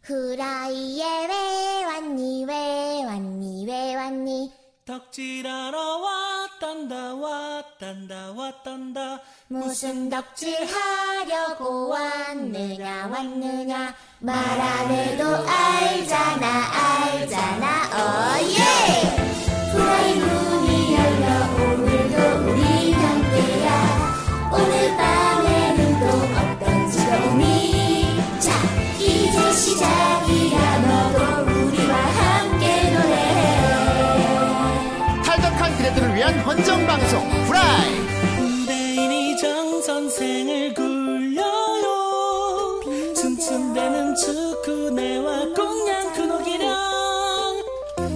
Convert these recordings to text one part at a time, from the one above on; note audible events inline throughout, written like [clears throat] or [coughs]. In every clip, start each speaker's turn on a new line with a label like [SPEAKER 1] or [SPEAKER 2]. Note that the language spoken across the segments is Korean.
[SPEAKER 1] 그 후라이에 왜 왔니 왜 왔니 왜 왔니
[SPEAKER 2] 덕질하러 왔단다 왔단다 왔단다
[SPEAKER 1] 무슨 덕질 하려고 왔느냐 왔느냐 말 안 해도 알잖아 알잖아 어예 후라이 문이 열려 오늘도 우리 함께야 오늘 밤에는 또 어떤 즐거움이 자 이제 시작이야 너도 우리와 함께 노래해
[SPEAKER 3] 탈덕한 그대들을 위한 헌정 방송 후라이
[SPEAKER 2] 군대인이 정선생을 굴려요 츤츤대는 축구네와 공양 큰옥이랑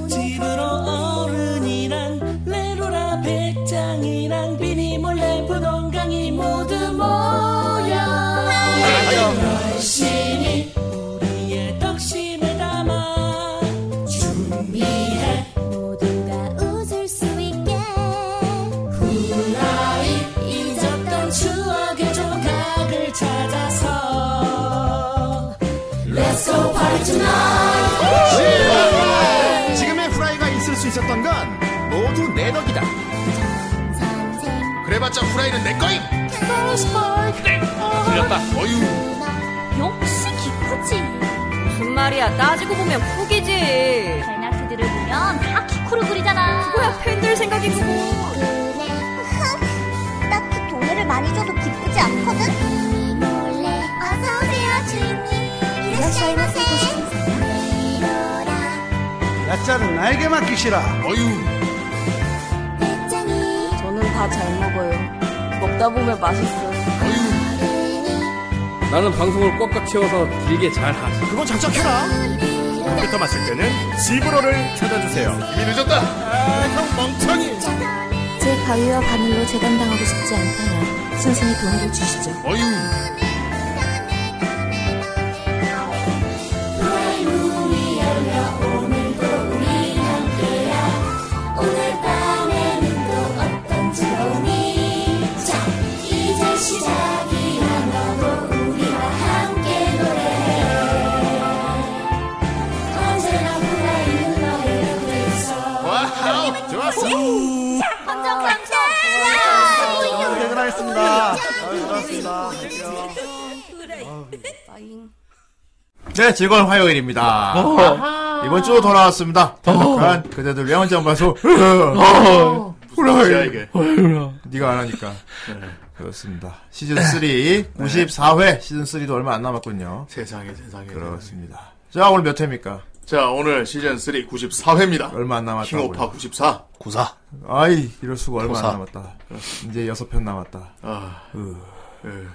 [SPEAKER 2] 집으로 어른이랑 레로라 백장이랑 비니 몰래 부동강이 모두 모여 열심히 우리의 덕심에 담아 준비해
[SPEAKER 1] 모두가 웃을 수 있게
[SPEAKER 2] 후라이 잊었던 추억의 조각을 찾아서 Let's go party tonight
[SPEAKER 3] 지금의 후라이가 있을 수 있었던 건 모두 내 덕이다
[SPEAKER 1] 선생
[SPEAKER 3] 그래봤자 후라이는 내 거임 틀렸다 어유
[SPEAKER 4] 역시 키크지.
[SPEAKER 5] 무슨 말이야 따지고 보면 푸기지
[SPEAKER 4] 베나트들을 보면 다 키크로 그리잖아.
[SPEAKER 5] 뭐야 팬들 생각이고 그
[SPEAKER 4] 딱히 돈을 많이 줘도 기쁘지 않거든?
[SPEAKER 1] 몰래 어서오세요 주인님 이라시아이마세 이로라
[SPEAKER 6] 야자는 나에게 맡기시라.
[SPEAKER 3] 어유
[SPEAKER 1] 배짱이
[SPEAKER 5] 저는 다 잘 먹어요 먹다 보면 맛있어요
[SPEAKER 1] 어른이
[SPEAKER 7] 나는 방송을 꽉꽉 채워서 길게 잘 하지.
[SPEAKER 3] 그건 장착해라
[SPEAKER 8] 그러니까
[SPEAKER 9] 컴퓨터 마실 때는 집으로를 찾아주세요.
[SPEAKER 3] 이미 늦었다 아형 멍청이
[SPEAKER 10] 제 가위와 바늘로 재단당하고 싶지 않다면 선생이 도움을 주시죠.
[SPEAKER 3] 어유
[SPEAKER 1] 오늘 밤에는 또 어떤 즐거움이 자 이제 시작이야 너도 우리와 함께 노래해 언제나 후라이는 너의 그 곁에 있어
[SPEAKER 3] 와우 좋았어
[SPEAKER 6] 퇴근하겠습니다. 고맙습니다.
[SPEAKER 3] 네 즐거운 화요일입니다
[SPEAKER 8] 어.
[SPEAKER 3] 이번 주로 돌아왔습니다 탈덕한 그대들 위한 헌정
[SPEAKER 8] 어.
[SPEAKER 3] 방송 어. 후라이 이게 네가 안 하니까 그렇습니다 시즌 3 94회 시즌 3도 얼마 안 남았군요
[SPEAKER 8] 네. 세상에 세상에.
[SPEAKER 3] 그렇습니다 자 오늘 몇 회입니까?
[SPEAKER 8] 자 오늘 시즌 3 94회입니다.
[SPEAKER 3] 얼마 안
[SPEAKER 8] 킹오파
[SPEAKER 3] 남았다고요.
[SPEAKER 8] 94. 구사.
[SPEAKER 3] 아이 이럴 수가 얼마
[SPEAKER 8] 도사.
[SPEAKER 3] 안 남았다. 이제 여섯 편 남았다.
[SPEAKER 8] 아,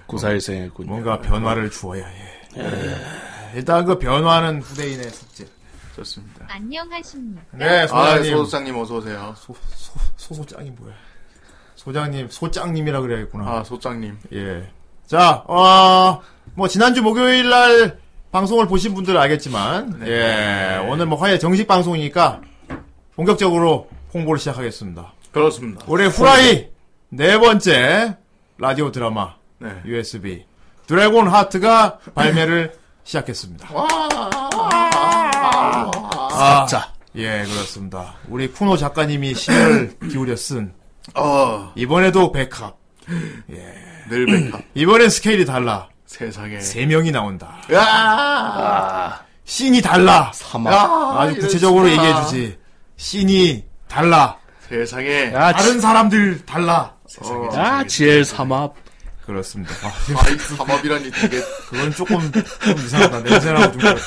[SPEAKER 9] 구사일생했군요. 예.
[SPEAKER 3] 뭔가 변화를 주어야 해. 예. 일단 그 변화는 후대인의 숙제.
[SPEAKER 8] 좋습니다.
[SPEAKER 4] 안녕하십니까.
[SPEAKER 3] 네,
[SPEAKER 8] 아
[SPEAKER 3] 소장님.
[SPEAKER 8] 소장님 어서 오세요.
[SPEAKER 3] 소, 소, 소소장이 뭐야? 소장님, 소장님이라 그래야겠구나.
[SPEAKER 8] 아 소장님.
[SPEAKER 3] 예. 자, 어, 뭐, 지난주 목요일 날 방송을 보신 분들은 알겠지만,
[SPEAKER 8] 네.
[SPEAKER 3] 예, 오늘 뭐 화요일 정식 방송이니까 본격적으로 홍보를 시작하겠습니다.
[SPEAKER 8] 그렇습니다.
[SPEAKER 3] 올해 후라이 네 번째 라디오 드라마
[SPEAKER 8] 네.
[SPEAKER 3] USB 드래곤 하트가
[SPEAKER 8] [laughs]
[SPEAKER 3] 발매를 시작했습니다. 아,
[SPEAKER 8] 자.
[SPEAKER 3] 예, 그렇습니다. 우리 쿠노 작가님이 심혈을 기울여 쓴
[SPEAKER 8] 어
[SPEAKER 3] 이번에도 백합.
[SPEAKER 8] 늘백합.
[SPEAKER 3] 이번엔 스케일이 달라.
[SPEAKER 8] 세상에.
[SPEAKER 3] 세 명이 나온다.
[SPEAKER 2] 아.
[SPEAKER 8] 야.
[SPEAKER 6] 아,
[SPEAKER 3] 씬이 달라.
[SPEAKER 9] 사막.
[SPEAKER 3] 아, 주 구체적으로 얘기해 주지. 씬이 달라.
[SPEAKER 8] 세상에. 아,
[SPEAKER 9] 야, 지,
[SPEAKER 3] 다른 사람들 달라.
[SPEAKER 8] 세상에.
[SPEAKER 9] 야,
[SPEAKER 8] 세상에.
[SPEAKER 9] 지엘 삼합.
[SPEAKER 3] 그렇습니다. 아,
[SPEAKER 8] 아이 삼합이라니 되게
[SPEAKER 3] 그건 조금, 좀 이상하다. 냄새나고 좀 그렇다.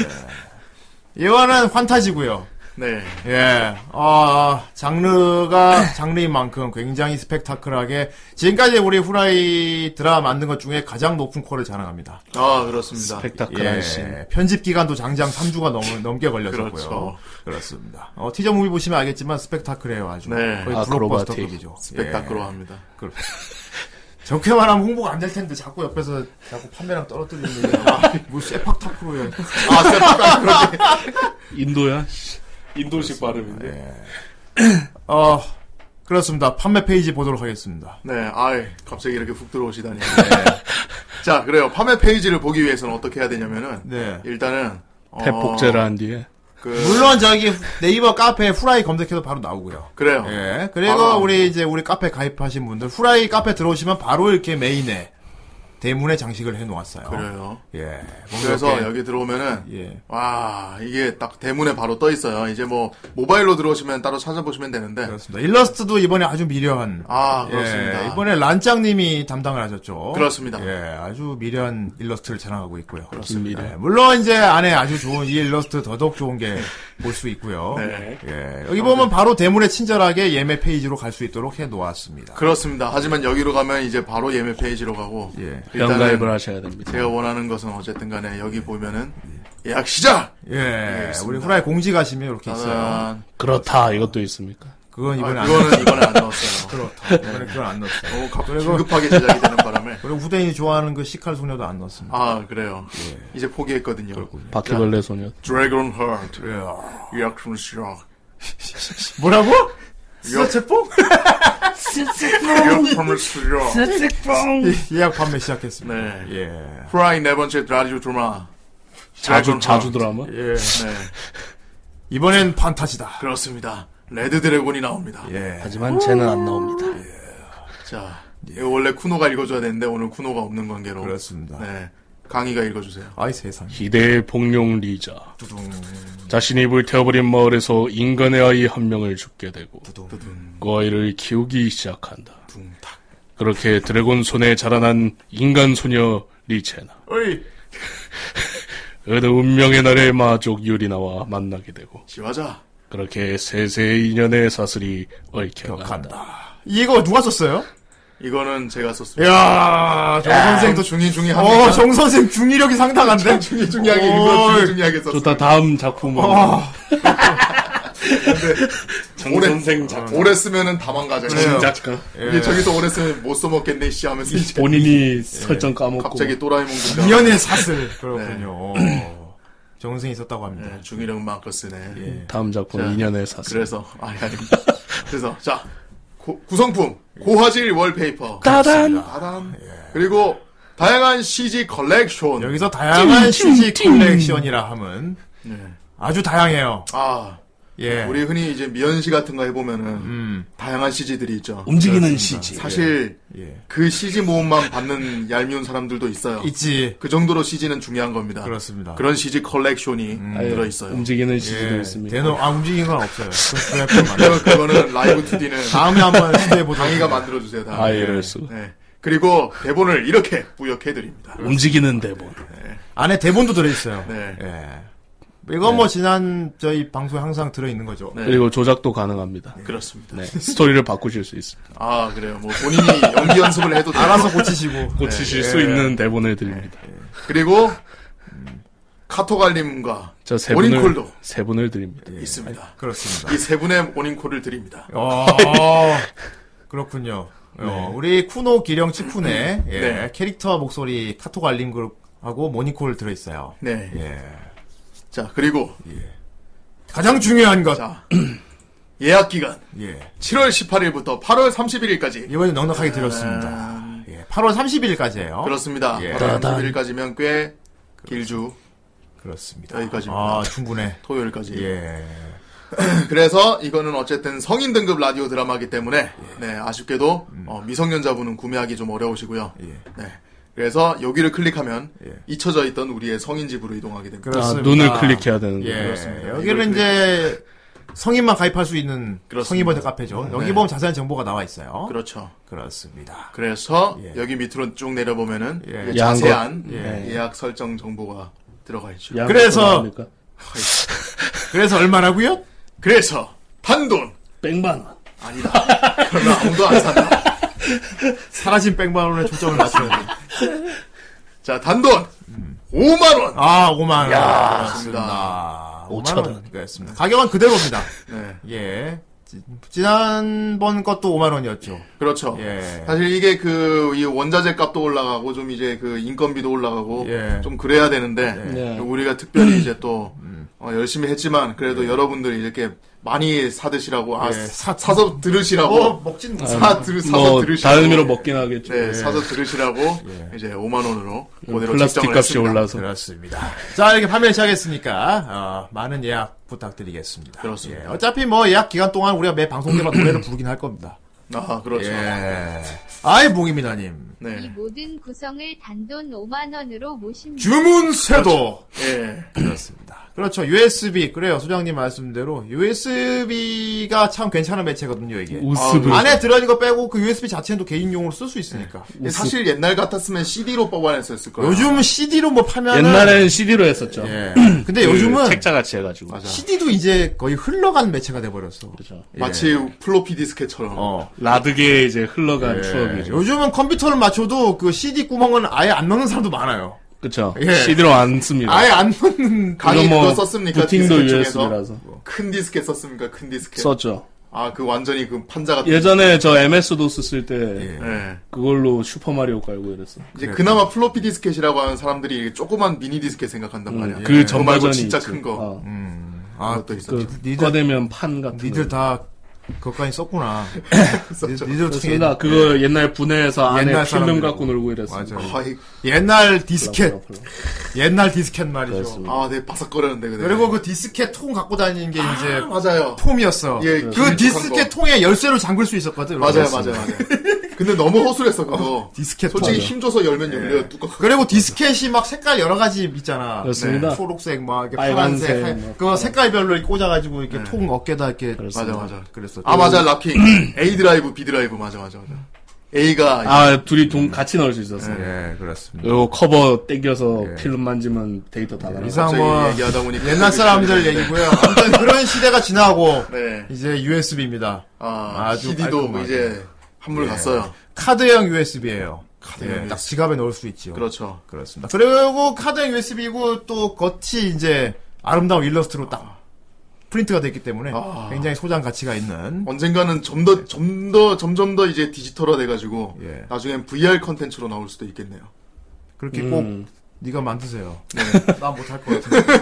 [SPEAKER 3] 예. 이거는 환타지고요
[SPEAKER 8] 네
[SPEAKER 3] 예, 어, 장르가 장르인 만큼 굉장히 스펙타클하게 지금까지 우리 후라이 드라마 만든 것 중에 가장 높은 퀄을 자랑합니다.
[SPEAKER 8] 아 그렇습니다
[SPEAKER 9] spek타클한 씬.
[SPEAKER 3] 예, 편집 기간도 장장 3주가 넘, 넘게 걸렸었고요.
[SPEAKER 8] 그렇죠.
[SPEAKER 3] 습니다 어, 티저 무비 보시면 알겠지만 스펙타클해요 아주.
[SPEAKER 8] 네.
[SPEAKER 3] 거의 블록버스터급이죠.
[SPEAKER 8] 스펙타클로합니다
[SPEAKER 3] 예, 그렇- [laughs] 저렇게 말하면 홍보가 안 될 텐데 자꾸 옆에서 자꾸 판매랑 떨어뜨리는 얘기야. 뭐 쇠팍타크로야.
[SPEAKER 8] 아 스펙타클
[SPEAKER 9] 인도야? 씨. 인도식 발음인데.
[SPEAKER 3] 어, 그렇습니다. 판매 페이지 보도록 하겠습니다.
[SPEAKER 8] 네 [laughs] 아이 갑자기 이렇게 훅 들어오시다니 자, 그래요. 판매 페이지를 보기 위해서는 어떻게 해야 되냐면은
[SPEAKER 3] 네.
[SPEAKER 8] 일단은 어,
[SPEAKER 6] 태폭제를 한 뒤에
[SPEAKER 8] 그,
[SPEAKER 3] 물론 저기 네이버 카페에 후라이 검색해도 바로 나오고요.
[SPEAKER 8] 그래요.
[SPEAKER 3] 예. 그리고
[SPEAKER 8] 아.
[SPEAKER 3] 우리 이제 우리 카페 가입하신 분들 후라이 카페 들어오시면 바로 이렇게 메인에 대문에 장식을 해 놓았어요.
[SPEAKER 8] 그래요.
[SPEAKER 3] 예. 뭔가
[SPEAKER 8] 그래서
[SPEAKER 3] 이렇게,
[SPEAKER 8] 여기 들어오면은
[SPEAKER 3] 예.
[SPEAKER 8] 와 이게 딱 대문에 바로 떠 있어요. 이제 뭐 모바일로 들어오시면 따로 찾아보시면 되는데
[SPEAKER 3] 그렇습니다. 일러스트도 이번에 아주 미려한
[SPEAKER 8] 아
[SPEAKER 3] 예,
[SPEAKER 8] 그렇습니다.
[SPEAKER 3] 이번에 란짱님이 담당을 하셨죠.
[SPEAKER 8] 그렇습니다.
[SPEAKER 3] 예, 아주 미련 일러스트를 자랑하고 있고요.
[SPEAKER 6] 그렇습니다.
[SPEAKER 3] 예, 물론 이제 안에 아주 좋은 이 일러스트 더더욱 좋은 게 볼 수 있고요.
[SPEAKER 8] 네.
[SPEAKER 3] 예, 여기 보면 바로 대문에 친절하게 예매 페이지로 갈 수 있도록 해 놓았습니다.
[SPEAKER 8] 그렇습니다. 하지만 여기로 가면 이제 바로 예매 페이지로 가고
[SPEAKER 3] 예.
[SPEAKER 8] 일단은
[SPEAKER 6] 연가입을 하셔야 됩니다.
[SPEAKER 8] 제가 원하는 것은 어쨌든 간에 여기 보면은 예약 시작!
[SPEAKER 3] 예,
[SPEAKER 8] 알겠습니다.
[SPEAKER 3] 우리 후라이 공지 가시면 이렇게 있어요.
[SPEAKER 8] 짜잔.
[SPEAKER 6] 그렇다 이것도 있습니까?
[SPEAKER 3] 그건 이번에
[SPEAKER 8] 아,
[SPEAKER 3] 안
[SPEAKER 8] 이거는 이번에 안
[SPEAKER 3] [laughs]
[SPEAKER 8] 넣었어요.
[SPEAKER 3] 그렇다. 이번에 그건 안 넣었어요.
[SPEAKER 8] 너무 갑-
[SPEAKER 3] 그리고-
[SPEAKER 8] 긴급하게 제작이 되는 바람에
[SPEAKER 3] 그리고 후대인이 좋아하는 그 시칼 소녀도 안 넣었습니다.
[SPEAKER 8] 아 그래요. 이제 포기했거든요.
[SPEAKER 6] 바퀴벌레 소녀
[SPEAKER 8] 드래곤 하트
[SPEAKER 3] 예.
[SPEAKER 8] 리액션 시작
[SPEAKER 3] 뭐라고?
[SPEAKER 8] 리액-
[SPEAKER 3] 스트봉?
[SPEAKER 8] 리액션 시작
[SPEAKER 3] [laughs] 예약 판매 시작했습니다.
[SPEAKER 8] 네.
[SPEAKER 3] 예.
[SPEAKER 8] 프라이 네 번째 라디오 드라마
[SPEAKER 6] 자주
[SPEAKER 8] 드래곤
[SPEAKER 6] 자주
[SPEAKER 8] 하트.
[SPEAKER 6] 드라마
[SPEAKER 3] 예.
[SPEAKER 8] 네
[SPEAKER 3] 이번엔 판타지다.
[SPEAKER 8] 그렇습니다. 레드 드래곤이 나옵니다.
[SPEAKER 3] 예.
[SPEAKER 6] 하지만 쟤는 안 나옵니다.
[SPEAKER 8] 자 이거 원래 쿠노가 읽어줘야 되는데 오늘 쿠노가 없는 관계로
[SPEAKER 3] 그렇습니다.
[SPEAKER 8] 네 강의가 읽어주세요.
[SPEAKER 3] 아이 세상.
[SPEAKER 6] 기대의 복룡 리자
[SPEAKER 3] 두둥.
[SPEAKER 6] 자신이 불태워버린 마을에서 인간의 아이 한 명을 죽게 되고
[SPEAKER 8] 두둥
[SPEAKER 6] 그 아이를 키우기 시작한다.
[SPEAKER 8] 둥탁.
[SPEAKER 6] 그렇게 드래곤 손에 자라난 인간 소녀 리체나
[SPEAKER 3] 어이.
[SPEAKER 6] 어느 운명의 날에 마족 유리나와 만나게 되고
[SPEAKER 8] 지화자
[SPEAKER 6] 그렇게 세세의 인연의 사슬이
[SPEAKER 2] 어,
[SPEAKER 6] 얽혀간다.
[SPEAKER 3] 격한다. 이거 누가 썼어요?
[SPEAKER 8] 이거는 제가 썼습니다.
[SPEAKER 3] 이야, 정 선생도.
[SPEAKER 8] 또 중이 중이
[SPEAKER 3] 어,
[SPEAKER 8] 합니다.
[SPEAKER 3] 정 선생 중의력이 상당한데?
[SPEAKER 8] 중이 중이하게
[SPEAKER 3] 어이.
[SPEAKER 8] 읽어 중이 중이하게 썼습니다.
[SPEAKER 6] 좋다 다음 작품은
[SPEAKER 8] 어,
[SPEAKER 3] 아,
[SPEAKER 8] 오래-
[SPEAKER 6] 정선생 작품
[SPEAKER 8] 오래 쓰면은 다 망가져요. 예.
[SPEAKER 3] 그래요.
[SPEAKER 6] 작가
[SPEAKER 8] 이게 저기서 오래 쓰면 못 써먹겠네 씨 하면서 이제
[SPEAKER 6] 본인이 설정 까먹고
[SPEAKER 8] 예.
[SPEAKER 2] 뭐.
[SPEAKER 8] 갑자기 또라이몽 군장.
[SPEAKER 3] 인연의 사슬. 그렇군요. 어. 정 선생이 썼다고 합니다.
[SPEAKER 8] 네, 중이력 마크 쓰네.
[SPEAKER 6] 다음 작품
[SPEAKER 8] 자,
[SPEAKER 6] 인연의 사슬
[SPEAKER 8] 그래서 아니 아니 그래서 자 고- 구성품 고화질 월페이퍼
[SPEAKER 6] 따단
[SPEAKER 8] 따단 그리고 다양한 CG 컬렉션
[SPEAKER 3] 여기서 다양한 CG 컬렉션이라 함은 아주 다양해요.
[SPEAKER 8] 아
[SPEAKER 3] 예.
[SPEAKER 8] 우리 흔히 이제 미연시 같은 거 해보면은
[SPEAKER 3] 음.
[SPEAKER 8] 다양한 CG들이 있죠
[SPEAKER 6] 움직이는 CG
[SPEAKER 8] 사실
[SPEAKER 3] 예.
[SPEAKER 8] 그 CG 모음만 받는 얄미운 사람들도 있어요
[SPEAKER 3] 있지.
[SPEAKER 8] 그 정도로 CG는 중요한 겁니다
[SPEAKER 3] 그렇습니다.
[SPEAKER 8] 런 CG 컬렉션이 들어있어요
[SPEAKER 6] 움직이는 CG도
[SPEAKER 3] 예.
[SPEAKER 6] 있습니다.
[SPEAKER 3] 대노, 아, 움직이는 건 없어요. 그건 그래프만.
[SPEAKER 8] 그리고 [laughs] 그거는 라이브 2D는
[SPEAKER 3] 다음에 한번 시도해보자.
[SPEAKER 8] 강의가 만들어주세요 다음에.
[SPEAKER 6] 아이를 예. 쓰고
[SPEAKER 8] 네. 그리고 대본을 이렇게 부역해드립니다
[SPEAKER 6] 움직이는 대본
[SPEAKER 3] 안에 대본도 들어있어요.
[SPEAKER 8] 네.
[SPEAKER 3] 예. 이건 뭐 지난 저희 방송에 항상 들어있는 거죠.
[SPEAKER 8] 네.
[SPEAKER 6] 그리고 조작도 가능합니다.
[SPEAKER 8] 그렇습니다
[SPEAKER 6] 네, 스토리를 바꾸실 수 있습니다.
[SPEAKER 8] 아 그래요. 뭐 본인이 연기 연습을 해도 돼요.
[SPEAKER 3] 알아서 고치시고.
[SPEAKER 6] 고치실 수 있는 대본을 드립니다.
[SPEAKER 8] 그리고 음, 카톡 알림과
[SPEAKER 6] 저 세 분을 예.
[SPEAKER 8] 모닝콜도
[SPEAKER 6] 세 분을 드립니다.
[SPEAKER 8] 있습니다. [laughs]
[SPEAKER 3] 그렇습니다.
[SPEAKER 8] 이 세 분의 모닝콜을 드립니다.
[SPEAKER 3] 어, 그렇군요. 어, 우리 쿠노 기령 치쿠네 예,
[SPEAKER 8] 네.
[SPEAKER 3] 캐릭터 목소리 카톡 알림 그룹하고 모니콜 들어있어요.
[SPEAKER 8] 네.
[SPEAKER 3] 예.
[SPEAKER 8] 자 그리고
[SPEAKER 3] 가장 중요한 것.
[SPEAKER 8] 자 예약 기간
[SPEAKER 3] 예.
[SPEAKER 8] 7월 18일부터 8월 31일까지
[SPEAKER 3] 이번에 넉넉하게 들었습니다. 예. 8월 30일까지예요.
[SPEAKER 8] 네. 아. 그렇습니다.
[SPEAKER 3] 예.
[SPEAKER 8] 8월 31일까지면 꽤 길주
[SPEAKER 3] 습니다
[SPEAKER 8] 여기까지입니다.
[SPEAKER 3] 아, 충분해.
[SPEAKER 8] 토요일까지.
[SPEAKER 3] 예.
[SPEAKER 8] 그래서 이거는 어쨌든 성인 등급 라디오 드라마이기 때문에 네, 아쉽게도 어, 미성년자분은 구매하기 좀 어려우시고요.
[SPEAKER 3] 예.
[SPEAKER 8] 네. 그래서 여기를 클릭하면
[SPEAKER 3] 예.
[SPEAKER 8] 잊혀져 있던 우리의 성인 집으로 이동하게
[SPEAKER 6] 아,
[SPEAKER 8] 됩니다.
[SPEAKER 3] 그렇습니다.
[SPEAKER 6] 눈을 클릭해야 되는
[SPEAKER 3] 예,
[SPEAKER 6] 거예요.
[SPEAKER 3] 여기는 이제 성인만 가입할 수 있는
[SPEAKER 8] 그렇습니다.
[SPEAKER 3] 성인버드 카페죠. 여기
[SPEAKER 8] 네.
[SPEAKER 3] 보면 자세한 정보가 나와 있어요.
[SPEAKER 8] 그렇죠.
[SPEAKER 3] 습니다
[SPEAKER 8] 그래서
[SPEAKER 3] 예.
[SPEAKER 8] 여기 밑으로 쭉 내려보면은
[SPEAKER 3] 예.
[SPEAKER 8] 이제 자세한
[SPEAKER 3] 예.
[SPEAKER 8] 예약 설정 정보가 들어가 있죠.
[SPEAKER 6] 야구도
[SPEAKER 3] 그래서-
[SPEAKER 6] 나옵니까?
[SPEAKER 3] 그래서 얼마라고요?
[SPEAKER 8] 그래서 단돈
[SPEAKER 6] 백만 원.
[SPEAKER 8] 아니다. 별로 아무도 안 산다.
[SPEAKER 3] 사라진 백만 원에 초점을 맞춰야 돼.
[SPEAKER 8] 자 단돈
[SPEAKER 3] 음.
[SPEAKER 8] 5만 원.
[SPEAKER 3] 아, 5만 원.
[SPEAKER 8] 그렇습니다.
[SPEAKER 3] 5만 원이었습니다. 가격은 그대로입니다.
[SPEAKER 8] 네.
[SPEAKER 3] 예. 지- 지난번 것도 5만 원이었죠.
[SPEAKER 8] 그렇죠.
[SPEAKER 3] 예.
[SPEAKER 8] 사실 이게 그 이 원자재 값도 올라가고 좀 이제 그 인건비도 올라가고
[SPEAKER 3] 예.
[SPEAKER 8] 좀 그래야 되는데
[SPEAKER 6] 예.
[SPEAKER 8] 우리가 특별히 이제 또 어, 열심히 했지만 그래도 여러분들이 이렇게 많이 사드시라고 아,
[SPEAKER 6] 예,
[SPEAKER 8] 사, 사서 들으시라고
[SPEAKER 6] 어,
[SPEAKER 3] 뭐.
[SPEAKER 6] 먹진 못해.
[SPEAKER 8] 사, 들, 사서
[SPEAKER 6] 뭐,
[SPEAKER 8] 어, 들으시라고
[SPEAKER 6] 다른 의미로 먹긴 하겠죠.
[SPEAKER 8] 네,
[SPEAKER 6] 예.
[SPEAKER 8] 사서 들으시라고 이제 5만 원으로 그대로
[SPEAKER 6] 음, 플라스틱
[SPEAKER 8] 책정을
[SPEAKER 6] 값이
[SPEAKER 8] 했습니다.
[SPEAKER 6] 올라서.
[SPEAKER 3] 그렇습니다. 자, 이렇게 판매 시작했으니까, 어, 많은 예약 부탁드리겠습니다. 그렇습니다. 어차피 뭐 예약 기간 동안 우리가 매 방송 때마다 노래를 부르긴 할 겁니다.
[SPEAKER 8] 아, 그렇죠. 네.
[SPEAKER 3] 예. 아이, 봉입니다님.
[SPEAKER 11] 이 모든 구성을 단돈 5만 원으로 모십니다.
[SPEAKER 3] 주문 세도.
[SPEAKER 8] 예.
[SPEAKER 3] 그렇습니다. 그렇죠. USB. 그래요. 소장님 말씀대로. USB가 참 괜찮은 매체거든요, 이게.
[SPEAKER 8] USB.
[SPEAKER 3] 아, 안에 들어있는 거 빼고 그 USB 자체는 또 개인용으로 쓸 수 있으니까.
[SPEAKER 8] 예, 사실 옛날 같았으면 CD로 뽑아냈었을 거예요.
[SPEAKER 3] 요즘은 CD로 뭐 파면.
[SPEAKER 6] 옛날엔 CD로 했었죠. 그
[SPEAKER 3] 근데 예.
[SPEAKER 2] 그
[SPEAKER 3] 요즘은
[SPEAKER 6] 책자 같이 해가지고.
[SPEAKER 3] CD도 이제 거의 흘러간 매체가 돼버렸어. 예. 어.
[SPEAKER 8] 마치 플로피 디스크처럼.
[SPEAKER 6] 라드게 이제 흘러간
[SPEAKER 3] 예.
[SPEAKER 6] 추억이죠.
[SPEAKER 3] 요즘은 컴퓨터를 맞춰도 그 CD 구멍은 아예 안 넣는 사람도 많아요.
[SPEAKER 6] 그쵸.
[SPEAKER 3] 예.
[SPEAKER 6] CD로 안 씁니다.
[SPEAKER 3] 아예 안 넣는
[SPEAKER 8] 강의
[SPEAKER 6] 이거 뭐
[SPEAKER 8] 그거 썼습니까?
[SPEAKER 6] 부팅도
[SPEAKER 8] 디스켓
[SPEAKER 6] USB라서.
[SPEAKER 8] 큰 디스켓 썼습니까? 큰 디스켓.
[SPEAKER 6] 썼죠.
[SPEAKER 8] 아, 그 완전히 그 판자 같은.
[SPEAKER 6] 예전에 저 MS 도스 쓸 때,
[SPEAKER 8] 예.
[SPEAKER 6] 그걸로 슈퍼마리오 깔고 이랬어.
[SPEAKER 8] 이제 그나마 플로피 디스켓이라고 하는 사람들이 이게 조그만 미니 디스켓 생각한단
[SPEAKER 6] 음,
[SPEAKER 8] 말이야.
[SPEAKER 6] 그
[SPEAKER 8] 예. 그거
[SPEAKER 6] 전
[SPEAKER 8] 말고
[SPEAKER 6] 버전이
[SPEAKER 8] 진짜
[SPEAKER 6] 있지.
[SPEAKER 8] 큰 거.
[SPEAKER 6] 어.
[SPEAKER 3] 아,
[SPEAKER 8] 그것도 있었죠.
[SPEAKER 6] 그, 꺼내면 판 같은
[SPEAKER 3] 니들 다 그것까지 [laughs] 썼구나. 니들 니들 어떻게
[SPEAKER 6] 그렇습니다. 그거 옛날 분해해서 안에 필름
[SPEAKER 3] 사람들이고.
[SPEAKER 6] 갖고 놀고 이랬어요. 예.
[SPEAKER 3] 맞아요.
[SPEAKER 8] 거의-
[SPEAKER 3] 옛날 디스켓. 옛날 디스켓 말이죠.
[SPEAKER 8] 아, 네, 바삭거렸는데, 그때.
[SPEAKER 3] 그리고 그 디스켓 통 갖고 다니는 게 이제
[SPEAKER 8] 맞아요.
[SPEAKER 3] 폼이었어.
[SPEAKER 8] 예,
[SPEAKER 3] 그
[SPEAKER 8] 길쭉한
[SPEAKER 3] 디스켓
[SPEAKER 8] 거.
[SPEAKER 3] 통에 열쇠로 잠글 수 있었거든.
[SPEAKER 8] 맞아요,
[SPEAKER 3] 그래서.
[SPEAKER 8] 맞아요, 맞아요. [laughs] 근데 너무 허술했어, 예. 그거.
[SPEAKER 3] 디스켓
[SPEAKER 8] 솔직히
[SPEAKER 3] 맞아.
[SPEAKER 8] 힘줘서 열면 열려요, 뚜껑.
[SPEAKER 3] 그리고 디스켓이 막 색깔 여러 가지 있잖아. 네.
[SPEAKER 6] 그렇습니다.
[SPEAKER 3] 초록색, 막 이렇게
[SPEAKER 6] 빨간색,
[SPEAKER 3] 파란색, 하얀-
[SPEAKER 6] 뭐. 네.
[SPEAKER 3] 그거 색깔별로 이렇게 꽂아가지고 이렇게 통 어깨다 이렇게
[SPEAKER 8] 맞아, 맞아.
[SPEAKER 3] 그랬어.
[SPEAKER 8] 아, 맞아, 락킹. A 드라이브, B 드라이브, 맞아, 맞아, 맞아. A가.
[SPEAKER 6] 아, 둘이 동, 같이 넣을 수 있었어요.
[SPEAKER 3] 예, 그렇습니다.
[SPEAKER 6] 요 커버 땡겨서 필름 만지면 데이터 다 나가.
[SPEAKER 3] 이상 뭐 옛날 사람들 얘기고요. 아무튼 그런 시대가 지나고
[SPEAKER 8] [laughs] 네.
[SPEAKER 3] 이제 USB입니다.
[SPEAKER 8] 아, CD도 이제 한물 갔어요.
[SPEAKER 3] 카드형 USB예요. 네,
[SPEAKER 8] 카드형
[SPEAKER 3] 딱
[SPEAKER 8] USB.
[SPEAKER 3] 지갑에 넣을 수 있죠.
[SPEAKER 8] 그렇죠.
[SPEAKER 3] 그렇습니다. 그리고 카드형 USB고 또 겉이 이제 아름다운 일러스트로 딱 프린트가 됐기 때문에
[SPEAKER 8] 아.
[SPEAKER 3] 굉장히 소장 가치가 있는
[SPEAKER 8] 언젠가는 좀
[SPEAKER 6] 네.
[SPEAKER 8] 더, 좀 더, 점점 더 이제 디지털화 돼가지고.
[SPEAKER 6] 예.
[SPEAKER 8] 나중엔 VR 컨텐츠로 나올 수도 있겠네요.
[SPEAKER 3] 그렇게
[SPEAKER 8] 음.
[SPEAKER 3] 꼭 네가 만드세요. 나 못할 것 같은데.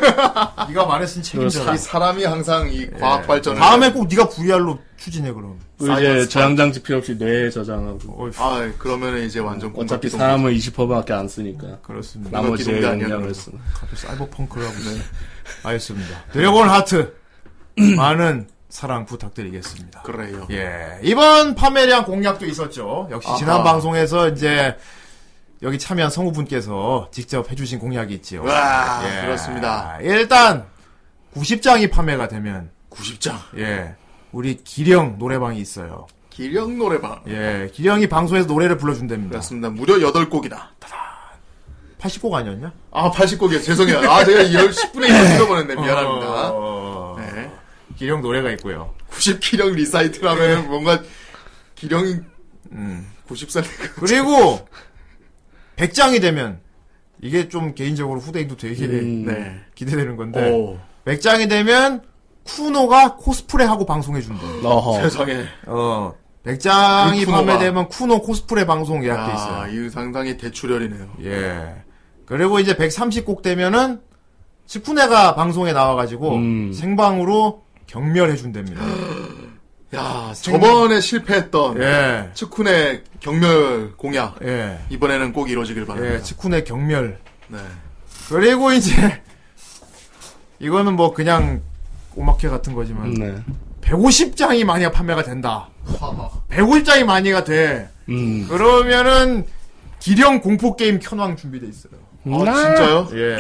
[SPEAKER 3] 네가 말했으니 책임져.
[SPEAKER 8] 이 사람이 항상
[SPEAKER 6] 예.
[SPEAKER 8] 이 과학 발전을.
[SPEAKER 3] 다음에 꼭 네가 VR로 추진해 그럼.
[SPEAKER 6] 이제 저장장치 필요 없이 뇌에 저장하고.
[SPEAKER 8] 아, 그러면 이제 완전
[SPEAKER 6] 음, 어차피
[SPEAKER 8] 공작기동.
[SPEAKER 6] 사람은 20%밖에 안 쓰니까.
[SPEAKER 3] 그렇습니다.
[SPEAKER 6] 나머지
[SPEAKER 8] 공작기동대 아니야,
[SPEAKER 6] 용량을
[SPEAKER 8] 그럼.
[SPEAKER 6] 쓰.
[SPEAKER 3] 갑자기 사이버펑크라고. 네. 알겠습니다. 드래곤 하트 [clears throat] 많은 사랑 부탁드리겠습니다.
[SPEAKER 8] 그래요.
[SPEAKER 3] 예. 이번 판매량 공약도 있었죠. 역시
[SPEAKER 8] 아하.
[SPEAKER 3] 지난 방송에서 이제 여기 참여한 성우분께서 직접 해주신 공약이 있지요. 예.
[SPEAKER 8] 와, 아,
[SPEAKER 6] 예.
[SPEAKER 8] 그렇습니다.
[SPEAKER 3] 일단 90장이 판매가 되면
[SPEAKER 8] 90장.
[SPEAKER 3] 예. 우리 기령 노래방이 있어요.
[SPEAKER 8] 기령 노래방.
[SPEAKER 3] 예. 기령이 방송에서 노래를 불러준답니다.
[SPEAKER 8] 그렇습니다. 무려 8곡이다.
[SPEAKER 3] 80곡 아니었냐?
[SPEAKER 8] 아, 80곡이요. 죄송해요. 아, 제가 10분의 1을 잃어버렸네. 미안합니다. 네.
[SPEAKER 3] 어. 예. 기령 노래가 있고요.
[SPEAKER 8] 90기령
[SPEAKER 6] 예.
[SPEAKER 8] 리사이트라면 뭔가 기령이
[SPEAKER 6] 음.
[SPEAKER 8] 90살.
[SPEAKER 3] 그리고 100장이 되면 이게 좀 개인적으로 후대인도 되게 [laughs]
[SPEAKER 8] 음, 네.
[SPEAKER 3] 기대되는 건데
[SPEAKER 8] 오.
[SPEAKER 3] 100장이 되면 쿠노가 코스프레 하고 방송해 준대.
[SPEAKER 6] 어허.
[SPEAKER 8] 세상에.
[SPEAKER 3] 어. 100장이
[SPEAKER 8] 그 쿠노가.
[SPEAKER 3] 판매되면 쿠노 코스프레 방송 예약돼
[SPEAKER 8] 아,
[SPEAKER 3] 있어요.
[SPEAKER 8] 이 상당히 대출혈이네요.
[SPEAKER 3] 예. 그리고 이제 130곡 되면은 치쿠네가 방송에 나와가지고
[SPEAKER 8] 음.
[SPEAKER 3] 생방으로 경멸해
[SPEAKER 8] [gasps]
[SPEAKER 3] 준답니다.
[SPEAKER 8] 야, 저번에 실패했던
[SPEAKER 3] 예.
[SPEAKER 8] 측훈의 경멸 공약.
[SPEAKER 3] 예.
[SPEAKER 8] 이번에는 꼭 이루어지길 바랍니다.
[SPEAKER 3] 예, 치쿠네 경멸.
[SPEAKER 8] 네.
[SPEAKER 3] 그리고 이제 [laughs] 이거는 뭐 그냥 오마케 같은 거지만
[SPEAKER 8] 음.
[SPEAKER 6] 네.
[SPEAKER 3] 150장이 만약 판매가 된다. 150장이 만이가 돼.
[SPEAKER 6] 음.
[SPEAKER 3] 그러면은 기령 공포 게임 켠왕 준비돼 있어요.
[SPEAKER 8] 아, 진짜요?
[SPEAKER 3] 예.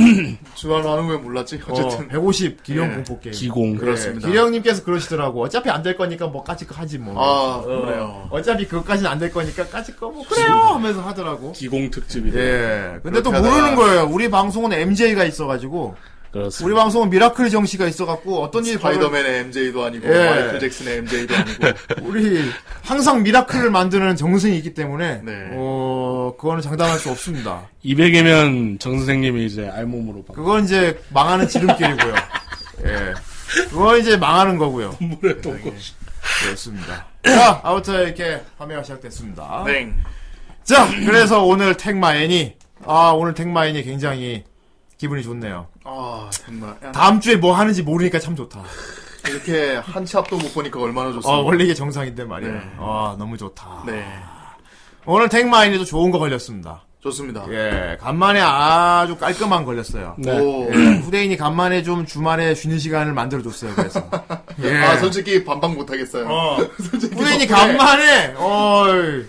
[SPEAKER 8] 주말로 하는 왜 몰랐지? [clears throat] 어쨌든.
[SPEAKER 3] 어, 150 기령
[SPEAKER 8] 예.
[SPEAKER 3] 공포 게임.
[SPEAKER 6] 기공.
[SPEAKER 3] 예,
[SPEAKER 8] 그렇습니다.
[SPEAKER 3] 기령님께서 그러시더라고. 어차피 안 될 거니까 뭐 까짓 거 하지 뭐.
[SPEAKER 8] 아,
[SPEAKER 3] 어,
[SPEAKER 8] 그래요.
[SPEAKER 3] 어차피 그것까지는 안 될 거니까 까짓 거 뭐 그래요 하면서 하더라고.
[SPEAKER 6] 기공 특집이래.
[SPEAKER 3] 예. 근데 또
[SPEAKER 8] 그렇게 하다가-
[SPEAKER 3] 모르는 거예요. 우리 방송은 MJ가 있어가지고.
[SPEAKER 6] 그렇습니다.
[SPEAKER 3] 우리 방송은 미라클 정씨가 있어갖고 어떤 일이 벌어
[SPEAKER 8] 스파이더맨의 MJ도 아니고
[SPEAKER 3] 예.
[SPEAKER 8] 마이클 잭슨의
[SPEAKER 3] [laughs]
[SPEAKER 8] MJ도 아니고
[SPEAKER 3] 우리 항상 미라클을 만드는 정승이 있기 때문에
[SPEAKER 8] 네.
[SPEAKER 3] 어 그거는 장담할 수 없습니다.
[SPEAKER 6] 200이면 정 선생님이 이제 알몸으로 방.
[SPEAKER 3] 그건 이제 망하는 지름길이고요. 예. 그건 이제 망하는 거고요. 예.
[SPEAKER 6] 물에 고
[SPEAKER 3] 그렇습니다. 자, 아무튼 이렇게 판매가 시작됐습니다.
[SPEAKER 8] 네.
[SPEAKER 3] 자, 그래서 오늘 택마애니 아 오늘 택마애니 굉장히 기분이 좋네요.
[SPEAKER 8] 아 정말
[SPEAKER 3] 다음 주에 뭐 하는지 모르니까 참 좋다.
[SPEAKER 8] 이렇게 한 치 앞도 못 보니까 얼마나 좋습니까?
[SPEAKER 3] 어, 원래 이게 정상인데 말이에요.
[SPEAKER 8] 네.
[SPEAKER 3] 아, 너무 좋다. 오늘 택마인에도 좋은 거 걸렸습니다.
[SPEAKER 8] 좋습니다.
[SPEAKER 3] 예, 간만에 아주 깔끔한 걸렸어요.
[SPEAKER 8] 네. 오.
[SPEAKER 3] 예, 후대인이 간만에 좀 주말에 쉬는 시간을 만들어줬어요.
[SPEAKER 8] [laughs]
[SPEAKER 3] 그래서 예.
[SPEAKER 8] 아 솔직히 반박 못 하겠어요.
[SPEAKER 3] 어. 후대인이 간만에 어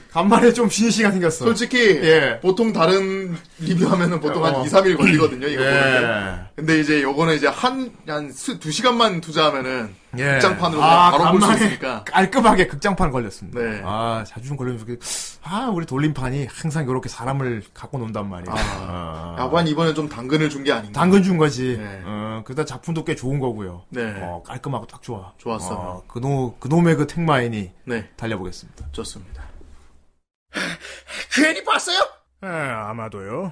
[SPEAKER 3] 간만에 좀 쉬는 시간 생겼어.
[SPEAKER 8] 솔직히
[SPEAKER 3] 예.
[SPEAKER 8] 보통 다른 리뷰하면은 보통 한
[SPEAKER 3] 어.
[SPEAKER 8] 2, 3일 걸리거든요. 이거
[SPEAKER 3] 예.
[SPEAKER 8] 보는데. 근데 이제 요거는 이제 한한2 시간만 투자하면은
[SPEAKER 3] 예.
[SPEAKER 8] 극장판으로
[SPEAKER 3] 아,
[SPEAKER 8] 바로 볼 수
[SPEAKER 3] 간만에
[SPEAKER 8] 있으니까.
[SPEAKER 3] 깔끔하게 극장판 걸렸습니다.
[SPEAKER 8] 네.
[SPEAKER 3] 아 자주 좀 걸리면 좋겠. 아 우리 돌림판이 항상 이렇게 사람을 갖고 논단 말이야. 아.
[SPEAKER 8] 야관 이번에 좀 당근을 준 게 아닌가.
[SPEAKER 3] 당근 준 거지.
[SPEAKER 8] 네.
[SPEAKER 3] 어, 그러다 작품도 꽤 좋은 거고요.
[SPEAKER 8] 네.
[SPEAKER 3] 어, 깔끔하고 딱 좋아.
[SPEAKER 8] 좋았어요.
[SPEAKER 3] 어, 그놈 그놈의 그 택마인이
[SPEAKER 8] 네.
[SPEAKER 3] 달려보겠습니다.
[SPEAKER 8] 좋습니다.
[SPEAKER 12] 괜히 봤어요?
[SPEAKER 13] 예,
[SPEAKER 9] 아, 아마도요.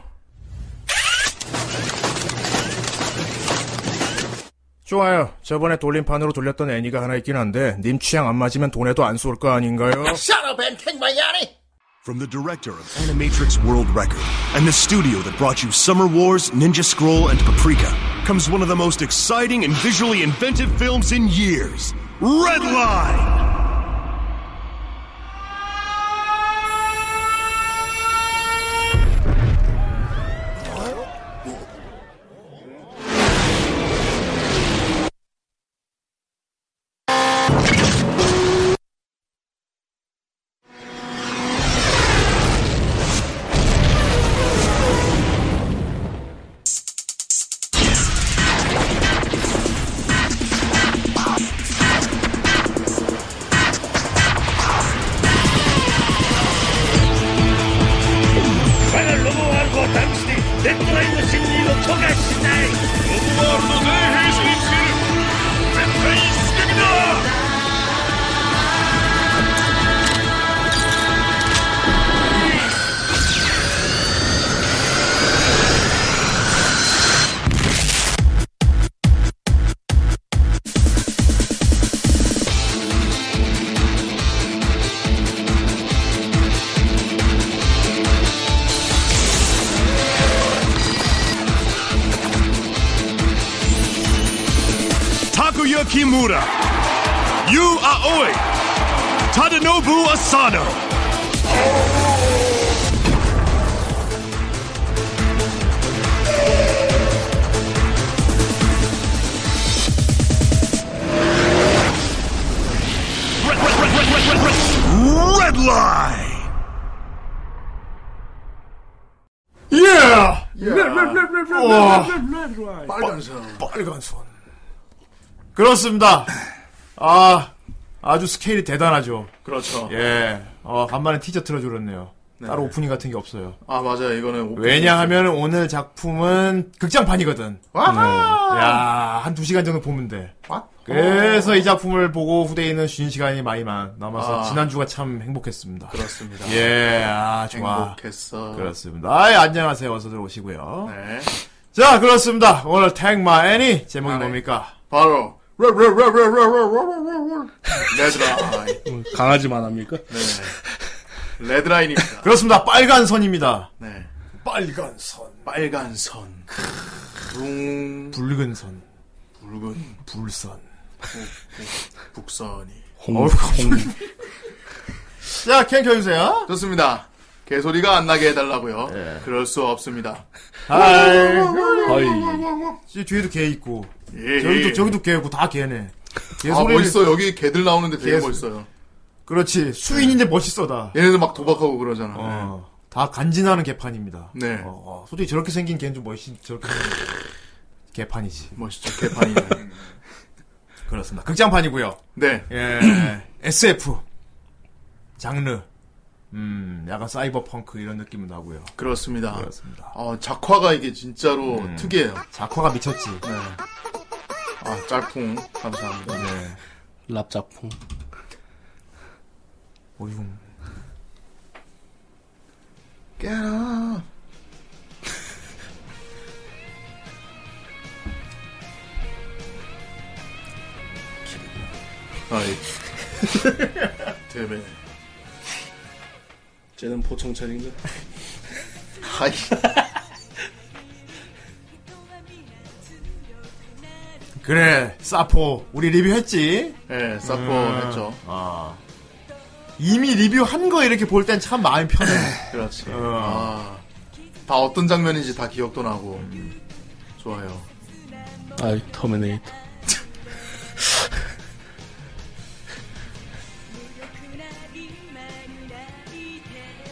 [SPEAKER 13] 좋아요. 저번에 돌림판으로 돌렸던 애니가 하나 있긴 한데 님 취향 안 맞으면 돈에도 안 쏠 거 아닌가요?
[SPEAKER 12] Shut up and take my yanny!
[SPEAKER 14] From the director of Animatrix World Record and the studio that brought you Summer Wars, Ninja Scroll, and Paprika comes one of the most exciting and visually inventive films in years Red Line!
[SPEAKER 15] 나를 너무 알고 당신이 내 또라이의 심리로 통하시나이 너무 알고 내 해수인지를 대패의 습격이다
[SPEAKER 14] Takuya Kimura, Yu Aoi, Tadanobu Asano. Red Line!
[SPEAKER 3] Yeah! 우와.
[SPEAKER 15] 빨간
[SPEAKER 8] 손
[SPEAKER 3] 빨간 손 그렇습니다. 아 아주 스케일이 대단하죠.
[SPEAKER 8] 그렇죠.
[SPEAKER 3] 예. 어 간만에 티저 틀어주렸네요.
[SPEAKER 8] 네.
[SPEAKER 3] 따로 오프닝 같은 게 없어요.
[SPEAKER 8] 아 맞아요. 이거는 오프닝.
[SPEAKER 3] 왜냐하면 오늘 작품은 극장판이거든. 음.
[SPEAKER 8] 와하!
[SPEAKER 3] 야, 한 두 시간 정도 보면 돼.
[SPEAKER 8] 와. 어.
[SPEAKER 3] 그래서 이 작품을 보고 후대인은 쉬는 시간이 많이 마- 남아서
[SPEAKER 8] 아.
[SPEAKER 3] 지난주가 참 행복했습니다.
[SPEAKER 8] 그렇습니다.
[SPEAKER 3] 예, 아, 좋아.
[SPEAKER 8] 행복했어.
[SPEAKER 3] 그렇습니다. 아이, 안녕하세요. 어서 들어오시고요.
[SPEAKER 8] 네.
[SPEAKER 3] 자, 그렇습니다. 오늘 택마 애니
[SPEAKER 8] 아,
[SPEAKER 3] 제목이
[SPEAKER 8] 네.
[SPEAKER 3] 뭡니까?
[SPEAKER 8] 바로 레드라인. 네.
[SPEAKER 6] 강아지만 합니까?
[SPEAKER 8] 레드라인입니다.
[SPEAKER 3] 그렇습니다. 빨간 선입니다.
[SPEAKER 8] 네.
[SPEAKER 3] 빨간 선.
[SPEAKER 8] 빨간 선. 붕.
[SPEAKER 3] 붉은 선.
[SPEAKER 8] 붉은.
[SPEAKER 3] 불선.
[SPEAKER 8] 북- 북선이.
[SPEAKER 3] 홍- 어우, 갑자기. 자, 캔 켜주세요.
[SPEAKER 8] 좋습니다. 개소리가 안 나게 해달라고요. 그럴 수 없습니다.
[SPEAKER 3] 하이.
[SPEAKER 8] 하이.
[SPEAKER 3] 씨, 뒤에도 개 있고.
[SPEAKER 8] 예,
[SPEAKER 3] 저기도,
[SPEAKER 8] 예.
[SPEAKER 3] 저기도 개고, 다 개네. 개
[SPEAKER 8] 아
[SPEAKER 3] 소리를-
[SPEAKER 8] 멋있어 여기 개들 나오는데 되게
[SPEAKER 3] 개 소-
[SPEAKER 8] 멋있어요.
[SPEAKER 3] 그렇지. 수인인데 멋있어, 다.
[SPEAKER 8] 얘네들 막 도박하고 그러잖아.
[SPEAKER 3] 어, 다 간지나는 개판입니다.
[SPEAKER 8] 네.
[SPEAKER 3] 어, 어, 솔직히 저렇게 생긴 개는 좀 멋있, 저렇게 생긴 개판이지.
[SPEAKER 8] 멋있죠 개판이.
[SPEAKER 3] 그렇습니다. 극장판이고요
[SPEAKER 8] 네.
[SPEAKER 3] [clears throat] 예. SF. 장르. 음, 약간 사이버 펑크 이런 느낌은 나고요
[SPEAKER 8] 그렇습니다.
[SPEAKER 3] 그렇습니다.
[SPEAKER 8] 어, 작화가 이게 진짜로
[SPEAKER 3] 음.
[SPEAKER 8] 특이해요.
[SPEAKER 3] 작화가 미쳤지.
[SPEAKER 8] 아 짤풍 감사합니다.
[SPEAKER 3] 네.
[SPEAKER 6] 랍작풍.
[SPEAKER 3] 오용.
[SPEAKER 8] 깨라. 아이. [laughs] 대배.
[SPEAKER 6] 쟤는 보청철인가?
[SPEAKER 8] 하이.
[SPEAKER 3] 그래, 사포. 우리 리뷰했지?
[SPEAKER 8] 예, 사포 했죠.
[SPEAKER 3] 아. 이미 리뷰한 거 이렇게 볼 땐 참 마음이 편해.
[SPEAKER 8] 그렇지.
[SPEAKER 3] 어.
[SPEAKER 8] 아, 다 어떤 장면인지 다 기억도 나고. 좋아요.
[SPEAKER 6] 아이, 터미네이터.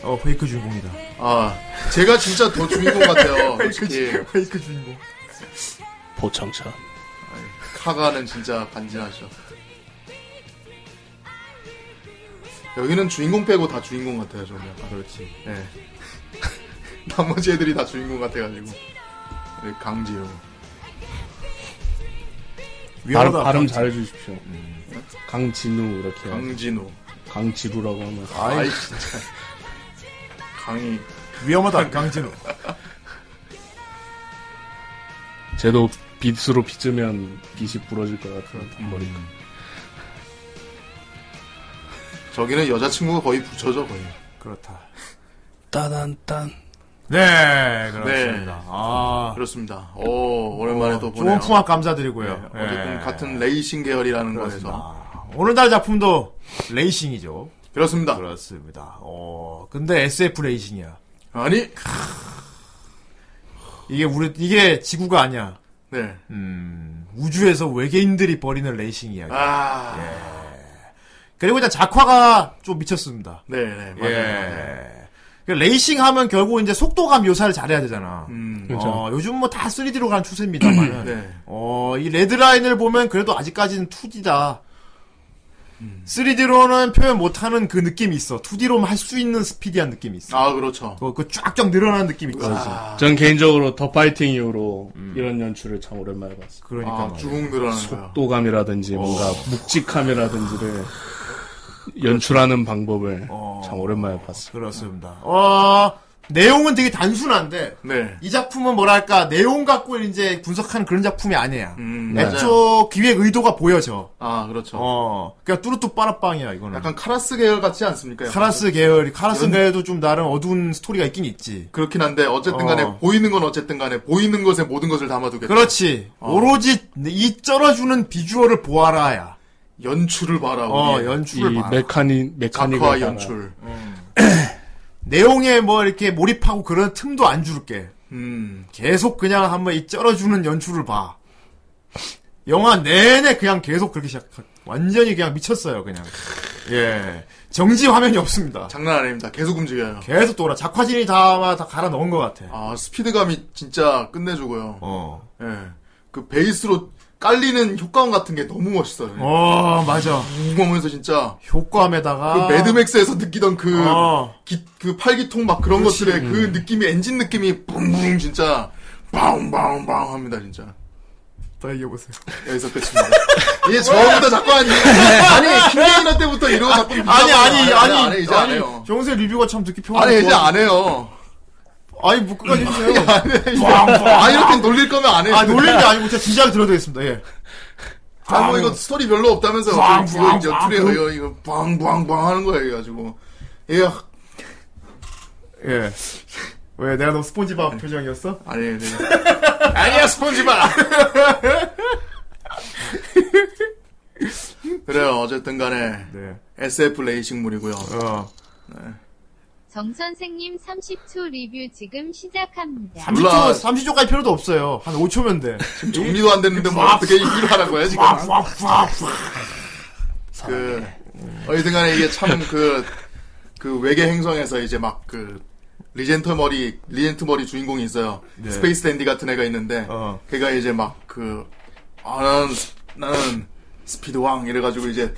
[SPEAKER 3] 어, 페이크 주인공이다.
[SPEAKER 8] 아, 제가 진짜 더 주인공
[SPEAKER 3] [laughs]
[SPEAKER 8] 같아요. 솔직히.
[SPEAKER 3] 페이크 주인공.
[SPEAKER 6] 보청차.
[SPEAKER 8] 카가는 진짜 간지나죠. 여기는 주인공 빼고 다 주인공 같아요, 정말.
[SPEAKER 3] 그렇지.
[SPEAKER 8] 예. [laughs] 나머지 애들이 다 주인공 같아가지고. 우리 강지호.
[SPEAKER 6] 발음,
[SPEAKER 8] 위험하다,
[SPEAKER 6] 발음
[SPEAKER 8] 강지.
[SPEAKER 6] 잘해주십시오. 강진우, 이렇게.
[SPEAKER 8] 강진우.
[SPEAKER 6] 강지루라고 하면.
[SPEAKER 8] 아이, 진짜. 강이.
[SPEAKER 3] 위험하다, 강진우.
[SPEAKER 6] 쟤도 빗으로 빗으면 빗이 부러질 것 같아요, 머리가.
[SPEAKER 8] 저기는 여자친구가 거의 부처죠, 거의.
[SPEAKER 3] 그렇다.
[SPEAKER 6] 따단딴.
[SPEAKER 3] 네, 그렇습니다. 아.
[SPEAKER 8] 그렇습니다. 오, 오랜만에 또
[SPEAKER 3] 어,
[SPEAKER 8] 보네요.
[SPEAKER 3] 좋은 풍악 감사드리고요.
[SPEAKER 8] 네, 어쨌든
[SPEAKER 3] 예. 아.
[SPEAKER 8] 같은 레이싱 계열이라는 거에서.
[SPEAKER 3] 오늘날 작품도 레이싱이죠.
[SPEAKER 8] 그렇습니다.
[SPEAKER 3] 그렇습니다. 어, 근데 SF 레이싱이야.
[SPEAKER 8] 아니.
[SPEAKER 3] 이게 우리 이게 지구가 아니야.
[SPEAKER 8] 네.
[SPEAKER 3] 음, 우주에서 외계인들이 벌이는 레이싱 이야기.
[SPEAKER 8] 아.
[SPEAKER 3] 예. 그리고 일단 작화가 좀 미쳤습니다.
[SPEAKER 8] 네, 네, 맞아요.
[SPEAKER 3] 예. 그 레이싱 하면 결국 이제 속도감 묘사를 잘해야 되잖아.
[SPEAKER 8] 그렇죠.
[SPEAKER 3] 어, 요즘 뭐 다 3D로 가는 추세입니다만.
[SPEAKER 8] 네.
[SPEAKER 3] 어, 이 레드라인을 보면 그래도 아직까지는 2D다. 3D로는 표현 못하는 그 느낌이 있어. 2D로만 할 수 있는 스피디한 느낌이 있어.
[SPEAKER 8] 아, 그렇죠.
[SPEAKER 3] 그, 그 쫙쫙 늘어나는 느낌이 있거든.
[SPEAKER 6] 전 개인적으로 더 파이팅 이후로 이런 연출을 참 오랜만에 봤어요.
[SPEAKER 3] 그러니까 아, 말이야. 쭉
[SPEAKER 8] 늘어나는
[SPEAKER 6] 속도감이라든지 뭔가 묵직함이라든지를 연출하는 방법을
[SPEAKER 3] 어.
[SPEAKER 6] 참 오랜만에 봤어요.
[SPEAKER 3] 그렇습니다. 어, 내용은 되게 단순한데,
[SPEAKER 8] 네.
[SPEAKER 3] 이 작품은 뭐랄까, 내용 갖고 이제 분석한 그런 작품이 아니야.
[SPEAKER 8] 음, 맞아요.
[SPEAKER 3] 애초 기획 의도가 보여져.
[SPEAKER 8] 아, 그렇죠.
[SPEAKER 3] 어, 그니까 뚜루뚜 빠라빵이야, 이거는.
[SPEAKER 8] 약간 카라스 계열 같지 않습니까? 약간?
[SPEAKER 3] 카라스 계열이, 카라스
[SPEAKER 8] 연-
[SPEAKER 3] 계열도 좀 나름 어두운 스토리가 있긴 있지.
[SPEAKER 8] 그렇긴 한데 어쨌든 간에
[SPEAKER 3] 어.
[SPEAKER 8] 보이는 건 어쨌든 간에 보이는 것에 모든 것을 담아두겠다.
[SPEAKER 3] 그렇지.
[SPEAKER 8] 어.
[SPEAKER 3] 오로지 이 쩔어주는 비주얼을 보아라야.
[SPEAKER 8] 연출을 봐라.
[SPEAKER 3] 어,
[SPEAKER 8] 우리.
[SPEAKER 3] 연출을 봐라.
[SPEAKER 6] 메카니 메카닉을
[SPEAKER 8] 작화
[SPEAKER 6] 봐라.
[SPEAKER 8] 연출.
[SPEAKER 3] 내용에 뭐 이렇게 몰입하고 그런 틈도 안 줄게.
[SPEAKER 8] 음.
[SPEAKER 3] 계속 그냥 한번 이 쩔어주는 연출을 봐. 영화 내내 그냥 계속 그렇게 시작, 완전히 그냥 미쳤어요, 그냥. 예. 정지 화면이 없습니다.
[SPEAKER 8] 장난 아닙니다. 계속 움직여요.
[SPEAKER 3] 계속 돌아. 작화진이 다, 다 갈아 넣은 것 같아.
[SPEAKER 8] 아 스피드감이 진짜 끝내주고요.
[SPEAKER 3] 어.
[SPEAKER 8] 예. 그 베이스로 깔리는 효과음 같은 게 너무 멋있어요.
[SPEAKER 3] 어, 맞아.
[SPEAKER 8] 무거우면서 진짜
[SPEAKER 3] 효과음에다가.
[SPEAKER 8] 그 매드맥스에서 느끼던 그,
[SPEAKER 3] 아. 어.
[SPEAKER 8] 기- 그 팔기통 막 그런
[SPEAKER 3] 그렇지. 음.
[SPEAKER 8] 것들의 그 느낌이 엔진 느낌이 뿡뿡 진짜 빵빵빵 합니다 진짜.
[SPEAKER 3] 다 얘기해보세요.
[SPEAKER 8] 여기서 끝입니다. 이게 저보다
[SPEAKER 3] [laughs]
[SPEAKER 8] 자꾸 아니 아니 김민아 때부터 이러고 자꾸
[SPEAKER 3] 네. 아니, 아니,
[SPEAKER 8] 안
[SPEAKER 3] 아니,
[SPEAKER 8] 해요, 안 해요,
[SPEAKER 3] 아니.
[SPEAKER 8] 이제 안 해요.
[SPEAKER 3] 정세 리뷰가 참 듣기 평화롭
[SPEAKER 8] 아니 이제 안 해요.
[SPEAKER 3] 아니, 뭐, 끝까지 해주세요.
[SPEAKER 8] 아 이렇게 놀릴 거면 안 해요.
[SPEAKER 3] 아, 놀리는 게 아니고, 진짜 진지하게 들어드리겠습니다, 예.
[SPEAKER 8] 아, 뭐 이거 스토리 별로 없다면서
[SPEAKER 3] 빵,
[SPEAKER 8] 그
[SPEAKER 3] 빵,
[SPEAKER 8] 이제
[SPEAKER 3] 빵,
[SPEAKER 8] 연출에
[SPEAKER 3] 빵.
[SPEAKER 8] 의해 이거 빵빵빵 하는 거야 이래가지고 예
[SPEAKER 3] 예. 왜, 내가 너무 스폰지밥 표정이었어?
[SPEAKER 8] 아니 네.
[SPEAKER 3] [laughs] 아니야, 스폰지밥!
[SPEAKER 8] [laughs] 그래요 어쨌든간에
[SPEAKER 3] 네.
[SPEAKER 8] SF 레이싱물이고요.
[SPEAKER 3] 어.
[SPEAKER 11] 정 선생님 30초 리뷰 지금 시작합니다.
[SPEAKER 3] 30초, 30초까지 필요도 없어요. 한 5초면 돼.
[SPEAKER 8] 정리도 안 됐는데 뭐 어떻게 이걸 하라고 해요 지금? 그 어쨌든간에 이게 참 그 그 외계 행성에서 이제 막 그 리젠터 머리 리젠트 머리 주인공이 있어요.
[SPEAKER 3] 네.
[SPEAKER 8] 스페이스 댄디 같은 애가 있는데
[SPEAKER 3] 어.
[SPEAKER 8] 걔가 이제 막 그 아, 나는 스- 나는 스피드 왕 이래가지고 이제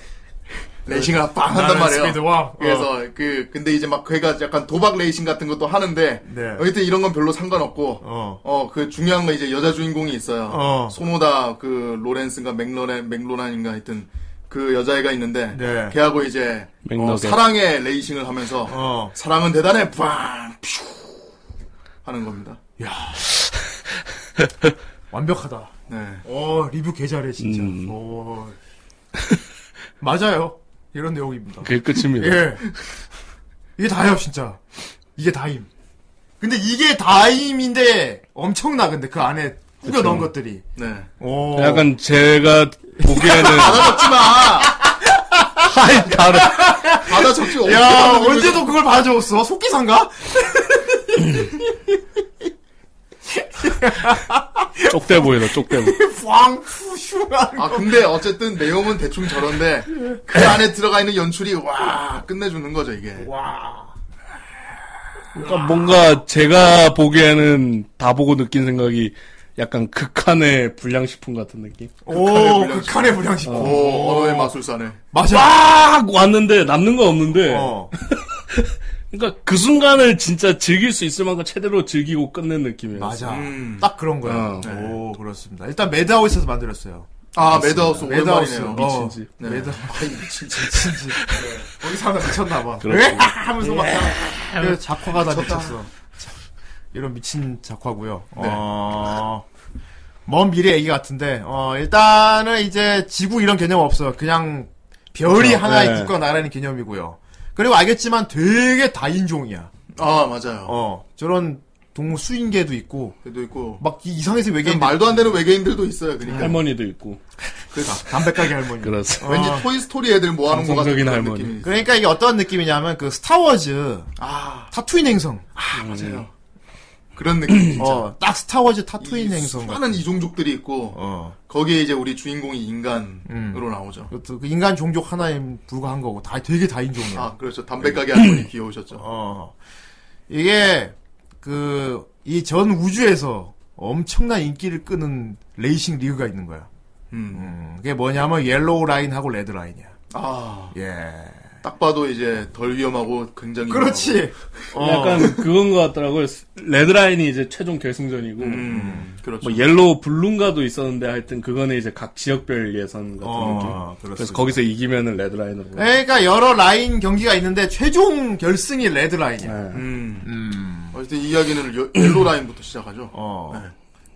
[SPEAKER 8] 레이싱을 빵 한단
[SPEAKER 3] 나는
[SPEAKER 8] 말이에요.
[SPEAKER 3] 스피드왕. 어.
[SPEAKER 8] 그래서 그 근데 이제 막 걔가 약간 도박 레이싱 같은 것도 하는데
[SPEAKER 3] 네.
[SPEAKER 8] 어쨌든 이런 건 별로 상관없고
[SPEAKER 3] 어.
[SPEAKER 8] 어 그 중요한 건 이제 여자 주인공이 있어요.
[SPEAKER 3] 어.
[SPEAKER 8] 소노다 그 로렌스인가 맥로렌 맥로란인가 하여튼 그 여자애가 있는데
[SPEAKER 3] 네.
[SPEAKER 8] 걔하고 이제
[SPEAKER 6] 맥락에.
[SPEAKER 8] 어, 사랑의 레이싱을 하면서
[SPEAKER 3] [laughs] 어.
[SPEAKER 8] 사랑은 대단해 빵 퓨. 하는 겁니다.
[SPEAKER 3] 완벽하다.
[SPEAKER 8] 네.
[SPEAKER 3] 어, 리뷰 개 잘해, 진짜.
[SPEAKER 6] 음.
[SPEAKER 3] 어. [laughs] 맞아요. 이런 내용입니다.
[SPEAKER 6] 그게 끝입니다.
[SPEAKER 3] 예. 이게 다예요, 진짜. 이게 다임. 근데 이게 다임인데 엄청나, 근데 그 안에 꾸겨 넣은 것들이. 어.
[SPEAKER 8] 네.
[SPEAKER 3] 오.
[SPEAKER 6] 약간 제가 보기에는
[SPEAKER 8] 받아먹지 마.
[SPEAKER 6] 아이 다른
[SPEAKER 8] 받아적지 없어.
[SPEAKER 3] 야, 언제도 그걸 받아줬어? 속기사인가?
[SPEAKER 6] 쪽대 보이다 쪽대. 보이.
[SPEAKER 8] 아 근데 어쨌든 내용은 대충 저런데 그 안에 들어가 있는 연출이 와 끝내주는 거죠 이게.
[SPEAKER 3] 와.
[SPEAKER 6] 그러니까 뭔가 제가 보기에는 다 보고 느낀 생각이 약간 극한의 불량식품 같은 느낌.
[SPEAKER 3] 오, 극한의 불량식품.
[SPEAKER 8] 오, 언어의 마술사네.
[SPEAKER 3] 맞아. 어.
[SPEAKER 6] 막 왔는데 남는 거 없는데. 그러니까 그 순간을 진짜 즐길 수 있을 만큼 최대로 즐기고 끝낸 느낌이에요.
[SPEAKER 3] 맞아.
[SPEAKER 8] 음.
[SPEAKER 3] 딱 그런 거야. 네.
[SPEAKER 6] 어.
[SPEAKER 3] 오, 그렇습니다. 일단 매드하우스에서 만들었어요.
[SPEAKER 8] 아, 매드하우스
[SPEAKER 3] 매드하우스.
[SPEAKER 8] 오랜만이네요.
[SPEAKER 3] 어,
[SPEAKER 8] 미친 집. 네.
[SPEAKER 3] 매드.
[SPEAKER 8] 아, 미친 집.
[SPEAKER 3] 미친 집. 네. 거기 사람 미쳤나 봐.
[SPEAKER 8] 그렇지.
[SPEAKER 3] 으악! 하면서 막
[SPEAKER 8] 예.
[SPEAKER 3] 그래서 작화가 다
[SPEAKER 8] 미쳤다.
[SPEAKER 3] 미쳤어. 참, 이런 미친 작화고요.
[SPEAKER 8] 네.
[SPEAKER 3] 어. 먼 미래 얘기 같은데 어, 일단은 이제 지구 이런 개념 없어요. 그냥 별이
[SPEAKER 8] 그렇죠.
[SPEAKER 3] 하나의
[SPEAKER 8] 네.
[SPEAKER 3] 국가 나라는 개념이고요. 그리고 알겠지만 되게 다인종이야.
[SPEAKER 8] 아 맞아요.
[SPEAKER 3] 어 저런 동물 수인계도 있고
[SPEAKER 8] 그래도 있고
[SPEAKER 3] 막 이- 이상해서 외계인
[SPEAKER 8] 말도 안 되는 외계인들도 있어요. 그러니까.
[SPEAKER 3] 음.
[SPEAKER 6] 할머니도 있고.
[SPEAKER 3] 그러니까 담백하게 할머니.
[SPEAKER 6] 그렇습니다.
[SPEAKER 8] 왠지
[SPEAKER 3] 어.
[SPEAKER 8] 토이스토리 애들 모아놓은 것 같은
[SPEAKER 6] 감성적인
[SPEAKER 8] 그런
[SPEAKER 6] 할머니.
[SPEAKER 8] 느낌이.
[SPEAKER 3] 그러니까 이게 어떤 느낌이냐면 그 스타워즈
[SPEAKER 8] 아
[SPEAKER 3] 타투인 행성.
[SPEAKER 6] 음.
[SPEAKER 8] 아, 맞아요. 그런 느낌 진짜.
[SPEAKER 3] [clears throat] 어, 딱 스타워즈 타투인 행성. 같은.
[SPEAKER 8] 많은 이종족들이 있고 거기에 이제 우리 주인공이 인간으로 나오죠.
[SPEAKER 3] 그것도 그 인간 종족 하나에 불과한 거고 다 되게 다인종이에요.
[SPEAKER 8] 아 그렇죠. 담배 가게 할머니 귀여우셨죠.
[SPEAKER 3] 어. 이게 그 이 전 우주에서 엄청난 인기를 끄는 레이싱 리그가 있는 거야. 음, 그게 뭐냐면 옐로우 라인하고 레드 라인이야.
[SPEAKER 8] 아
[SPEAKER 3] 예.
[SPEAKER 8] 딱 봐도 이제 덜 위험하고 굉장히
[SPEAKER 3] 그렇지. 어.
[SPEAKER 6] 약간 그건 것 같더라고요. 레드라인이 이제 최종 결승전이고,
[SPEAKER 8] 그렇죠.
[SPEAKER 2] 예.
[SPEAKER 6] 뭐 옐로우 블룬가도 있었는데 하여튼 그거는 이제 각 지역별 예선 같은 느낌.
[SPEAKER 3] 어,
[SPEAKER 6] 그래서
[SPEAKER 3] 그렇습니다.
[SPEAKER 6] 거기서 이기면은 레드라인으로.
[SPEAKER 3] 그러니까 여러 라인 경기가 있는데 최종 결승이 레드 라인이야.
[SPEAKER 8] 음. 어쨌든 이 이야기는 여- 옐로 라인부터 시작하죠.
[SPEAKER 3] 어.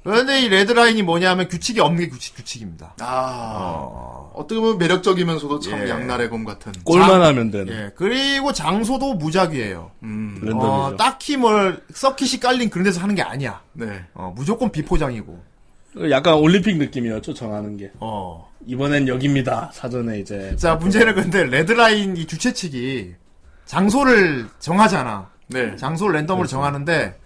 [SPEAKER 3] 그런데 이 레드 라인이 뭐냐면 규칙이 없는 게 규칙 규칙입니다.
[SPEAKER 8] 아 어. 떻게 보면 매력적이면서도 참
[SPEAKER 3] 예.
[SPEAKER 8] 양날의 검 같은.
[SPEAKER 6] 골만
[SPEAKER 3] 장-
[SPEAKER 6] 하면 되는.
[SPEAKER 3] 예, 그리고 장소도 무작위예요.
[SPEAKER 8] 음.
[SPEAKER 6] 랜덤이죠.
[SPEAKER 3] 어, 딱히 뭘 서킷이 깔린 그런 데서 하는 게 아니야.
[SPEAKER 8] 네.
[SPEAKER 3] 어, 무조건 비포장이고.
[SPEAKER 6] 약간 올림픽 느낌이었죠 정하는 게.
[SPEAKER 3] 어.
[SPEAKER 6] 이번엔 여기입니다. 사전에 이제.
[SPEAKER 3] 자, 문제는 근데 레드라인 이 주최 측이 장소를 정하잖아.
[SPEAKER 8] 네.
[SPEAKER 3] 장소를 랜덤으로 정하는데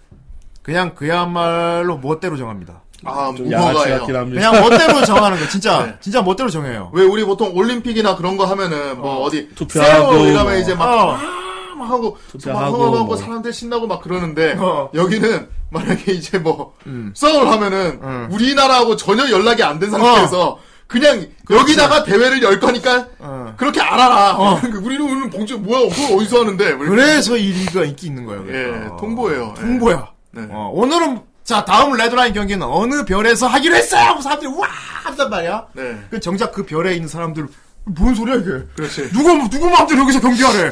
[SPEAKER 3] 그냥 그야말로 멋대로 정합니다.
[SPEAKER 8] 아,
[SPEAKER 6] 좀 야가치
[SPEAKER 8] 무허가예요.
[SPEAKER 6] 같긴 합니다.
[SPEAKER 3] 그냥 멋대로 정하는 거 진짜 진짜 멋대로 정해요.
[SPEAKER 8] 왜 우리 보통 올림픽이나 그런 거 하면은 뭐 어, 디
[SPEAKER 6] 투표하고
[SPEAKER 8] 이러면
[SPEAKER 6] 뭐.
[SPEAKER 8] 이제 막
[SPEAKER 3] 어.
[SPEAKER 8] 아, 막 하고
[SPEAKER 6] 투표하고
[SPEAKER 8] 막 하고
[SPEAKER 6] 뭐.
[SPEAKER 8] 사람들 신나고 막 그러는데
[SPEAKER 3] 어.
[SPEAKER 8] 여기는 만약에 이제 뭐 싸움을 하면은 우리나라하고 전혀 연락이 안 된 상태에서 그냥 여기다가 대회를 열 거니까
[SPEAKER 3] 어.
[SPEAKER 8] 그렇게 알아라.
[SPEAKER 3] 어.
[SPEAKER 8] [laughs] 우리는 우리는 봉주 뭐야? 그걸 어디서 하는데? 뭐 이렇게.
[SPEAKER 3] 그래서 이 리그가 인기 있는 거예요.
[SPEAKER 8] 예,
[SPEAKER 3] 그러니까.
[SPEAKER 8] 통보예요. 예.
[SPEAKER 3] 통보야.
[SPEAKER 8] 네.
[SPEAKER 3] 어, 오늘은 자 다음 레드라인 경기는 어느 별에서 하기로 했어요. 하고 사람들이 와 한단 말이야.
[SPEAKER 8] 네.
[SPEAKER 3] 그 정작 그 별에 있는 사람들 뭔 소리야 이게?
[SPEAKER 8] 그렇지.
[SPEAKER 3] 누구 누구 마음대로 여기서 경기하래?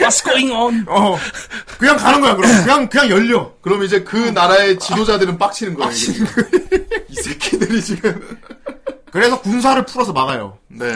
[SPEAKER 6] What's going on?
[SPEAKER 3] 어 그냥 가는 거야 그럼 그냥 그냥 열려.
[SPEAKER 8] 그럼 이제 그 나라의 지도자들은 빡치는 거예요. 이게. 이 새끼들이 지금.
[SPEAKER 3] 그래서 군사를 풀어서 막아요.
[SPEAKER 8] 네.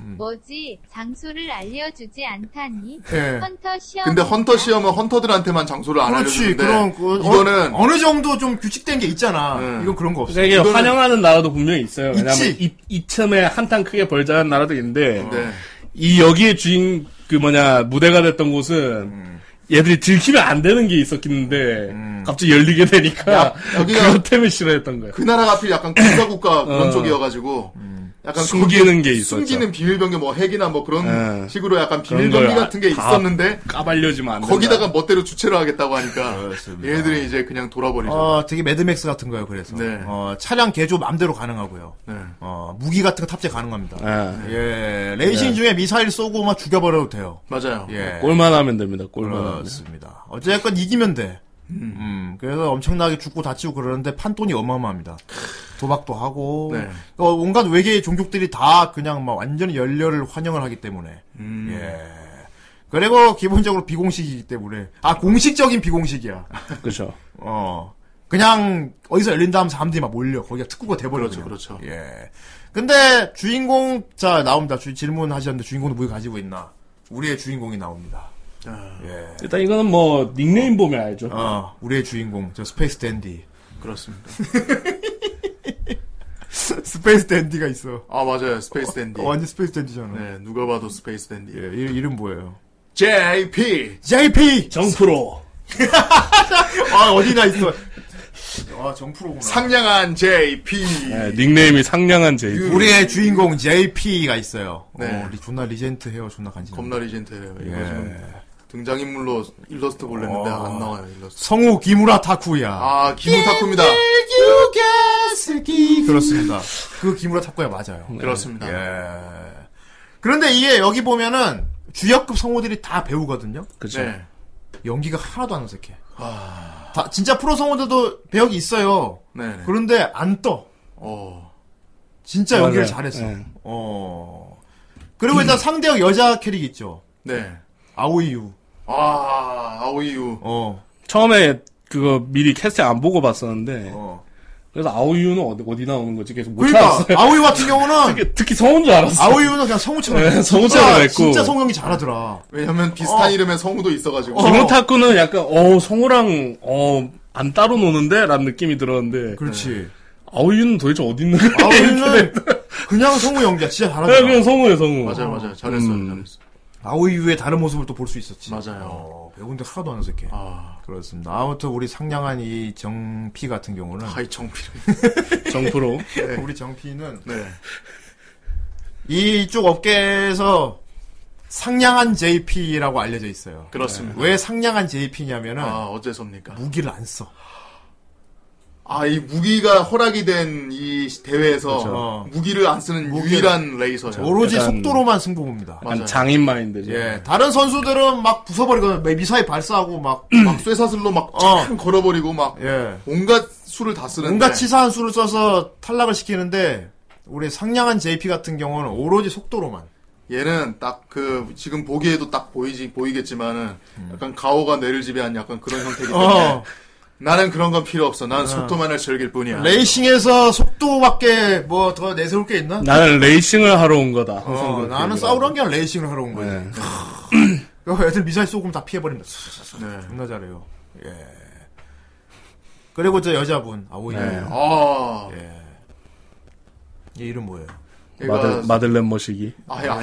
[SPEAKER 11] 뭐지 장소를 알려주지 않다니
[SPEAKER 3] 예.
[SPEAKER 11] 헌터 시험
[SPEAKER 8] 근데 헌터 시험은 헌터들한테만 장소를 안
[SPEAKER 3] 그렇지.
[SPEAKER 8] 알려주는데
[SPEAKER 3] 그럼 그,
[SPEAKER 8] 이거는
[SPEAKER 3] 어, 느 정도 좀 규칙된 게 있잖아.
[SPEAKER 8] 네.
[SPEAKER 3] 이건 그런 거 없어.
[SPEAKER 6] 그러니까 이게
[SPEAKER 3] 이거는-
[SPEAKER 6] 환영하는 나라도 분명히 있어요.
[SPEAKER 3] 있지.
[SPEAKER 6] 왜냐면 이, 이쯤에 한탕 크게 벌자는 나라도 있는데
[SPEAKER 8] 네.
[SPEAKER 6] 이 여기에 주인 그 뭐냐 무대가 됐던 곳은 얘들이 들키면 안 되는 게 있었겠는데 갑자기 열리게 되니까 [laughs]
[SPEAKER 8] 야, 여기가-
[SPEAKER 6] 그것 때문에 싫어했던 거예요.
[SPEAKER 8] 그 나라가 하필
[SPEAKER 6] [laughs]
[SPEAKER 8] 약간 국가국가 그런
[SPEAKER 6] 어. 음.
[SPEAKER 8] 쪽이어가지고 약간
[SPEAKER 6] 숨기는
[SPEAKER 8] 거기에
[SPEAKER 6] 게 있었죠.
[SPEAKER 8] 숨기는 비밀병기 뭐 핵이나 뭐 그런
[SPEAKER 6] 네.
[SPEAKER 8] 식으로 약간
[SPEAKER 6] 그런
[SPEAKER 8] 비밀병기
[SPEAKER 6] 걸
[SPEAKER 8] 같은 게
[SPEAKER 6] 다
[SPEAKER 8] 있었는데
[SPEAKER 6] 까발려지면 안 된다.
[SPEAKER 8] 거기다가 멋대로 주체를 하겠다고 하니까
[SPEAKER 3] 그렇습니다.
[SPEAKER 8] 얘네들이 이제 그냥 돌아버리죠.
[SPEAKER 3] 어, 되게 매드맥스 같은 거예요. 그래서
[SPEAKER 8] 네.
[SPEAKER 3] 어, 차량 개조 맘대로 가능하고요.
[SPEAKER 8] 네.
[SPEAKER 3] 어, 무기 같은 거 탑재 가능합니다.
[SPEAKER 6] 예.
[SPEAKER 3] 예, 레이싱 중에 미사일 쏘고 막 죽여버려도 돼요.
[SPEAKER 8] 맞아요.
[SPEAKER 3] 예,
[SPEAKER 6] 골만 하면 됩니다. 골만
[SPEAKER 3] 어,
[SPEAKER 6] 하면.
[SPEAKER 3] 그렇습니다. 어쨌건 이기면 돼. 음, 그래서 엄청나게 죽고 다치고 그러는데 판돈이 어마어마합니다. 도박도 하고
[SPEAKER 8] 네.
[SPEAKER 3] 어, 온갖 외계 종족들이 다 그냥 막 완전히 열렬을 환영을 하기 때문에
[SPEAKER 8] 음.
[SPEAKER 3] 예. 그리고 기본적으로 비공식이기 때문에 아 공식적인 비공식이야.
[SPEAKER 6] 그렇죠.
[SPEAKER 3] [laughs] 어. 그냥 어디서 열린 다음 사람들이 막 몰려. 거기가 특구가 돼버려.
[SPEAKER 8] 그렇죠, 그렇죠.
[SPEAKER 3] 예. 근데 주인공 자 나옵니다. 주, 질문하셨는데 주인공도 무기 가지고 있나? 우리의 주인공이 나옵니다.
[SPEAKER 8] 아.
[SPEAKER 6] 일단 이거는 뭐 닉네임 보면 알죠.
[SPEAKER 3] 어, 우리의 주인공 저 스페이스 댄디. [laughs]
[SPEAKER 8] 그렇습니다.
[SPEAKER 3] 스페이스 댄디가 있어.
[SPEAKER 8] 아 맞아요 스페이스 댄디
[SPEAKER 3] 어, 완전 스페이스 댄디잖아.
[SPEAKER 8] 네 누가 봐도 스페이스 댄디
[SPEAKER 3] 예, 이름, 이름 뭐예요?
[SPEAKER 8] JP
[SPEAKER 3] JP
[SPEAKER 6] 정프로
[SPEAKER 3] [laughs] 아 어디나 있어. 아 정프로구나.
[SPEAKER 8] 상냥한 JP
[SPEAKER 6] 네, 닉네임이 상냥한 제이.
[SPEAKER 3] 우리의 주인공 JP가 있어요.
[SPEAKER 8] 네.
[SPEAKER 3] 어, 리- 존나 리젠트 헤어 존나 간지.
[SPEAKER 8] 겁나 리젠트 헤어. 이거
[SPEAKER 3] 예.
[SPEAKER 8] 지금 등장인물로 일러스트 보려는데
[SPEAKER 6] 어.
[SPEAKER 8] 안 나와요 일러스트
[SPEAKER 3] 성우 기무라 타쿠야.
[SPEAKER 8] 아 기무타쿠입니다
[SPEAKER 6] 예.
[SPEAKER 3] 그렇습니다. 그 기무라 타쿠야 맞아요.
[SPEAKER 8] 그렇습니다
[SPEAKER 3] 예. 그런데 이게 여기 보면은 주역급 성우들이 다 배우거든요.
[SPEAKER 6] 그쵸. 네.
[SPEAKER 3] 연기가 하나도 안 어색해. 다 진짜 프로 성우들도 배역이 있어요.
[SPEAKER 8] 네네.
[SPEAKER 3] 그런데 안 떠.
[SPEAKER 8] 어.
[SPEAKER 3] 진짜
[SPEAKER 6] 맞아요.
[SPEAKER 3] 연기를 잘했어.
[SPEAKER 6] 네.
[SPEAKER 3] 어. 그리고 일단 상대역 여자 캐릭 있죠.
[SPEAKER 8] 네.
[SPEAKER 3] 아오이유.
[SPEAKER 8] 아 아오이유
[SPEAKER 3] 어.
[SPEAKER 6] 처음에 그거 미리 캐스팅 안 보고 봤었는데
[SPEAKER 3] 어.
[SPEAKER 6] 그래서 아오이유는 어디, 어디 나오는 거지 계속 못
[SPEAKER 3] 그러니까
[SPEAKER 6] 찾았어요.
[SPEAKER 3] 아오이유 같은
[SPEAKER 6] [laughs]
[SPEAKER 3] 경우는
[SPEAKER 6] 특히, 특히 성우인 줄 알았어.
[SPEAKER 3] 아오이유는 그냥 성우처럼
[SPEAKER 6] 네,
[SPEAKER 3] 했고.
[SPEAKER 6] 성우처럼
[SPEAKER 3] 아,
[SPEAKER 6] 했고.
[SPEAKER 3] 진짜 성우 연기 잘하더라.
[SPEAKER 8] 왜냐면 비슷한
[SPEAKER 3] 어.
[SPEAKER 8] 이름의 성우도 있어가지고
[SPEAKER 6] 김호타쿠는 약간 어 성우랑 어 안 따로 노는데 라는 느낌이 들었는데
[SPEAKER 3] 그렇지.
[SPEAKER 6] 아오이유는 도대체 어디 있는 거야?
[SPEAKER 3] 아오이유는 그냥 성우 연기야. 진짜
[SPEAKER 6] 네. [laughs] 그냥,
[SPEAKER 3] 잘하더라.
[SPEAKER 6] 그냥 성우예요 성우. 음,
[SPEAKER 8] 맞아요 맞아요 잘했어요
[SPEAKER 3] 음.
[SPEAKER 8] 잘했어
[SPEAKER 3] 아오이유의 다른 모습을 또 볼 수 있었지.
[SPEAKER 8] 맞아요
[SPEAKER 3] 어, 배우인데 하나도 안 어색해.
[SPEAKER 8] 아
[SPEAKER 3] 그렇습니다. 아무튼 우리 상냥한 이 정피 같은 경우는
[SPEAKER 8] 하이
[SPEAKER 3] [laughs]
[SPEAKER 8] 정필
[SPEAKER 6] 정프로.
[SPEAKER 8] 예.
[SPEAKER 3] 우리 정피는
[SPEAKER 8] 네
[SPEAKER 3] 이쪽 업계에서 상냥한 JP라고 알려져 있어요.
[SPEAKER 8] [laughs] 그렇습니다
[SPEAKER 3] 왜 상냥한 JP냐면은
[SPEAKER 8] 아 어째서입니까
[SPEAKER 3] 무기를 안 써.
[SPEAKER 8] 아 이 무기가 허락이 된 이 대회에서 어.
[SPEAKER 3] 그렇죠.
[SPEAKER 8] 무기를 안 쓰는 유일한 레이서예요
[SPEAKER 3] 오로지
[SPEAKER 6] 약간-
[SPEAKER 3] 속도로만 승부 봅니다.
[SPEAKER 8] 아, 맞아요.
[SPEAKER 6] 약간 장인 마인드죠.
[SPEAKER 3] 예, 다른 선수들은 막 부숴버리거나 미사일 발사하고 막
[SPEAKER 8] 막 쇠사슬로 막
[SPEAKER 3] 어.
[SPEAKER 8] 촥 걸어버리고 막
[SPEAKER 3] 예,
[SPEAKER 8] 온갖 수를 다 쓰는데
[SPEAKER 3] 온갖 치사한 수를 써서 탈락을 시키는데 우리 상냥한 JP 같은 경우는 오로지 속도로만.
[SPEAKER 8] 얘는 딱 그 지금 보기에도 딱 보이지 보이겠지만은 약간 가오가 뇌를 지배한 약간 그런 형태이기 때문에
[SPEAKER 3] 음. 어,
[SPEAKER 8] 나는 그런 건 필요 없어. 난 속도만을 즐길 뿐이야.
[SPEAKER 3] 레이싱에서 속도밖에 뭐 더 내세울 게 있나?
[SPEAKER 6] 나는 레이싱을 하러 온 거다. 항상
[SPEAKER 3] 어,
[SPEAKER 6] 그렇게
[SPEAKER 3] 나는
[SPEAKER 6] 얘기하고.
[SPEAKER 3] 싸우란 게 아니라 레이싱을 하러 온 거지.
[SPEAKER 6] 네.
[SPEAKER 3] [laughs] 어, 애들 미사일 쏘고 다 피해버립니다. 네.
[SPEAKER 8] 네.
[SPEAKER 3] 존나 잘해요. 예. 그리고 저 여자분, 아오이.
[SPEAKER 6] 네.
[SPEAKER 8] 아,
[SPEAKER 3] 예. 얘 이름 뭐예요?
[SPEAKER 8] 얘가
[SPEAKER 6] 마들, 마들렌 머시기.
[SPEAKER 8] 아예 아니야.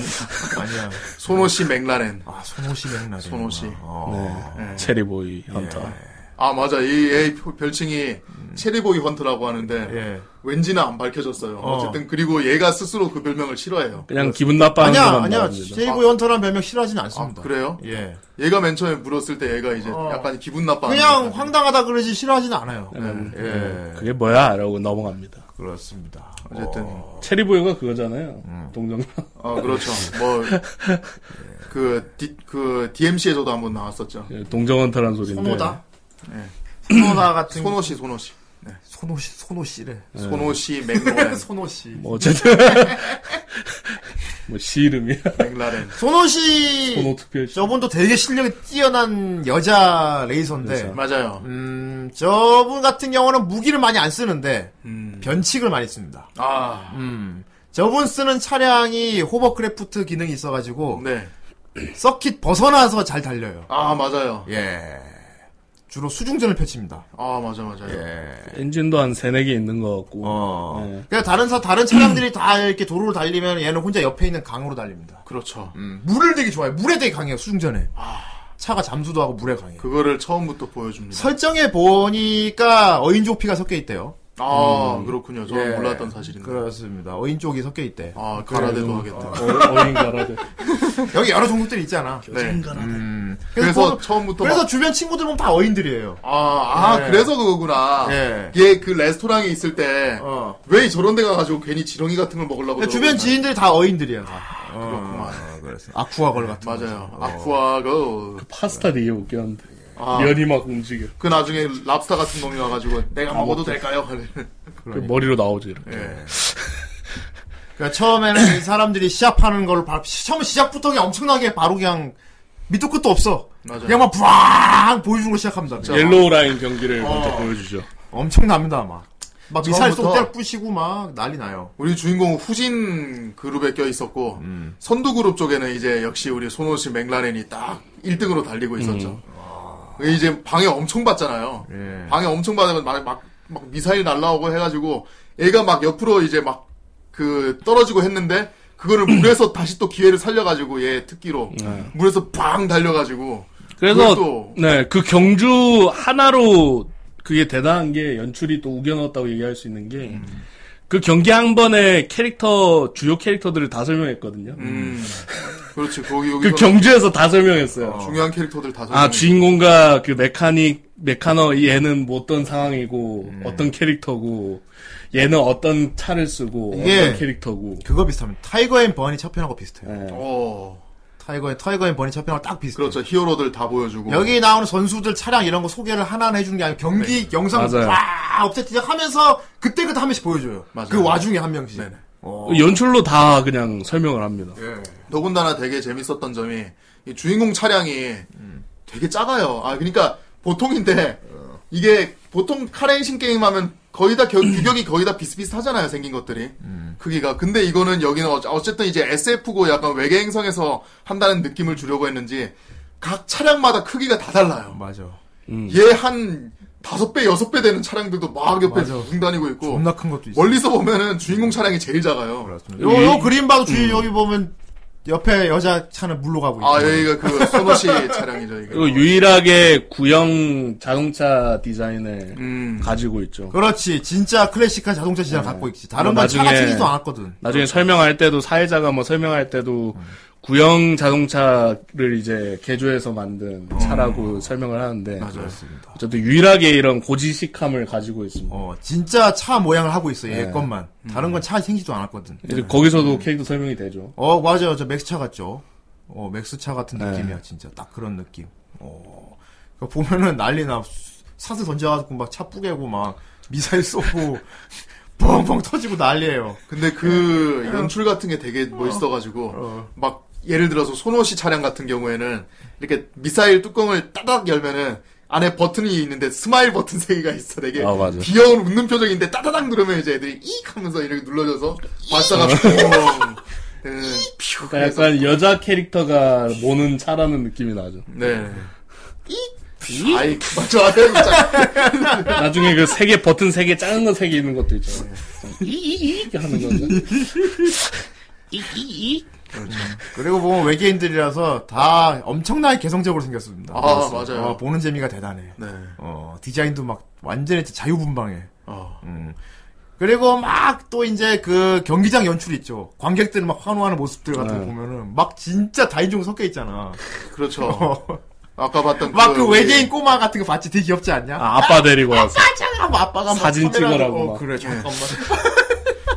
[SPEAKER 3] 아니야.
[SPEAKER 8] 소노 씨 맥라렌.
[SPEAKER 3] 아, 손호시 맥나.
[SPEAKER 8] 손호 씨.
[SPEAKER 3] 어.
[SPEAKER 8] 예.
[SPEAKER 6] 체리보이 헌터.
[SPEAKER 3] 예.
[SPEAKER 8] 아 맞아. 이애 별칭이 체리보이 헌트라고 하는데
[SPEAKER 3] 예.
[SPEAKER 8] 왠지는 안 밝혀졌어요.
[SPEAKER 3] 어.
[SPEAKER 8] 어. 쨌든 그리고 얘가 스스로 그 별명을 싫어해요.
[SPEAKER 6] 그냥 기분 나빠하는
[SPEAKER 3] 아니야,
[SPEAKER 6] 것만
[SPEAKER 3] 아니야.
[SPEAKER 6] 나옵니다.
[SPEAKER 3] 세이브 연터란 별명 싫어하진 않습니다.
[SPEAKER 8] 아, 그래요?
[SPEAKER 3] 예.
[SPEAKER 8] 얘가 맨 처음에 물었을 때 얘가 이제
[SPEAKER 3] 어.
[SPEAKER 8] 약간 기분 나빠.
[SPEAKER 3] 그냥 황당하다 그러지 싫어하진 않아요.
[SPEAKER 6] 약간,
[SPEAKER 3] 예.
[SPEAKER 6] 음, 그게 뭐야? 라고 넘어갑니다.
[SPEAKER 3] 그렇습니다.
[SPEAKER 8] 어쨌든
[SPEAKER 3] 어. 음.
[SPEAKER 6] 체리보이가 그거잖아요. 동정남.
[SPEAKER 8] 아 그렇죠. 뭐그그 그 DMC에서도
[SPEAKER 3] [clears throat]
[SPEAKER 8] 한번 나왔었죠.
[SPEAKER 6] 예, 동정헌터란 소리인데.
[SPEAKER 3] 손호다?
[SPEAKER 8] 예.
[SPEAKER 3] 손호다 같은. 네.
[SPEAKER 8] 소노 씨, 소노 씨,
[SPEAKER 3] 손호시, 손호시래.
[SPEAKER 8] 소노 씨
[SPEAKER 3] [laughs]
[SPEAKER 8] 맥라렌,
[SPEAKER 3] 손호시.
[SPEAKER 6] 뭐
[SPEAKER 3] [laughs]
[SPEAKER 6] 어쨌든. [laughs] 뭐시 이름이야.
[SPEAKER 8] 맥라렌.
[SPEAKER 3] 손호시.
[SPEAKER 6] 번호 특별
[SPEAKER 3] 저분도 되게 실력이 뛰어난 여자 레이서인데.
[SPEAKER 6] 그렇죠.
[SPEAKER 8] 맞아요.
[SPEAKER 3] 음, 저분 같은 경우는 무기를 많이 안 쓰는데
[SPEAKER 8] 음.
[SPEAKER 3] 변칙을 많이 씁니다.
[SPEAKER 8] 아,
[SPEAKER 3] 음, 저분 쓰는 차량이 호버크래프트 기능이 있어가지고
[SPEAKER 8] 네.
[SPEAKER 3] 서킷 벗어나서 잘 달려요.
[SPEAKER 8] 아 맞아요.
[SPEAKER 3] 예, 주로 수중전을 펼칩니다.
[SPEAKER 8] 아 맞아 맞아요.
[SPEAKER 3] 예,
[SPEAKER 6] 엔진도 한 세네 개 있는 것 같고.
[SPEAKER 3] 어,
[SPEAKER 6] 예.
[SPEAKER 3] 그러니까 다른 사 다른 차량들이 다 이렇게 도로를 달리면 얘는 혼자 옆에 있는 강으로 달립니다.
[SPEAKER 8] 그렇죠.
[SPEAKER 3] 음, 물을 되게 좋아해. 물에 되게 강해요. 수중전에
[SPEAKER 6] 아.
[SPEAKER 3] 차가 잠수도 하고 물에 강해. 요
[SPEAKER 8] 그거를 처음부터 보여줍니다.
[SPEAKER 3] 설정해 보니까 어인조피가 섞여 있대요.
[SPEAKER 8] 아 그렇군요. 저는
[SPEAKER 3] 예.
[SPEAKER 8] 몰랐던 사실인데.
[SPEAKER 3] 그렇습니다. 어인 쪽이 섞여 있대.
[SPEAKER 8] 아 가라데도 하겠다.
[SPEAKER 6] 어, 어인가라데.
[SPEAKER 3] 여기 여러 종족들이 있잖아.
[SPEAKER 8] 네.
[SPEAKER 3] 음.
[SPEAKER 8] 그래서
[SPEAKER 3] 그래서
[SPEAKER 8] 처음부터
[SPEAKER 3] 그래서
[SPEAKER 8] 막-
[SPEAKER 3] 주변 친구들 보면 다 어인들이에요.
[SPEAKER 8] 아, 아
[SPEAKER 3] 예.
[SPEAKER 8] 그래서 그거구나.
[SPEAKER 3] 예.
[SPEAKER 8] 얘 그 레스토랑에 있을 때 왜
[SPEAKER 3] 어.
[SPEAKER 8] 저런 데 가가지고 괜히 지렁이 같은 걸 먹으려고.
[SPEAKER 3] 그러니까 주변
[SPEAKER 8] 그러고
[SPEAKER 3] 지인들이 다 어인들이야. 다.
[SPEAKER 8] 어, 네. 아, 그렇구만.
[SPEAKER 3] 그래서 아쿠아걸 같은
[SPEAKER 8] 있나?
[SPEAKER 3] 거지.
[SPEAKER 8] 맞아요.
[SPEAKER 3] 어.
[SPEAKER 8] 아쿠아고.
[SPEAKER 6] 파스타 되게 웃겼는데.
[SPEAKER 8] 아,
[SPEAKER 6] 면이 막 움직여.
[SPEAKER 8] 그 나중에 랍스타 같은 놈이 와가지고 내가 먹어도 될까요?
[SPEAKER 6] 그 머리로 나오지. 이렇게.
[SPEAKER 8] 예.
[SPEAKER 3] 그러니까 처음에는 이 사람들이 시합하는 걸 바- 처음 시작부터 그냥 엄청나게 바로 그냥 밑도 끝도 없어.
[SPEAKER 8] 맞아요.
[SPEAKER 3] 그냥 막 부앙 보여주는 걸 시작합니다. 그냥.
[SPEAKER 6] 옐로우 라인 경기를 먼저 보여주죠.
[SPEAKER 3] 엄청납니다 아마. 막 미사일 쏙 뿌시고 막 난리 나요.
[SPEAKER 8] 우리 주인공 후진 그룹에 껴 있었고
[SPEAKER 3] 음.
[SPEAKER 8] 선두 그룹 쪽에는 이제 역시 우리 손오씨 맥라렌이 딱 1등으로 달리고 있었죠. 이제 방해 엄청 받잖아요.
[SPEAKER 3] 음. 아. 예.
[SPEAKER 8] 방해 엄청 받으면 막, 막, 막 미사일 날라오고 해가지고 애가 막 옆으로 이제 막 그 떨어지고 했는데 그거를 물에서 [clears throat] 다시 또 기회를 살려가지고 얘 특기로
[SPEAKER 6] 네.
[SPEAKER 8] 물에서 빵 달려가지고 그걸
[SPEAKER 6] 그래서
[SPEAKER 8] 또-
[SPEAKER 6] 네 그 경주 하나로 그게 대단한 게 연출이 또 우겨 넣었다고 얘기할 수 있는 게 그 경기 한 번에 캐릭터 주요 캐릭터들을 다 설명했거든요.
[SPEAKER 8] 그렇지 거기 여기
[SPEAKER 6] 그 경주에서 다 설명했어요.
[SPEAKER 8] 중요한 캐릭터들 다
[SPEAKER 3] 음.
[SPEAKER 6] 아 주인공과 그 메카닉 메카너 얘는 뭐 어떤 상황이고
[SPEAKER 3] 음.
[SPEAKER 6] 어떤 캐릭터고 얘는 어떤 차를 쓰고
[SPEAKER 3] 예.
[SPEAKER 6] 어떤 캐릭터고
[SPEAKER 3] 그거 비슷합니다. 타이거 앤 버니 첫편하고 비슷해요.
[SPEAKER 8] 어.
[SPEAKER 3] 타이거 앤 타이거 앤 버니 첫편하고 딱 비슷해요.
[SPEAKER 8] 그렇죠 히어로들 다 보여주고
[SPEAKER 3] 여기 나오는 선수들 차량 이런 거 소개를 하나하나 해주는 게 아니고 경기 영상
[SPEAKER 6] 맞아요.
[SPEAKER 3] 다 업데이트 하면서 그때 그때 한 명씩 보여줘요. 그 와중에 한 명씩. 어.
[SPEAKER 6] 연출로 다 그냥 설명을 합니다.
[SPEAKER 8] 예. 더군다나 되게 재밌었던 점이 이 주인공 차량이 되게 작아요. 아 그러니까 보통인데 이게 보통 카레이싱 게임 하면 거의 다 겨- 규격이 거의 다 비슷비슷하잖아요 생긴 것들이 크기가 근데 이거는 여기는 어째- 어쨌든 이제 SF고 약간 외계 행성에서 한다는 느낌을 주려고 했는지 각 차량마다 크기가 다 달라요.
[SPEAKER 3] 어, 맞아.
[SPEAKER 8] 얘 한 다섯 배 여섯 배 되는 차량들도 막 옆에 붕 다니고 있고
[SPEAKER 3] 겁나 큰 것도 있어요.
[SPEAKER 8] 멀리서 보면은 주인공 차량이 제일 작아요.
[SPEAKER 3] 요, 요 그림 봐도 주위 여기 보면 옆에 여자 차는 물로 가고 있고.
[SPEAKER 8] 아 여기가 그 소노 씨 차량이죠 이게.
[SPEAKER 6] 그리고 유일하게 구형 자동차 디자인을 가지고 있죠.
[SPEAKER 3] 음. 그렇지. 진짜 클래식한 자동차 시장 을 갖고 있지. 다른 건 차가 튀지도 않았거든.
[SPEAKER 6] 나중에 설명할 때도 사회자가 뭐 설명할
[SPEAKER 3] 음.
[SPEAKER 6] 때도 구형 자동차를 이제 개조해서 만든 차라고 설명을 하는데
[SPEAKER 3] 음. 맞습니다.
[SPEAKER 6] 어쨌든 유일하게 이런 고지식함을 가지고
[SPEAKER 3] 어.
[SPEAKER 6] 있습니다.
[SPEAKER 3] 진짜 차 모양을 하고 있어. 얘
[SPEAKER 6] 네.
[SPEAKER 3] 것만. 다른 건 차 생기지도 않았거든.
[SPEAKER 6] 이제
[SPEAKER 3] 음.
[SPEAKER 6] 거기서도 캐릭터 설명이 되죠.
[SPEAKER 3] 어 맞아요 저 맥스차 같죠 어 맥스차 같은 느낌이야 진짜 딱 그런 느낌 어 그거 보면은 난리나 사슬 던져가지고 막 차 뿌개고 막 미사일 쏘고 [laughs] 뻥뻥 터지고 난리예요
[SPEAKER 8] 근데 그
[SPEAKER 3] 네.
[SPEAKER 8] 연출 같은 게 되게 멋있어가지고 막 예를 들어서 소노 씨 차량 같은 경우에는 이렇게 미사일 뚜껑을 따닥 열면은 안에 버튼이 있는데 스마일 버튼 세 개가 있어 되게
[SPEAKER 6] 아, 맞아.
[SPEAKER 8] 귀여운 웃는 표정인데 따다닥 누르면 이제 애들이 익 하면서 이렇게 눌러져서
[SPEAKER 6] 어.
[SPEAKER 8] 발사가 뿅 예,
[SPEAKER 3] 네.
[SPEAKER 8] 퓨
[SPEAKER 6] 그러니까 약간 여자 캐릭터가 모는 차라는 느낌이 나죠.
[SPEAKER 8] 네. 아이 맞아 [laughs] 진짜
[SPEAKER 6] 나중에 그 세 개 버튼 세 개 작은 거 세 개 있는 것도 있잖아요. 이익 하는 거죠.
[SPEAKER 15] 이이이
[SPEAKER 3] 그리고 보면 외계인들이라서 다 엄청나게 개성적으로 생겼습니다
[SPEAKER 8] 아,
[SPEAKER 3] 그래서,
[SPEAKER 8] 맞아요.
[SPEAKER 3] 어, 보는 재미가 대단해
[SPEAKER 8] 네.
[SPEAKER 3] 어 디자인도 막 완전히 자유분방해
[SPEAKER 8] 어.
[SPEAKER 3] 음. 그리고 막 또 이제 그 경기장 연출 있죠. 관객들 막 환호하는 모습들 같은 거
[SPEAKER 8] 네.
[SPEAKER 3] 보면은 막 진짜 다인종 섞여 있잖아. [laughs]
[SPEAKER 8] 그렇죠 아까 봤던
[SPEAKER 3] 어.
[SPEAKER 8] 예.
[SPEAKER 3] 막 그
[SPEAKER 8] 우리-
[SPEAKER 3] 외계인 꼬마 같은 거 봤지? 되게 귀엽지 않냐?
[SPEAKER 6] 어, 예. 아, 아빠 데리고 와서.
[SPEAKER 3] 아빠잖아. 뭐 아빠가 막
[SPEAKER 6] 사진
[SPEAKER 3] 카메라
[SPEAKER 6] 찍으라고
[SPEAKER 3] 들고,
[SPEAKER 6] 막. 예. 어.
[SPEAKER 3] 그래 잠깐만.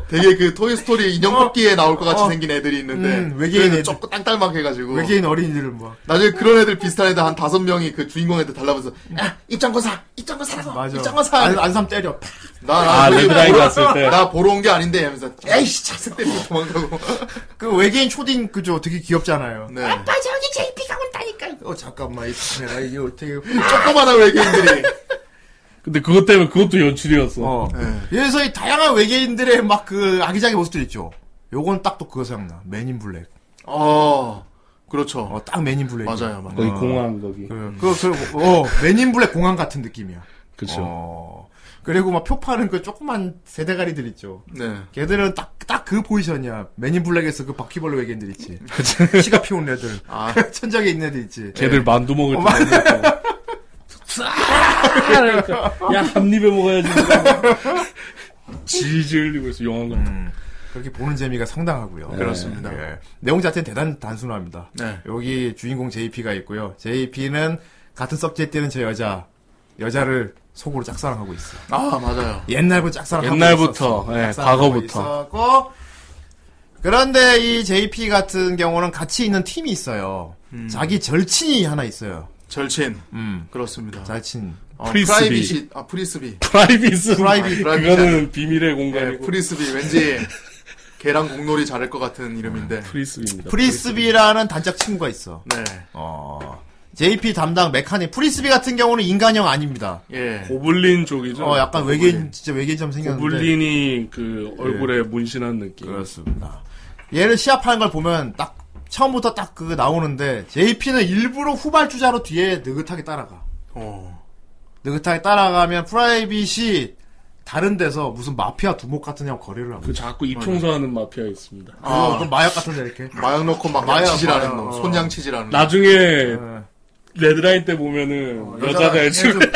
[SPEAKER 8] 되게 그 토이스토리 인형 뽑기에 나올 것 같이 생긴 애들이 있는데
[SPEAKER 3] 어. 음, 외계인 애들.
[SPEAKER 8] 조금 땅딸막 해가지고
[SPEAKER 3] 외계인 어린이들은 뭐. 막.
[SPEAKER 8] 나중에 그런 애들 비슷한 애들 한 다섯 명이 그 주인공한테 달라붙어서 야 입장권 사 입장권 사라고
[SPEAKER 3] 맞아.
[SPEAKER 8] 입장권 사
[SPEAKER 3] 안- 안삼 때려.
[SPEAKER 8] 나, 나,
[SPEAKER 3] 아,
[SPEAKER 8] 그게
[SPEAKER 3] 레드라인
[SPEAKER 8] 보러-
[SPEAKER 3] 갔을 때.
[SPEAKER 8] 나 보러 온 게 아닌데 하면서 에이씨 착색 때리고 도망가고
[SPEAKER 3] 그 외계인 초딩 그죠? 되게 귀엽잖아요.
[SPEAKER 8] 네.
[SPEAKER 3] 아빠
[SPEAKER 16] 저기 JP가 온다니까요.
[SPEAKER 3] 어 잠깐만 이 카메라 이게 어떻게
[SPEAKER 8] 조그마한 외계인들이
[SPEAKER 6] 근데 그것 때문에 그것도 연출이었어.
[SPEAKER 8] 네.
[SPEAKER 3] 그래서 이 다양한 외계인들의 막 그 아기자기 모습들 있죠. 요건 딱 또 그거 생각나. 맨인 블랙.
[SPEAKER 8] 어 그렇죠
[SPEAKER 3] 딱 맨인 블랙.
[SPEAKER 8] 맞아요, 맞아요.
[SPEAKER 6] 거기 공항 거기.
[SPEAKER 3] 그, 그, 어, 맨인 블랙 공항 같은 느낌이야.
[SPEAKER 6] 그쵸.
[SPEAKER 3] 어, 그리고 막 표 파는 그 조그만 세대가리들 있죠.
[SPEAKER 8] 네.
[SPEAKER 3] 걔들은 딱, 딱 그 포지션이야. 맨인 블랙에서 그 바퀴벌레
[SPEAKER 6] [laughs]
[SPEAKER 3] 외계인들 있지. 시가 피운 애들.
[SPEAKER 8] 아,
[SPEAKER 3] 천장에 있는 애들 있지.
[SPEAKER 6] 그렇죠. 아. 걔들 만두 먹을
[SPEAKER 3] 어,
[SPEAKER 6] 때.
[SPEAKER 3] 마-
[SPEAKER 6] 그러니까 야, 한 입에 먹어야지. 질질 흘리고 있어, 용한 거.
[SPEAKER 3] 그렇게 보는 재미가
[SPEAKER 6] 네.
[SPEAKER 3] 상당하고요.
[SPEAKER 8] 그렇습니다.
[SPEAKER 3] 예. 내용 자체는 대단 단순합니다.
[SPEAKER 8] 네.
[SPEAKER 3] 여기 주인공 JP가 있고요. JP는 같은 섭지에 뛰는 저 여자 여자를 속으로 짝사랑하고 있어.
[SPEAKER 8] 아, 맞아요.
[SPEAKER 3] 옛날부터 짝사랑하고
[SPEAKER 6] 옛날부터,
[SPEAKER 3] 있었어.
[SPEAKER 6] 예,
[SPEAKER 3] 짝사랑하고
[SPEAKER 6] 과거부터.
[SPEAKER 3] 있었고, 그런데 이 JP 같은 경우는 같이 있는 팀이 있어요.
[SPEAKER 6] 음.
[SPEAKER 3] 자기 절친이 하나 있어요.
[SPEAKER 8] 절친
[SPEAKER 3] 음.
[SPEAKER 8] 그렇습니다
[SPEAKER 3] 절친.
[SPEAKER 8] 어, 프라이빗이 아 프리스비
[SPEAKER 6] 프라이빗은
[SPEAKER 8] 프라이빗 네,
[SPEAKER 6] 그거는 비밀의 공간이고.
[SPEAKER 8] 프리스비 왠지 걔랑 공놀이 잘할 것 같은 이름인데
[SPEAKER 6] 프리스비입니다.
[SPEAKER 3] 프리스비라는 단짝 친구가 있어.
[SPEAKER 8] 네.
[SPEAKER 3] 어. JP 담당 메카닉 프리스비 같은 경우는 인간형 아닙니다.
[SPEAKER 8] 예.
[SPEAKER 6] 고블린 쪽이죠.
[SPEAKER 3] 어, 약간
[SPEAKER 6] 고블린.
[SPEAKER 3] 외계인 진짜 외계인처럼 생겼는데.
[SPEAKER 6] 고블린이 그 얼굴에 문신한 느낌.
[SPEAKER 3] 그렇습니다. 얘를 시합하는 걸 보면 딱 처음부터 딱 그거 나오는데 JP는 일부러 후발주자로 뒤에 느긋하게 따라가.
[SPEAKER 8] 어.
[SPEAKER 3] 느긋하게 따라가면 프라이빗이 다른 데서 무슨 마피아 두목 같은 형 거래를 합니다.
[SPEAKER 6] 그 자꾸 입청소하는 마피아 있습니다.
[SPEAKER 3] 아, 그럼 마약 같은데 이렇게.
[SPEAKER 8] 마약 넣고 막
[SPEAKER 3] 마약,
[SPEAKER 8] 양치질하는
[SPEAKER 3] 마약,
[SPEAKER 8] 놈,
[SPEAKER 3] 어.
[SPEAKER 8] 손양치질하는 놈.
[SPEAKER 6] 나중에 레드라인 때 보면은
[SPEAKER 3] 어,
[SPEAKER 6] 여자가
[SPEAKER 8] 여자가
[SPEAKER 6] 애초에
[SPEAKER 8] 계속-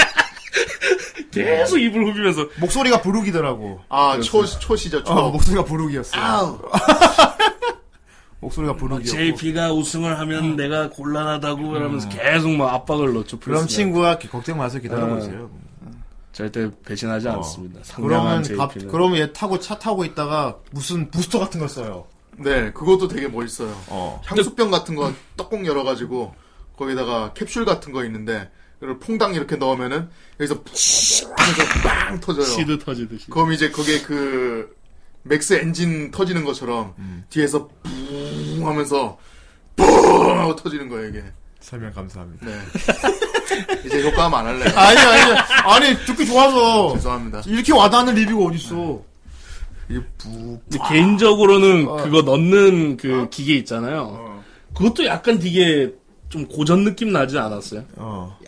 [SPEAKER 6] 계속 입을 후비면서
[SPEAKER 3] 목소리가 부르기더라고.
[SPEAKER 8] 아, 초, 초시죠, 초.
[SPEAKER 3] 어, 목소리가 부르기였어요.
[SPEAKER 8] 아우.
[SPEAKER 3] [laughs] 목소리가
[SPEAKER 6] 아,
[SPEAKER 3] 부르기였고.
[SPEAKER 6] JP가 우승을 하면 내가 곤란하다고 그러면서 계속 막 압박을 넣죠.
[SPEAKER 3] 그럼
[SPEAKER 6] 프레스가.
[SPEAKER 3] 친구가 기- 걱정 마세요 기다리고
[SPEAKER 6] 아.
[SPEAKER 3] 있어요.
[SPEAKER 6] 절대 배신하지
[SPEAKER 3] 어.
[SPEAKER 6] 않습니다. 상냥한
[SPEAKER 3] 그러면
[SPEAKER 6] JP는.
[SPEAKER 3] 갑- 그러면 얘 타고 차 타고 있다가 무슨 부스터 같은 걸 써요.
[SPEAKER 8] 네, 그것도 되게 멋있어요. 향수병 같은 거 떡국 열어가지고 거기다가 캡슐 같은 거 있는데 그걸 퐁당 이렇게 넣으면은 여기서 푹 하면서 빵 터져요.
[SPEAKER 6] 시드 터지듯이.
[SPEAKER 8] 그럼 이제 그게 그 맥스 엔진 터지는 것처럼
[SPEAKER 3] 음.
[SPEAKER 8] 뒤에서 뿡 하면서 뿡 하고 터지는 거예요 이게.
[SPEAKER 3] 설명 감사합니다. [laughs]
[SPEAKER 8] 네. 이제 효과음 안 할래요.
[SPEAKER 3] 아니 아니 아니 듣기 좋아서
[SPEAKER 8] 죄송합니다.
[SPEAKER 3] 이렇게 와닿는 리뷰가 어딨어.
[SPEAKER 8] 이게 부
[SPEAKER 6] 근데 개인적으로는 그거 넣는 그 기계 있잖아요. 그것도 약간 되게 좀 고전 느낌 나지 않았어요?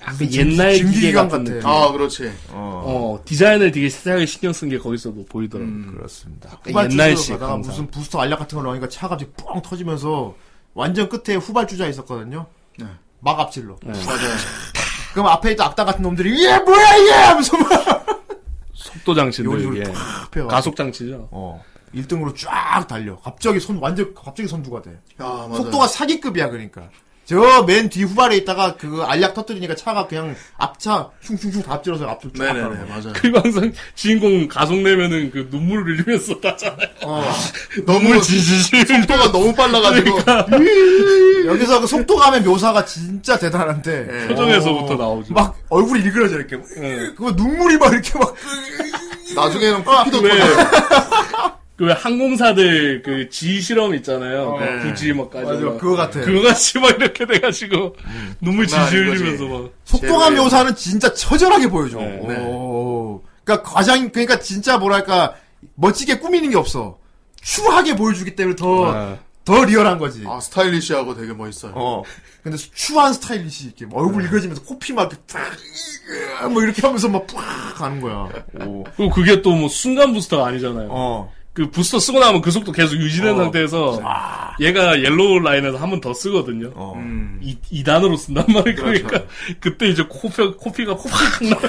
[SPEAKER 6] 약간 옛날 기계
[SPEAKER 8] 증기기관
[SPEAKER 6] 같은 느낌.
[SPEAKER 8] 아, 그렇지.
[SPEAKER 6] 어, 디자인을 되게 세세하게 신경 쓴 게 거기서도 뭐 보이더라고요.
[SPEAKER 3] 음, 그렇습니다.
[SPEAKER 6] 약간 옛날식.
[SPEAKER 3] 가다가
[SPEAKER 6] 항상.
[SPEAKER 3] 무슨 부스터 알약 같은 걸 넣으니까 차가 갑자기 뻥 터지면서 완전 끝에 후발주자 있었거든요.
[SPEAKER 8] 네.
[SPEAKER 3] 막 앞질러.
[SPEAKER 8] 맞아요.
[SPEAKER 3] 그럼 앞에 있던 악당 같은 놈들이 얘 뭐야 얘 하면서 막
[SPEAKER 6] 속도 장치인데
[SPEAKER 3] 요리를
[SPEAKER 6] 이게
[SPEAKER 3] 팍 펴가지고.
[SPEAKER 6] 가속 장치죠. [laughs]
[SPEAKER 3] 어. 1등으로 쫙 달려. 갑자기 손 완전 갑자기 선두가 돼.
[SPEAKER 8] 야, 맞아요.
[SPEAKER 3] 속도가 사기급이야 그러니까. 저 맨 뒤 후발에 있다가 그 알약 터뜨리니까 차가 그냥 앞차 슝슝슝 다 앞질러서 앞으로 쫙
[SPEAKER 8] 네네네,
[SPEAKER 3] 가는 거야.
[SPEAKER 8] 맞아요.
[SPEAKER 6] 그리고 항상 주인공 가속 내면은 그 눈물을 흘리면서 따잖아요.
[SPEAKER 3] 어.
[SPEAKER 6] [laughs]
[SPEAKER 3] [laughs]
[SPEAKER 8] 너무 속도가 너무 빨라가지고
[SPEAKER 3] 여기서 그 속도감의 묘사가 진짜
[SPEAKER 8] 네.
[SPEAKER 3] 대단한데 어,
[SPEAKER 6] 표정에서부터 나오죠. 예.
[SPEAKER 3] 막 얼굴이 일그러져 이렇게 그거 눈물이 막 이렇게 막
[SPEAKER 8] 나중에는 커피도 터져요.
[SPEAKER 6] 그 왜 항공사들 그 지실험 있잖아요. 그
[SPEAKER 3] 네.
[SPEAKER 6] 굳이 막 까지.
[SPEAKER 3] 맞아, 그거 네. 음. 같아.
[SPEAKER 6] 그거 같이 막 이렇게 돼가지고 눈물
[SPEAKER 8] 장난
[SPEAKER 6] 지지
[SPEAKER 8] 아닌
[SPEAKER 6] 흘리면서 막.
[SPEAKER 3] 속도감
[SPEAKER 8] 제로예요.
[SPEAKER 3] 묘사는 진짜 처절하게 보여줘.
[SPEAKER 6] 네.
[SPEAKER 3] 오. 그러니까 과장 그러니까 진짜 뭐랄까 멋지게 꾸미는 게 없어. 추하게 보여주기 때문에 더 더
[SPEAKER 6] 네.
[SPEAKER 3] 리얼한 거지.
[SPEAKER 8] 아, 스타일리시하고 되게 멋있어요.
[SPEAKER 3] 어. [laughs] 네. 근데 추한 스타일리시 이렇게 막 얼굴 일그러지면서 코피 막 이렇게 탁, 뭐 이렇게 하면서 막팍 가는 거야. 오.
[SPEAKER 6] 그리고 그게 또 뭐 순간 부스터가 아니잖아요.
[SPEAKER 3] 어.
[SPEAKER 6] 그 부스터 쓰고 나면 그 속도 계속 유지된
[SPEAKER 3] 어.
[SPEAKER 6] 상태에서 얘가 옐로우 라인에서 한 번 더 쓰거든요.
[SPEAKER 3] 어.
[SPEAKER 8] 음.
[SPEAKER 6] 이 2단으로 쓴단 말이에요. 그러니까
[SPEAKER 8] 그렇죠.
[SPEAKER 6] 그때 이제 코피, 코피가 코팍 나요.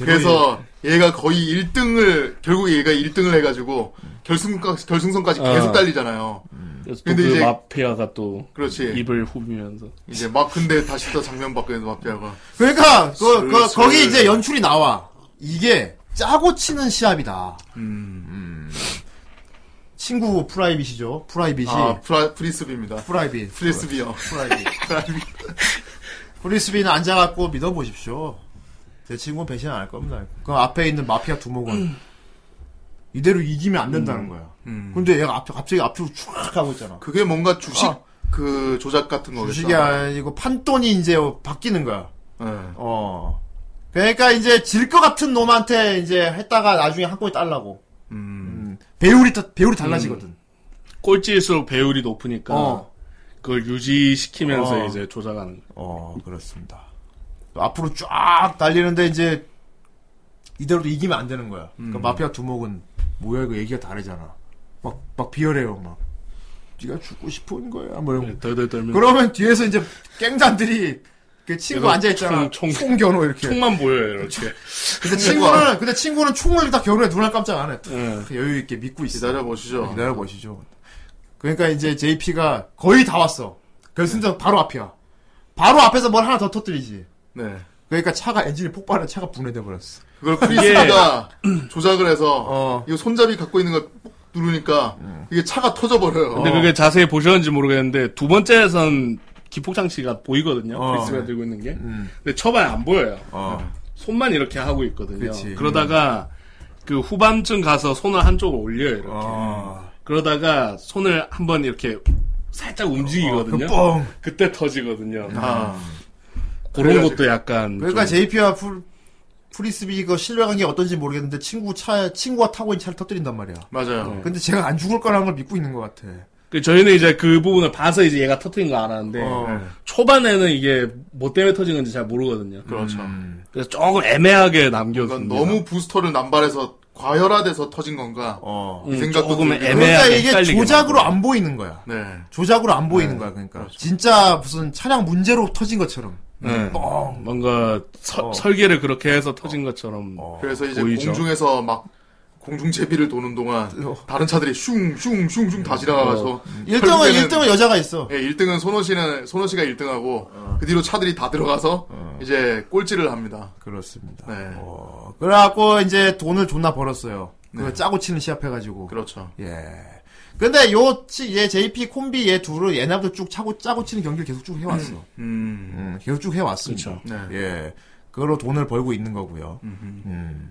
[SPEAKER 8] 그래서 얘가 거의 1등을 결국 얘가 1등을 해가지고 결승 결승선까지
[SPEAKER 6] 아.
[SPEAKER 8] 계속 달리잖아요.
[SPEAKER 6] 그래서
[SPEAKER 8] 근데
[SPEAKER 6] 또그
[SPEAKER 8] 이제-
[SPEAKER 6] 마피아가 또
[SPEAKER 8] 그렇지.
[SPEAKER 6] 입을 후비면서
[SPEAKER 8] 이제 막 근데 다시 또 장면 바뀌는 마피아가
[SPEAKER 3] 그러니까 그, 그,
[SPEAKER 8] 슬슬.
[SPEAKER 3] 거기 이제 연출이 나와. 이게 짜고 치는 시합이다. 음. 친구 프라이빗이죠. 프라이빗이
[SPEAKER 8] 아 프라, 프리스비입니다.
[SPEAKER 3] 프라이빗.
[SPEAKER 8] 프리스비요.
[SPEAKER 3] 프라이빗. [laughs] 프리스비는 앉아갖고 믿어보십시오. 제 친구는 배신 안 할 겁니다. 그 앞에 있는 마피아 두목은 이대로 이기면 안 된다는 거야.
[SPEAKER 8] 음.
[SPEAKER 3] 근데 얘가 앞, 갑자기 앞으로 쫙 가고 있잖아.
[SPEAKER 8] 그게 뭔가 주식
[SPEAKER 3] 아.
[SPEAKER 8] 그 조작 같은 거겠죠.
[SPEAKER 3] 주식이 아니고 판돈이 이제 바뀌는 거야.
[SPEAKER 8] 네.
[SPEAKER 3] 어. 그러니까 이제 질 것 같은 놈한테 이제 했다가 나중에 한 골 딸라고.
[SPEAKER 8] 음.
[SPEAKER 3] 음. 배율이 다- 배율이 달라지거든.
[SPEAKER 6] 꼴찌일수록 배율이 높으니까
[SPEAKER 3] 어.
[SPEAKER 6] 그걸 유지시키면서
[SPEAKER 3] 어.
[SPEAKER 6] 이제 조작하는 거예요.
[SPEAKER 3] 어, 그렇습니다. 또 앞으로 쫙 달리는데 이제 이대로도 이기면 안 되는 거야. 그러니까
[SPEAKER 6] 음.
[SPEAKER 3] 마피아 두목은 뭐야 이거 얘기가 다르잖아. 막 막 비열해요 막. 네가 죽고 싶은 거야. 뭐 이런. 거.
[SPEAKER 6] 덜덜 떨면서
[SPEAKER 3] 그러면 뒤에서 이제 깽단들이 그 친구
[SPEAKER 6] 얘가
[SPEAKER 3] 앉아 있잖아.
[SPEAKER 6] 총,
[SPEAKER 3] 총,
[SPEAKER 6] 총.
[SPEAKER 3] 겨누 이렇게.
[SPEAKER 6] 총만 보여요 이렇게
[SPEAKER 3] 근데 친구는 근데 친구는 총을 다 겨누에 눈알 깜짝 안 해.
[SPEAKER 6] 예.
[SPEAKER 3] 여유 있게 믿고 있어.
[SPEAKER 8] 기다려 보시죠.
[SPEAKER 3] 기다려 보시죠. 그러니까 이제 JP가 거의 다 왔어. 결승전 바로 앞이야. 바로 앞에서 뭘 하나 더 터뜨리지.
[SPEAKER 8] 네.
[SPEAKER 3] 그러니까 차가 엔진이 폭발해 차가 분해돼 버렸어.
[SPEAKER 8] 그걸 프리스비가 조작을 해서
[SPEAKER 3] 어.
[SPEAKER 8] 이 손잡이 갖고 있는 걸 꾹 누르니까 이게 차가 터져 버려요.
[SPEAKER 3] 어.
[SPEAKER 6] 근데 그게 자세히 보셨는지 모르겠는데 두 번째에선 기폭장치가 보이거든요
[SPEAKER 3] 어. 음.
[SPEAKER 6] 프리스가 들고 있는 게 근데 초반에 안 보여요
[SPEAKER 3] 어.
[SPEAKER 6] 손만 이렇게 하고 있거든요
[SPEAKER 3] 그치. 음.
[SPEAKER 6] 그러다가그 후반쯤 가서 손을 한쪽으로 올려요 이렇게
[SPEAKER 3] 어.
[SPEAKER 6] 그러다가 손을 한번 이렇게 살짝 움직이거든요.
[SPEAKER 3] 어, 그 뻥.
[SPEAKER 6] 그때 터지거든요.
[SPEAKER 3] 아.
[SPEAKER 6] 그런
[SPEAKER 3] 그래가지고-
[SPEAKER 6] 것도 약간.
[SPEAKER 3] 그러니까
[SPEAKER 6] 좀-
[SPEAKER 3] JP와 풀, 프리스비 그 신뢰 관계 어떤지 모르겠는데 친구 차 친구가 타고 있는 차를 터뜨린단 말이야.
[SPEAKER 8] 맞아요.
[SPEAKER 3] 근데 제가 안 죽을 거라는 걸 믿고 있는 것 같아.
[SPEAKER 6] 그 저희는 이제 그 부분을 봐서 이제 얘가 터트린 거 알았는데
[SPEAKER 3] 어.
[SPEAKER 6] 네. 초반에는 이게 뭐 때문에 터진 건지 잘 모르거든요.
[SPEAKER 8] 그렇죠.
[SPEAKER 6] 그래서 조금 애매하게 남겨둔.
[SPEAKER 8] 너무 부스터를 남발해서 과열화돼서 터진 건가?
[SPEAKER 3] 어,
[SPEAKER 8] 이
[SPEAKER 6] 음,
[SPEAKER 8] 생각도
[SPEAKER 6] 조금
[SPEAKER 8] 들고요.
[SPEAKER 3] 그러니까 이게 조작으로 안 보이는 거야.
[SPEAKER 8] 네.
[SPEAKER 3] 조작으로 안 보이는 거야. 그러니까 진짜 무슨 차량 문제로 터진 것처럼.
[SPEAKER 6] 네.
[SPEAKER 3] 뻥.
[SPEAKER 6] 뭔가 서-
[SPEAKER 3] 어.
[SPEAKER 6] 설계를 그렇게 해서 터진 것처럼.
[SPEAKER 8] 그래서 이제
[SPEAKER 6] 보이죠.
[SPEAKER 8] 공중에서 막 공중 제비를 도는 동안 다른 차들이 슝슝슝슝 다 지나가서 음,
[SPEAKER 3] 어. 일등은- 일등은 여자가 있어.
[SPEAKER 8] 예, 1등은 손호 씨는 손호 씨가 1등하고 그 뒤로 차들이 다 들어가서 이제 꼴찌를 합니다.
[SPEAKER 3] 그렇습니다.
[SPEAKER 8] 네.
[SPEAKER 3] 그래갖고 이제 돈을 존나 벌었어요. 그거
[SPEAKER 8] 네.
[SPEAKER 3] 짜고 치는 시합해가지고.
[SPEAKER 8] 그렇죠.
[SPEAKER 3] 예. 근데 요, 치- 얘 JP 콤비 얘 둘은 옛날부터 쭉 차고 짜고 치는 경기를 계속 쭉 해왔어.
[SPEAKER 8] 음. 음.
[SPEAKER 3] 음, 계속 쭉 해왔습니다.
[SPEAKER 8] 그쵸. 네.
[SPEAKER 3] 예. 그걸로 돈을 벌고 있는 거고요. 음.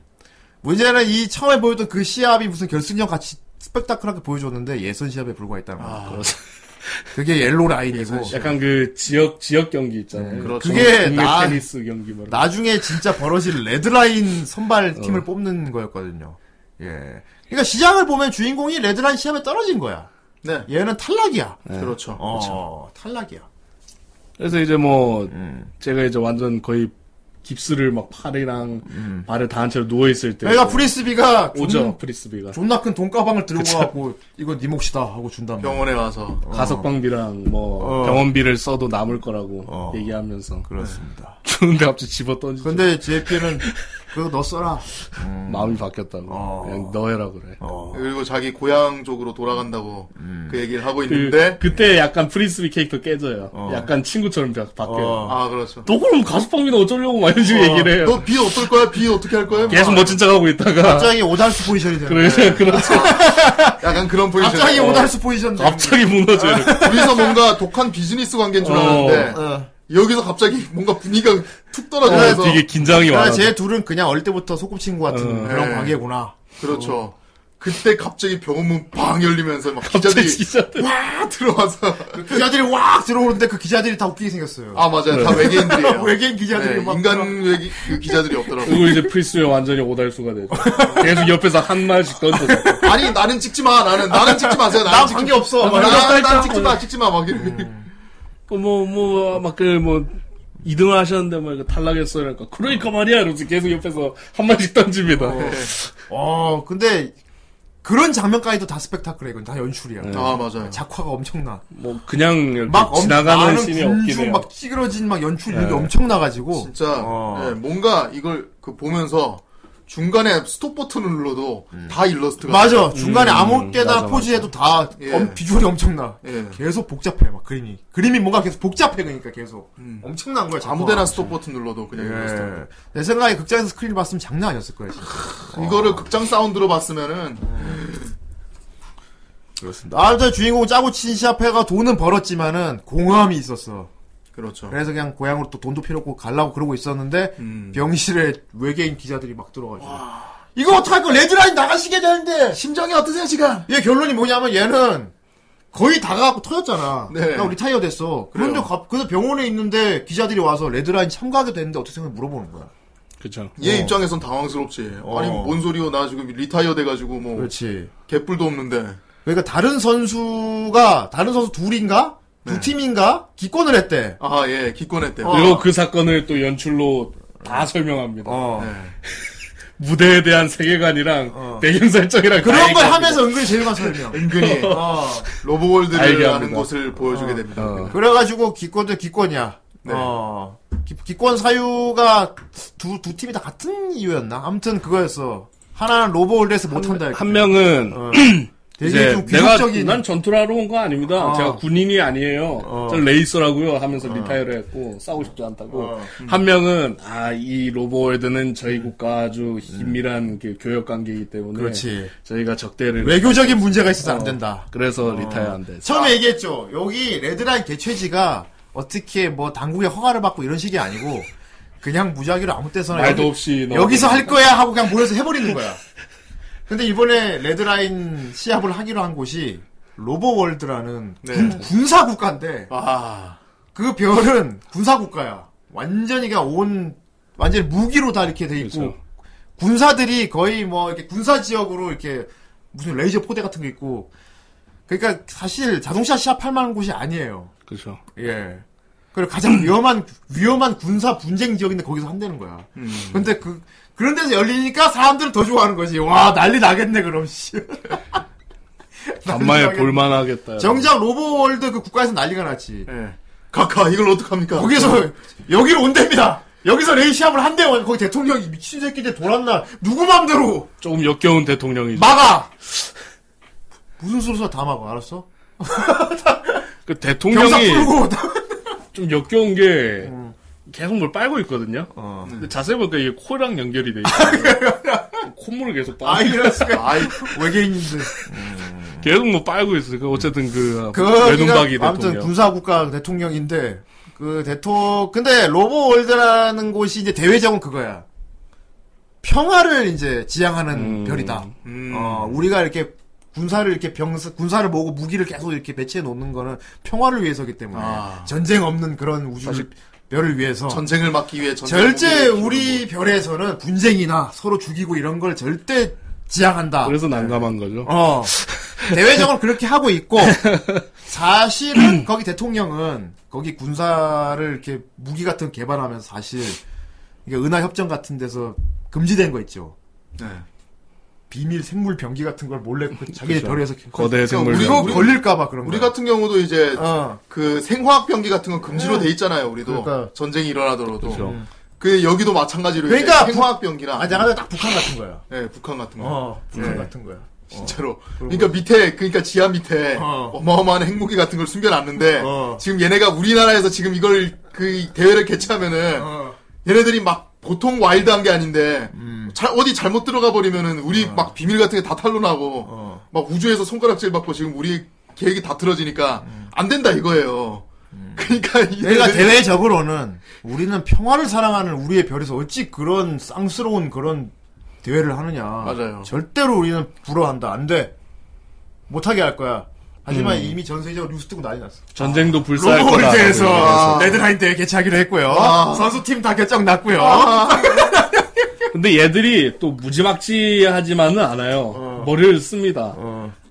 [SPEAKER 3] 문제는 이 처음에 보였던 그 시합이 무슨 결승전 같이 스펙타클하게 보여줬는데 예선 시합에 불과했다는 거. 그렇죠.
[SPEAKER 6] 아,
[SPEAKER 3] 그게 옐로 라인이고.
[SPEAKER 6] 약간 그 지역 지역 경기 있잖아요.
[SPEAKER 3] 그렇죠. 그게
[SPEAKER 6] 국내
[SPEAKER 3] 나-
[SPEAKER 6] 테니스 경기 뭐 말.
[SPEAKER 3] 나중에 진짜 벌어질 레드라인 선발 팀을 뽑는 거였거든요. 예. 그러니까 시장을 보면 주인공이 레드라인 시합에 떨어진 거야.
[SPEAKER 8] 네.
[SPEAKER 3] 얘는 탈락이야.
[SPEAKER 6] 네.
[SPEAKER 8] 그렇죠.
[SPEAKER 3] 어, 탈락이야.
[SPEAKER 6] 그래서 이제 뭐
[SPEAKER 3] 음.
[SPEAKER 6] 제가 이제 완전 거의 깁스를 막 팔이랑
[SPEAKER 3] 음.
[SPEAKER 6] 발을 다 한 채로 누워 있을
[SPEAKER 8] 네.
[SPEAKER 6] 때.
[SPEAKER 3] 그러니까 프리스비가 음.
[SPEAKER 6] 오죠
[SPEAKER 3] 존-
[SPEAKER 6] 프리스비가.
[SPEAKER 3] 존나 큰 돈가방을 들고
[SPEAKER 6] 그쵸.
[SPEAKER 3] 와갖고 이건 네 몫이다 하고 준단 말이야.
[SPEAKER 8] 병원에 와서
[SPEAKER 6] 어, 가석방비랑 뭐
[SPEAKER 3] 어.
[SPEAKER 6] 병원비를 써도 남을 거라고 얘기하면서
[SPEAKER 3] 그렇습니다.
[SPEAKER 8] 네.
[SPEAKER 6] 주는데 갑자기 집어 던지.
[SPEAKER 3] 근데 JP는 그거 너 써라.
[SPEAKER 6] 마음이 바뀌었다고.
[SPEAKER 3] 어.
[SPEAKER 6] 그냥 너해라 그래.
[SPEAKER 8] 그리고 자기 고향 쪽으로 돌아간다고 그 얘기를 하고 있는데
[SPEAKER 6] 그, 그때 약간 프리스비 캐릭터 깨져요.
[SPEAKER 3] 어.
[SPEAKER 6] 약간 친구처럼 바, 바뀌어요.
[SPEAKER 8] 아 그렇죠.
[SPEAKER 6] 너 그럼 가석방비는 어쩌려고 막 이런 식으로 얘기를 해요.
[SPEAKER 8] 너비 어떨 거야? 비 어떻게 할 거야?
[SPEAKER 6] 계속
[SPEAKER 8] 막.
[SPEAKER 6] 멋진 척하고 있다가
[SPEAKER 3] 갑자기 오달수 포지션이
[SPEAKER 6] [laughs]
[SPEAKER 3] 되는
[SPEAKER 6] 그래,
[SPEAKER 3] 거야.
[SPEAKER 6] 그렇죠.
[SPEAKER 8] 약간 그런 포지션.
[SPEAKER 3] 갑자기 오달수 포지션. 되는
[SPEAKER 6] 갑자기 무너져요.
[SPEAKER 8] 우리서 뭔가 독한 비즈니스 관계인 줄
[SPEAKER 6] 어.
[SPEAKER 8] 알았는데
[SPEAKER 3] 어.
[SPEAKER 8] 여기서 갑자기 뭔가 분위기가 툭
[SPEAKER 3] 거야.
[SPEAKER 8] 떨어져서
[SPEAKER 3] 그러니까 쟤 둘은 그냥 어릴 때부터 소꿉친구 같은 그런
[SPEAKER 8] 네.
[SPEAKER 3] 관계구나.
[SPEAKER 8] 그렇죠. 그때 갑자기 병원문 빵 열리면서 막 기자들이 와 들어와서
[SPEAKER 3] 기자들이 왁 들어오는데 그 기자들이 다 웃기게 생겼어요.
[SPEAKER 8] 아 맞아요 다 외계인들이에요.
[SPEAKER 3] [laughs] 외계인 기자들이
[SPEAKER 8] 네,
[SPEAKER 3] 막
[SPEAKER 8] 인간 외계 그 기자들이 없더라고.
[SPEAKER 6] 그리고 이제 프리스에 완전히 오달수가 되죠. 계속 옆에서 한 말씩 던져.
[SPEAKER 8] 아니 나는 찍지 마 나는 나는 찍지 마세요. 나는
[SPEAKER 3] 난
[SPEAKER 8] 찍지-
[SPEAKER 3] 관계 없어.
[SPEAKER 8] 나는-
[SPEAKER 3] 막 음.
[SPEAKER 8] 나는
[SPEAKER 3] 이랬다니까.
[SPEAKER 8] 찍지 마 찍지 마막 이러고.
[SPEAKER 6] 그 뭐, 뭐뭐막그뭐 2등을 하셨는데 뭐 이거 탈락했어요. 그러니까 그러니까 말이야. 이러면서 계속 옆에서 한 말씩 던집니다.
[SPEAKER 3] 어, 근데 그런 장면까지도 다 스펙타클해. 이건 다 연출이야.
[SPEAKER 8] 아 맞아요.
[SPEAKER 3] 작화가 엄청나.
[SPEAKER 6] 뭐 그냥 이렇게
[SPEAKER 3] 막 엄-
[SPEAKER 6] 지나가는
[SPEAKER 3] 많은
[SPEAKER 6] 씬이 없긴
[SPEAKER 3] 군중
[SPEAKER 6] 해요.
[SPEAKER 3] 막 찌그러진 막 연출 이런 게
[SPEAKER 6] 네.
[SPEAKER 3] 엄청나가지고
[SPEAKER 8] 진짜
[SPEAKER 3] 어.
[SPEAKER 8] 예, 뭔가 이걸 그 보면서 중간에 스톱 버튼을 눌러도
[SPEAKER 6] 음.
[SPEAKER 8] 다 일러스트가
[SPEAKER 3] 맞아
[SPEAKER 8] 나와요.
[SPEAKER 3] 중간에
[SPEAKER 8] 음,
[SPEAKER 3] 아무 때나
[SPEAKER 8] 맞아, 맞아.
[SPEAKER 3] 포즈해도 다
[SPEAKER 8] 예.
[SPEAKER 3] 엄- 비주얼이 엄청나
[SPEAKER 8] 예.
[SPEAKER 3] 계속 복잡해 막 그림이 그림이 뭔가 계속 복잡해 그러니까 계속 엄청난 거야
[SPEAKER 8] 아무
[SPEAKER 3] 작화가.
[SPEAKER 8] 데나 스톱 버튼 눌러도 그냥 일러스트
[SPEAKER 3] 예. 내 생각에 극장에서 스크린 봤으면 장난 아니었을 거야 진짜.
[SPEAKER 6] 어.
[SPEAKER 8] 이거를 극장 사운드로 봤으면은
[SPEAKER 3] 음. 그렇습니다 아무튼 주인공 짜고 친 시합회가 돈은 벌었지만은 공허함이 있었어
[SPEAKER 8] 그렇죠.
[SPEAKER 3] 그래서 그냥 고향으로 또 돈도 필요 없고 갈라고 그러고 있었는데
[SPEAKER 8] 음.
[SPEAKER 3] 병실에 외계인 기자들이 막 들어가지고 이거 어떡할 거 레드라인 나가시게 되는데
[SPEAKER 8] 심정이 어떠세요 지금?
[SPEAKER 3] 얘 결론이 뭐냐면 얘는 거의 다 가고 터졌잖아.
[SPEAKER 8] 네.
[SPEAKER 3] 나 우리 타이어 됐어. 그런데
[SPEAKER 8] 그래요.
[SPEAKER 3] 갑, 그래서 병원에 있는데 기자들이 와서 레드라인 참가하게 됐는데 어떻게 생각해 물어보는 거야.
[SPEAKER 6] 그렇죠.
[SPEAKER 8] 얘
[SPEAKER 3] 어.
[SPEAKER 8] 입장에선 당황스럽지. 아니
[SPEAKER 3] 어.
[SPEAKER 8] 뭔 소리요? 나 지금 리타이어 돼가지고 뭐
[SPEAKER 3] 그렇지.
[SPEAKER 8] 개뿔도 없는데.
[SPEAKER 3] 그러니까 다른 선수가 다른 선수 둘인가 두 팀인가 기권을 했대.
[SPEAKER 8] 아 예, 기권했대. 요
[SPEAKER 6] 그리고 그 사건을 또 연출로 다 설명합니다.
[SPEAKER 3] 어.
[SPEAKER 6] 무대에 대한 세계관이랑 배경 설정이랑 다
[SPEAKER 3] 그런 걸
[SPEAKER 6] 얘기합니다.
[SPEAKER 3] 하면서 은근히 제일만 설명.
[SPEAKER 8] 은근히
[SPEAKER 3] 어.
[SPEAKER 6] 알게
[SPEAKER 8] 로보월드를
[SPEAKER 6] 합니다. 어.
[SPEAKER 8] 하는 곳을 보여주게 됩니다.
[SPEAKER 3] 그래가지고 기권도 기권이야.
[SPEAKER 8] 네.
[SPEAKER 3] 어. 기, 권 사유가 두, 두 팀이 다 같은 이유였나? 아무튼 그거였어. 하나는 로보홀드에서 못한다. 했고.
[SPEAKER 6] 한 명은
[SPEAKER 3] 어. 되게 좀 귀속적인.
[SPEAKER 6] 내가 난 전투를 하러 온 거 아닙니다.
[SPEAKER 3] 어.
[SPEAKER 6] 제가 군인이 아니에요. 저는 레이서라고요 하면서 리타이어를 했고 싸우고 싶지 않다고.
[SPEAKER 3] 어. 음.
[SPEAKER 6] 한 명은 아 이 로보월드는 저희 국가 아주 긴밀한 그 교역 관계이기 때문에
[SPEAKER 3] 그렇지.
[SPEAKER 6] 저희가 적대를
[SPEAKER 3] 외교적인 문제가 있어서 안 된다.
[SPEAKER 6] 그래서 리타이어 안 돼.
[SPEAKER 3] 처음에 얘기했죠. 여기 레드라인 개최지가 어떻게 뭐 당국의 허가를 받고 이런 식이 아니고 그냥 무작위로 아무 때서나
[SPEAKER 6] 말도
[SPEAKER 3] 여기,
[SPEAKER 6] 없이 넣어.
[SPEAKER 3] 여기서 할 거야 하고 그냥 모여서 해버리는 거야. 근데 이번에 레드라인 시합을 하기로 한 곳이 로버월드라는 군- 군사 국가인데 그 별은 군사 국가야. 완전히 그냥 온 완전히 무기로 다 이렇게 돼 있고 군사들이 거의 뭐 이렇게 군사 지역으로 이렇게 무슨 레이저 포대 같은 게 있고 그러니까 사실 자동차 시합할 만한 곳이 아니에요.
[SPEAKER 6] 그렇죠.
[SPEAKER 3] 예. 그리고 가장 위험한 위험한 군사 분쟁 지역인데 거기서 한다는 거야. 근데 그 그런 데서 열리니까 사람들은 더 좋아하는 거지. 와 난리 나겠네 그럼 씨.
[SPEAKER 6] 간만에 볼만하겠다.
[SPEAKER 3] 정작 로보월드 그 국가에서 난리가 났지.
[SPEAKER 8] 네. 카카 예. 이걸 어떡합니까?
[SPEAKER 3] 거기서 여기로 온답니다. 여기서 레이시합을 한대요. 거기 대통령이 미친 새끼들 돌았나? 누구 맘대로
[SPEAKER 6] 조금 역겨운 대통령이죠.
[SPEAKER 3] 막아. 무슨 소리서 다 막아 알았어?
[SPEAKER 6] 그
[SPEAKER 3] 병사
[SPEAKER 6] 대통령이
[SPEAKER 3] 풀고
[SPEAKER 6] 좀 역겨운 게
[SPEAKER 3] 음.
[SPEAKER 6] 계속 뭘 빨고 있거든요.
[SPEAKER 3] 어.
[SPEAKER 6] 근데 자세히 보니까 이게 코랑 연결이 돼 있어요. 콧물을 계속 빨고.
[SPEAKER 3] 아 [laughs] 이럴 수가. 아이 외계인인데.
[SPEAKER 6] 계속 뭐 빨고 있어요. 그 어쨌든 그
[SPEAKER 3] 그
[SPEAKER 6] 외눈박이
[SPEAKER 3] 그러니까 아무튼
[SPEAKER 6] 대통령.
[SPEAKER 3] 군사국가 대통령인데 그 대토 근데 로보월드라는 곳이 이제 대외적은 그거야. 평화를 이제
[SPEAKER 6] 음.
[SPEAKER 3] 지향하는 별이다. 어, 우리가 이렇게 군사를 이렇게 병 군사를 모으고 무기를 계속 이렇게 배치해 놓는 거는 평화를 위해서기 때문에 전쟁 없는 그런 우주 를 별을 위해서
[SPEAKER 8] 전쟁을 막기 위해 전쟁을
[SPEAKER 3] 절대
[SPEAKER 8] 막기 위해
[SPEAKER 3] 우리 별에서는 분쟁이나 서로 죽이고 이런 걸 절대 지향한다.
[SPEAKER 6] 그래서 난감한 거죠.
[SPEAKER 3] 어. 대외적으로 그렇게 하고 있고,
[SPEAKER 8] [clears throat]
[SPEAKER 3] 사실은 거기 대통령은 거기 군사를 이렇게 무기 같은 거 개발하면서 사실 이게 은하협정 같은 데서 금지된 거 있죠.
[SPEAKER 8] 네.
[SPEAKER 3] 비밀 생물 병기 같은 걸 몰래 그 자기네
[SPEAKER 8] 그렇죠.
[SPEAKER 3] 별에서
[SPEAKER 8] 거대 생물
[SPEAKER 3] 우리
[SPEAKER 8] 병기.
[SPEAKER 3] 걸릴까봐 그런 어. 거.
[SPEAKER 8] 우리 같은 경우도 이제 그 생화학 병기 같은 건 금지로
[SPEAKER 3] 음.
[SPEAKER 8] 돼 있잖아요. 우리도
[SPEAKER 3] 그러니까.
[SPEAKER 8] 전쟁이 일어나더라도
[SPEAKER 3] 그렇죠.
[SPEAKER 8] 음. 그 여기도 마찬가지로
[SPEAKER 3] 그러니까
[SPEAKER 8] 이제 생화학 병기랑
[SPEAKER 3] 아, 내가 딱 북한 같은 거야.
[SPEAKER 8] 네, 북한 같은 거.
[SPEAKER 3] 어, 북한
[SPEAKER 8] 네.
[SPEAKER 3] 같은 거야.
[SPEAKER 8] 진짜로. 그러니까 밑에 그러니까 지하 밑에 어. 마어마한 핵무기 같은 걸 숨겨놨는데 지금 얘네가 우리나라에서 지금 이걸 그 대회를 개최하면은 얘네들이 막 보통 와일드한 게 아닌데 잘- 어디 잘못 음. 들어가 어. 버리면은 우리 막 비밀 같은 게 다 탄로나고 막 우주에서 손가락질 받고 지금 우리 계획이 다 틀어지니까 안 된다 이거예요. 그러니까
[SPEAKER 3] 그러니까 대외적으로는 우리는 평화를 사랑하는 우리의 별에서 어찌 그런 쌍스러운 그런 대회를 하느냐.
[SPEAKER 8] 맞아요.
[SPEAKER 3] 절대로 우리는 불허한다. 안 돼. 못하게 할 거야. 하지만
[SPEAKER 6] 음.
[SPEAKER 3] 이미 전 세계적으로 뉴스 뜨고 난리 났어.
[SPEAKER 6] 전쟁도 불사할 거다.
[SPEAKER 8] 아.
[SPEAKER 3] 로버홀드에서
[SPEAKER 6] 그래서.
[SPEAKER 3] 레드라인 대회 개최하기로 했고요.
[SPEAKER 6] 아.
[SPEAKER 3] 선수팀 다 결정 났고요.
[SPEAKER 8] 아.
[SPEAKER 6] 근데 얘들이 또 무지막지하지만은 않아요.
[SPEAKER 3] 어.
[SPEAKER 6] 머리를 씁니다.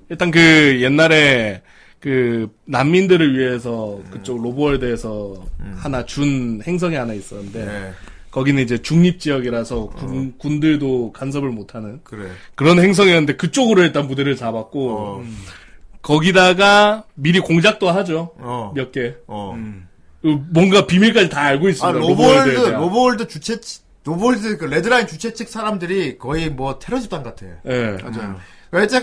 [SPEAKER 6] 일단 그 옛날에 그 난민들을 위해서
[SPEAKER 3] 음.
[SPEAKER 6] 그쪽 로보월드에서 하나 준 행성이 하나 있었는데
[SPEAKER 3] 네.
[SPEAKER 6] 거기는 이제 중립 지역이라서 군,
[SPEAKER 3] 어.
[SPEAKER 6] 군들도 간섭을 못하는
[SPEAKER 3] 그래.
[SPEAKER 6] 그런 행성이었는데 그쪽으로 일단 무대를 잡았고
[SPEAKER 3] 어.
[SPEAKER 6] 음. 거기다가 미리 공작도 하죠.
[SPEAKER 3] 어.
[SPEAKER 6] 몇 개.
[SPEAKER 3] 어.
[SPEAKER 6] 그 뭔가 비밀까지 다 알고
[SPEAKER 8] 네.
[SPEAKER 6] 있습니다.
[SPEAKER 3] 아,
[SPEAKER 6] 로보월드에
[SPEAKER 3] 로버홀드,
[SPEAKER 6] 대한.
[SPEAKER 3] 로버홀드 주최, 측- 로버홀드 그 레드라인 주최 측 사람들이 거의 뭐 테러 집단 같아.
[SPEAKER 6] 예.
[SPEAKER 3] 맞아요. 어쨌든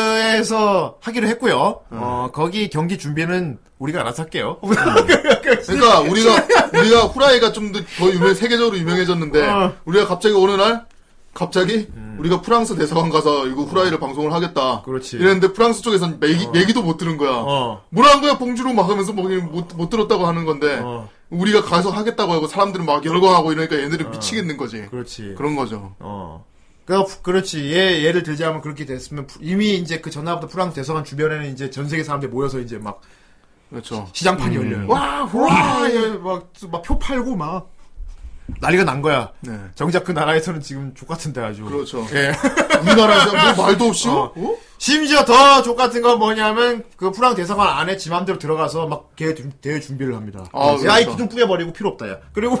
[SPEAKER 3] 로버월드에서 하기로 했고요. 어, 거기 경기 준비는 우리가 알아서
[SPEAKER 8] [laughs]
[SPEAKER 3] 할게요.
[SPEAKER 8] 그러니까 우리가 우리가 후라이가 좀 더 유명 세계적으로 유명해졌는데
[SPEAKER 3] 어.
[SPEAKER 8] 우리가 갑자기 어느 날 갑자기 우리가 프랑스 대사관 가서 이거 후라이를 방송을 하겠다.
[SPEAKER 3] 음. 어. 그렇지.
[SPEAKER 8] 이랬는데 프랑스 쪽에선 얘기, 얘기도 못 들은 거야.
[SPEAKER 3] 어.
[SPEAKER 8] 뭐라는 거야 봉주로 막 하면서 뭐 그냥 못, 못 들었다고 하는 건데
[SPEAKER 3] 어.
[SPEAKER 8] 우리가 가서 하겠다고 하고 사람들은 막 열광하고 이러니까 얘네들은 미치겠는 거지.
[SPEAKER 3] 그렇지.
[SPEAKER 8] 그런 거죠.
[SPEAKER 3] 어. 그, 그렇지. 예, 예를 들자면 그렇게 됐으면 프- 이미 이제 그 전화부터 프랑스 대사관 주변에는 이제 전 세계 사람들이 모여서 이제 막
[SPEAKER 8] 그렇죠.
[SPEAKER 3] 시장판이
[SPEAKER 8] 음.
[SPEAKER 3] 열려요. 와, 와, 예, 막, 막 표 팔고 막 난리가 난 거야. 정작 그 나라에서는 지금 족 같은데 아주.
[SPEAKER 8] 네. 그렇죠.
[SPEAKER 3] 예.
[SPEAKER 8] 우리나라에서 뭐 말도 없이요?
[SPEAKER 3] 어. 심지어 더 족같은 건 뭐냐면 그 프랑 대사관 안에 지 맘대로 들어가서 막 대회, 준- 대회 준비를 합니다.
[SPEAKER 8] 아,
[SPEAKER 3] 야, 이
[SPEAKER 8] 그렇죠.
[SPEAKER 3] 기둥 뿌려버리고 필요 없다, 야. 그리고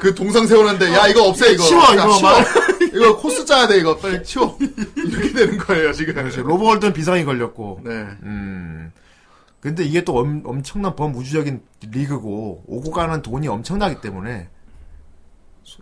[SPEAKER 8] 그 동상 세우는데 야 이거 없애 이거
[SPEAKER 3] 치워,
[SPEAKER 8] 야,
[SPEAKER 3] 이거
[SPEAKER 8] 치워.
[SPEAKER 3] 막.
[SPEAKER 8] [laughs] 이거 코스 짜야 돼 이거 빨리 치워 이렇게 되는 거예요 지금
[SPEAKER 3] 네, 로버월드는 비상이 걸렸고.
[SPEAKER 8] 네.
[SPEAKER 3] 음. 근데 이게 또 엄, 엄청난 범우주적인 리그고 오고 가는 돈이 엄청나기 때문에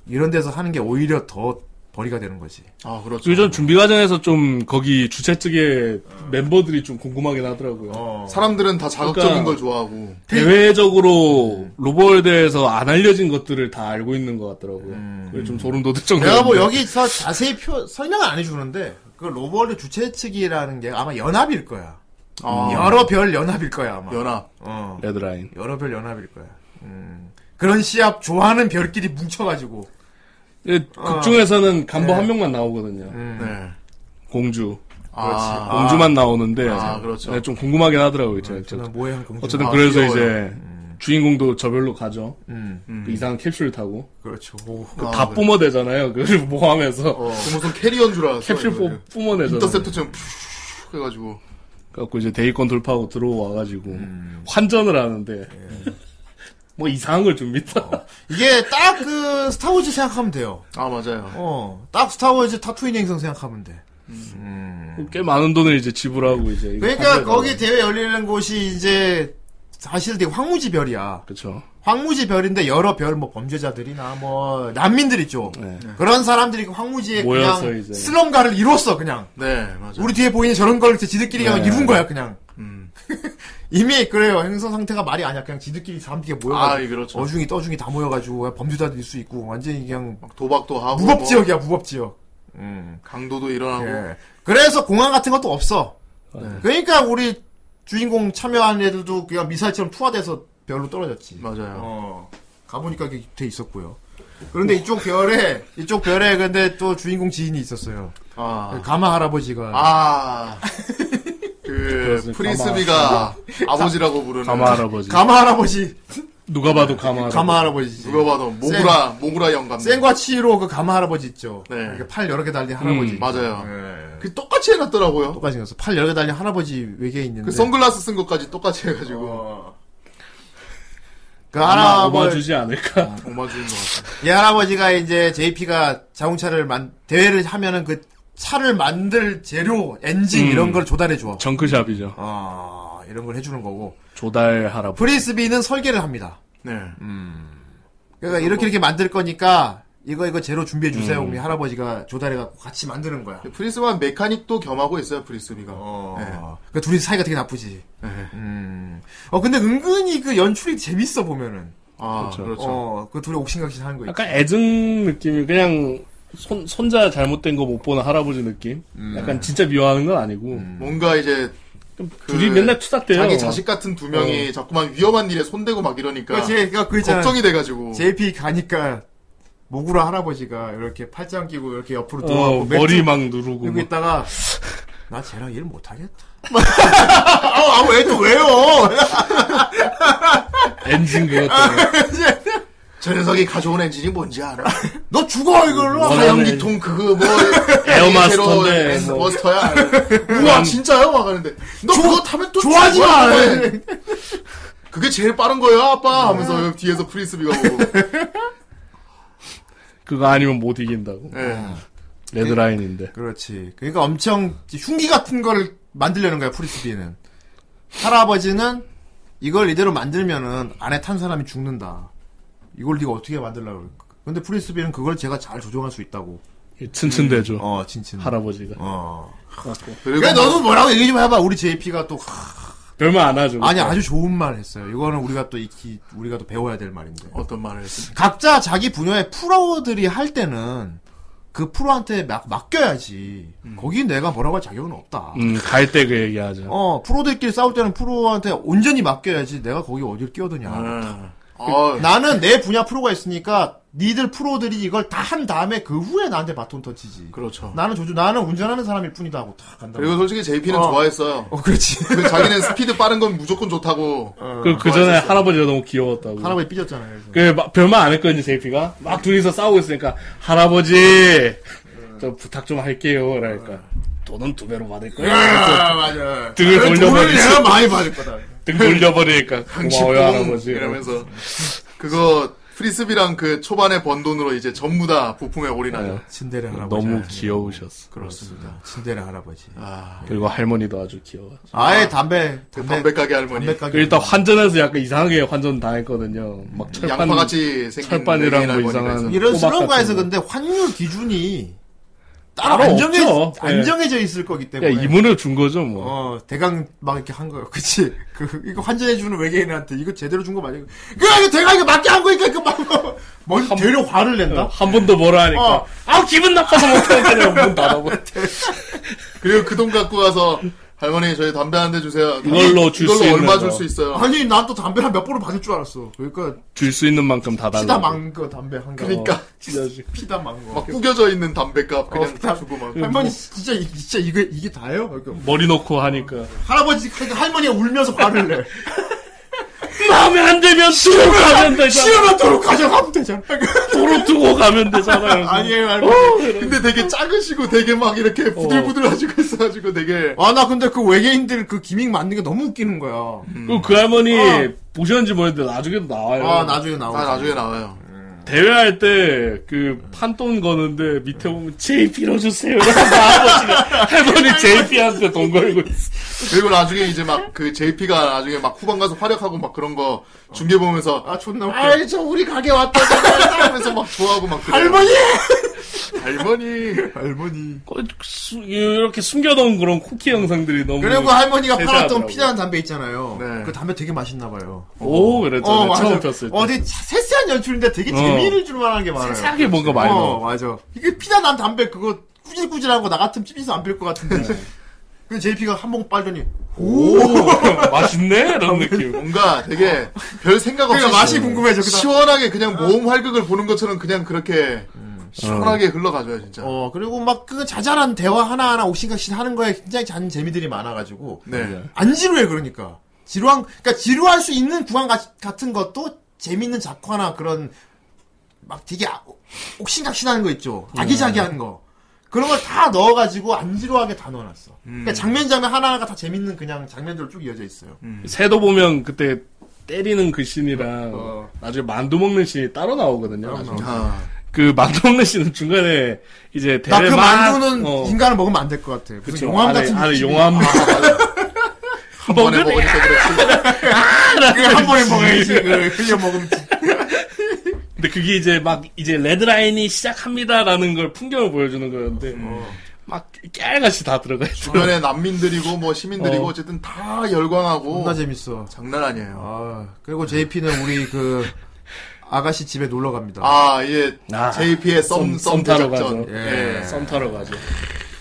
[SPEAKER 3] 이런 데서 하는 게 오히려 더 벌이가 되는 거지.
[SPEAKER 8] 아 그렇죠.
[SPEAKER 6] 요즘 준비 과정에서 좀 거기 주최 측의 멤버들이 좀 궁금하긴 하더라고요.
[SPEAKER 8] 어. 사람들은 다 자극적인
[SPEAKER 6] 그러니까
[SPEAKER 8] 걸 좋아하고 음.
[SPEAKER 6] 대외적으로 로버월드에서 안 알려진 것들을 다 알고 있는 것 같더라고요.
[SPEAKER 8] 음.
[SPEAKER 6] 그게 좀 소름 돋을 정도.
[SPEAKER 3] 내가 뭐 여기서 자세히 표, 설명을 안 해주는데 그 로버월드 주최 측이라는 게 아마 연합일 거야. 음,
[SPEAKER 8] 아.
[SPEAKER 3] 여러 별 연합일 거야 아마.
[SPEAKER 8] 연합.
[SPEAKER 3] 어.
[SPEAKER 6] 레드라인.
[SPEAKER 3] 여러 별 연합일 거야. 음. 그런 시합 좋아하는 별끼리 뭉쳐가지고.
[SPEAKER 6] 예,
[SPEAKER 3] 어.
[SPEAKER 6] 극 중에서는 간보
[SPEAKER 3] 네.
[SPEAKER 8] 네.
[SPEAKER 6] 한 명만 나오거든요.
[SPEAKER 3] 음.
[SPEAKER 6] 공주.
[SPEAKER 8] 음. 아.
[SPEAKER 6] 공주만 나오는데
[SPEAKER 8] 아, 그렇죠. 음,
[SPEAKER 6] 네, 좀 궁금하긴 하더라고요. 제가
[SPEAKER 8] 저는 모해한 공주.
[SPEAKER 6] 어쨌든
[SPEAKER 8] 아,
[SPEAKER 6] 그래서
[SPEAKER 8] 귀여워요.
[SPEAKER 6] 이제 주인공도 저별로 가죠.
[SPEAKER 8] 음.
[SPEAKER 6] 그 이상한 캡슐 타고.
[SPEAKER 3] 그렇죠.
[SPEAKER 6] 그
[SPEAKER 8] 아,
[SPEAKER 6] 다
[SPEAKER 8] 그래.
[SPEAKER 6] 뿜어내잖아요. 그걸 [laughs] 모함해서.
[SPEAKER 8] 그 무슨 캐리어인 줄 알았어.
[SPEAKER 6] 캡슐
[SPEAKER 8] 이거.
[SPEAKER 6] 뿜- 뿜어내잖아.
[SPEAKER 8] 인터셉터처럼 푸 해가지고.
[SPEAKER 6] 갖고 이제 대위권 돌파하고 들어와가지고 환전을 하는데 [laughs] 뭐 이상한 걸 줍니다.
[SPEAKER 3] 이게 딱 그 스타워즈 생각하면 돼요.
[SPEAKER 8] 아 맞아요.
[SPEAKER 3] 어, 딱 스타워즈 타투인 행성 생각하면 돼.
[SPEAKER 6] [laughs] 꽤 많은 돈을 이제 지불하고 이제 이거
[SPEAKER 3] 그러니까
[SPEAKER 6] 판매를
[SPEAKER 3] 거기
[SPEAKER 6] 하고.
[SPEAKER 3] 대회 열리는 곳이 이제 사실 되게 황무지 별이야.
[SPEAKER 6] 그렇죠.
[SPEAKER 3] 황무지 별인데 여러 별 뭐 범죄자들이나 뭐 난민들 있죠. 그런 사람들이 그 황무지에
[SPEAKER 8] 네. 모여서
[SPEAKER 3] 그냥
[SPEAKER 8] 이제.
[SPEAKER 3] 슬럼가를 이뤘어 그냥.
[SPEAKER 8] 네 맞아.
[SPEAKER 3] 우리 뒤에 보이는 저런 걸 지들끼리 그냥
[SPEAKER 8] 네. 음.
[SPEAKER 3] 이룬 거야 그냥. [laughs] 이미 그래요 행성 상태가 말이 아니야 그냥 지들끼리 사람들이 모여가지고
[SPEAKER 8] 아, 예, 그렇죠.
[SPEAKER 3] 어중이 떠중이 다 모여가지고 범죄자들일 수 있고 완전히 그냥
[SPEAKER 8] 도박도 하고
[SPEAKER 3] 무법
[SPEAKER 8] 뭐
[SPEAKER 3] 지역이야 무법 지역. 음.
[SPEAKER 8] 강도도 일어나고.
[SPEAKER 3] 예. 그래서 공항 같은 것도 없어. 그러니까 우리 주인공 참여한 애들도 그냥 미사일처럼 투하돼서 별로 떨어졌지.
[SPEAKER 8] 맞아요.
[SPEAKER 3] 어. 가보니까 이게 돼 있었고요. 그런데 이쪽 별에 이쪽 별에 근데 또 주인공 지인이 있었어요.
[SPEAKER 8] 아.
[SPEAKER 3] 가마 할아버지가 [laughs]
[SPEAKER 8] 아. 그 프리스비가 아버지라고 부르는
[SPEAKER 6] 가마 할아버지.
[SPEAKER 3] 가마 할아버지
[SPEAKER 6] 누가 봐도 가마 할아버지.
[SPEAKER 3] 가마 할아버지
[SPEAKER 8] 누가 봐도 모구라 모구라 영감.
[SPEAKER 3] 생과 치로 그 가마 할아버지 있죠.
[SPEAKER 8] 네.
[SPEAKER 3] 이렇게 팔 여러 개 달린 할아버지.
[SPEAKER 8] 음, 맞아요.
[SPEAKER 3] 그
[SPEAKER 8] 똑같이 해놨더라고요.
[SPEAKER 3] 똑같이 해놨어. 팔 여러 개 달린 할아버지 외계에 있는데.
[SPEAKER 8] 그 선글라스 쓴 것까지 똑같이 해가지고.
[SPEAKER 3] 그 할아버지- 어.
[SPEAKER 6] 않을까?
[SPEAKER 8] 오마주인 것 같아.
[SPEAKER 3] 이 할아버지가 이제 JP가 자동차를 만 대회를 하면은 그 차를 만들 재료, 엔진
[SPEAKER 6] 음.
[SPEAKER 3] 이런 걸 조달해 줘.
[SPEAKER 6] 정크샵이죠.
[SPEAKER 3] 아 이런 걸 해주는 거고
[SPEAKER 6] 조달 할아버지.
[SPEAKER 3] 프리스비는 설계를 합니다.
[SPEAKER 8] 네.
[SPEAKER 3] 그러니까 이렇게 이렇게 만들 거니까 이거 이거 재료 준비해 주세요.
[SPEAKER 8] 음.
[SPEAKER 3] 우리 할아버지가 조달해 갖고 같이 만드는 거야.
[SPEAKER 8] 그 프리스만 메카닉도 겸하고 있어요 예. 프리스비가. 네.
[SPEAKER 3] 그러니까 둘이 사이가 되게 나쁘지. 음. 어 근데 은근히 그 연출이 재밌어 보면은.
[SPEAKER 8] 아 그렇죠.
[SPEAKER 3] 어, 그 둘이 옥신각신 하는 거 있지.
[SPEAKER 6] 약간 애증 느낌이 그냥 손, 손자 잘못된 거 못 보는 할아버지 느낌? 약간 진짜 미워하는 건 아니고. 뭐
[SPEAKER 8] 뭔가 이제
[SPEAKER 3] 그
[SPEAKER 6] 둘이 맨날 투닥대요.
[SPEAKER 8] 자기 자식 같은 두 명이
[SPEAKER 6] 어.
[SPEAKER 8] 자꾸만 위험한 일에 손대고 막 이러니까
[SPEAKER 3] 그러니까 제- 그러니까 그 있잖아.
[SPEAKER 8] 걱정이 돼가지고
[SPEAKER 3] JP 가니까 모구라 할아버지가 이렇게 팔짱 끼고 이렇게 옆으로
[SPEAKER 6] 어,
[SPEAKER 3] 누워갖고
[SPEAKER 6] 머리 막 누르고
[SPEAKER 3] 뭐
[SPEAKER 6] 뭐.
[SPEAKER 3] 여기
[SPEAKER 6] 막.
[SPEAKER 3] 있다가 나 쟤랑 일 못하겠다. 아왜또 왜요?
[SPEAKER 6] 엔진
[SPEAKER 3] [laughs]
[SPEAKER 6] 그것도.
[SPEAKER 8] [laughs] 저 녀석이 가져온 엔진이 뭔지 알아? [laughs]
[SPEAKER 3] 너 죽어 이걸로
[SPEAKER 8] 아, 사형기통 그거 뭐
[SPEAKER 6] 네. [laughs] 에어마스터인데,
[SPEAKER 8] 에어마스터야.
[SPEAKER 6] 뭐.
[SPEAKER 8] [laughs] 우와 진짜요? 막 하는데 너 그거 타면 또 네.
[SPEAKER 3] 좋아하지
[SPEAKER 8] 죽어,
[SPEAKER 3] 마.
[SPEAKER 8] 그래. 그게 제일 빠른 거예요
[SPEAKER 6] 네.
[SPEAKER 8] 아빠 하면서 여기 뒤에서
[SPEAKER 6] [laughs]
[SPEAKER 8] 프리스비가 보고
[SPEAKER 6] 그거 아니면 못 이긴다고.
[SPEAKER 8] 예.
[SPEAKER 6] 레드라인인데.
[SPEAKER 3] 그렇지. 그러니까 엄청 흉기 같은 거를 만들려는 거야 프리스비는. 할아버지는 이걸 이대로 만들면은 안에 탄 사람이 죽는다. 이걸 네가 어떻게 만들려고 그럴까? 근데 프리스비는 그걸 제가 잘 조정할 수 있다고.
[SPEAKER 6] 친친대죠.
[SPEAKER 3] 어, 친친.
[SPEAKER 6] 할아버지가.
[SPEAKER 3] 어.
[SPEAKER 8] 그리고
[SPEAKER 3] 그래 너도 뭐라고 얘기 좀 해봐. 우리 JP가 또
[SPEAKER 6] 별말 안 하죠.
[SPEAKER 3] 아니
[SPEAKER 6] 그때.
[SPEAKER 3] 아주 좋은 말 했어요. 이거는 우리가 또 익히 우리가 또 배워야 될 말인데.
[SPEAKER 8] 어떤 말을 했습니까?
[SPEAKER 3] 각자 자기 분야의 프로들이 할 때는 그 프로한테 막 맡겨야지. 거기 내가 뭐라고 할 자격은 없다.
[SPEAKER 6] 음, 갈 때 그 얘기하죠.
[SPEAKER 3] 어 프로들끼리 싸울 때는 프로한테 온전히 맡겨야지. 내가 거기 어딜 끼어드냐.
[SPEAKER 6] 그,
[SPEAKER 8] 아,
[SPEAKER 3] 나는 내 분야 프로가 있으니까 니들 프로들이 이걸 다 한 다음에 그 후에 나한테 바톤 터치지.
[SPEAKER 8] 그렇죠
[SPEAKER 3] 나는 조주 나는 운전하는 사람일 뿐이다 하고 탁 간다.
[SPEAKER 8] 그리고 솔직히 JP는
[SPEAKER 3] 어.
[SPEAKER 8] 좋아했어요
[SPEAKER 3] 어 그렇지.
[SPEAKER 8] 그 자기는 스피드 빠른 건 무조건 좋다고
[SPEAKER 6] 그, 그 전에 할아버지가 너무 귀여웠다고.
[SPEAKER 3] 할아버지 삐졌잖아요. 그래서.
[SPEAKER 6] 그, 막 별말 안 했거든요, JP가. 막 둘이서 싸우고 있으니까, 할아버지!
[SPEAKER 3] 음.
[SPEAKER 6] 저 부탁 좀 할게요. 그러니까, 돈은 두 배로 받을 거야.
[SPEAKER 3] 아,
[SPEAKER 6] 그래서
[SPEAKER 3] 맞아.
[SPEAKER 6] 등을
[SPEAKER 3] 그래, 돈을
[SPEAKER 6] 돌려버리지.
[SPEAKER 3] 내가 많이 받을 거다.
[SPEAKER 6] 등
[SPEAKER 3] [laughs]
[SPEAKER 6] 돌려버리니까,
[SPEAKER 8] 당신뽕
[SPEAKER 6] 고마워요, 할아버지.
[SPEAKER 8] 이러면서 그거 프리스비랑 그 초반에 번 돈으로 이제 전부 다 부품에
[SPEAKER 6] 네.
[SPEAKER 8] 올인하죠
[SPEAKER 3] 친데레 할아버지.
[SPEAKER 6] 음, 너무 귀여우셨어.
[SPEAKER 8] 그렇습니다
[SPEAKER 3] 친데레 할아버지. 음.
[SPEAKER 8] 아,
[SPEAKER 6] 그리고 할머니도 아주 귀여워. 그
[SPEAKER 3] 아예 담배,
[SPEAKER 8] 그 담배 가게 할머니
[SPEAKER 3] 담배 가게.
[SPEAKER 6] 일단 환전해서 약간 이상하게 환전 당했거든요. 막 철판.
[SPEAKER 8] 양파같이 생긴
[SPEAKER 6] 철판이랑
[SPEAKER 8] 외계인
[SPEAKER 6] 뭐
[SPEAKER 8] 할머니가
[SPEAKER 6] 이상한.
[SPEAKER 3] 이런
[SPEAKER 6] 꼬막
[SPEAKER 3] 슬럼가에서
[SPEAKER 6] 같은 거.
[SPEAKER 3] 근데 환율 기준이 따로
[SPEAKER 6] 따로
[SPEAKER 3] 안정해,
[SPEAKER 6] 없죠. 예.
[SPEAKER 3] 안정해져 있을 거기 때문에.
[SPEAKER 6] 그냥 이문을 준 거죠, 뭐.
[SPEAKER 3] 어, 대강 막 이렇게 한 거요. [laughs] 그치? 그, 이거 환전해주는 외계인한테 이거 제대로 준 거 맞아. 그, 이거 대강 이거 맞게 한 거니까 이거 막, 뭔, 되려 화를 낸다?
[SPEAKER 6] 어, 한 번 더 뭐라 하니까. 아,
[SPEAKER 3] 어.
[SPEAKER 6] 아우, 기분 나빠서 못하겠다고 문 닫아버려.
[SPEAKER 8] 그리고 그 돈 갖고 가서 할머니 저희 담배 한 대 주세요.
[SPEAKER 6] 이걸로 줄수
[SPEAKER 8] 이걸로
[SPEAKER 6] 있는
[SPEAKER 8] 얼마
[SPEAKER 6] 거.
[SPEAKER 8] 줄 수 있어요?
[SPEAKER 3] 아니 난 또 담배 한 몇 보를 받을 줄 알았어. 그러니까
[SPEAKER 6] 줄 수 있는 만큼 다
[SPEAKER 3] 피다
[SPEAKER 6] 달라.
[SPEAKER 3] 망거 담배 한 개.
[SPEAKER 8] 그러니까.
[SPEAKER 3] [laughs] 피다 망거.
[SPEAKER 8] 막 구겨져 있는 담배값 그냥
[SPEAKER 3] 다-
[SPEAKER 8] 주고 막
[SPEAKER 6] 뭐.
[SPEAKER 3] 할머니 진짜 이- 진짜 이게 이게 다예요? 그러니까
[SPEAKER 6] 머리 놓고 하니까.
[SPEAKER 3] 할아버지 그러니까 할머니가 울면서 화를 내.
[SPEAKER 6] 마음에 안 들면 두고 가면 되잖아.
[SPEAKER 3] 싫으면도로 가져가면 되잖아.
[SPEAKER 6] 도로 두고 가면 되잖아요.
[SPEAKER 3] [laughs] 아니에요, 할머니.
[SPEAKER 8] 어, 근데 되게 작으시고 되게 막 이렇게 부들부들하시고 있어가지고 되게
[SPEAKER 3] [laughs] 아 나 근데 그 외계인들 그 기믹 만든 게 너무 웃기는 거야.
[SPEAKER 8] 음.
[SPEAKER 6] 그리고 그 할머니
[SPEAKER 3] 어.
[SPEAKER 6] 보셨는지 모르겠는데 나중에도 나와요.
[SPEAKER 3] 아, 나중에 나오죠.
[SPEAKER 8] 아 나중에 나와요.
[SPEAKER 6] 대회할 때 그 판돈 거는데 밑에 보면 JP로 주세요. 이러면서
[SPEAKER 3] [laughs]
[SPEAKER 6] 아버지가 할머니 JP한테 돈 걸고 있어.
[SPEAKER 8] 그리고 나중에 이제 막 그 JP가 나중에 막 후반 가서 활약하고 막 그런 거 중계 보면서
[SPEAKER 3] 아 존나 웃겨.
[SPEAKER 8] 아이 저 우리 가게 왔다 저거 하면서 막 좋아하고 막 그래요.
[SPEAKER 3] [laughs] 할머니!
[SPEAKER 8] 할머니
[SPEAKER 3] 할머니
[SPEAKER 6] 그 수- 이렇게 숨겨놓은 그런 쿠키 영상들이 너무
[SPEAKER 3] 그리고 할머니가 팔았던
[SPEAKER 6] 대단하더라고요.
[SPEAKER 3] 피자한 담배 있잖아요.
[SPEAKER 8] 네.
[SPEAKER 3] 그 담배 되게 맛있나 봐요. 어,
[SPEAKER 6] 오 그랬잖아요.
[SPEAKER 3] 맞아.
[SPEAKER 6] 네, 처음 폈을 때.
[SPEAKER 3] 어디 자- 세세한 연출인데 되게
[SPEAKER 6] 어.
[SPEAKER 3] 재미를 줄 만한 게 많아요.
[SPEAKER 6] 세세하게 뭔가 많이
[SPEAKER 3] 어,
[SPEAKER 6] 넣어.
[SPEAKER 3] 맞아. 이게 피자 난 담배 그거 꾸질꾸질한 거 나 같으면 찝에서 안 필 것 같은데.
[SPEAKER 6] 네.
[SPEAKER 3] 근데 JP가 한 봉 빨더니 오
[SPEAKER 6] [laughs] 맛있네 이런 느낌.
[SPEAKER 8] 뭔가 되게 별 생각 없이
[SPEAKER 3] 그러니까 맛이 궁금해져, 그다음.
[SPEAKER 8] 시원하게 그냥 모험 활극을 보는 것처럼 그냥 그렇게
[SPEAKER 6] 음.
[SPEAKER 8] 시원하게 흘러가줘요 진짜.
[SPEAKER 3] 어 그리고 막 그 자잘한 대화 하나 하나 옥신각신 하는 거에 굉장히 잔 재미들이 많아가지고
[SPEAKER 8] 네.
[SPEAKER 3] 안 지루해 그러니까 지루한 그러니까 지루할 수 있는 구간 가- 같은 것도 재밌는 작화나 그런 막 되게 아- 옥신각신하는 거 있죠 아기자기한 거 그런 걸 다 넣어가지고 안 지루하게 다 넣어놨어 그러니까 장면 장면 하나하나가 다 재밌는 그냥 장면들로 쭉 이어져 있어요
[SPEAKER 6] 새도 보면 그때 때리는 그 씬이랑 나중에 만두 먹는 씬이 따로 나오거든요. 나중에.
[SPEAKER 8] 아,
[SPEAKER 6] 그 만두 먹는 씬은 중간에 이제
[SPEAKER 3] 나
[SPEAKER 6] 대회
[SPEAKER 3] 그
[SPEAKER 6] 막-
[SPEAKER 3] 만두는
[SPEAKER 6] 어.
[SPEAKER 3] 인간을 먹으면 안 될 것 같아 무슨
[SPEAKER 6] 그쵸.
[SPEAKER 3] 용암
[SPEAKER 6] 안에-
[SPEAKER 3] 같은 아,
[SPEAKER 6] 안에
[SPEAKER 3] 육즙이-
[SPEAKER 6] 용암
[SPEAKER 8] 한 번에
[SPEAKER 6] 먹으래.
[SPEAKER 8] 먹으니까 그렇지.
[SPEAKER 3] 아, 그걸
[SPEAKER 6] [laughs]
[SPEAKER 3] 한 번에 먹어야지 그걸 흘려 [laughs] 먹으면
[SPEAKER 6] 근데 그게 이제 막 이제 레드라인이 시작합니다라는 걸 풍경을 보여주는 거였는데 막 깨알같이 다 들어가 있어.
[SPEAKER 8] 주변에 난민들이고 뭐 시민들이고
[SPEAKER 6] 어.
[SPEAKER 8] 어. 쨌든다 열광하고
[SPEAKER 3] 존나 재밌어
[SPEAKER 8] 장난 아니에요.
[SPEAKER 3] 아, 그리고 JP는 우리 그 아가씨 집에 놀러 갑니다.
[SPEAKER 8] 아, 이게
[SPEAKER 6] 아,
[SPEAKER 8] JP의 썸, 썸,
[SPEAKER 6] 타러
[SPEAKER 8] 대작전.
[SPEAKER 6] 가죠.
[SPEAKER 8] 예.
[SPEAKER 6] 예. 썸 타러 가죠.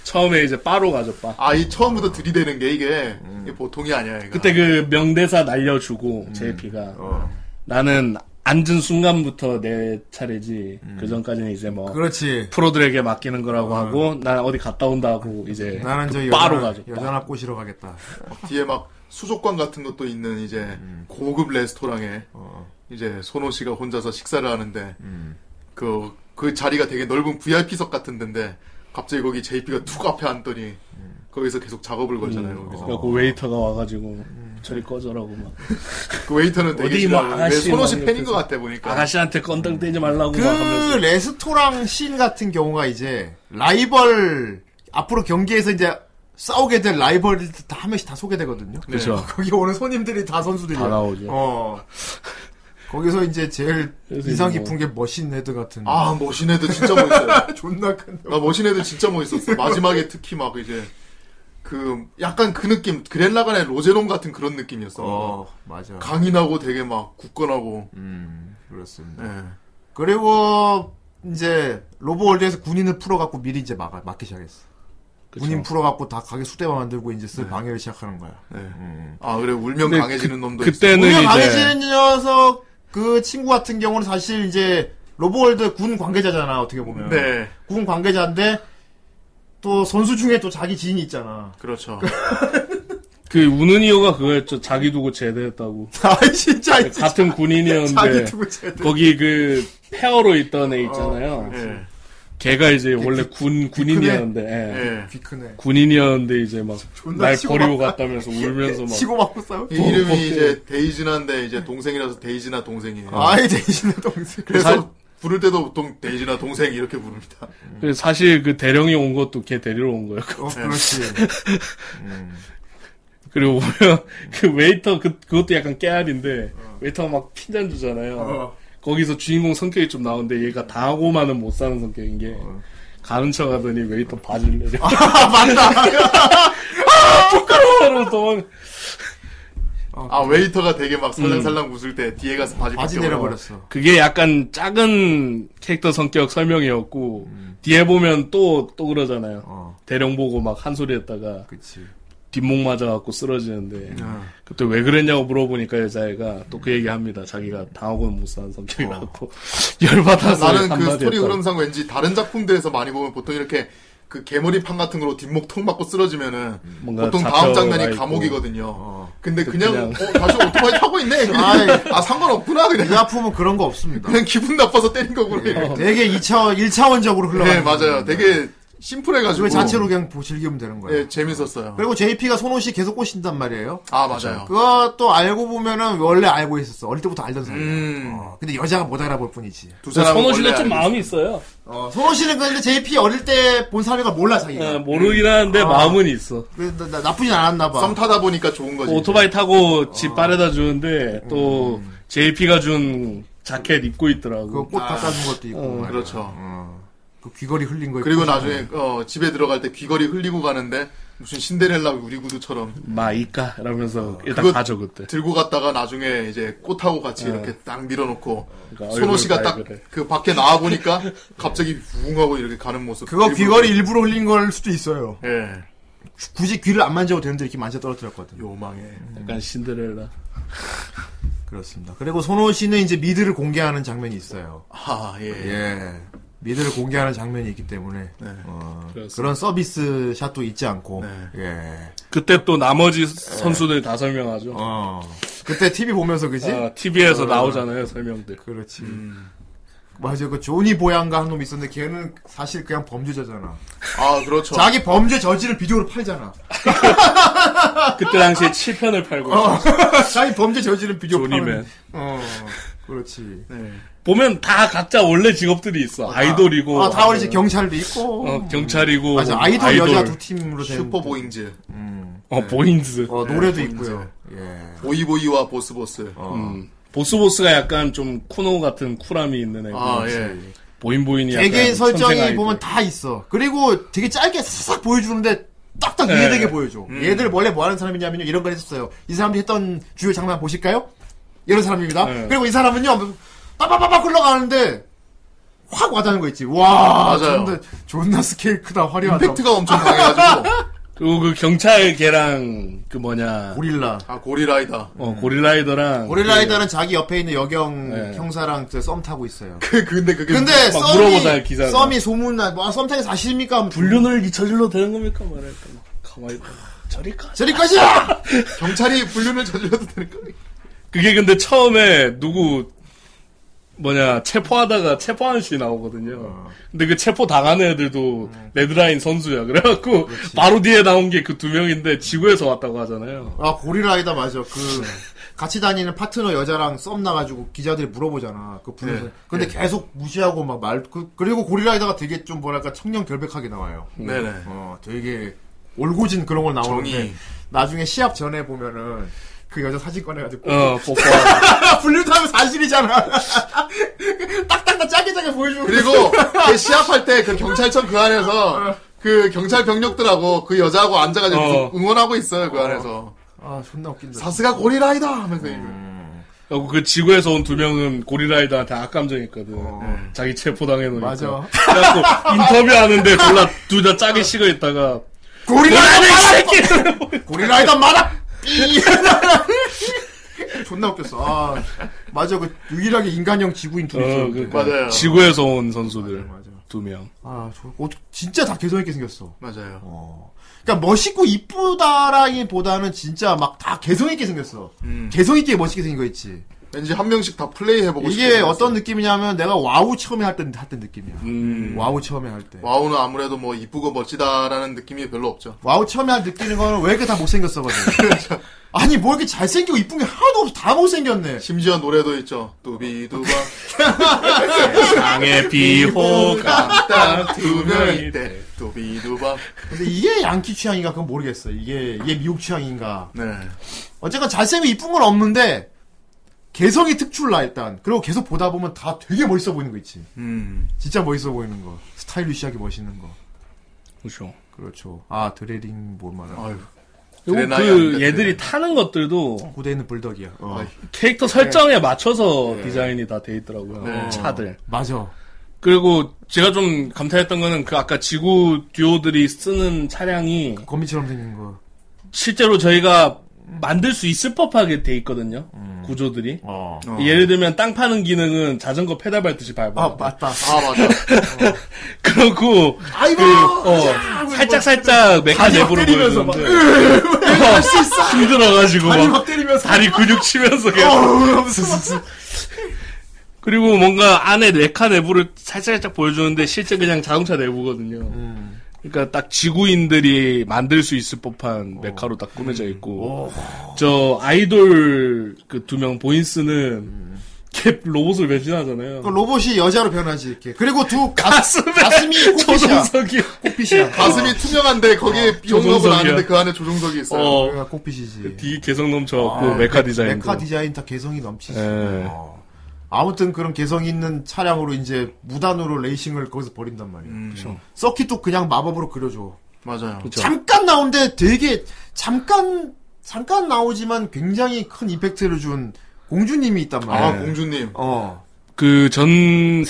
[SPEAKER 6] 처음에 이제 바로 가죠, 바.
[SPEAKER 8] 아, 이 처음부터 들이대는 게 이게, 이게 보통이 아니야, 이거.
[SPEAKER 6] 음. 그때 그 명대사 날려주고
[SPEAKER 3] 음.
[SPEAKER 6] JP가
[SPEAKER 3] 어.
[SPEAKER 6] 나는 앉은 순간부터 내 차례지. 그 전까지는 이제 뭐
[SPEAKER 3] 음. 그렇지.
[SPEAKER 6] 프로들에게 맡기는 거라고 하고 난 어디 갔다 온다고 이제
[SPEAKER 3] 나는 저
[SPEAKER 6] 그
[SPEAKER 3] 여자,
[SPEAKER 6] 바로 가죠. 바.
[SPEAKER 3] 여자나 꼬시러 가겠다.
[SPEAKER 6] 그
[SPEAKER 8] 뒤에 막 수족관 같은 것도 있는 이제
[SPEAKER 6] 음.
[SPEAKER 8] 고급 레스토랑에
[SPEAKER 6] 어.
[SPEAKER 8] 이제 손호 씨가 혼자서 식사를 하는데
[SPEAKER 6] 음.
[SPEAKER 8] 그, 그 자리가 되게 넓은 VIP석 같은 데인데 갑자기 거기 JP가 툭 앞에 앉더니
[SPEAKER 6] 음.
[SPEAKER 8] 거기서 계속 작업을 걸잖아요. 거기서.
[SPEAKER 6] 그래갖고 웨이터가 와가지고
[SPEAKER 3] 음.
[SPEAKER 6] 저리 꺼져라고 막
[SPEAKER 8] 그 웨이터는 되게
[SPEAKER 6] 어디 뭐
[SPEAKER 8] 싫어하고 왜
[SPEAKER 6] 아가씨
[SPEAKER 8] 손호 씨
[SPEAKER 6] 막
[SPEAKER 8] 팬인
[SPEAKER 6] 옆에서.
[SPEAKER 8] 것 같아 보니까.
[SPEAKER 6] 아가씨한테 건당대지 말라고
[SPEAKER 3] 그
[SPEAKER 6] 막 하면서
[SPEAKER 3] 레스토랑 씬 같은 경우가 이제 라이벌 앞으로 경기에서 이제 싸우게 될 라이벌들 다 한 명씩 다 소개되거든요.
[SPEAKER 6] 그쵸.
[SPEAKER 3] [laughs] 거기 오는 손님들이 네. 다 선수들이야.
[SPEAKER 6] 다 나오죠.
[SPEAKER 3] 어. 거기서 이제 제일 뭐
[SPEAKER 6] 그래서
[SPEAKER 3] 인상
[SPEAKER 6] 이제
[SPEAKER 3] 깊은 게 머신 헤드 같은.
[SPEAKER 8] 아, 멋있는 애들 진짜 멋있어요.
[SPEAKER 3] 존나 큰.
[SPEAKER 8] 나 머신 애들 진짜 멋있었어. 마지막에 특히 막 이제 그 약간 그 느낌 그랜라간의 로제롬 같은 그런
[SPEAKER 3] [laughs]
[SPEAKER 8] 느낌이었어.
[SPEAKER 3] 어, 맞아.
[SPEAKER 8] 강인하고 되게 막 굳건하고.
[SPEAKER 3] 음, 그렇습니다.
[SPEAKER 8] 예.
[SPEAKER 3] 그리고 이제 로보월드에서 군인을 풀어갖고 미리 이제 막 막기 시작했어. 군인 풀어갖고 다 가게 수대화 만들고 이제 슬 방해를 시작하는 거야.
[SPEAKER 8] 네. 아 그래 울면
[SPEAKER 6] 근데
[SPEAKER 8] 강해지는 놈도
[SPEAKER 6] 그때는
[SPEAKER 3] 우리가
[SPEAKER 6] 이제
[SPEAKER 3] 강해지는 녀석 그 친구 같은 경우는 사실 이제 로보월드 군 관계자잖아 어떻게 보면.
[SPEAKER 8] 있어. 네.
[SPEAKER 3] 군 관계자인데 또 선수 중에 또 자기 지인이 있잖아. [laughs]
[SPEAKER 8] 그렇죠.
[SPEAKER 6] 그 우는 이유가 그거였죠. 자기 두고
[SPEAKER 3] [laughs]
[SPEAKER 6] 제대했다고.
[SPEAKER 3] 아 진짜
[SPEAKER 6] 그
[SPEAKER 3] 있지.
[SPEAKER 6] 같은
[SPEAKER 3] 자기
[SPEAKER 6] 군인이었는데
[SPEAKER 3] 두고 쟤들.
[SPEAKER 6] 거기 그 페어로 있던 애
[SPEAKER 3] 어,
[SPEAKER 6] 있잖아요.
[SPEAKER 8] 예.
[SPEAKER 6] 걔가 이제 원래
[SPEAKER 3] 그
[SPEAKER 6] 군 군인이었는데 예.
[SPEAKER 8] 예.
[SPEAKER 3] 귀 크네.
[SPEAKER 6] 군인이었는데 이제 막
[SPEAKER 3] 존나
[SPEAKER 6] 날
[SPEAKER 3] 치고
[SPEAKER 6] 버리고
[SPEAKER 3] 막-
[SPEAKER 6] 갔다면서 울면서 막
[SPEAKER 3] 치고 맞고 싸우.
[SPEAKER 8] 이
[SPEAKER 3] 고
[SPEAKER 8] 이름이 이제 데이지나인데 이제 동생이라서 데이지나 동생이에요.
[SPEAKER 3] 어. 아이 대신에 동생.
[SPEAKER 8] 그래서
[SPEAKER 6] 살-
[SPEAKER 8] 부를 때도 보통 데이지나 동생 이렇게 부릅니다.
[SPEAKER 6] 그래서 사실 그 대령이 온 것도 걔 데리러 온 거예요. [laughs]
[SPEAKER 3] 어, 그렇지.
[SPEAKER 6] 그리고 보면 [laughs] 그 웨이터 그 그것도 약간 깨알인데 웨이터가 막 핀잔 주잖아요.
[SPEAKER 3] 어.
[SPEAKER 6] 거기서 주인공 성격이 좀 나오는데 얘가 당하고만은 못 사는 성격인 게
[SPEAKER 3] 어.
[SPEAKER 6] 가는 척하더니 웨이터 바지를 내려. 아 [laughs] 맞다. 아부끄러워로 도망.
[SPEAKER 8] 아 웨이터가 되게 막 살랑살랑 웃을 때 뒤에 가서 바지
[SPEAKER 3] 바지
[SPEAKER 8] 벗겨버려.
[SPEAKER 3] 내려버렸어.
[SPEAKER 6] 그게 약간 작은 캐릭터 성격 설명이었고 뒤에 보면 또 또 그러잖아요.
[SPEAKER 3] 음. 어.
[SPEAKER 6] 대령 보고 막 한 소리 했다가
[SPEAKER 3] 그치.
[SPEAKER 6] 뒷목 맞아갖고 쓰러지는데 그때 왜 그랬냐고 물어보니까 여자애가 또 그 얘기합니다. 자기가 당하고는 못사는 성격이라고 [laughs] 열받아서
[SPEAKER 8] 어. 나는 그
[SPEAKER 6] 한마디
[SPEAKER 8] 스토리
[SPEAKER 6] 했다고.
[SPEAKER 8] 흐름상 왠지 다른 작품들에서 많이 보면 보통 이렇게 그 개머리 판 같은 걸로 뒷목 통 맞고 쓰러지면은
[SPEAKER 6] 뭔가
[SPEAKER 8] 보통
[SPEAKER 6] 잡혀와
[SPEAKER 8] 다음 장면이
[SPEAKER 6] 있고.
[SPEAKER 8] 감옥이거든요. 근데
[SPEAKER 6] 그 그냥-
[SPEAKER 8] 그냥, 어, 다시 오토바이 타고 있네.
[SPEAKER 6] [laughs]
[SPEAKER 3] 아이.
[SPEAKER 8] 그냥. 아 상관없구나 그냥.
[SPEAKER 3] 이 작품은 그런 거 없습니다.
[SPEAKER 8] 그냥 기분 나빠서 때린
[SPEAKER 6] 어.
[SPEAKER 8] 거구나. 이렇게.
[SPEAKER 3] 되게 2차 1차원적으로 흘러가.
[SPEAKER 8] 네 맞아요. 되게 심플해가지고
[SPEAKER 3] 그 자체로 그냥 보- 즐기면 되는 거예요.
[SPEAKER 8] 예 재밌었어요.
[SPEAKER 3] 그리고 JP가 손호 씨 계속 꼬신단 말이에요.
[SPEAKER 8] 아 맞아요.
[SPEAKER 3] 그것도 알고 보면은 원래 알고 있었어. 어릴 때부터 알던 사람.
[SPEAKER 8] 음.
[SPEAKER 3] 어, 근데 여자가 못 알아볼 뿐이지.
[SPEAKER 8] 두
[SPEAKER 6] 선호 씨도 좀 마음이 있어요.
[SPEAKER 3] 어, 손호 씨는 근데 JP 어릴 때 본 사례가 몰라 자기가.
[SPEAKER 6] 네, 모르긴 하는데
[SPEAKER 3] 아.
[SPEAKER 6] 마음은 있어.
[SPEAKER 3] 그래서 나, 나- 나쁘진 않았나 봐.
[SPEAKER 8] 썸 타다 보니까 좋은
[SPEAKER 6] 아-
[SPEAKER 8] 거지.
[SPEAKER 6] 그
[SPEAKER 8] 아. 음.
[SPEAKER 6] 오토바이 타고 집 빠르다 주는데 또 JP가 준 자켓 입고 있더라고.
[SPEAKER 8] 아.
[SPEAKER 3] 그꽃 갖다 준 것도 있고.
[SPEAKER 6] 어.
[SPEAKER 3] 말이야.
[SPEAKER 8] 그렇죠.
[SPEAKER 3] 그 귀걸이 흘린 거.
[SPEAKER 8] 그리고
[SPEAKER 3] 있고.
[SPEAKER 8] 나중에 어, 집에 들어갈 때 귀걸이 흘리고 가는데 무슨 신데렐라 우리 구두처럼
[SPEAKER 6] 마이까 이러면서 일단
[SPEAKER 8] 아, 그거
[SPEAKER 6] 가죠 그때.
[SPEAKER 8] 들고 갔다가 나중에 이제 꽃하고 같이
[SPEAKER 6] 어.
[SPEAKER 8] 이렇게 딱 밀어놓고
[SPEAKER 6] 그러니까
[SPEAKER 8] 손호 씨가
[SPEAKER 6] 얼굴
[SPEAKER 8] 딱
[SPEAKER 6] 발그레.
[SPEAKER 8] 그 밖에 나와 보니까 갑자기 웅 하고 이렇게 가는 모습.
[SPEAKER 3] 그거
[SPEAKER 8] 일부러-
[SPEAKER 3] 귀걸이 일부러 흘린 걸 수도 있어요.
[SPEAKER 8] 예.
[SPEAKER 3] 굳이 귀를 안 만져도 되는데 이렇게 만져 떨어뜨렸거든.
[SPEAKER 8] 요망해.
[SPEAKER 6] 약간 신데렐라.
[SPEAKER 3] 그렇습니다. 그리고 손호 씨는 이제 미드를 공개하는 장면이 있어요.
[SPEAKER 8] 아 예.
[SPEAKER 3] 예. 미드를 공개하는 장면이 있기 때문에
[SPEAKER 8] 아,
[SPEAKER 3] 어,
[SPEAKER 6] 네. 그렇습니다. 네.
[SPEAKER 3] 그런 서비스 샷도 있지 않고 예.
[SPEAKER 6] 그때 또 나머지
[SPEAKER 8] 네.
[SPEAKER 6] 선수들 다 설명하죠.
[SPEAKER 8] 아,
[SPEAKER 3] 어. 그때 TV 보면서 그지?
[SPEAKER 6] TV에서
[SPEAKER 3] 어.
[SPEAKER 6] 나오잖아요 설명들.
[SPEAKER 3] 그렇지.
[SPEAKER 6] 음.
[SPEAKER 3] 맞아 그 조니 보양가 한 놈 있었는데 걔는 사실 그냥 범죄자잖아.
[SPEAKER 8] 아 그렇죠.
[SPEAKER 3] 자기 범죄 저지를 비디오로 팔잖아.
[SPEAKER 6] 그때 당시에 7편을 팔고 있었어요.
[SPEAKER 3] [laughs] 자기 범죄 저지를 비디오
[SPEAKER 6] 조니맨.
[SPEAKER 3] 파는. 어 그렇지.
[SPEAKER 8] 네.
[SPEAKER 6] 네. 보면 다 각자 원래 직업들이 있어. 아이돌이고.
[SPEAKER 3] 아, 다 원래 경찰도 있고.
[SPEAKER 6] 어, 경찰이고.
[SPEAKER 3] 맞아
[SPEAKER 6] 뭐
[SPEAKER 3] 아이돌,
[SPEAKER 6] 아이돌.
[SPEAKER 3] 여자 두 팀으로 된.
[SPEAKER 8] 슈퍼 보잉즈.
[SPEAKER 6] 어, 보인즈.
[SPEAKER 3] 어, 노래도
[SPEAKER 8] 보잉즈.
[SPEAKER 3] 있고요. 예.
[SPEAKER 8] 보이보이와 보스보스.
[SPEAKER 6] 음. 보스보스가 약간 좀 쿠노 같은 쿨함이 있는 애고.
[SPEAKER 8] 아 예.
[SPEAKER 6] 보인보인이 약간.
[SPEAKER 3] 되게
[SPEAKER 6] 천생
[SPEAKER 3] 설정이
[SPEAKER 6] 아이돌.
[SPEAKER 3] 보면 다 있어. 그리고 되게 짧게 싹 보여주는데 딱딱
[SPEAKER 6] 네.
[SPEAKER 3] 이해되게 보여줘. 얘들 원래 뭐 하는 사람이냐면요. 이런 걸 했었어요. 이 사람들이 했던 주요 장면 보실까요? 이런 사람입니다.
[SPEAKER 6] 네.
[SPEAKER 3] 그리고 이 사람은요. 뭐 빠바바바 흘러가는데 확 와닿는 거 있지. 와,
[SPEAKER 8] 맞아요.
[SPEAKER 3] 존나, 존나 스케일 크다.
[SPEAKER 6] 아,
[SPEAKER 3] 화려하다.
[SPEAKER 8] 임팩트가 엄청 강해가지고.
[SPEAKER 6] 그리고 그 경찰 걔랑 그 뭐냐.
[SPEAKER 3] [laughs] 고릴라.
[SPEAKER 8] 아 고리라이다.
[SPEAKER 6] 어, 고릴라이더랑.
[SPEAKER 3] 고릴라이더는 자기 옆에 있는 여경
[SPEAKER 6] 네.
[SPEAKER 3] 형사랑 저썸 타고 있어요.
[SPEAKER 8] 그 근데 그게
[SPEAKER 3] 근데
[SPEAKER 6] 막
[SPEAKER 3] 썸이
[SPEAKER 6] 물어보잖아요, 기사가.
[SPEAKER 3] 썸이 소문나. 뭐, 아, 썸 타기 사실입니까? 하면
[SPEAKER 6] 불륜을 저질러 되는 겁니까? 말할까. 막 가만히 있다. 저리 가.
[SPEAKER 3] 저리까지야.
[SPEAKER 8] 경찰이 불륜을 저질러도 되는 거니?
[SPEAKER 6] 그게 근데 처음에 누구 뭐냐 체포하다가 체포하는 씬 나오거든요.
[SPEAKER 3] 아.
[SPEAKER 6] 근데 그 체포 당한 애들도
[SPEAKER 3] 음.
[SPEAKER 6] 레드라인 선수야. 그래갖고 바로 뒤에 나온 게 그 두 명인데 지구에서 왔다고 하잖아요.
[SPEAKER 3] 아 고릴라이다 맞아 그 같이 다니는 파트너 여자랑 썸 나가지고 기자들이 물어보잖아 그 분에서
[SPEAKER 8] 네.
[SPEAKER 3] 근데
[SPEAKER 8] 네.
[SPEAKER 3] 계속 무시하고 막 말 그, 그리고 고릴라이다가 되게 좀 뭐랄까 청년 결백하게 나와요
[SPEAKER 6] 음.
[SPEAKER 8] 네네.
[SPEAKER 3] 어 되게 올고진 그런 걸 나오는데
[SPEAKER 6] 네.
[SPEAKER 8] 정의.
[SPEAKER 3] 나중에 시합 전에 보면은 그 여자 사진 꺼내가지고
[SPEAKER 6] 어, 뽀뽀.
[SPEAKER 3] 분류하면 사실이잖아 [laughs] 딱딱딱 짜게 짜게 보여주고
[SPEAKER 8] 그리고 그 시합할 때 그 경찰청 그 안에서 그 경찰 병력들하고 그 여자하고 앉아가지고
[SPEAKER 6] 어.
[SPEAKER 8] 응원하고 있어요 그 안에서
[SPEAKER 3] 아 존나 웃긴다
[SPEAKER 8] 사스가 고리라이다
[SPEAKER 6] 음.
[SPEAKER 8] 하면서 이거.
[SPEAKER 6] 그리고 그 지구에서 온 두 명은 고릴라이더한테 악감정 있거든. 네. 자기 체포 당해놓으니까.
[SPEAKER 3] 어. 맞아.
[SPEAKER 6] 그래갖고 인터뷰하는데 골라 둘 다 짜게 식어 있다가
[SPEAKER 3] 고릴라이다 말아 고릴라이다 말아 삐! [laughs] 존나 웃겼어 아 맞아 그 유일하게 인간형 지구인 둘이
[SPEAKER 6] 어,
[SPEAKER 3] 있었는데
[SPEAKER 6] 그
[SPEAKER 8] 맞아요.
[SPEAKER 6] 지구에서 온 선수들
[SPEAKER 3] 맞아.
[SPEAKER 6] 두 명.
[SPEAKER 3] 아, 저, 어, 진짜 다 개성있게 생겼어.
[SPEAKER 8] 맞아요.
[SPEAKER 3] 어. 그니까 멋있고 이쁘다라기보다는 진짜 막 다 개성있게 생겼어.
[SPEAKER 8] 음.
[SPEAKER 3] 개성있게 멋있게 생긴 거 있지.
[SPEAKER 8] 왠지 한 명씩 다 플레이 해보고 싶어.
[SPEAKER 3] 이게 어떤 느낌이냐면 내가 와우 처음에 할 때, 할때 느낌이야.
[SPEAKER 6] 음.
[SPEAKER 3] 와우 처음에 할 때.
[SPEAKER 8] 와우는 아무래도 뭐 이쁘고 멋지다라는 느낌이 별로 없죠.
[SPEAKER 3] 와우 처음에 할 느끼는 거는 왜 이렇게 다 못생겼어거든. 아니, 뭐 이렇게 잘생기고 이쁜 게 하나도 없어. 다 못생겼네.
[SPEAKER 8] 심지어 노래도 있죠. 두비두바
[SPEAKER 6] 세상의 비호가
[SPEAKER 8] 딱두 명일 때
[SPEAKER 6] 어, 때.
[SPEAKER 8] 두비두바.
[SPEAKER 3] 근데 이게 양키 취향인가 그건 모르겠어. 이게, 이게 미국 취향인가.
[SPEAKER 8] 네.
[SPEAKER 3] 어쨌건 잘생기고 이쁜 건 없는데, 개성이 특출나, 일단. 그리고 계속 보다 보면 다 되게 멋있어 보이는 거 있지.
[SPEAKER 8] 음.
[SPEAKER 3] 진짜 멋있어 보이는 거. 스타일리시하게 멋있는 거.
[SPEAKER 6] 그렇죠.
[SPEAKER 3] 그렇죠. 아, 드레링 뭘 말하나.
[SPEAKER 8] 아유.
[SPEAKER 6] 그리고
[SPEAKER 8] 드레나이 안
[SPEAKER 6] 그
[SPEAKER 8] 됐네.
[SPEAKER 6] 얘들이 타는 것들도
[SPEAKER 3] 고대는 불덕이야. 어.
[SPEAKER 6] 캐릭터 설정에 맞춰서 디자인이 다 돼 있더라고요.
[SPEAKER 8] 네.
[SPEAKER 6] 차들.
[SPEAKER 3] 맞아.
[SPEAKER 6] 그리고 제가 좀 감탄했던 거는 그 아까 지구 듀오들이 쓰는 차량이
[SPEAKER 3] 거미처럼 생긴 거.
[SPEAKER 6] 실제로 저희가 만들 수 있을 법하게 돼 있거든요. 구조들이. 예를 들면 땅 파는 기능은 자전거 페달 밟듯이 밟아. 아
[SPEAKER 3] 맞다.
[SPEAKER 8] 아 맞아.
[SPEAKER 6] 그러고 어,
[SPEAKER 8] 아이고.
[SPEAKER 6] 살짝 살짝 메카
[SPEAKER 8] 다리 막
[SPEAKER 6] 내부로
[SPEAKER 8] 때리면서
[SPEAKER 6] 보였는데
[SPEAKER 8] 할수 있어.
[SPEAKER 6] 힘들어가지고
[SPEAKER 8] 다리
[SPEAKER 6] 막
[SPEAKER 8] 막 때리면서.
[SPEAKER 6] 다리 근육 치면서
[SPEAKER 8] 어우,
[SPEAKER 6] 그냥
[SPEAKER 8] 무슨-
[SPEAKER 6] 그리고 뭔가 안에 메카 내부를 살짝 살짝 보여주는데 실제 그냥 자동차 내부거든요. 그러니까 딱 지구인들이 만들 수 있을
[SPEAKER 8] 어.
[SPEAKER 6] 법한 메카로 딱 꾸며져 있고 저 아이돌 그 두 명
[SPEAKER 8] 음.
[SPEAKER 6] 보인스는 캡 로봇을 배신하잖아요.
[SPEAKER 3] 그 로봇이 여자로 변하지 이렇게. 그리고 두 가슴
[SPEAKER 6] [laughs] 가슴이
[SPEAKER 3] 꽃빛이야.
[SPEAKER 6] 조종석이 [laughs] 어.
[SPEAKER 3] 꽃빛이야. [laughs]
[SPEAKER 8] 가슴이 투명한데 거기에 비용록은 아는데 그 안에 조종석이 있어요.
[SPEAKER 6] 어,
[SPEAKER 3] 꽃빛이지.
[SPEAKER 6] 그 뒤 개성 넘쳐갖고
[SPEAKER 3] 예. 아,
[SPEAKER 6] 메카
[SPEAKER 3] 그
[SPEAKER 6] 디자인.
[SPEAKER 3] 메카 디자인 다 개성이 넘치지.
[SPEAKER 6] 예.
[SPEAKER 3] 어. 아무튼 그런 개성 있는 차량으로 이제 무단으로 레이싱을 거기서 벌인단 말이에요.
[SPEAKER 6] 음. 그렇죠.
[SPEAKER 3] 서킷도 그냥 마법으로 그려줘.
[SPEAKER 8] 맞아요.
[SPEAKER 3] 잠깐 나오는데 되게 잠깐 잠깐 나오지만 굉장히 큰 임팩트를 준 공주님이 있단 말이에요.
[SPEAKER 8] 아, 공주님.
[SPEAKER 3] 어.
[SPEAKER 6] 그전전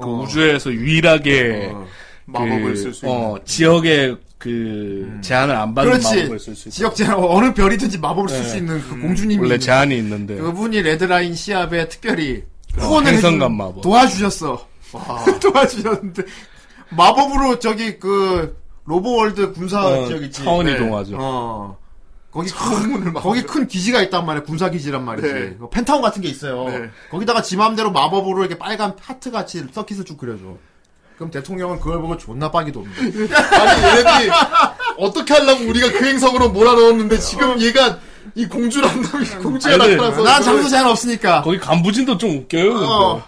[SPEAKER 6] 그 우주에서 유일하게 그,
[SPEAKER 8] 마법을 쓸수 [laughs]
[SPEAKER 6] 어, 지역의 그 제한을 안 받는 마법을 쓸 수
[SPEAKER 3] 그렇지.
[SPEAKER 6] 있다.
[SPEAKER 3] 지역 제한 어느 별이든지 마법을 쓸
[SPEAKER 6] 네.
[SPEAKER 3] 수 있는 그
[SPEAKER 6] 음,
[SPEAKER 3] 공주님이
[SPEAKER 6] 원래
[SPEAKER 3] 있는데
[SPEAKER 6] 제한이 있는데
[SPEAKER 3] 그분이 레드라인 시합에 특별히
[SPEAKER 6] 어,
[SPEAKER 3] 후원을
[SPEAKER 6] 행성감
[SPEAKER 3] 해준-
[SPEAKER 6] 마법.
[SPEAKER 3] 도와주셨어. [laughs] 도와주셨는데 마법으로 저기 그 로보월드 군사
[SPEAKER 6] 어,
[SPEAKER 3] 지역 있지.
[SPEAKER 6] 차원
[SPEAKER 3] 네.
[SPEAKER 6] 이동하죠.
[SPEAKER 3] 어. 거기 큰, 거기 큰 기지가 있단 말이야. 군사 기지란 말이지.
[SPEAKER 8] 네.
[SPEAKER 3] 그 펜타곤 같은 게 있어요.
[SPEAKER 6] 네.
[SPEAKER 3] 거기다가 지 마음대로 마법으로 이렇게 빨간 하트 같이 서킷을 쭉 그려줘. 그럼 대통령은 그걸 보고 존나 빡이
[SPEAKER 6] [laughs]
[SPEAKER 3] 돕니다.
[SPEAKER 6] 네.
[SPEAKER 8] 아니 얘네들이 어떻게 하려고 우리가 그 행성으로 몰아넣었는데 지금 얘가 이 공주란 놈이
[SPEAKER 6] 어.
[SPEAKER 8] 공주가
[SPEAKER 6] 아니, 근데
[SPEAKER 8] 나타나서
[SPEAKER 6] 난
[SPEAKER 8] 그걸-
[SPEAKER 6] 장수
[SPEAKER 3] 제한 없으니까.
[SPEAKER 6] 아, 거기 간부진도 좀 웃겨요. 근데.
[SPEAKER 8] 어.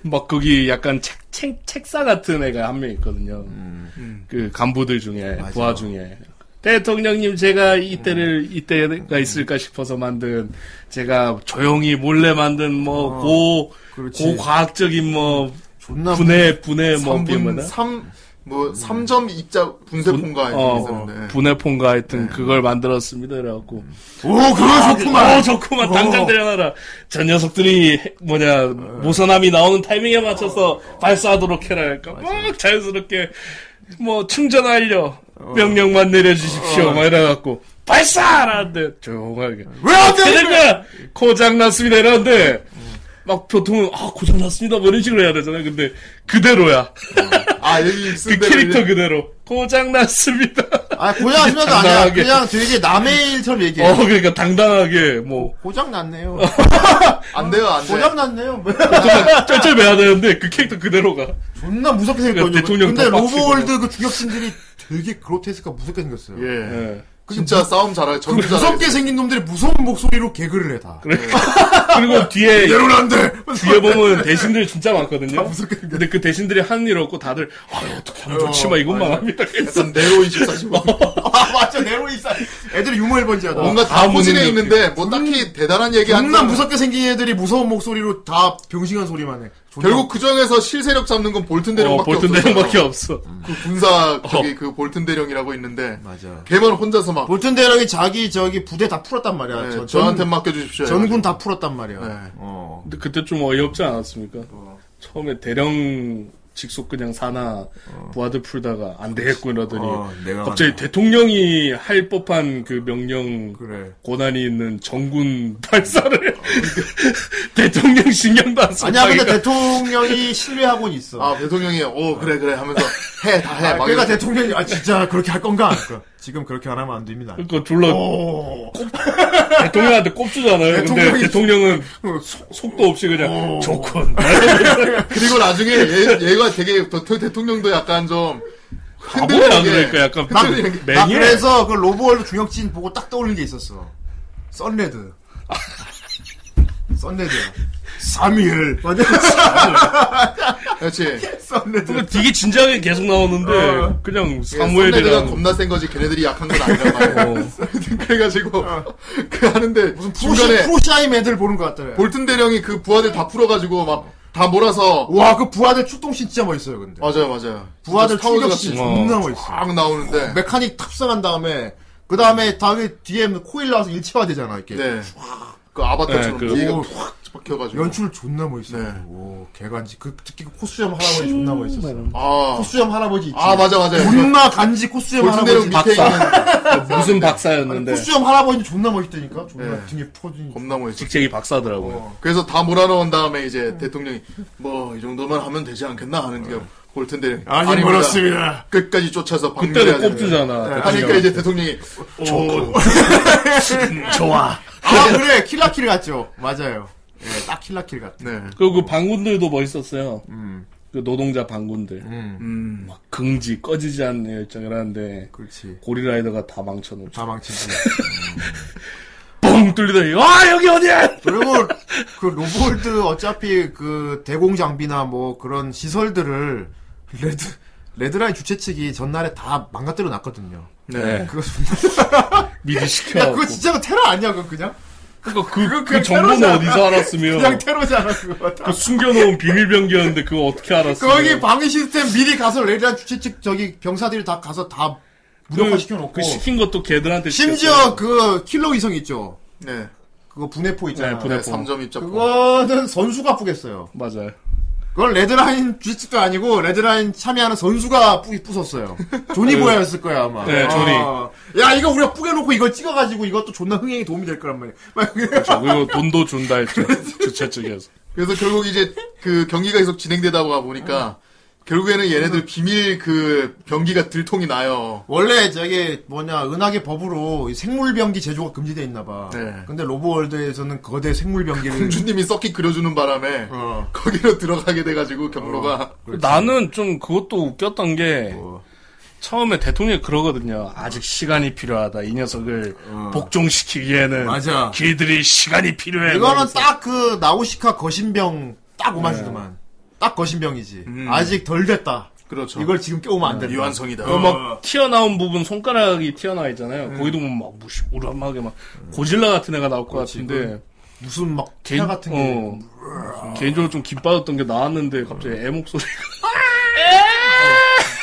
[SPEAKER 6] [laughs] 막 거기 약간 책, 책 책사 같은 애가 한 명 있거든요.
[SPEAKER 8] 음.
[SPEAKER 6] 그 간부들 중에 부하 중에 대통령님 제가 이때를
[SPEAKER 8] 음.
[SPEAKER 6] 이때가 있을까 싶어서 만든 제가 조용히 몰래 만든
[SPEAKER 8] 어,
[SPEAKER 6] 뭐 고
[SPEAKER 8] 그렇지. 음.
[SPEAKER 6] 고과학적인 뭐
[SPEAKER 3] 존나
[SPEAKER 6] 분해 분해 뭐
[SPEAKER 8] 3분
[SPEAKER 6] 비문화
[SPEAKER 8] 3, 뭐 3점 입자 분쇄 폰가
[SPEAKER 6] 어,
[SPEAKER 8] 있었는데 네.
[SPEAKER 6] 분해폰가 하여튼 그걸 만들었습니다 그래갖고
[SPEAKER 8] 오, 그걸 좋구만.
[SPEAKER 6] 오 좋구만
[SPEAKER 8] 어.
[SPEAKER 6] 당장 데려가라 저 녀석들이 뭐냐 모선함이 나오는 타이밍에 맞춰서 발사하도록 해라 그러니까 막 자연스럽게 뭐 충전하려 명령만 내려주십시오
[SPEAKER 15] 어.
[SPEAKER 6] 막 이래갖고 발사하라는데 조용하게
[SPEAKER 15] 왜안
[SPEAKER 6] 어떻게 된
[SPEAKER 15] 때리냐?
[SPEAKER 6] 거야 고장났습니다 이러는데 막 보통은 아 고장났습니다 뭐 이런 식으로 해야 되잖아요 근데 그대로야
[SPEAKER 8] 아 여기
[SPEAKER 6] 그 캐릭터 그대로 고장났습니다
[SPEAKER 3] 아, 고장났으면 아니야.
[SPEAKER 6] 당당하게.
[SPEAKER 3] 그냥 되게 남의 일처럼 얘기해.
[SPEAKER 6] 어 그러니까 당당하게
[SPEAKER 3] [laughs]
[SPEAKER 6] 뭐
[SPEAKER 3] 고장
[SPEAKER 6] [laughs]
[SPEAKER 3] 났네요.
[SPEAKER 6] 그
[SPEAKER 8] 안 돼요 안 돼.
[SPEAKER 3] 고장 났네요.
[SPEAKER 6] 보통은 쩔쩔 매야 되는데 그 캐릭터 그대로가
[SPEAKER 3] 존나 무섭게
[SPEAKER 6] 그러니까
[SPEAKER 3] 생겼거든요.
[SPEAKER 6] 대통령
[SPEAKER 3] 근데
[SPEAKER 6] 더 빡치고.
[SPEAKER 3] 로보월드 그 주격신들이 되게 그로테스가 무섭게 생겼어요.
[SPEAKER 8] 예.
[SPEAKER 3] 그게
[SPEAKER 8] 진짜
[SPEAKER 3] 무-
[SPEAKER 8] 싸움 잘할
[SPEAKER 3] 그
[SPEAKER 6] 그렇죠.
[SPEAKER 8] 전투 잘할
[SPEAKER 3] 무섭게 생긴 놈들이 무서운 목소리로 개그를 해 다.
[SPEAKER 6] 그리고 뒤에
[SPEAKER 3] 이대로는 안 돼!
[SPEAKER 6] 뒤에 보면 대신들이 진짜 많거든요. 근데 그 대신들이 하는 일 없고 다들 아 어떻게 하면 좋지
[SPEAKER 3] 어,
[SPEAKER 6] 막 이것만 합니다.
[SPEAKER 8] 약간
[SPEAKER 6] 그
[SPEAKER 8] 네오 24시고
[SPEAKER 6] 어,
[SPEAKER 3] 아, 맞아, 네로 인사. 애들이 유머 1번지야.
[SPEAKER 8] 뭔가 다 포진해 있는데
[SPEAKER 6] 그
[SPEAKER 8] 뭐 딱히 대단한 얘기 안
[SPEAKER 3] 존나
[SPEAKER 8] 하고
[SPEAKER 3] 무섭게 생긴 애들이 무서운 목소리로 다 병신한 소리만 해. 존나
[SPEAKER 8] 결국 그 중에서 실세력 잡는 건 볼튼 대령밖에
[SPEAKER 6] 어, 볼튼
[SPEAKER 8] 없었어요.
[SPEAKER 6] 대령밖에 없어. 어.
[SPEAKER 8] 그 군사 저기 그 볼튼 대령이라고 있는데
[SPEAKER 3] 맞아.
[SPEAKER 8] 걔만 혼자서 막
[SPEAKER 3] 볼튼 대령이 자기 저기 부대 다 풀었단 말이야.
[SPEAKER 8] 네,
[SPEAKER 3] 전-
[SPEAKER 8] 저한테 네. 어, 맡겨주십시오.
[SPEAKER 3] 전군 다 풀었단 말이야. 어.
[SPEAKER 6] 근데 그때 좀 어이없지 않았습니까? 처음에 대령 직속 그냥 사나 부하들 풀다가 안 되겠고 이러더니
[SPEAKER 3] 어, 내가
[SPEAKER 6] 갑자기 대통령이 할 법한 그 명령 고난이 있는 정군 발사를 [laughs] 대통령 신경도 안 쓰고
[SPEAKER 3] 아니야, 근데
[SPEAKER 6] 하니까
[SPEAKER 8] [laughs]
[SPEAKER 3] 대통령이 신뢰하고는 있어.
[SPEAKER 8] 아 대통령이 오 그래 그래 하면서 해 다 해.
[SPEAKER 3] 아,
[SPEAKER 8] 막
[SPEAKER 3] 그러니까
[SPEAKER 8] 이러면서.
[SPEAKER 3] 대통령이 아 진짜 그렇게 할 건가? 그러니까 지금 그렇게 안 하면 안 됩니다.
[SPEAKER 6] 그거 둘러 대통령한테 꼽주잖아요. 근데
[SPEAKER 3] 대통령이- 어.
[SPEAKER 6] 대통령은 속- 속도 없이 그냥 좋군.
[SPEAKER 3] 아,
[SPEAKER 8] 그리고 나중에 얘, 가 되게 더- 더 대통령도 약간 좀
[SPEAKER 6] 바보야
[SPEAKER 8] 게-
[SPEAKER 6] 그러니까 약간
[SPEAKER 3] 나,
[SPEAKER 8] 흔들리는 게-
[SPEAKER 3] 나 그래서 그 로보월드 중역진 보고 딱 떠올린 게 있었어. 썬레드. 썬레드. 3일. 맞아.
[SPEAKER 8] 그렇지.
[SPEAKER 6] 그거 되게 진지하게 계속 나오는데
[SPEAKER 3] 어.
[SPEAKER 6] 그냥
[SPEAKER 8] 사무엘이가
[SPEAKER 6] 사무엘이랑
[SPEAKER 8] 겁나 센 거지 걔네들이 약한 건 아니란 말이야.
[SPEAKER 6] 어.
[SPEAKER 8] [laughs] 그래가지고 그 하는데 무슨
[SPEAKER 3] 어. 프로시,
[SPEAKER 8] 중간에
[SPEAKER 3] 프로샤임 애들 보는 것 같더래.
[SPEAKER 8] 볼튼 대령이 그 부하들 다 풀어가지고 막 다 몰아서
[SPEAKER 3] 와, 그 부하들 출동신 진짜 멋있어요, 근데.
[SPEAKER 8] 맞아요 맞아요.
[SPEAKER 3] 부하들
[SPEAKER 8] 진짜 스타워즈
[SPEAKER 3] 충격신
[SPEAKER 8] 같이
[SPEAKER 3] 존나 멋있어.
[SPEAKER 8] 막 나오는데
[SPEAKER 3] 메카닉 탑승한 다음에, 그 다음에 다음에 뒤에 코일 나와서 일체화 되잖아, 이렇게.
[SPEAKER 8] 네. 그 아바타처럼
[SPEAKER 3] 네, 그-
[SPEAKER 8] 얘가
[SPEAKER 3] 오.
[SPEAKER 8] 확 박혀가지고.
[SPEAKER 3] 연출 존나 멋있어요. 오, 개간지. 그, 특히 그 코수염 할아버지 존나 멋있었어.
[SPEAKER 8] 아.
[SPEAKER 3] 코수염 할아버지. 있지?
[SPEAKER 8] 아, 맞아, 맞아.
[SPEAKER 3] 존나 간지 코수염 할아버지.
[SPEAKER 8] 골든벨은 밑에 있는-
[SPEAKER 6] 무슨 박사였는데.
[SPEAKER 3] 코수염 할아버지 존나 멋있다니까? 존나.
[SPEAKER 8] 등에 퍼진. 겁나 멋있어.
[SPEAKER 6] 직책이 박사더라고요.
[SPEAKER 8] 그래서 다 몰아넣은 다음에 이제 대통령이 뭐 이 정도면 하면 되지 않겠나 하는 게 볼텐데
[SPEAKER 3] 아니, 뭐 그렇습니다.
[SPEAKER 8] 끝까지 쫓아서
[SPEAKER 6] 그때는
[SPEAKER 8] 박멸해야
[SPEAKER 6] 꼽주잖아,
[SPEAKER 8] 됩니다. 네,
[SPEAKER 6] 대통령.
[SPEAKER 8] 그러니까 이제 대통령이
[SPEAKER 3] 좋고. [laughs]
[SPEAKER 6] 좋아.
[SPEAKER 3] 아, 그래. 킬라킬 같죠. 맞아요. 예, 딱 킬라킬 같아.
[SPEAKER 6] 그리고 그 반군들도 멋있었어요.
[SPEAKER 3] 음.
[SPEAKER 6] 그 노동자 반군들.
[SPEAKER 8] 음.
[SPEAKER 6] 막 긍지 꺼지지 않는 열정을 하는데. 고리라이더가 다 망쳐놓죠. 다
[SPEAKER 3] 망치지.
[SPEAKER 6] 뻥 뚫리더니 와 여기 어디야?
[SPEAKER 3] 그리고 그 로볼드 어차피 그 대공 장비나 뭐 그런 시설들을 레드 레드라인 주최 측이 전날에 다 망가뜨려 놨거든요.
[SPEAKER 6] 네.
[SPEAKER 3] 그거
[SPEAKER 6] 미리
[SPEAKER 3] 야
[SPEAKER 6] 시켜갖고.
[SPEAKER 3] 그거 진짜 테러 아니야 그거 그냥?
[SPEAKER 6] 그거
[SPEAKER 3] 그거
[SPEAKER 6] 그 정보는 어디서 알았으며.
[SPEAKER 3] 그냥 테러잖아 그거. 다.
[SPEAKER 6] 그 숨겨놓은 비밀병기였는데 그거 어떻게 알았어?
[SPEAKER 3] 거기 방위 시스템 미리 가서 레드라인 주최 측 저기 병사들이 다 가서 다 무력화 시켜놓고
[SPEAKER 6] 그 시킨 것도 걔들한테
[SPEAKER 3] 심지어 그 킬러 위성 있죠.
[SPEAKER 8] 네.
[SPEAKER 3] 그거 분해포 있잖아요.
[SPEAKER 6] 네, 분해포. 네, 삼점
[SPEAKER 8] 입자포.
[SPEAKER 3] 그거는 선수가 뿌겠어요.
[SPEAKER 6] 맞아요.
[SPEAKER 3] 그건 레드라인 주짓도 아니고 레드라인 참여하는 선수가 뿌, 부쉈어요. 조니
[SPEAKER 6] [laughs] 네.
[SPEAKER 3] 보야였을 거야 아마.
[SPEAKER 6] 네,
[SPEAKER 3] 아,
[SPEAKER 6] 조니.
[SPEAKER 3] 야 이거 우리가 뿌겨놓고 이걸 찍어가지고 이것도 존나 흥행에 도움이 될 거란 말이야. 막 [laughs]
[SPEAKER 6] 그렇죠. 그리고 돈도 준다 했죠.
[SPEAKER 3] 그렇죠.
[SPEAKER 6] 주최 측에서.
[SPEAKER 8] 그래서 결국 이제 그 경기가 계속 진행되다 보니까 결국에는 얘네들 비밀 그 병기가 들통이 나요.
[SPEAKER 3] 원래 저게 뭐냐 은하계 법으로 이 생물병기 제조가 금지돼 있나 봐.
[SPEAKER 6] 네.
[SPEAKER 3] 근데 로보월드에서는 거대 생물병기를
[SPEAKER 8] 공주님이 썩히 그려주는 바람에
[SPEAKER 3] 어.
[SPEAKER 8] 거기로 들어가게 돼가지고 경로가 어.
[SPEAKER 6] 나는 좀 그것도 웃겼던 게
[SPEAKER 3] 어.
[SPEAKER 6] 처음에 대통령이 그러거든요. 아직 시간이 필요하다. 이 녀석을 복종시키기에는
[SPEAKER 3] 어. 맞아.
[SPEAKER 6] 길들이 시간이 필요해.
[SPEAKER 3] 이거는
[SPEAKER 6] 막
[SPEAKER 3] 딱 그 나우시카 거신병 딱 오마주드만 딱 거신병이지. 아직 덜 됐다.
[SPEAKER 8] 그렇죠.
[SPEAKER 3] 이걸 지금 껴오면 안 된다.
[SPEAKER 8] 유한성이다.
[SPEAKER 6] 그막 튀어나온 부분 손가락이 튀어나와 있잖아요.
[SPEAKER 3] 음.
[SPEAKER 6] 거기도 보면 막 무시 우람하게 막 고질라 같은 애가 나올 것 같은데
[SPEAKER 3] 무슨 막
[SPEAKER 6] 개인
[SPEAKER 3] 같은 게
[SPEAKER 6] 어, 개인적으로 좀 김빠졌던 게 나왔는데 갑자기 애 목소리가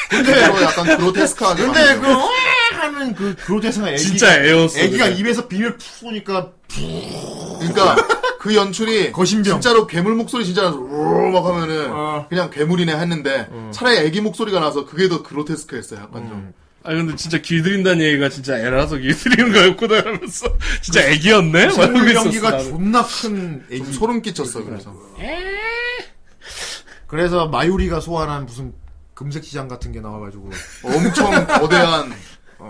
[SPEAKER 8] 근데 어, 약간 그로테스크하게
[SPEAKER 3] 근데 그 하는 그 그로테스나 애기
[SPEAKER 6] 진짜 애였어,
[SPEAKER 3] 애기가
[SPEAKER 6] 그냥.
[SPEAKER 3] 입에서 비밀 푸니까
[SPEAKER 8] 그러니까 그 연출이 진짜로 괴물 목소리 진짜 나서 우막 하면은 그냥 괴물이네 했는데 차라리 애기 목소리가 나서 그게 더 그로테스크했어요. 약간 좀.
[SPEAKER 6] 아 근데 진짜 길들인다는 얘기가 진짜 애라서 길들이는 거였구나 하면서 [laughs] 진짜 애기였네? 막 이러고
[SPEAKER 3] 생물
[SPEAKER 6] 있었어,
[SPEAKER 3] 연기가
[SPEAKER 6] 나는.
[SPEAKER 3] 존나 큰 애기
[SPEAKER 8] 소름 끼쳤어 음. 그래서
[SPEAKER 3] 그래서 마유리가 소환한 무슨 금색 시장 같은 게 나와가지고
[SPEAKER 8] 엄청 거대한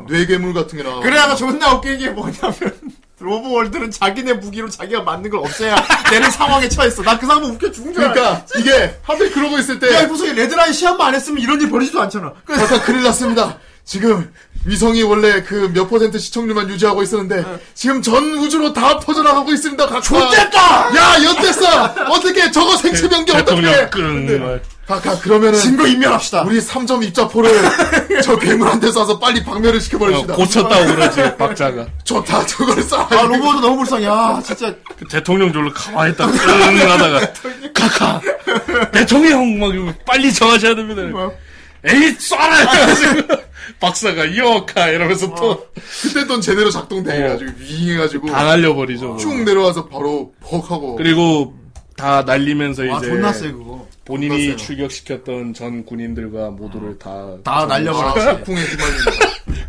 [SPEAKER 8] 뇌괴물 같은 게 나와.
[SPEAKER 3] 그래야 존나 웃긴 게 뭐냐면 [laughs] 로보월드는 자기네 무기로 자기가 만든 걸 없애야 되는 상황에 처했어. 난 그 상황 웃겨 죽은 줄
[SPEAKER 8] 그러니까 이게 하필 그러고 있을 때
[SPEAKER 3] 야 무슨 레드라인 시험만 안 했으면 이런 일 벌이지도 않잖아. 그래서
[SPEAKER 8] 아까 큰일 났습니다. 지금 위성이 원래 그 몇 퍼센트 시청률만 유지하고 있었는데 지금 전 우주로 다 퍼져나가고 있습니다. 각각.
[SPEAKER 3] 좋댔다!
[SPEAKER 8] 야 연됐어. 어떻게 저거 생체 변기 어떻게?
[SPEAKER 6] 대통령 끙.
[SPEAKER 8] 아까 그러면은
[SPEAKER 3] 증거 인멸합시다.
[SPEAKER 8] 네. 우리 3점 입자포를 저 괴물한테 쏴서 빨리 박멸을 시켜버립시다.
[SPEAKER 6] 어, 고쳤다고 그러지 박자가
[SPEAKER 8] 좋다 저걸 쏴.
[SPEAKER 3] 아 로보월드 너무 불쌍해. 아 진짜
[SPEAKER 6] 그 대통령 졸로 가만히 있다가 끙 하다가 카카 대통령 막 이러고 빨리 정하셔야 됩니다
[SPEAKER 3] 뭐?
[SPEAKER 6] 에이 쏴라 [laughs] 이러고 박사가 이어카 이러면서 또
[SPEAKER 8] 그때 돈 제대로
[SPEAKER 3] 어.
[SPEAKER 8] 작동돼가지고 위잉해가지고
[SPEAKER 6] 당할려버리죠
[SPEAKER 8] 쭉 내려와서 바로 퍽하고
[SPEAKER 6] 그리고 다 날리면서
[SPEAKER 3] 아
[SPEAKER 6] 이제
[SPEAKER 3] 뭐 존나 세 그거.
[SPEAKER 6] 본인이
[SPEAKER 3] 존나 세요.
[SPEAKER 6] 출격시켰던 전 군인들과 모두를 다
[SPEAKER 3] 다 날려버렸어.
[SPEAKER 8] 폭풍에 휘말린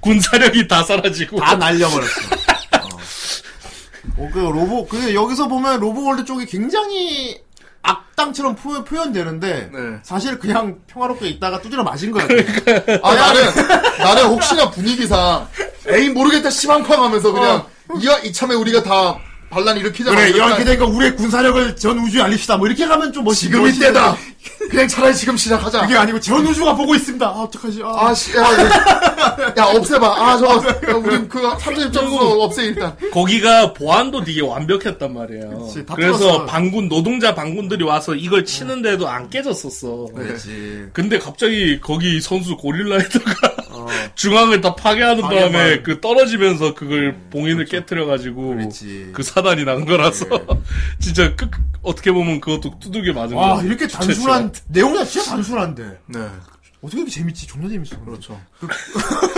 [SPEAKER 6] 군사력이 다 사라지고
[SPEAKER 3] 다 날려버렸어. 어. 어, 그 로보 그 여기서 보면 로보월드 쪽이 굉장히 악당처럼 표, 현되는데
[SPEAKER 8] 네.
[SPEAKER 3] 사실 그냥 평화롭게 있다가 두드려 맞은 거야.
[SPEAKER 8] 아, 나는, 나는 혹시나 분위기상, 에이, 모르겠다, 시방쾅 하면서 그냥, 이야, 이참에 우리가 다 반란 일으키자.
[SPEAKER 3] 그래
[SPEAKER 8] 이러니까
[SPEAKER 3] 이렇게 되니까 우리의 군사력을 전 우주에 알립시다. 뭐 이렇게 가면 좀 멋있.
[SPEAKER 8] 지금
[SPEAKER 3] 멋있는데
[SPEAKER 8] 이때다! 그냥 차라리 지금 시작하자.
[SPEAKER 3] 그게 아니고 전 우주가 보고 있습니다. 아 어떡하지? 아,
[SPEAKER 8] 아, 씨, 야, 야, 야, 없애봐. 아, 저, 야, 우린 그, 30점수 없애, 일단.
[SPEAKER 6] [laughs] 거기가 보안도 되게 완벽했단 말이에요.
[SPEAKER 3] 그치, 다
[SPEAKER 6] 그래서
[SPEAKER 3] 뚫었어.
[SPEAKER 6] 반군 노동자 반군들이 와서 이걸 치는데도 안 깨졌었어.
[SPEAKER 3] 네.
[SPEAKER 8] 네.
[SPEAKER 3] 그렇지.
[SPEAKER 6] 근데 갑자기 거기 선수 고릴라에다가 [laughs] 중앙을 다 파괴하는
[SPEAKER 3] 어. 파괴만. 음, 그렇죠.
[SPEAKER 6] 바람에 그 떨어지면서 그걸 봉인을 깨뜨려 가지고 그 사단이 난 거라서 [laughs] 진짜 끝 어떻게 보면 그것도 두둑이 맞은 거야.
[SPEAKER 3] 예. 와 아, 이렇게 단순한 내용이 진짜 단순한데
[SPEAKER 8] 네.
[SPEAKER 3] 어떻게 이렇게 재밌지? 존나 재밌어.
[SPEAKER 8] 그렇죠.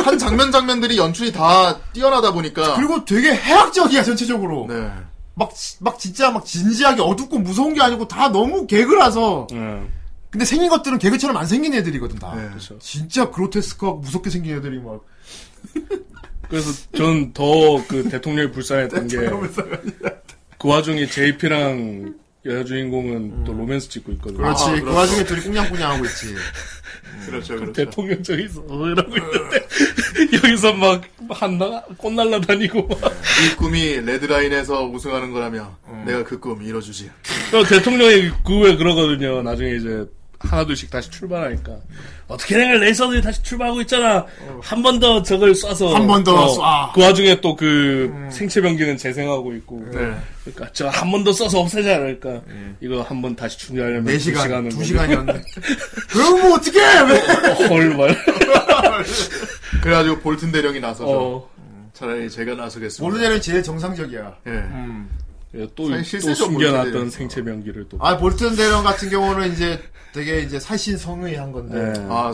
[SPEAKER 8] 한 장면 장면들이 연출이 다 뛰어나다 보니까.
[SPEAKER 3] 그리고 되게 해학적이야 전체적으로.
[SPEAKER 8] 네.
[SPEAKER 3] 막, 지- 막 진짜 막 진지하게 어둡고 무서운 게 아니고 다 너무 개그라서.
[SPEAKER 6] 예.
[SPEAKER 3] 근데 생긴 것들은 개그처럼 안 생긴 애들이거든, 다. 진짜 그로테스크하고 무섭게 생긴 애들이 막.
[SPEAKER 6] 그래서 전 더 그 대통령이 불쌍했던 게
[SPEAKER 3] 대통령이
[SPEAKER 6] 그 와중에 JP랑 여자 주인공은 또 로맨스 찍고 있거든요.
[SPEAKER 3] 음. 그렇지. 그 와중에 둘이 꽁냥꽁냥 하고 있지.
[SPEAKER 8] 그렇죠,
[SPEAKER 6] 그럼 대통령 저기서 어, 이러고 있는데 [laughs] 여기서 막 한나 꽃 날라다니고 막.
[SPEAKER 8] 이 꿈이 레드라인에서 우승하는 거라며
[SPEAKER 3] 어.
[SPEAKER 8] 내가 그 꿈 이뤄주지.
[SPEAKER 6] 그럼 대통령이 그 후에 그러거든요. 나중에 이제 하나둘씩 다시 출발하니까 어떻게 내가 레이서들이 다시 출발하고 있잖아. 한 번 더 적을 쏴서
[SPEAKER 3] 한번더 쏴.
[SPEAKER 6] 그 와중에 또 그 생체 병기는 재생하고 있고. 그러니까 저 한 번 더 쏴서 없애지 않을까. 이거 한 번 다시 준비하려면
[SPEAKER 3] 네
[SPEAKER 6] 두
[SPEAKER 3] 시간,
[SPEAKER 6] 시간은
[SPEAKER 3] 두
[SPEAKER 6] 걸리고.
[SPEAKER 3] [laughs] 시간이었네. 그럼 뭐 어떻게 해? 왜?
[SPEAKER 6] [laughs] 헐 말.
[SPEAKER 8] 그래가지고 볼튼 대령이 나서죠.
[SPEAKER 3] 어.
[SPEAKER 8] 차라리 제가 나서겠습니다.
[SPEAKER 3] 모르자는 제일 정상적이야.
[SPEAKER 8] 예.
[SPEAKER 6] 예, 또,
[SPEAKER 8] 사실
[SPEAKER 6] 또
[SPEAKER 8] 실세죠,
[SPEAKER 6] 숨겨놨던
[SPEAKER 8] 볼튼
[SPEAKER 6] 생체 병기를 또.
[SPEAKER 3] 아, 볼튼 대령 같은 경우는 이제 되게 이제 살신성의 한 건데.
[SPEAKER 6] 네.
[SPEAKER 8] 아,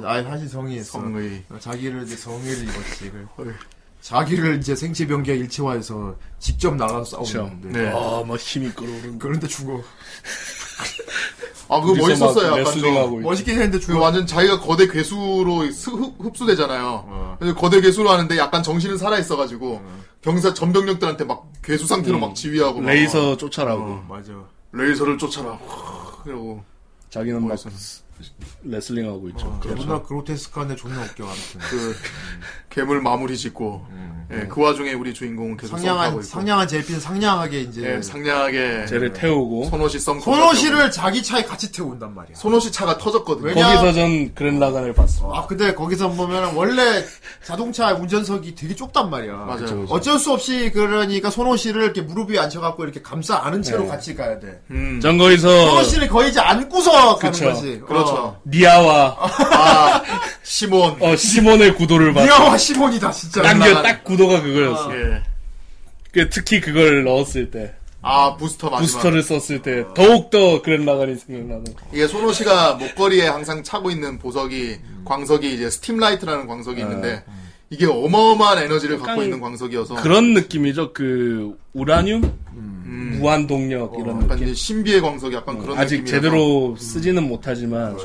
[SPEAKER 3] 성의, 아, 살신성의.
[SPEAKER 8] 성의.
[SPEAKER 3] 자기를 이제 성의를 입었지. 그 자기를 이제 생체 병기와 일체화해서 직접 나가서 싸우는데.
[SPEAKER 6] 네. 아, 막 힘이 끌어오르는.
[SPEAKER 3] 그런데 죽어.
[SPEAKER 8] 아, 그거
[SPEAKER 3] 거기서 막
[SPEAKER 8] 멋있었어요. 약간
[SPEAKER 3] 레슬링 하고
[SPEAKER 8] 좀.
[SPEAKER 3] 있죠. 멋있긴 했는데
[SPEAKER 8] 그 완전 자기가 거대 괴수로 스- 흡- 흡수되잖아요. 그래서 거대 괴수로 하는데 약간 정신은 어. 살아있어가지고 병사 전병력들한테 막 괴수 상태로
[SPEAKER 6] 음.
[SPEAKER 8] 막 지휘하고 막
[SPEAKER 6] 레이서 쫓아라고.
[SPEAKER 3] 맞아.
[SPEAKER 8] 레이서를 쫓아라. 그리고
[SPEAKER 6] 자기는 막 레슬링 하고 있죠.
[SPEAKER 3] 존나 그로테스크한데 존나 웃겨, 아무튼.
[SPEAKER 8] 그 괴물 마무리 짓고 예, 그 와중에 우리 주인공은 계속 썸타고
[SPEAKER 3] 상냥한,
[SPEAKER 8] 있고.
[SPEAKER 3] 상냥한 제피는 네, 상냥하게 이제.
[SPEAKER 8] 예, 상냥하게
[SPEAKER 6] 쟤를 태우고
[SPEAKER 8] 손호시 썸
[SPEAKER 3] 손호시를 자기 차에 같이 태운단 말이야.
[SPEAKER 8] 손호시 차가 터졌거든요.
[SPEAKER 6] 거기서 전 그랜라간을 봤어.
[SPEAKER 3] 아 근데 거기서 보면 원래 자동차 운전석이 되게 좁단 말이야.
[SPEAKER 8] 맞아요. 그쵸, 그쵸.
[SPEAKER 3] 어쩔 수 없이 그러니까 손호 씨를 이렇게 무릎 위에 앉혀갖고 이렇게 감싸 안은 채로
[SPEAKER 6] 네.
[SPEAKER 3] 같이 가야 돼.
[SPEAKER 8] 음.
[SPEAKER 6] 전 거기서
[SPEAKER 3] 손호 씨를 거의 이제 안고서 가는
[SPEAKER 6] 어. 그쵸.
[SPEAKER 3] 거지.
[SPEAKER 6] 그렇죠.
[SPEAKER 3] 어.
[SPEAKER 6] 니아와
[SPEAKER 8] 아, 시몬
[SPEAKER 6] 어 시몬의 구도를 봤어.
[SPEAKER 3] 니아와 시몬이다 진짜.
[SPEAKER 6] 딱, 그,
[SPEAKER 3] 올라가는.
[SPEAKER 6] 딱 구도가 그거였어.
[SPEAKER 3] 아.
[SPEAKER 8] 예.
[SPEAKER 6] 그 특히 그걸 넣었을 때
[SPEAKER 8] 아 부스터 마지막
[SPEAKER 6] 부스터를 썼을 때 더욱 더 그랜라간이 생각나는.
[SPEAKER 8] 이게 손호 씨가 목걸이에 항상 차고 있는 보석이 광석이 이제 스팀라이트라는
[SPEAKER 6] 네.
[SPEAKER 8] 광석이 있는데 이게 어마어마한 에너지를 갖고
[SPEAKER 6] 약간
[SPEAKER 8] 있는 광석이어서
[SPEAKER 6] 그런 느낌이죠. 그 우라늄 무한 동력 이런
[SPEAKER 8] 어, 약간
[SPEAKER 6] 느낌. 네.
[SPEAKER 8] 이제 신비의 광석이 약간 그런
[SPEAKER 6] 아직
[SPEAKER 8] 느낌이라서.
[SPEAKER 6] 제대로 쓰지는 못하지만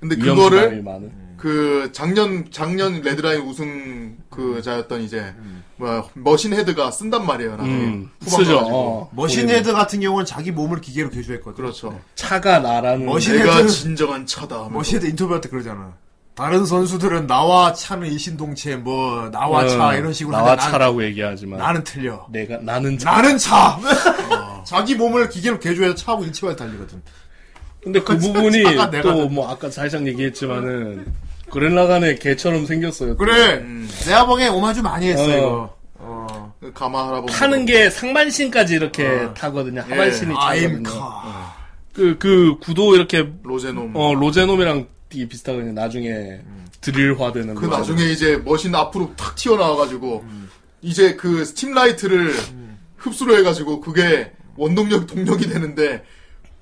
[SPEAKER 8] 근데
[SPEAKER 6] 위험
[SPEAKER 8] 그거를-
[SPEAKER 6] 수단이 많은.
[SPEAKER 8] 그 작년 작년 레드라인 우승 그자였던 이제 뭐야 머신 헤드가 쓴단 말이에요. 나중에
[SPEAKER 6] 음,
[SPEAKER 8] 후반
[SPEAKER 6] 쓰죠.
[SPEAKER 8] 가가지고.
[SPEAKER 6] 어.
[SPEAKER 3] 머신
[SPEAKER 6] 보이네.
[SPEAKER 3] 헤드 같은 경우는 자기 몸을 기계로 개조했거든.
[SPEAKER 8] 그렇죠.
[SPEAKER 6] 차가 나라는
[SPEAKER 3] 머신
[SPEAKER 8] 내가
[SPEAKER 3] 헤드는
[SPEAKER 8] 진정한 차다. 뭐 하면서.
[SPEAKER 3] 머신 헤드 인터뷰할 때 그러잖아. 다른 선수들은 나와 차는 일신동체 뭐 나와 차
[SPEAKER 6] 음,
[SPEAKER 3] 이런 식으로
[SPEAKER 6] 나와
[SPEAKER 3] 하는데 난-
[SPEAKER 6] 차라고 얘기하지만
[SPEAKER 3] 나는 틀려.
[SPEAKER 6] 내가 나는 차.
[SPEAKER 3] 나는 차. [laughs] 자기 몸을 기계로 개조해서 차하고 일체화해서 달리거든.
[SPEAKER 6] 근데 그
[SPEAKER 3] 차-
[SPEAKER 6] 부분이
[SPEAKER 3] 차가 내가
[SPEAKER 6] 또 뭐 아까 살짝 얘기했지만은 그랜라간의 개처럼 생겼어요.
[SPEAKER 3] 그래. 내가 보기엔 오마주 많이 음. 했어,
[SPEAKER 6] 어.
[SPEAKER 3] 이거.
[SPEAKER 8] 가마 할아버지
[SPEAKER 6] 타는 게 상반신까지 이렇게 타거든요. 하반신이 차거든요.
[SPEAKER 3] 아임카.
[SPEAKER 6] 그, 그 구도 이렇게
[SPEAKER 8] 뭐 로제놈.
[SPEAKER 6] 어 로제놈이랑 되게 비슷하거든요. 나중에 드릴화되는
[SPEAKER 8] 그
[SPEAKER 6] 거.
[SPEAKER 8] 나중에 이제 머신 앞으로 탁 튀어나와가지고 이제 그 스팀라이트를 흡수를 해가지고 그게 원동력 동력이 되는데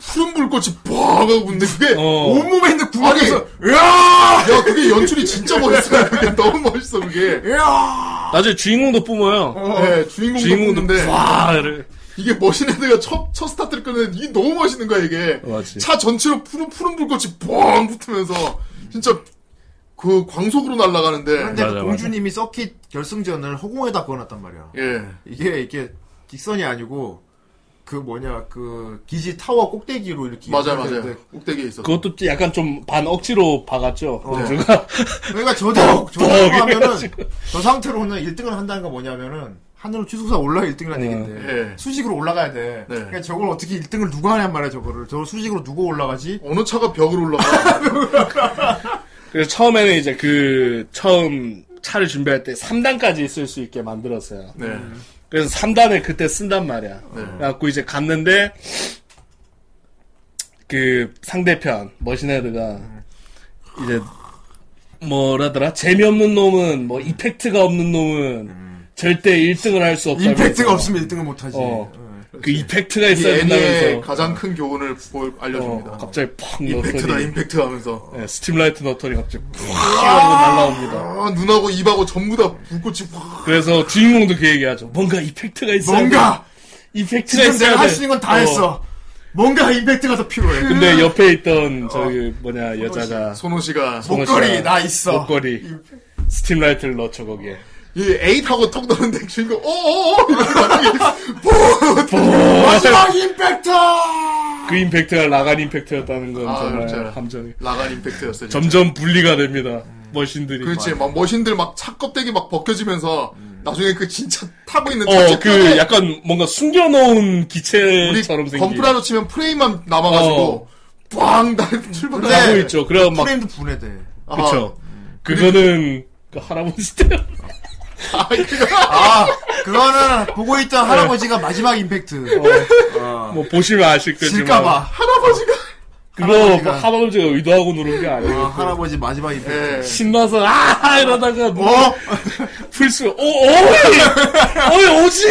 [SPEAKER 8] 푸른 불꽃이 뻥 하고 근데 그게
[SPEAKER 6] 어.
[SPEAKER 3] 온몸에 있는 구멍에서,
[SPEAKER 8] 야! 야 그게 연출이 진짜 멋있어요. 그게 너무 멋있어 그게.
[SPEAKER 3] 야!
[SPEAKER 6] 나중에 주인공도 뿜어요.
[SPEAKER 8] 네, 주인공도
[SPEAKER 6] 주인공도
[SPEAKER 8] 뿜는데
[SPEAKER 6] 와 이래.
[SPEAKER 8] 이게 머신 헤드가 첫, 첫 스타트를 끊는데 이게 너무 멋있는 거야 이게.
[SPEAKER 6] 맞지.
[SPEAKER 8] 차 전체로 푸른 푸른 불꽃이 뻥 붙으면서 진짜 그 광속으로 날아가는데
[SPEAKER 3] 그런데 그 공주님이 서킷 결승전을 허공에다 그어놨단 말이야.
[SPEAKER 8] 예.
[SPEAKER 3] 이게, 이게, 직선이 아니고, 그 뭐냐, 그, 기지 타워 꼭대기로 이렇게.
[SPEAKER 8] 맞아요,
[SPEAKER 3] 이렇게
[SPEAKER 8] 맞아요.
[SPEAKER 3] 했는데
[SPEAKER 8] 꼭대기에 있었어.
[SPEAKER 6] 그것도 약간 좀 반 억지로 박았죠.
[SPEAKER 3] 어.
[SPEAKER 6] 제가 [laughs]
[SPEAKER 3] 그러니까 저대로, 저대로
[SPEAKER 6] 뻑
[SPEAKER 3] 하면은,
[SPEAKER 6] 해가지고.
[SPEAKER 3] 저 상태로는 1등을 한다는 건 뭐냐면은, 하늘로 취소사 올라 1등이라는
[SPEAKER 6] 네.
[SPEAKER 3] 얘기인데,
[SPEAKER 8] 예.
[SPEAKER 3] 수직으로 올라가야 돼.
[SPEAKER 8] 네.
[SPEAKER 3] 그러니까 저걸 어떻게 1등을 누가 하냔 말이야, 저거를. 저걸 수직으로 누가 올라가지?
[SPEAKER 8] 어느 차가
[SPEAKER 6] [laughs]
[SPEAKER 8] 벽으로 올라가?
[SPEAKER 6] 그래서 처음에는 이제 그 처음 차를 준비할 때 3단까지 쓸 수 있게 만들었어요.
[SPEAKER 8] 네.
[SPEAKER 6] 그래서 3단을 그때 쓴단 말이야.
[SPEAKER 8] 네.
[SPEAKER 6] 그래갖고 이제 갔는데 그 상대편 머신헤드가 이제 뭐라더라 재미없는 놈은 뭐 이펙트가 없는 놈은 절대 1등을 할 수 없다.
[SPEAKER 3] 임팩트가 없으면 1등을 못하지. 예.
[SPEAKER 6] 어. 그 이펙트가 있어야
[SPEAKER 8] 애니의
[SPEAKER 6] 된다면서. 어,
[SPEAKER 8] 가장 큰 교훈을 볼- 알려줍니다.
[SPEAKER 6] 갑자기 팍
[SPEAKER 8] 임팩트다
[SPEAKER 6] 넣더니.
[SPEAKER 8] 임팩트 하면서
[SPEAKER 6] 네, 스팀라이트 너털이 갑자기 푹 하고 날라옵니다.
[SPEAKER 8] 아, 눈하고 입하고 전부 다 불꽃이 확
[SPEAKER 6] 그래서 주인공도 그 얘기하죠. 뭔가 이펙트가 있어야
[SPEAKER 3] 뭔가!
[SPEAKER 6] 돼. 이펙트가
[SPEAKER 3] 지금
[SPEAKER 6] 있어야 돼.
[SPEAKER 3] 내가 할 수 있는 건 다
[SPEAKER 6] 어.
[SPEAKER 3] 했어. 뭔가 임팩트가 더 필요해.
[SPEAKER 6] 근데 옆에 있던 저기
[SPEAKER 8] 어.
[SPEAKER 6] 뭐냐 여자가
[SPEAKER 8] 손호 씨가
[SPEAKER 6] 손호
[SPEAKER 8] 목걸이,
[SPEAKER 6] 씨가
[SPEAKER 8] 나 있어.
[SPEAKER 6] 목걸이 스팀라이트를 넣죠 거기에
[SPEAKER 8] 이 에잇하고 턱 넣는데 주인공 어어어
[SPEAKER 6] [laughs]
[SPEAKER 3] 마지막 임팩트!
[SPEAKER 6] 그 임팩트가 라간 임팩트였다는 건
[SPEAKER 8] 아,
[SPEAKER 6] 정말
[SPEAKER 8] 그렇지 않아.
[SPEAKER 6] 감정이
[SPEAKER 8] 라간 임팩트였어 진짜.
[SPEAKER 6] 점점 분리가 됩니다 머신들이
[SPEAKER 8] 음.
[SPEAKER 6] 어,
[SPEAKER 8] 그렇지 막 머신들 막 차 껍데기 막 벗겨지면서 나중에 그 진짜 타고 있는 차체
[SPEAKER 6] 음. 어그 약간 뭔가 숨겨놓은 기체처럼 생긴 어.
[SPEAKER 8] 건프라로 치면 프레임만 남아가지고 빵! 날
[SPEAKER 6] 하고
[SPEAKER 8] [laughs] 출발하고
[SPEAKER 6] 있죠 그럼 막
[SPEAKER 3] 프레임도 분해돼.
[SPEAKER 6] 네. 그쵸
[SPEAKER 8] 어.
[SPEAKER 6] 그거는 그 할아버지 때
[SPEAKER 8] 아,
[SPEAKER 3] 아, 그거는 보고
[SPEAKER 8] 네.
[SPEAKER 3] 있던 할아버지가 마지막 임팩트.
[SPEAKER 8] 어,
[SPEAKER 6] 뭐 보시면 아실 거지만
[SPEAKER 3] 질까봐.
[SPEAKER 8] 할아버지가
[SPEAKER 6] 그거
[SPEAKER 3] 할아버지가-
[SPEAKER 6] 뭐 할아버지가 의도하고 누른 게
[SPEAKER 8] 뭐.
[SPEAKER 6] 아니고
[SPEAKER 3] 아, 할아버지 마지막 임팩트.
[SPEAKER 8] 네.
[SPEAKER 6] 신나서 아 이러다가
[SPEAKER 8] 어.
[SPEAKER 6] 뭐 풀스 오 오이 오이 오지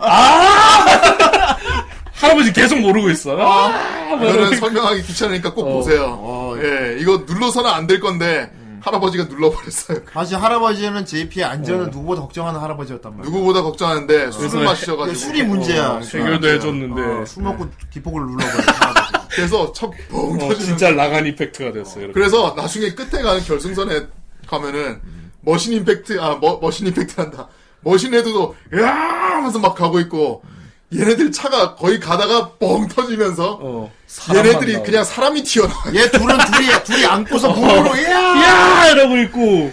[SPEAKER 6] 아아 할아버지 계속 모르고 있어 아, 뭐
[SPEAKER 8] 이거는
[SPEAKER 6] 이러고.
[SPEAKER 8] 설명하기 귀찮으니까 꼭
[SPEAKER 6] 어. 음.
[SPEAKER 8] 보세요. 예, 이거 눌러서는 안 될 건데 할아버지가 눌러버렸어요.
[SPEAKER 3] 사실 할아버지는 JP의 안전을 누구보다 걱정하는 할아버지였단 말이야.
[SPEAKER 8] 어. 누구보다 걱정하는데 술을 마셔가지고
[SPEAKER 3] 술이
[SPEAKER 6] 뭐-
[SPEAKER 3] 문제야.
[SPEAKER 8] 어, 네.
[SPEAKER 3] 술이
[SPEAKER 6] 해결도
[SPEAKER 3] 문제야.
[SPEAKER 6] 해줬는데.
[SPEAKER 3] 어, 술 먹고 기폭을 눌러버려.
[SPEAKER 8] 그래서 참 뻥.
[SPEAKER 6] 어, 진짜 라간 이펙트가 됐어요 이렇게.
[SPEAKER 8] 그래서 나중에 끝에 가는 결승선에 가면은 머신 임팩트 아 머, 머신 임팩트란다. 머신 헤드도 으아 하면서 막 가고 있고 얘네들 차가 거의 가다가 뻥 터지면서
[SPEAKER 6] 어, 사람만
[SPEAKER 8] 얘네들이
[SPEAKER 6] 나오고.
[SPEAKER 8] 그냥 사람이 어. 튀어나와.
[SPEAKER 3] 얘 둘은 둘이 둘이 안고서 부부로 이야.
[SPEAKER 6] 야 이러고 있고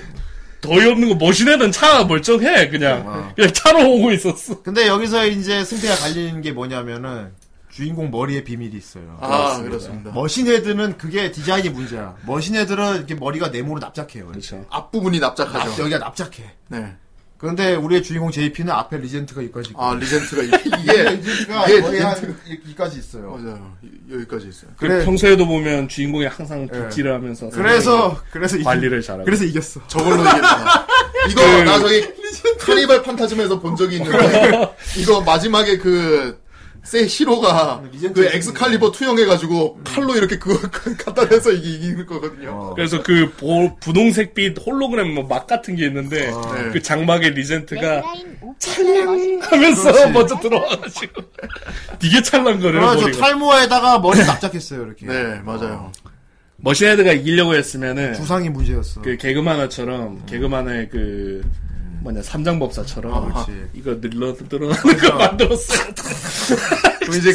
[SPEAKER 6] 더위 없는 거 머신에는 차가 멀쩡해 그냥 그냥 차로 오고 있었어
[SPEAKER 3] 근데 여기서 이제 승패가 갈리는 게 뭐냐면은 주인공 머리에 비밀이 있어요.
[SPEAKER 8] 아 그렇습니다.
[SPEAKER 3] 머신헤드는 그게 디자인이 문제야. 머신헤드는 이렇게 머리가 네모로 납작해요.
[SPEAKER 8] 그렇죠.
[SPEAKER 6] 그렇죠.
[SPEAKER 8] 앞부분이 납작하죠.
[SPEAKER 3] 앞- 여기가 납작해.
[SPEAKER 8] 네.
[SPEAKER 3] 그런데 우리의 주인공 JP는 앞에 리젠트가 여기까지 있고. 예,
[SPEAKER 8] 아 리젠트가 이- 이게
[SPEAKER 3] 리젠트가
[SPEAKER 8] 이게
[SPEAKER 3] 거의 한
[SPEAKER 8] 리젠트-
[SPEAKER 3] 여기까지 있어요.
[SPEAKER 8] 맞아요. 이- 여기까지 있어요.
[SPEAKER 6] 그래. 평소에도 보면 주인공이 항상 빗질을 하면서
[SPEAKER 3] 그래서 그래서 이-
[SPEAKER 6] 네. 관리를 잘하고
[SPEAKER 3] 그래서 이겼어.
[SPEAKER 8] 저걸로 이겼다. [laughs] 이거
[SPEAKER 6] 그-
[SPEAKER 8] 나 [laughs] 저기 카니발 판타즘에서 본 적이 있는데 이거 마지막에 그 세시로가 그 엑스칼리버 투영해가지고 칼로 이렇게 그거 [laughs] 갖다 대서 이게 이기는 거거든요.
[SPEAKER 6] 그래서 그 보- 분홍색빛 홀로그램 뭐막 같은 게 있는데
[SPEAKER 8] 네.
[SPEAKER 6] 그 장막에
[SPEAKER 11] 네.
[SPEAKER 6] 리젠트가
[SPEAKER 15] 라인
[SPEAKER 6] 하면서 먼저 들어와가지고 [laughs] 되게 찰랑거려요
[SPEAKER 3] 그래서
[SPEAKER 6] 머리가.
[SPEAKER 3] 아, 저
[SPEAKER 6] [laughs]
[SPEAKER 3] 탈모에다가 머리 납작했어요 이렇게.
[SPEAKER 8] 네 맞아요.
[SPEAKER 6] 머신헤드가 이기려고 했으면은
[SPEAKER 3] 부상이 문제였어.
[SPEAKER 6] 그 개그만화처럼 개그만화의 그 뭐냐 삼장법사처럼
[SPEAKER 3] 음. 아, 그렇지.
[SPEAKER 6] 이거 늘러 늘어나는
[SPEAKER 3] 아.
[SPEAKER 6] 거
[SPEAKER 3] [laughs]
[SPEAKER 6] 만들었어요. [laughs]
[SPEAKER 8] 그럼 이제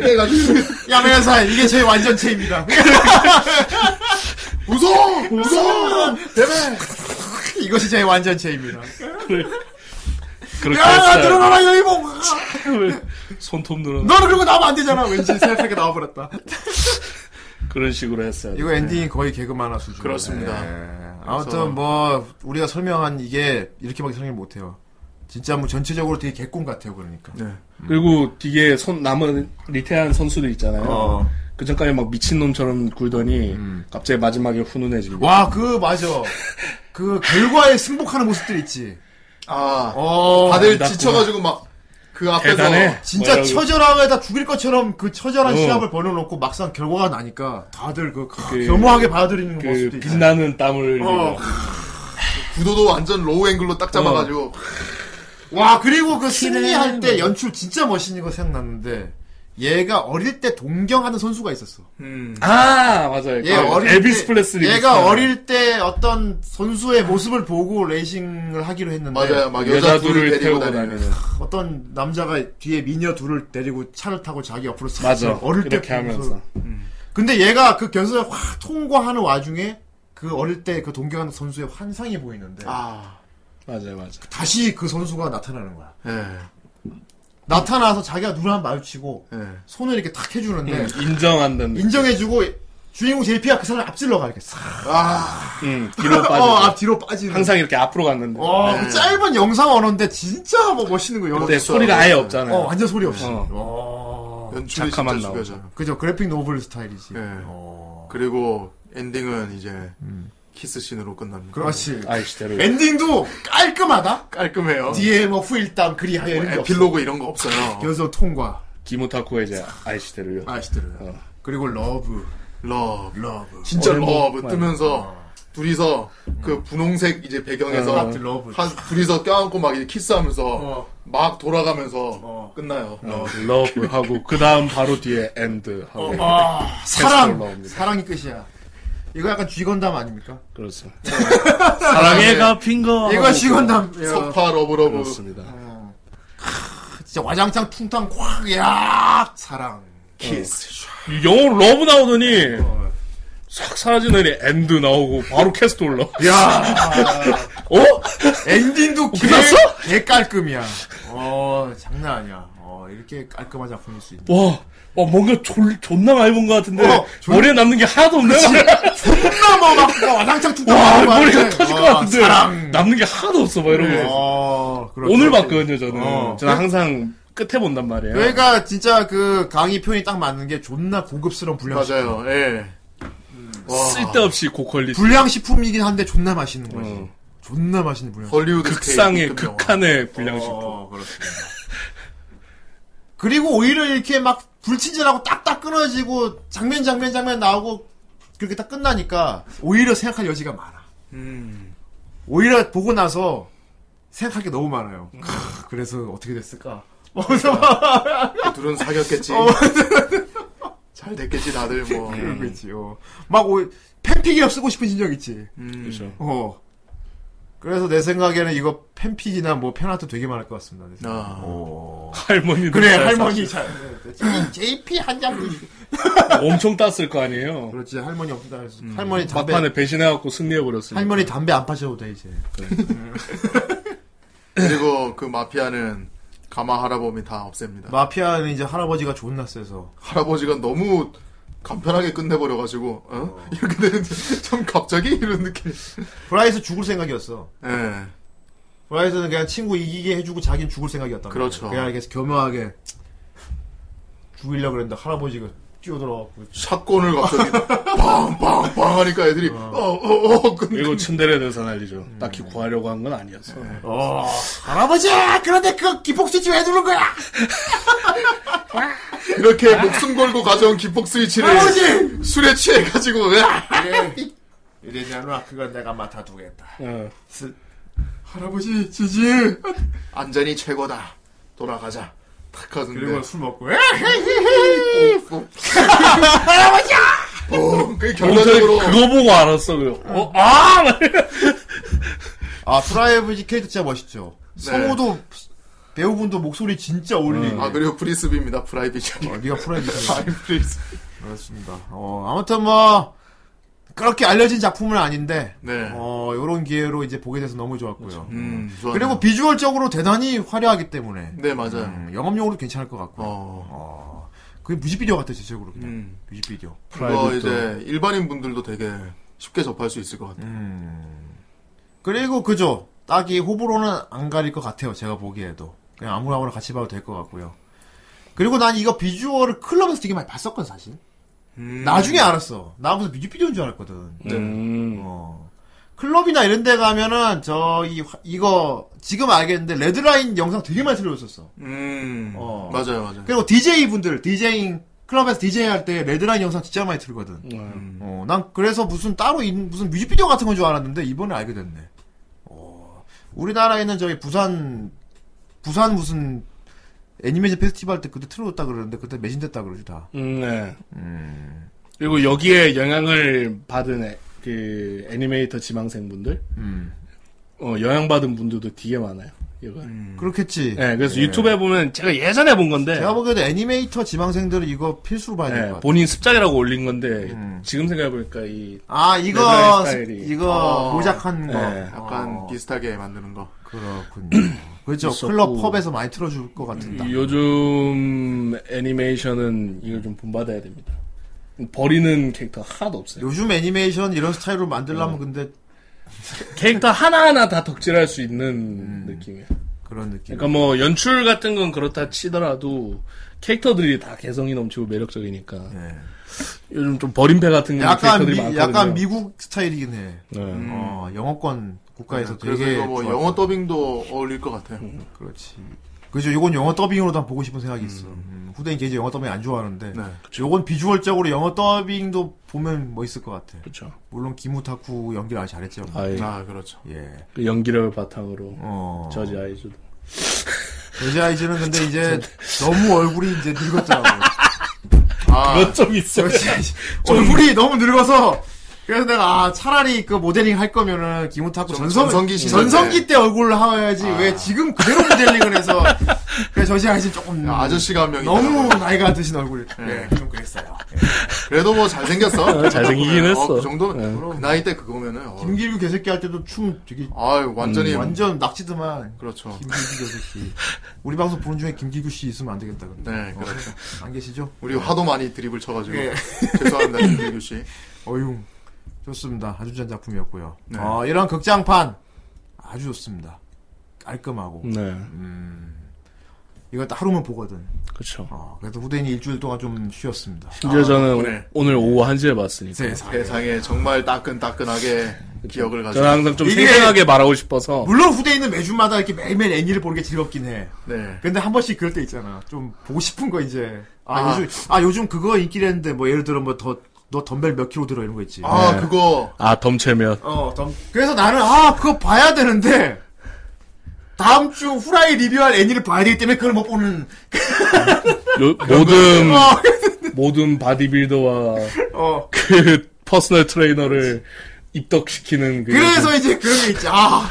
[SPEAKER 6] 네.
[SPEAKER 8] 빼가지고
[SPEAKER 3] 야매사 이게
[SPEAKER 6] [laughs]
[SPEAKER 3] 제 완전체입니다.
[SPEAKER 8] 웃어 [laughs] 웃어
[SPEAKER 3] 대박. 이것이 제 완전체입니다.
[SPEAKER 6] 그 그렇게
[SPEAKER 3] 야
[SPEAKER 6] 했어요.
[SPEAKER 3] 들어가라 여의봉.
[SPEAKER 6] 손톱 늘어
[SPEAKER 3] 너는 그러고 나오면 안 되잖아. 왠지 생각하게 나와버렸다.
[SPEAKER 6] 그런 식으로 했어요.
[SPEAKER 3] 이거 엔딩이 거의 개그만화 수준. 네.
[SPEAKER 8] 그렇습니다. 그래서-
[SPEAKER 3] 아무튼 뭐 우리가 설명한 이게 이렇게밖에 설명 못 해요. 진짜 뭐 전체적으로 되게 개꿈 같아요, 그러니까.
[SPEAKER 6] 네. 그리고 뒤에 손 남은 리테한 선수도 있잖아요.
[SPEAKER 3] 어. 음.
[SPEAKER 6] 그 전까지 막 미친놈처럼 굴더니 갑자기 마지막에 훈훈해지고
[SPEAKER 3] 와, 그 맞아. 그 결과에 승복하는 모습들 있지.
[SPEAKER 8] 아
[SPEAKER 3] 어,
[SPEAKER 8] 다들
[SPEAKER 6] 낫구나.
[SPEAKER 8] 지쳐가지고 막 그 앞에서
[SPEAKER 6] 대단해.
[SPEAKER 3] 진짜
[SPEAKER 6] 뭐라고.
[SPEAKER 3] 처절함에다 죽일 것처럼 그 처절한
[SPEAKER 6] 어.
[SPEAKER 3] 시합을 벌여놓고 막상 결과가 나니까 다들 그,
[SPEAKER 6] 그-
[SPEAKER 3] 겸허하게 받아들이는
[SPEAKER 6] 그
[SPEAKER 3] 모습도 있지.
[SPEAKER 6] 빛나는 땀을
[SPEAKER 3] 어.
[SPEAKER 8] 구도도 완전 로우 앵글로 딱 잡아가지고
[SPEAKER 3] 와 그리고 그 승리할 때 연출 진짜 멋있는 거 생각났는데 얘가 어릴 때 동경하는 선수가 있었어.
[SPEAKER 8] 음.
[SPEAKER 6] 아 맞아요.
[SPEAKER 3] 얘
[SPEAKER 6] 그
[SPEAKER 3] 어릴
[SPEAKER 6] 엘비스
[SPEAKER 3] 때-
[SPEAKER 6] 플레스리.
[SPEAKER 3] 얘가 어릴 때 어떤 선수의 모습을 보고 레이싱을 하기로 했는데
[SPEAKER 8] 맞아요 막 여자,
[SPEAKER 6] 네. 여자
[SPEAKER 8] 둘을
[SPEAKER 6] 둘을
[SPEAKER 8] 데리고
[SPEAKER 6] 태우고
[SPEAKER 8] 다니는
[SPEAKER 6] 다니는.
[SPEAKER 3] 어떤 남자가 뒤에 미녀 둘을 데리고 차를 타고 자기 옆으로 싹
[SPEAKER 6] 맞아.
[SPEAKER 3] 어릴 때
[SPEAKER 6] 이렇게 하면서.
[SPEAKER 3] 보면서. 근데 얘가 그 결승을 확 통과하는 와중에 그 어릴 때 그 동경하는 선수의 환상이 보이는데
[SPEAKER 8] 아
[SPEAKER 6] 맞아요, 맞아요.
[SPEAKER 3] 다시 그 선수가 나타나는 거야.
[SPEAKER 8] 예.
[SPEAKER 3] 나타나서 자기가 눈을 한 마주치고
[SPEAKER 8] 예.
[SPEAKER 3] 손을 이렇게 탁
[SPEAKER 6] 예.
[SPEAKER 3] 해주는데
[SPEAKER 6] 인정한다는.
[SPEAKER 3] 네. 인정해주고 주인공 JP가 그 사람을 앞질러 가 이렇게 싹
[SPEAKER 8] 아
[SPEAKER 6] 음, 뒤로 빠지고.
[SPEAKER 3] [laughs] 어, 앞 뒤로 빠지는
[SPEAKER 6] 항상 이렇게 앞으로 갔는데.
[SPEAKER 3] 와, 그 짧은 영상 언어인데 진짜 뭐 멋있는 거예요.
[SPEAKER 6] 그때 소리가 아예 없잖아요.
[SPEAKER 3] 어, 완전 소리 없이. 어.
[SPEAKER 8] 연출이
[SPEAKER 6] 잠깐만
[SPEAKER 8] 진짜
[SPEAKER 6] 나오고.
[SPEAKER 8] 죽여져요 네.
[SPEAKER 3] 그죠. 그래픽 노블 스타일이지.
[SPEAKER 8] 예. 그리고 엔딩은 예. 이제 키스씬으로 끝납니다.
[SPEAKER 3] 그렇지.
[SPEAKER 6] 아이시테르.
[SPEAKER 3] 엔딩도 깔끔하다.
[SPEAKER 8] 깔끔해요.
[SPEAKER 3] 뒤에 뭐 후일담 그리하여 이런 게
[SPEAKER 8] 에필로그 이런 거 없어요.
[SPEAKER 3] 그래서 통과.
[SPEAKER 6] 기무타코의 이제 아이시테르요.
[SPEAKER 3] 아이시테르. 그리고 러브.
[SPEAKER 8] 러브.
[SPEAKER 3] 러브.
[SPEAKER 8] 진짜 러브
[SPEAKER 3] 뭐,
[SPEAKER 8] 뜨면서 둘이서 그 분홍색 이제 배경에서
[SPEAKER 3] 어. 러브.
[SPEAKER 8] 한 둘이서 껴안고 막 이제 키스하면서 막 돌아가면서 끝나요.
[SPEAKER 6] 어.
[SPEAKER 8] 어.
[SPEAKER 6] 러브 하고 그 다음 바로 뒤에 엔드 하고
[SPEAKER 3] 어, 아, 사랑.
[SPEAKER 6] 올라옵니다.
[SPEAKER 3] 사랑이 끝이야. 이거 약간 쥐건담 아닙니까?
[SPEAKER 6] 그렇죠. 사랑에 갚인 거.
[SPEAKER 3] 이거 쥐건담. 야.
[SPEAKER 8] 석파 러브 러브.
[SPEAKER 6] 그렇습니다.
[SPEAKER 3] 진짜 와장창 퉁탕 콱. 야 사랑.
[SPEAKER 8] 키스.
[SPEAKER 6] 영어로 러브 나오더니 싹 사라지더니 엔드 나오고 바로 캐스트 올라.
[SPEAKER 3] 야.
[SPEAKER 6] 어?
[SPEAKER 3] 엔딩도 개,
[SPEAKER 6] 끝났어?
[SPEAKER 3] 개 깔끔이야. 어, 장난 아니야. 어, 이렇게 깔끔한 작품일 수 있네.
[SPEAKER 6] 와, 와 뭔가 졸, 존나 많이 본 것 같은데
[SPEAKER 3] 어, 졸-
[SPEAKER 6] 머리에 남는 게 하나도 없네.
[SPEAKER 3] 존나 뭐막 와장창 퉁탕
[SPEAKER 6] 와
[SPEAKER 3] 나오고
[SPEAKER 6] 머리가
[SPEAKER 3] 하는데,
[SPEAKER 6] 터질 것
[SPEAKER 3] 어,
[SPEAKER 6] 같은데
[SPEAKER 3] 사랑.
[SPEAKER 6] 남는 게 하나도 없어 막 이러고
[SPEAKER 3] 그래. 어, 그렇죠.
[SPEAKER 6] 오늘 봤거든요 저는.
[SPEAKER 3] 어.
[SPEAKER 6] 저는 항상 끝에 본단 말이에요.
[SPEAKER 3] 그러니까 진짜 그 강의 표현이 딱 맞는 게 존나 고급스러운 불량식품.
[SPEAKER 8] 맞아요. 예. 와.
[SPEAKER 6] 쓸데없이 고퀄리티.
[SPEAKER 3] 불량식품이긴 한데 존나 맛있는 거지.
[SPEAKER 8] 어.
[SPEAKER 3] 존나 맛있는 불량식품.
[SPEAKER 8] 헐리우드
[SPEAKER 6] 극상의
[SPEAKER 8] 스테이크 영화.
[SPEAKER 6] 극한의 불량식품.
[SPEAKER 3] 어. [laughs] 그리고 오히려 이렇게 막 불친절하고 딱딱 끊어지고 장면 장면 장면 나오고 그렇게 딱 끝나니까 오히려 생각할 여지가 많아.
[SPEAKER 8] 음.
[SPEAKER 3] 오히려 보고 나서 생각할 게 너무 많아요. 크, 그래서 어떻게 됐을까? 어,
[SPEAKER 8] 아, 둘은 사귀었겠지. [laughs] 잘 됐겠지 다들 뭐.
[SPEAKER 3] 그렇겠지. 어. 막 오, 팬픽이라 쓰고 싶은 진적 있지.
[SPEAKER 8] 음.
[SPEAKER 6] 그렇죠.
[SPEAKER 3] 어. 그래서 내 생각에는 이거 팬픽이나 뭐 팬아트 되게 많을 것 같습니다. 내 생각에.
[SPEAKER 8] 아.
[SPEAKER 6] 할머니
[SPEAKER 3] 그래 할머니 잘. JP 한장
[SPEAKER 6] 엄청 땄을 거 아니에요.
[SPEAKER 3] 그렇지 할머니 없다 해서 할머니 담배
[SPEAKER 6] 막판에 배신해갖고 승리해버렸습니다.
[SPEAKER 3] 할머니 담배 안 파셔도 돼 이제.
[SPEAKER 8] 그리고 그 마피아는 가마 할아범이 다 없앱니다.
[SPEAKER 3] 마피아는 이제 할아버지가 존나 세서
[SPEAKER 8] 할아버지가 너무 간편하게 끝내버려가지고 어? 이렇게 되는데 참 갑자기 이런 느낌.
[SPEAKER 3] 브라이스 죽을 생각이었어.
[SPEAKER 8] 예.
[SPEAKER 3] 브라이스는 그냥 친구 이기게 해주고 자기는 죽을 생각이었단 말이야.
[SPEAKER 8] 그렇죠.
[SPEAKER 3] 그냥 이렇게 교묘하게 죽이려 고 그랬는데 할아버지가 뛰어들어갖고
[SPEAKER 8] 샷건을 갑자기 빵빵빵 하니까 애들이 어어어
[SPEAKER 6] 그리고 츤데레 대사 날리죠.
[SPEAKER 3] 음.
[SPEAKER 6] 딱히 구하려고 한 건 아니었어.
[SPEAKER 3] 어, 할아버지 그런데 그 기폭스위치 왜 누른 거야?
[SPEAKER 8] 이렇게 목숨 걸고 가져온 기폭 스위치를
[SPEAKER 3] 할아버지!
[SPEAKER 8] 술에 취해가지고 으아!
[SPEAKER 3] 이래지 않아 그건 내가 맡아두겠다.
[SPEAKER 6] 어.
[SPEAKER 3] 슬- 할아버지 지지.
[SPEAKER 8] 안전이 최고다. 돌아가자. 탁 하는데
[SPEAKER 3] 그리고 술 먹고
[SPEAKER 8] 어, 그
[SPEAKER 6] 갑자기
[SPEAKER 8] 결과적으로
[SPEAKER 6] 그거 보고 알았어. 그래. 어, 아! 막 이래.
[SPEAKER 3] 아 프라이브지 캐릭터 진짜 멋있죠.
[SPEAKER 8] 네.
[SPEAKER 3] 성우도 배우분도 목소리 진짜 어울리고.
[SPEAKER 8] 아 그리고 프리스비입니다. 프라이빗이
[SPEAKER 3] 어, 네가 프라이브지.
[SPEAKER 8] 아이 프리스.
[SPEAKER 3] 그렇습니다. 어, 아무튼 뭐 그렇게 알려진 작품은 아닌데
[SPEAKER 8] 네.
[SPEAKER 3] 어, 요런 기회로 이제 보게 돼서 너무 좋았고요.
[SPEAKER 8] 음, 좋아요.
[SPEAKER 3] 그리고 비주얼적으로 대단히 화려하기 때문에
[SPEAKER 8] 네 맞아요.
[SPEAKER 3] 음, 영업용으로 괜찮을 것 같고. 요
[SPEAKER 8] 어.
[SPEAKER 3] 어. 그게 뮤직비디오 같아 제적으로 그냥.
[SPEAKER 8] 음.
[SPEAKER 3] 뮤직비디오.
[SPEAKER 8] 그거 이제 일반인 분들도 되게 쉽게 접할 수 있을 것 같아요.
[SPEAKER 3] 음. 그리고 그죠. 딱히 호불호는 안 가릴 것 같아요. 제가 보기에도. 그냥 아무나 같이 봐도 될 것 같고요. 그리고 난 이거 비주얼을 클럽에서 되게 많이 봤었거든 사실. 음. 나중에 알았어. 나 무슨 뮤직비디오인 줄 알았거든.
[SPEAKER 6] 음.
[SPEAKER 3] 어. 클럽이나 이런 데 가면은 저 이 이거 지금 알겠는데 레드라인 영상 되게 많이 틀려줬었어.
[SPEAKER 8] 음.
[SPEAKER 3] 어.
[SPEAKER 8] 맞아요, 맞아요.
[SPEAKER 3] 그리고 DJ 분들 디제잉 클럽에서 DJ 할 때 레드라인 영상 진짜 많이 틀거든.
[SPEAKER 6] 음.
[SPEAKER 3] 어, 난 그래서 무슨 따로 인- 무슨 뮤직비디오 같은 건 줄 알았는데 이번에 알게 됐네. 어, 우리나라에 있는 저기 부산 부산 무슨 애니메이션 페스티벌 때 그때 틀어줬다 그러는데 그때 매진됐다 그러지 다.
[SPEAKER 6] 음, 네. 그리고 여기에 영향을 받은 애- 그 애니메이터 지망생분들,
[SPEAKER 3] 음.
[SPEAKER 6] 어, 영향받은 분들도 되게 많아요. 이거.
[SPEAKER 3] 그렇겠지.
[SPEAKER 6] 네, 그래서 유튜브에 보면 제가 예전에 본 건데,
[SPEAKER 3] 음. 예. 제가 보기에도 애니메이터 지망생들은 이거 필수로 봐야 될 것 음.
[SPEAKER 6] 네,
[SPEAKER 3] 같아.
[SPEAKER 6] 본인 습작이라고 올린 건데, 지금 생각해보니까 이,
[SPEAKER 3] 아 이거
[SPEAKER 6] 레드라인 스타일이. 아.
[SPEAKER 3] 이거
[SPEAKER 8] 어.
[SPEAKER 3] 모작한 거.
[SPEAKER 6] 네,
[SPEAKER 8] 약간
[SPEAKER 3] 어,
[SPEAKER 8] 비슷하게 만드는 거.
[SPEAKER 3] 그렇군요. [clears throat] 그렇죠.
[SPEAKER 6] 있었고.
[SPEAKER 3] 클럽 펍에서 많이 틀어줄 것 같은다.
[SPEAKER 6] 음. 요즘 애니메이션은 이걸 좀 본받아야 됩니다. 버리는 캐릭터 하나도 없어요.
[SPEAKER 3] 요즘 애니메이션 이런 스타일로
[SPEAKER 6] 네.
[SPEAKER 3] 만들려면 근데 음.
[SPEAKER 6] 캐릭터 하나하나 다 덕질할 수 있는 느낌이에요.
[SPEAKER 3] 그런 느낌.
[SPEAKER 6] 그러니까 뭐 연출 같은 건 그렇다 치더라도 캐릭터들이 다 개성이 넘치고 매력적이니까 요즘 좀 버림패 같은
[SPEAKER 3] 네. 약간
[SPEAKER 6] 음, 캐릭터들이
[SPEAKER 3] 미,
[SPEAKER 6] 많거든요.
[SPEAKER 3] 약간 미국 스타일이긴 해.
[SPEAKER 6] 네.
[SPEAKER 3] 음. 어, 영어권 국가에서
[SPEAKER 8] 그래서
[SPEAKER 3] 되게 음.
[SPEAKER 8] 이거 뭐
[SPEAKER 3] 좋아.
[SPEAKER 8] 영어 더빙도 어울릴 것 같아요.
[SPEAKER 3] 그렇지. 그죠. 이건 영어 더빙으로도 한번 보고 싶은 생각이 있어. 음, 후대인 개제 영어 더빙 안 좋아하는데.
[SPEAKER 8] 네.
[SPEAKER 3] 요건 비주얼적으로 영어 더빙도 보면 멋있을 것 같아.
[SPEAKER 6] 그렇죠.
[SPEAKER 3] 물론 김우타쿠 연기를 아주 잘했죠.
[SPEAKER 6] 아, 예. 아,
[SPEAKER 8] 그렇죠.
[SPEAKER 3] 예.
[SPEAKER 6] 그 연기를 바탕으로
[SPEAKER 3] 어.
[SPEAKER 6] 저지 아이즈도
[SPEAKER 3] 저지 아이즈는
[SPEAKER 6] [laughs]
[SPEAKER 3] 근데 이제 너무 얼굴이 이제 늙었더라고.
[SPEAKER 8] 아,
[SPEAKER 3] 아,
[SPEAKER 6] 그것 좀 있어요.
[SPEAKER 3] 저지 아이즈. [laughs] 얼굴이 너무 늙어서 그래서 내가 아, 차라리 그 모델링 할 거면은 김우타쿠
[SPEAKER 8] 좀
[SPEAKER 3] 전성,
[SPEAKER 8] 전성기
[SPEAKER 3] 전성기,
[SPEAKER 8] 시절 아.
[SPEAKER 3] 때 얼굴을 하야지 왜 지금 그대로 모델링을 해서 그래서 저지 아이즈 조금
[SPEAKER 8] 야, 아저씨가 한 명이
[SPEAKER 3] 너무
[SPEAKER 8] 있더라고요.
[SPEAKER 3] 나이가 드신 얼굴.
[SPEAKER 8] 예.
[SPEAKER 3] 네, 좀 그랬어요.
[SPEAKER 8] 그래도 뭐
[SPEAKER 3] [laughs]
[SPEAKER 8] 잘생겼어.
[SPEAKER 3] 어, 잘생기긴
[SPEAKER 8] 어,
[SPEAKER 3] 했어.
[SPEAKER 8] 그 정도면
[SPEAKER 3] 예.
[SPEAKER 8] 그 나이 때 그거면은 어,
[SPEAKER 3] 김길규 개새끼 할 때도 춤 되게
[SPEAKER 8] 아유, 완전히-
[SPEAKER 3] 완전 낙지드만
[SPEAKER 8] 그렇죠.
[SPEAKER 3] 어. 김길규 개새끼 우리 방송 보는 중에 김길규 씨 있으면 안 되겠다 근데
[SPEAKER 8] 네,
[SPEAKER 3] 어,
[SPEAKER 8] 그렇죠.
[SPEAKER 3] 안 계시죠?
[SPEAKER 8] 우리 화도 많이 드립을 쳐가지고
[SPEAKER 3] 예.
[SPEAKER 8] [laughs]
[SPEAKER 3] [laughs]
[SPEAKER 8] 죄송합니다 김규 씨.
[SPEAKER 3] 어휴 좋습니다 아주 좋은 작품이었고요
[SPEAKER 8] 네.
[SPEAKER 3] 어, 이런 극장판 아주 좋습니다 깔끔하고
[SPEAKER 6] 네.
[SPEAKER 3] 음, 이건 딱 하루만 보거든 어,
[SPEAKER 6] 그렇죠.
[SPEAKER 3] 그래도 후대인이 일주일 동안 좀 쉬었습니다
[SPEAKER 6] 심지어 저는 오늘 오후 1시에 봤으니까
[SPEAKER 3] 네,
[SPEAKER 8] 세상에 정말 따끈따끈하게 기억을 가지고.
[SPEAKER 6] 저는 항상 좀 생생하게 말하고 싶어서
[SPEAKER 3] 물론 후대인은 매주마다 이렇게 매일매일 애니를 보는 게 즐겁긴 해
[SPEAKER 8] 네.
[SPEAKER 3] 근데 한 번씩 그럴 때 있잖아. 좀 보고 싶은 거 이제. 아,
[SPEAKER 8] 아.
[SPEAKER 3] 요즘 아 요즘 그거 인기랬는데 뭐 예를 들어 뭐 더 너 덤벨 몇 킬로 들어 이런 거 있지.
[SPEAKER 8] 아
[SPEAKER 6] 네.
[SPEAKER 8] 그거
[SPEAKER 6] 아 덤체면
[SPEAKER 3] 어 덤. 그래서 나는 아 그거 봐야 되는데 다음 주 후라이 리뷰할 애니를 봐야 되기 때문에 그걸 못 보는. [laughs]
[SPEAKER 6] 요-
[SPEAKER 8] 음.
[SPEAKER 6] 모든
[SPEAKER 3] 아.
[SPEAKER 8] [laughs]
[SPEAKER 6] 모든 바디빌더와
[SPEAKER 3] 어.
[SPEAKER 6] 그 퍼스널 트레이너를 입덕시키는 그
[SPEAKER 3] 그래서 이제 그런 게 있지. 아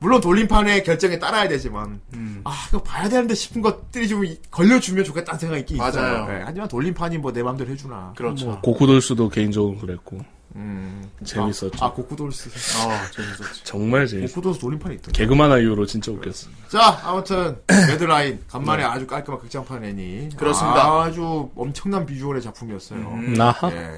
[SPEAKER 3] 물론 돌림판의 결정에 따라야 되지만
[SPEAKER 8] 음.
[SPEAKER 3] 아 이거 봐야 되는데 싶은 것들이 좀 이- 걸려주면 좋겠다는 생각이 있긴
[SPEAKER 8] 맞아요.
[SPEAKER 3] 있어요. 네, 하지만 돌림판이 뭐 내 마음대로 해주나.
[SPEAKER 8] 그렇죠.
[SPEAKER 6] 뭐 고쿠돌스도 개인적으로 그랬고
[SPEAKER 3] 음.
[SPEAKER 6] 재밌었죠.
[SPEAKER 3] 아, 아 고쿠돌스.
[SPEAKER 8] 아 재밌었지.
[SPEAKER 6] 정말 재밌어.
[SPEAKER 3] 고쿠돌스 돌림판이 있던.
[SPEAKER 6] 개그만 아이유로 진짜 웃겼어.
[SPEAKER 3] 자, 아무튼 [clears throat] 레드라인 간만에 아주 깔끔한 극장판 애니.
[SPEAKER 8] 네. 그렇습니다.
[SPEAKER 3] 아주 엄청난 비주얼의 작품이었어요.
[SPEAKER 6] 음. 아하.
[SPEAKER 3] 예.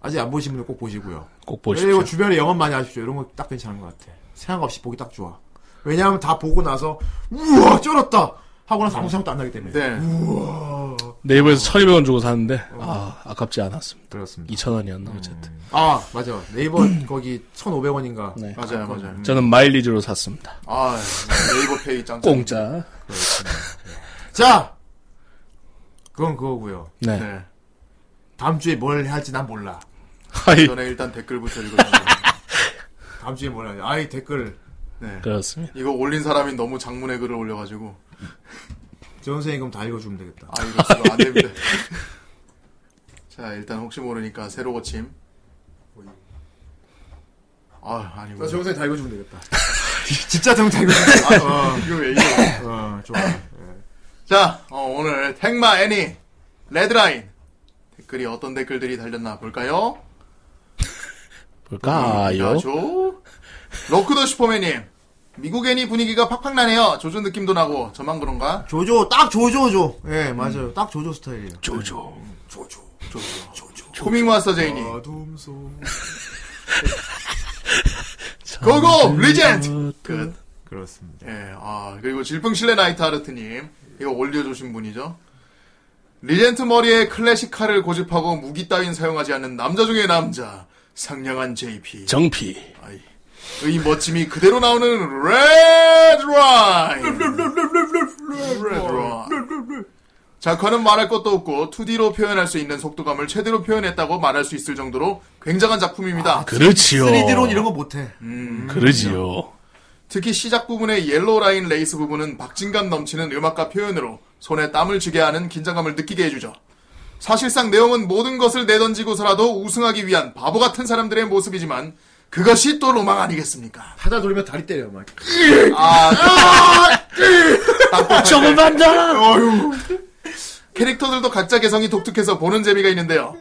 [SPEAKER 3] 아직 안 보신 분들 꼭 보시고요.
[SPEAKER 6] 꼭 보십시오.
[SPEAKER 3] 그리고 주변에 영업 많이 하십시오. 이런 거 딱 괜찮은 것 같아. 생각 없이 보기 딱 좋아. 왜냐하면 다 보고 나서 우와 쩔었다 하고
[SPEAKER 6] 네.
[SPEAKER 3] 나서 아무 생각도 안 나기 때문에.
[SPEAKER 8] 네.
[SPEAKER 3] 우와.
[SPEAKER 6] 네이버에서 1,200원 주고 샀는데
[SPEAKER 3] 어.
[SPEAKER 6] 아 아깝지 않았습니다.
[SPEAKER 3] 그렇습니다.
[SPEAKER 6] 2,000원이었나 음. 어쨌든.
[SPEAKER 3] 아 맞아. 네이버 거기 1,500원인가.
[SPEAKER 6] 네.
[SPEAKER 8] 맞아요, 맞아요.
[SPEAKER 6] 저는 마일리지로 샀습니다.
[SPEAKER 8] 아 네이버 페이 짱.
[SPEAKER 6] 공짜.
[SPEAKER 3] 자, 그건 그거고요.
[SPEAKER 6] 네. [laughs]
[SPEAKER 3] 다음 주에 뭘 할지 난 몰라.
[SPEAKER 6] 아이.
[SPEAKER 8] 전에 일단 댓글부터 읽어주세요.
[SPEAKER 3] 다음 주에 뭘 하냐. 아이 댓글.
[SPEAKER 8] 네.
[SPEAKER 6] 그렇습니다.
[SPEAKER 8] 이거 올린 사람이 너무 장문의 글을 올려가지고
[SPEAKER 3] 저 선생님 그럼 다 읽어주면 되겠다.
[SPEAKER 8] 아 이거 진짜 안 됩니다. [laughs] 자 일단 혹시 모르니까 새로 고침. 아 아니고.
[SPEAKER 3] 나 정선생 다 읽어주면 되겠다. [laughs] 진짜 정다 읽어주면 되겠다.
[SPEAKER 8] 아, 어, 이거 왜 이거?
[SPEAKER 3] 어, 좋아. 예.
[SPEAKER 8] 자 어, 오늘 택마 애니 레드라인 댓글이 어떤 댓글들이 달렸나 볼까요?
[SPEAKER 6] 볼까요?
[SPEAKER 8] 가죠. 로크더 슈퍼맨님. 미국 애니 분위기가 팍팍 나네요. 조조 느낌도 나고 저만 그런가?
[SPEAKER 3] 조조 딱 조조조. 예 맞아요. 딱 조조 스타일이에요. 예.
[SPEAKER 6] 조조.
[SPEAKER 3] 조조.
[SPEAKER 8] 조조. 조조. 코믹 마스터 제이님.
[SPEAKER 3] 어둠 속.
[SPEAKER 8] 고고 리젠트. 끝.
[SPEAKER 3] 그렇습니다.
[SPEAKER 8] 예, 아, 그리고 질풍실레 나이트 아르트님. 이거 올려주신 분이죠. 리젠트 머리에 클래식 칼을 고집하고 무기 따윈 사용하지 않는 남자 중의 남자. 상냥한 JP.
[SPEAKER 6] 정피.
[SPEAKER 8] 의 멋짐이 그대로 나오는 레드라인. 레드라인. 작화는 말할 것도 없고 2D로 표현할 수 있는 속도감을 최대로 표현했다고 말할 수 있을 정도로 굉장한 작품입니다.
[SPEAKER 6] 그렇지요.
[SPEAKER 3] 3D론 이런 거 못해.
[SPEAKER 6] 음. 그러지요.
[SPEAKER 8] 특히 시작 부분의 옐로우 라인 레이스 부분은 박진감 넘치는 음악과 표현으로 손에 땀을 쥐게 하는 긴장감을 느끼게 해주죠. 사실상 내용은 모든 것을 내던지고서라도 우승하기 위한 바보 같은 사람들의 모습이지만 그것이 또 로망 아니겠습니까?
[SPEAKER 3] 하다 돌면 다리 때려 막.
[SPEAKER 8] 아, 답답할
[SPEAKER 6] 조금만 더.
[SPEAKER 8] 어휴. 캐릭터들도 각자 개성이 독특해서 보는 재미가 있는데요.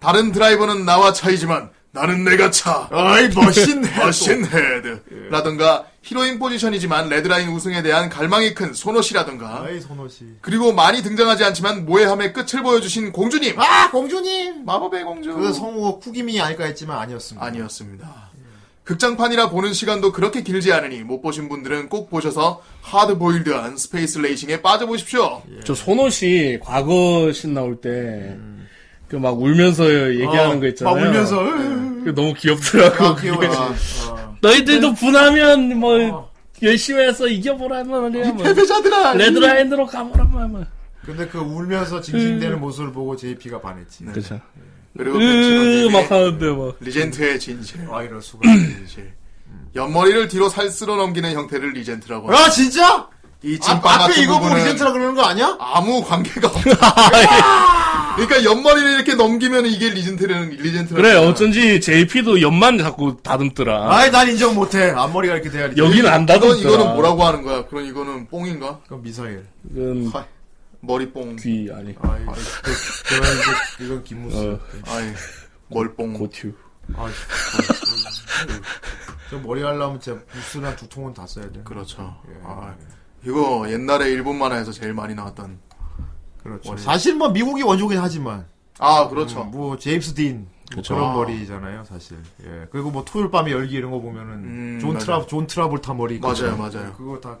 [SPEAKER 8] 다른 드라이버는 나와 차이지만 나는 내가 차.
[SPEAKER 3] 아이, 머신 헤드.
[SPEAKER 8] 머신 헤드. 라든가 네, 히로인 포지션이지만 레드라인 우승에 대한 갈망이 큰
[SPEAKER 3] [laughs]
[SPEAKER 8] 소노시라든가
[SPEAKER 3] 아이 손호 씨.
[SPEAKER 8] 그리고 많이 등장하지 않지만 모해함의 끝을 보여주신 공주님.
[SPEAKER 3] 아 공주님.
[SPEAKER 8] 마법의 공주.
[SPEAKER 3] 음. 그 성우 쿠기미 아닐까 했지만 아니었습니다.
[SPEAKER 8] 아니었습니다. 극장판이라 보는 시간도 그렇게 길지 않으니 못 보신 분들은 꼭 보셔서 하드보일드한 스페이스 레이싱에 빠져보십시오.
[SPEAKER 3] 예.
[SPEAKER 6] 저 손호 씨 과거 신 나올 때 그 막 울면서 얘기하는
[SPEAKER 8] 어,
[SPEAKER 6] 거 있잖아요.
[SPEAKER 8] 막 울면서,
[SPEAKER 6] 그 너무 귀엽더라고.
[SPEAKER 8] 아,
[SPEAKER 6] 그게.
[SPEAKER 8] 귀여워요.
[SPEAKER 6] [laughs]
[SPEAKER 3] 어.
[SPEAKER 6] 너희들도 분하면 뭐 열심히 해서 이겨보라 말이야. 뭐.
[SPEAKER 8] 패배자들아!
[SPEAKER 6] 레드라인으로 가보라 말이야.
[SPEAKER 3] 근데 그 울면서 징징대는 모습을 보고 JP가 반했지.
[SPEAKER 6] 그죠.
[SPEAKER 8] 그리고
[SPEAKER 6] 으,
[SPEAKER 8] 백지원님이
[SPEAKER 6] 막 하는데 막.
[SPEAKER 8] 리젠트의 진실. 아 이럴 수가.
[SPEAKER 3] 진실.
[SPEAKER 8] 옆머리를 뒤로 살쓸어 넘기는 형태를 리젠트라고.
[SPEAKER 3] 야, 아, 진짜?
[SPEAKER 8] 이
[SPEAKER 3] 아,
[SPEAKER 8] 진빵
[SPEAKER 3] 앞에
[SPEAKER 8] 같은
[SPEAKER 3] 이거 보고
[SPEAKER 8] 부분은
[SPEAKER 3] 리젠트라 그러는 거 아니야?
[SPEAKER 8] 아무 관계가 없다.
[SPEAKER 6] 아, 예.
[SPEAKER 8] 그러니까 옆머리를 이렇게 넘기면 이게 리젠트라는 리젠트라.
[SPEAKER 6] 그래, 어쩐지 JP도 옆만 자꾸 다듬더라.
[SPEAKER 3] 아이, 난 인정 못해. 앞머리가 이렇게 돼야 돼.
[SPEAKER 6] 여긴 안
[SPEAKER 8] 이건
[SPEAKER 6] 다듬더라.
[SPEAKER 8] 이거는 뭐라고 하는 거야? 그럼 이거는 뽕인가?
[SPEAKER 3] 그건 미사일.
[SPEAKER 6] 이건
[SPEAKER 8] 머리뽕.
[SPEAKER 6] 귀 아니.
[SPEAKER 3] 아이, 그, 그건 이제, 이건 김무스.
[SPEAKER 6] 어.
[SPEAKER 8] 아이, 멀뽕.
[SPEAKER 6] 고튜.
[SPEAKER 3] 아이, 저 머리 하려면 진짜 무스나 두통은 다 써야 돼.
[SPEAKER 8] 그렇죠. 아, 이거 옛날에 일본 만화에서 제일 많이 나왔던.
[SPEAKER 3] 그렇죠.
[SPEAKER 8] 머리.
[SPEAKER 3] 사실 뭐 미국이 원조긴 하지만.
[SPEAKER 8] 아, 그렇죠.
[SPEAKER 3] 음, 뭐 제임스 딘. 뭐
[SPEAKER 8] 그쵸.
[SPEAKER 3] 그런
[SPEAKER 8] 아.
[SPEAKER 3] 머리잖아요, 사실. 예. 그리고 뭐 토요일 밤에 열기 이런 거 보면은 존
[SPEAKER 8] 음, 맞아요.
[SPEAKER 3] 트라 존 트라볼타 머리. 그거.
[SPEAKER 8] 맞아요, 맞아요.
[SPEAKER 3] 그거
[SPEAKER 8] [laughs]
[SPEAKER 3] 다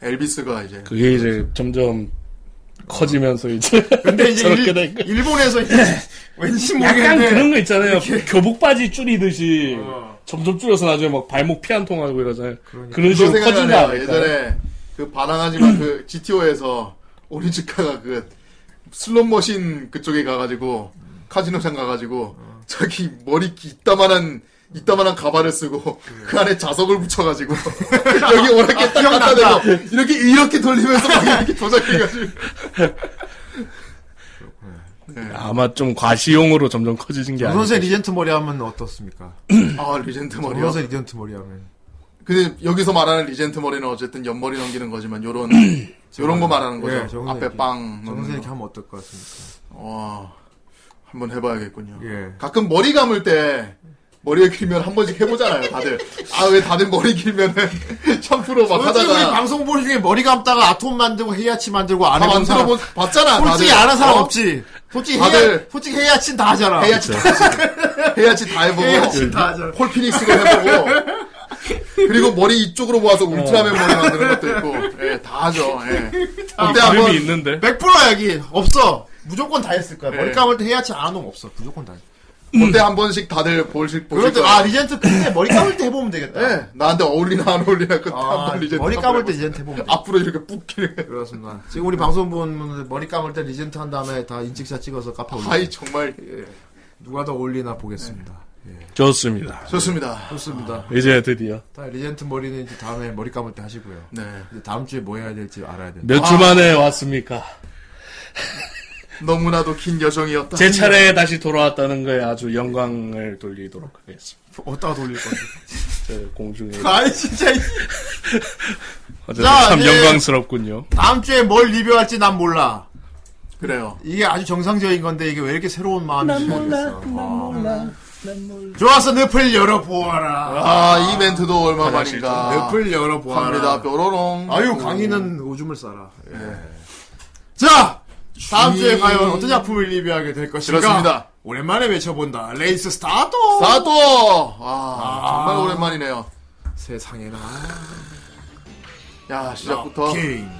[SPEAKER 8] 엘비스가 이제.
[SPEAKER 6] 그게 이제 점점 커지면서 이제.
[SPEAKER 3] 근데 이제
[SPEAKER 6] 저렇게
[SPEAKER 3] 일,
[SPEAKER 6] 된 거.
[SPEAKER 3] 일본에서
[SPEAKER 8] [laughs]
[SPEAKER 3] 이제 왠지 모르겠는데
[SPEAKER 6] 약간 그런 거 있잖아요. 교복 바지 줄이듯이 점점 줄여서 나중에 막 발목 피 한 통하고 이러잖아요. 그런 식으로
[SPEAKER 8] 어. 그거 그러니까. 생각나네요.
[SPEAKER 6] 커진다.
[SPEAKER 8] 예전에 그 반항하지만 그 GTO에서 [laughs] 오니츠카가 그 슬롯머신 그쪽에 가가지고 카지노장 가가지고 자기 머리 기- 이따만한 이따만한 가발을 쓰고 그 안에 자석을 붙여가지고 [laughs] 여기 오락게 딱 갖다 대고 이렇게 이렇게 돌리면서 막 이렇게 조작해가지고
[SPEAKER 6] 아마 좀 과시용으로 점점 커지신 게 아니에요.
[SPEAKER 3] 조선세 리젠트 머리 하면 어떻습니까?
[SPEAKER 8] 아 리젠트 머리요.
[SPEAKER 3] 조선세 리젠트 머리 하면
[SPEAKER 8] 근데 여기서 말하는 리젠트 머리는 어쨌든 옆머리 넘기는
[SPEAKER 3] [clears throat]
[SPEAKER 8] 거지만 요런 요런 거 말하는 거죠.
[SPEAKER 3] 예, 정선생
[SPEAKER 8] 앞에
[SPEAKER 3] 이렇게-
[SPEAKER 8] 빵.
[SPEAKER 3] 정선생
[SPEAKER 8] 넣는
[SPEAKER 3] 이렇게
[SPEAKER 8] 거.
[SPEAKER 3] 하면 어떨 것 같습니까?
[SPEAKER 8] 어, 한번 해봐야겠군요.
[SPEAKER 3] 예.
[SPEAKER 8] 가끔 머리 감을 때 머리가 길면 한 번씩 해보잖아요, 다들. 아, 왜 다들 머리 길면은 [laughs] 샴푸로 막
[SPEAKER 3] 솔직히 우리
[SPEAKER 8] 아, 하다가.
[SPEAKER 3] 방송 보는 중에 머리 감다가 아톰 만들고 헤야치 만들고 안
[SPEAKER 8] 다
[SPEAKER 3] 해본
[SPEAKER 8] 만들어
[SPEAKER 3] 사람
[SPEAKER 8] 보- 봤잖아,
[SPEAKER 3] 솔직히
[SPEAKER 8] 다들.
[SPEAKER 3] 안 한 사람
[SPEAKER 8] 어?
[SPEAKER 3] 없지. 솔직히 헤야
[SPEAKER 8] 다들.
[SPEAKER 3] 솔직히 헤야치는 다 하잖아.
[SPEAKER 8] 헤야치 다
[SPEAKER 3] [laughs]
[SPEAKER 8] 헤야치 다 해보고.
[SPEAKER 3] 헤야치 다 하잖아.
[SPEAKER 8] 폴피닉스도 해보고. 그리고 머리 이쪽으로
[SPEAKER 3] 어.
[SPEAKER 8] 모아서 울트라맨 머리 만드는 것도 있고. 예, 다 하죠, 예. 그때
[SPEAKER 6] 아, 이름이
[SPEAKER 8] 한번.
[SPEAKER 6] 있는데.
[SPEAKER 3] 100% 여기 없어. 무조건 다 했을 거야.
[SPEAKER 8] 예.
[SPEAKER 3] 머리 감을 때 헤야치 안 하는 놈 없어. 무조건 다. 했어.
[SPEAKER 8] 그때 한 번씩 다들 볼실,
[SPEAKER 3] 그럴
[SPEAKER 8] 보실
[SPEAKER 3] 때,
[SPEAKER 8] 어, 거예요.
[SPEAKER 3] 아, 리젠트 그때 머리 감을 때 해보면 되겠다.
[SPEAKER 8] 예, 나한테 어울리나 안 어울리나 그때
[SPEAKER 3] 아,
[SPEAKER 8] 한번 이제
[SPEAKER 3] 머리 감을 때 리젠트 해보면 돼.
[SPEAKER 8] 앞으로 이렇게 뿍 길게.
[SPEAKER 3] 그렇습니다. 지금 우리 방송 본 분들 머리 감을 때 리젠트 한 다음에 다 인증샷 찍어서 카페 올려.
[SPEAKER 8] 아이 정말 예.
[SPEAKER 3] 누가 더 올리나 보겠습니다.
[SPEAKER 6] 좋습니다.
[SPEAKER 8] 좋습니다.
[SPEAKER 3] 좋습니다.
[SPEAKER 6] 이제 드디어
[SPEAKER 3] 다 리젠트 머리는 이제 다음에 머리 감을 때 하시고요.
[SPEAKER 8] 네.
[SPEAKER 3] 이제 다음 주에 뭐 해야 될지 알아야 돼요.
[SPEAKER 6] 몇 주 만에 왔습니까?
[SPEAKER 8] 너무나도 긴 여정이었다.
[SPEAKER 6] 제 차례에 다시 돌아왔다는 거에 아주 영광을 돌리도록 하겠습니다.
[SPEAKER 3] 아, 어디다가 돌릴 건데.
[SPEAKER 6] 제 공중에
[SPEAKER 3] 아이, 진짜. 이-
[SPEAKER 6] 어쨌든
[SPEAKER 3] 자,
[SPEAKER 6] 참
[SPEAKER 8] 예.
[SPEAKER 3] 이제-
[SPEAKER 6] 영광스럽군요.
[SPEAKER 3] 다음 주에 뭘 리뷰할지 난 몰라.
[SPEAKER 8] 그래요.
[SPEAKER 3] 이게 아주 정상적인 건데 이게 왜 이렇게 새로운 마음인지 모르겠어. 아.
[SPEAKER 6] 몰라.
[SPEAKER 3] 좋아서 늪을 열어보아라.
[SPEAKER 8] 아, 이 멘트도 얼마 만인가.
[SPEAKER 3] 늪을 네, 열어보아라.
[SPEAKER 8] 합니다, 뾰로롱. 음.
[SPEAKER 3] 아유, 강의는 오줌을 싸라. 예. 자! 다음 주에 과연 어떤 작품을 리뷰하게 될 것인가?
[SPEAKER 8] 그렇습니다.
[SPEAKER 3] 오랜만에 외쳐본다. 레이스 스타트!
[SPEAKER 8] 사또! 아, 정말 오랜만이네요.
[SPEAKER 3] 세상에나.
[SPEAKER 8] 야, 시작부터.
[SPEAKER 3] 킹.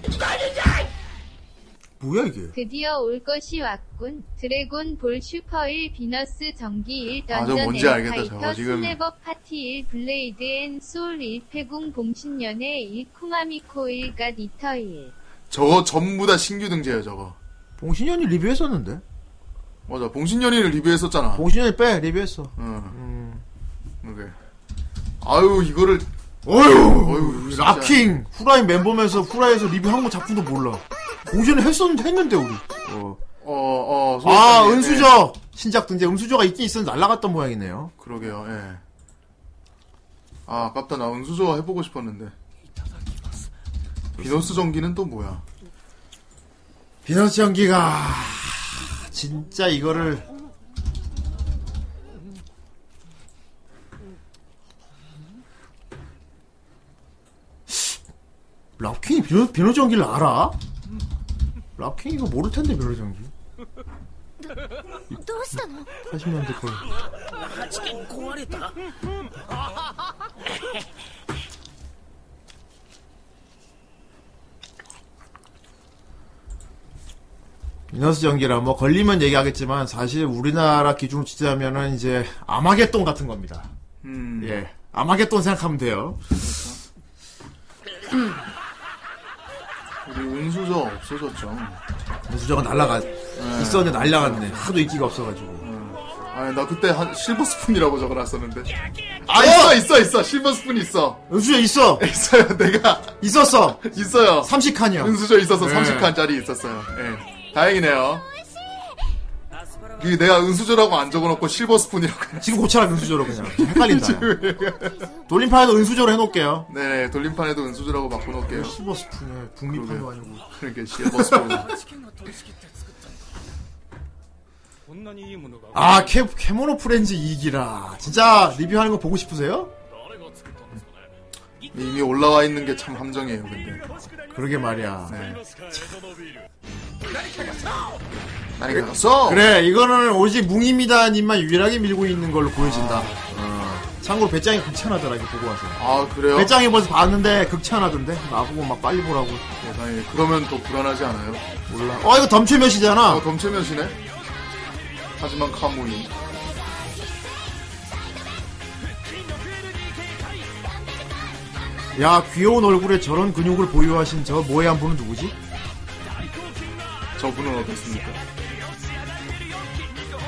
[SPEAKER 3] 뭐야, 이게?
[SPEAKER 11] 드디어 올 것이 왔군. 드래곤 볼 슈퍼 1 비너스 전기 1
[SPEAKER 8] 아,
[SPEAKER 11] 던전
[SPEAKER 8] 저거 뭔지
[SPEAKER 11] 앤
[SPEAKER 8] 알겠다, 저거 아,
[SPEAKER 11] 파이터
[SPEAKER 8] 지금.
[SPEAKER 11] 슬래버 파티 1 블레이드 앤 소울 1 패궁 봉신연애 1 쿠마미코 1갓 이터 1
[SPEAKER 8] 저거 전부 다 신규 등재예요, 저거.
[SPEAKER 3] 봉신현이 리뷰했었는데?
[SPEAKER 8] 맞아, 봉신연이를 리뷰했었잖아.
[SPEAKER 3] 봉신현이 음. 빼, 리뷰했어.
[SPEAKER 8] 응. 그러게. 아유, 이거를.
[SPEAKER 3] 어휴!
[SPEAKER 8] 어휴, 진짜.
[SPEAKER 3] 랍킹! 후라이 멤버면서 후라이에서 리뷰한 거 작품도 몰라. 봉신현 했었는데, 했는데, 우리. 어.
[SPEAKER 8] 어, 어,
[SPEAKER 3] 아,
[SPEAKER 8] 소속감이, 예.
[SPEAKER 3] 은수저! 신작 등재. 은수저가 있긴 있었는데 날라갔던 모양이네요.
[SPEAKER 8] 그러게요, 예. 아, 아깝다. 나 은수저 해보고 싶었는데. 비너스 전기는 또 뭐야?
[SPEAKER 3] 비너스 연기가 진짜 이거를 랍킹이 비너, 비너스 연기를 알아? 랍킹 이거 모를 텐데 비너스 연기
[SPEAKER 1] どうしたの
[SPEAKER 3] 80년대 걸
[SPEAKER 1] チキン壊れた
[SPEAKER 3] 이너스 전기라 뭐 걸리면 얘기하겠지만 사실 우리나라 기준으로 치자면은 이제 아마겟돈 같은 겁니다.
[SPEAKER 8] 음.
[SPEAKER 3] 예. 아마겟돈 생각하면 돼요.
[SPEAKER 8] 우리 운수저 없어졌죠.
[SPEAKER 3] 수저가 날라가 있었는데 날라갔네. 하도 인기가 없어가지고.
[SPEAKER 8] 아니 나 그때 한 실버 스푼이라고 적어놨었는데. 아 있어 있어 있어 실버 스푼 있어. [laughs]
[SPEAKER 3] 은수저 있어.
[SPEAKER 8] 있어요 내가. [laughs]
[SPEAKER 3] 있었어.
[SPEAKER 8] 있어요.
[SPEAKER 3] 30칸이요.
[SPEAKER 8] 은수저 있어서
[SPEAKER 3] 네.
[SPEAKER 8] 30칸짜리 있었어요. 예. 다행이네요. 이 내가 은수저라고 안 적어놓고 실버 스푼이라고. [laughs]
[SPEAKER 3] 지금 고쳐라 은수저로 그냥 헷갈린다. 돌림판에도 은수저로 해놓을게요.
[SPEAKER 8] 네네 돌림판에도 은수저라고 바꿔놓을게요.
[SPEAKER 3] 실버 스푼에 북미판도 아니고.
[SPEAKER 8] 그러게 실버 스푼.
[SPEAKER 3] 아, 캐, 캐모노 프렌즈 2기라. 진짜 리뷰하는 거 보고 싶으세요?
[SPEAKER 8] 이미 올라와 있는 게 참 함정이에요. 근데.
[SPEAKER 3] 그러게 말이야.
[SPEAKER 8] 많이 가갔어.
[SPEAKER 3] 그래, 이거는 오직 뭉입니다님만 유일하게 밀고 있는 걸로 보여진다. 어. 참고로 배짱이 극찬하더라, 이거 보고 와서.
[SPEAKER 8] 아 그래요?
[SPEAKER 3] 배짱이 벌써 봤는데 극찬하던데? 나보고 막 빨리 보라고.
[SPEAKER 8] 세상에 그러면 더 불안하지 않아요?
[SPEAKER 3] 몰라. 어, 이거 덤체몇이잖아.
[SPEAKER 8] 어, 덤체몇이네. 하지만 카모이.
[SPEAKER 3] 야, 귀여운 얼굴에 저런 근육을 보유하신 저 모해한 분은 누구지?
[SPEAKER 8] 저분은 어떻습니까?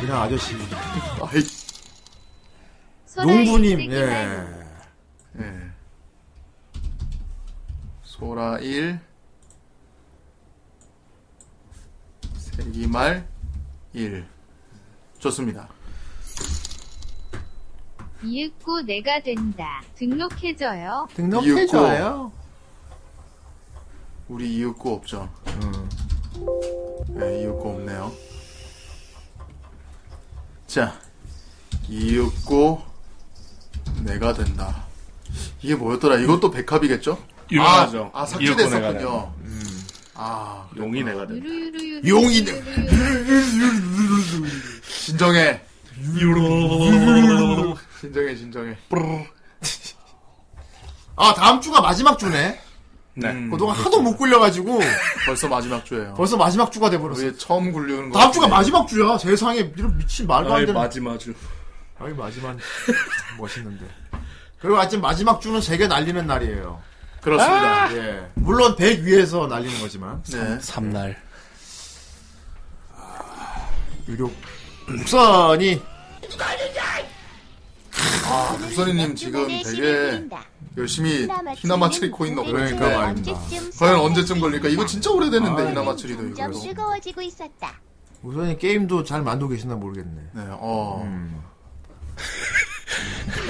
[SPEAKER 3] 그냥 아저씨.
[SPEAKER 8] 아이.
[SPEAKER 3] 농부님, 예.
[SPEAKER 8] 예. 소라 1. 세기말 1. 좋습니다.
[SPEAKER 11] 이윽고 내가 된다. 등록해줘요.
[SPEAKER 8] 이윽고. 우리 이윽고 없죠. 네, 이윽고 없네요. 자, 이윽고 내가 된다. 이게 뭐였더라? 이것도 백합이겠죠?
[SPEAKER 6] 유명하죠.
[SPEAKER 8] 아, 아
[SPEAKER 6] 이윽고 내가
[SPEAKER 8] 삭제됐었군요. 아,
[SPEAKER 6] 용이 내가 된다.
[SPEAKER 11] 유루유루유루.
[SPEAKER 8] 용이 내- 진정해. 진정해, 진정해.
[SPEAKER 3] 아, 다음 주가 마지막 주네.
[SPEAKER 6] 네.
[SPEAKER 8] 음.
[SPEAKER 3] 그동안 하도 못 굴려가지고.
[SPEAKER 8] 벌써 마지막 주예요.
[SPEAKER 3] 벌써 마지막 주가 돼버렸어.
[SPEAKER 8] 우리 처음 굴리는 거.
[SPEAKER 3] 다음 주가 마지막 주야. 세상에 이런 미친 말도 안
[SPEAKER 6] 아이
[SPEAKER 3] 되는.
[SPEAKER 6] 마지막 주.
[SPEAKER 3] 아이 마지막 [laughs] 멋있는데. 그리고 아침 마지막 주는 세계 날리는 날이에요.
[SPEAKER 8] 그렇습니다.
[SPEAKER 3] 아! 예. 물론 100 위에서 날리는 거지만.
[SPEAKER 8] 네.
[SPEAKER 6] 3날.
[SPEAKER 3] 유료 [clears throat] 국선이
[SPEAKER 8] 아, 목선이님 지금 되게 열심히 히나마츠리 코인 넣고
[SPEAKER 3] 그러니까
[SPEAKER 8] 계신데
[SPEAKER 3] 말입니다.
[SPEAKER 8] 과연 언제쯤 걸릴까? 이거 진짜 오래됐는데
[SPEAKER 3] 아이,
[SPEAKER 8] 히나마츠리도 이거.
[SPEAKER 16] 점점
[SPEAKER 3] 네.
[SPEAKER 16] 뜨거워지고 있었다.
[SPEAKER 3] 우선이 게임도 잘 만들고 계시나 모르겠네.
[SPEAKER 8] 네, 어.
[SPEAKER 15] 음. [laughs]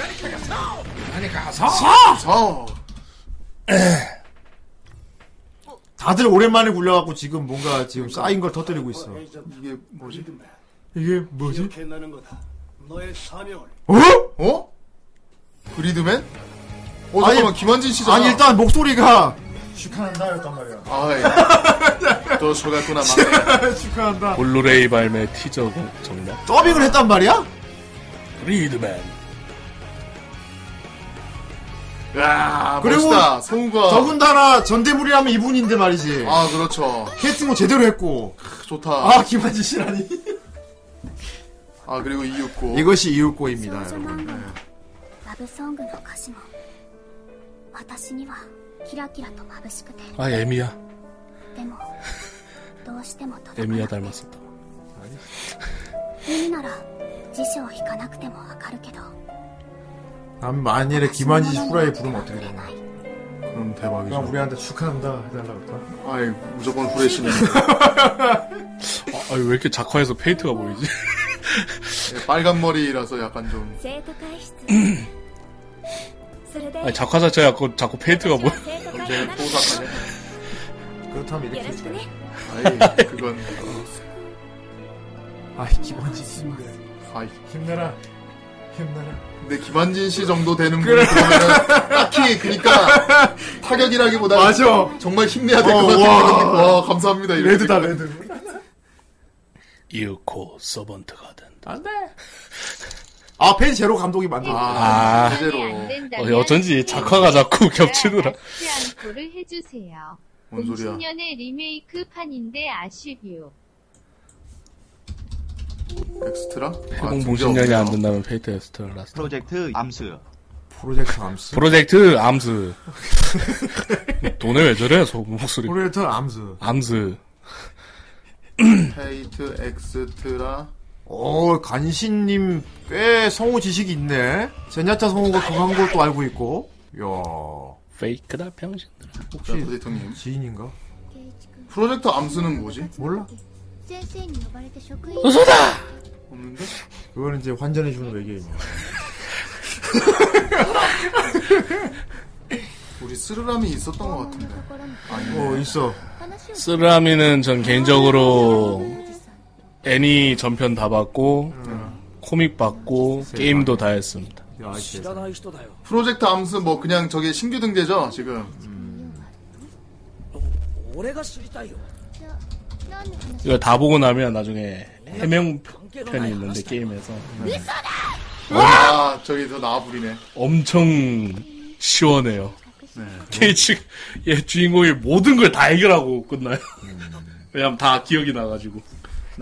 [SPEAKER 15] 아니 가서.
[SPEAKER 3] 서!
[SPEAKER 8] 서!
[SPEAKER 3] 다들 오랜만에 굴려갖고 지금 뭔가 지금 쌓인 걸 터뜨리고 있어.
[SPEAKER 8] 이게 뭐지?
[SPEAKER 3] 이게 뭐지?
[SPEAKER 17] 기억해내는 거다. 너의 사명을.
[SPEAKER 3] 어?
[SPEAKER 8] 어? 그리드맨? 어, 잠깐만, 김한진 씨잖아.
[SPEAKER 3] 아니, 일단 목소리가. 축하한다였단 말이야. [laughs]
[SPEAKER 8] 아이. 또 속았구나, 막내.
[SPEAKER 3] 축하한다.
[SPEAKER 6] 블루레이 발매 티저 공- 정답.
[SPEAKER 3] 더빙을 했단 말이야?
[SPEAKER 6] 리드맨.
[SPEAKER 8] 야,
[SPEAKER 3] 그리고
[SPEAKER 8] 멋있다. 성우가.
[SPEAKER 3] 더군다나 전대물이라면 이분인데 말이지.
[SPEAKER 8] 아, 그렇죠.
[SPEAKER 3] 캐스팅 뭐 제대로 했고.
[SPEAKER 8] 좋다.
[SPEAKER 3] 아, 김한진 씨라니.
[SPEAKER 8] 아, 그리고 이윽고.
[SPEAKER 3] 이것이 이웃고입니다, 여러분.
[SPEAKER 1] ラブソングの歌詞も私にはキラキラと眩しくて
[SPEAKER 6] 아 에미야.
[SPEAKER 1] でもどうしても届かない
[SPEAKER 6] 에미야 닮았었다. 아,
[SPEAKER 1] 耳なら辞書を引かなくてもわかるけど
[SPEAKER 3] 다음 만일에 김한진 씨 후라이 부르면 어떻게 되나?
[SPEAKER 8] 그럼
[SPEAKER 3] 그럼
[SPEAKER 8] 대박이죠.
[SPEAKER 3] 우리한테 축하한다 해달라고 할까?
[SPEAKER 8] 아이, 무조건
[SPEAKER 3] [laughs]
[SPEAKER 8] 후레쉬는.
[SPEAKER 6] 아, 왜 이렇게 작화에서 페이트가 보이지?
[SPEAKER 8] 예, 빨간 머리라서 약간 좀.
[SPEAKER 1] 生徒会室それで
[SPEAKER 6] 아니, 작화 자체가 자꾸, 자꾸 페이트가 보여.
[SPEAKER 1] 生徒会
[SPEAKER 8] 이제 또 삭제.
[SPEAKER 3] 그렇다면 이렇게
[SPEAKER 1] よろしくね
[SPEAKER 8] 아이, 그건.
[SPEAKER 3] 아이 김한진 씨
[SPEAKER 8] 아이.
[SPEAKER 3] 힘내라 힘내라
[SPEAKER 8] 근데 김한진 씨 정도 되는 분이 그러면은 딱히
[SPEAKER 3] [laughs]
[SPEAKER 8] 그러니까 타격이라기보다
[SPEAKER 3] 맞아.
[SPEAKER 8] 정말 힘내야 될 것
[SPEAKER 3] 어,
[SPEAKER 8] 같아요.
[SPEAKER 3] 와.
[SPEAKER 8] 와 감사합니다. 이런
[SPEAKER 3] 레드다
[SPEAKER 8] 느낌.
[SPEAKER 3] 레드
[SPEAKER 6] 이윽고 서번트가 된다.
[SPEAKER 3] 아 펜 제로 감독이
[SPEAKER 11] 네.
[SPEAKER 3] 만든
[SPEAKER 8] 아,
[SPEAKER 6] 아.
[SPEAKER 8] 제대로
[SPEAKER 11] 안 된다면
[SPEAKER 6] 어, 어쩐지 작화가 자꾸 [laughs] 겹치더라.
[SPEAKER 11] 같이 안고를 해주세요.
[SPEAKER 8] 뭔 소리야?
[SPEAKER 11] 0년의 리메이크 판인데 아쉽요.
[SPEAKER 8] 엑스트라?
[SPEAKER 3] 아,
[SPEAKER 6] 해공 봉신년이 안 된다면 페이트 엑스트라 라스트.
[SPEAKER 12] 프로젝트 암수.
[SPEAKER 3] 프로젝트 암스.
[SPEAKER 6] 프로젝트 암스. [laughs] 돈을 왜 저래? 소 목소리.
[SPEAKER 3] 프로젝트 암스.
[SPEAKER 6] 암스.
[SPEAKER 8] 페이트 엑스트라.
[SPEAKER 3] 오, 어, 간신님 꽤 성우 지식이 있네. 제냐차 성우가 그한 걸또 알고 있고. 야
[SPEAKER 6] 페이크다 병신들아.
[SPEAKER 8] 혹시 프로젝트님
[SPEAKER 3] 지인인가?
[SPEAKER 8] 프로젝트 암수는 뭐지?
[SPEAKER 3] 몰라.
[SPEAKER 1] 先生に呼ばれて職員
[SPEAKER 8] 없는데?
[SPEAKER 3] 그거는 이제 환전해주는 외계인이야.
[SPEAKER 8] 우리 쓰르람이 있었던 것 같은데.
[SPEAKER 3] 어, 있어.
[SPEAKER 6] 쓰라미는 전 개인적으로 애니 전편 다 봤고 코믹 봤고 게임도 다 했습니다.
[SPEAKER 8] 프로젝트 암수 뭐 그냥 저게 신규 등재죠 지금.
[SPEAKER 17] 俺が知りたいよ
[SPEAKER 6] 이거 다 보고 나면 나중에 해명 편이 있는데 게임에서
[SPEAKER 8] 와 저기 더 나부리네.
[SPEAKER 6] 엄청 시원해요. 걔 지금 얘 주인공이 모든 걸 다 해결하고 끝나요. 왜냐면 다 기억이 나가지고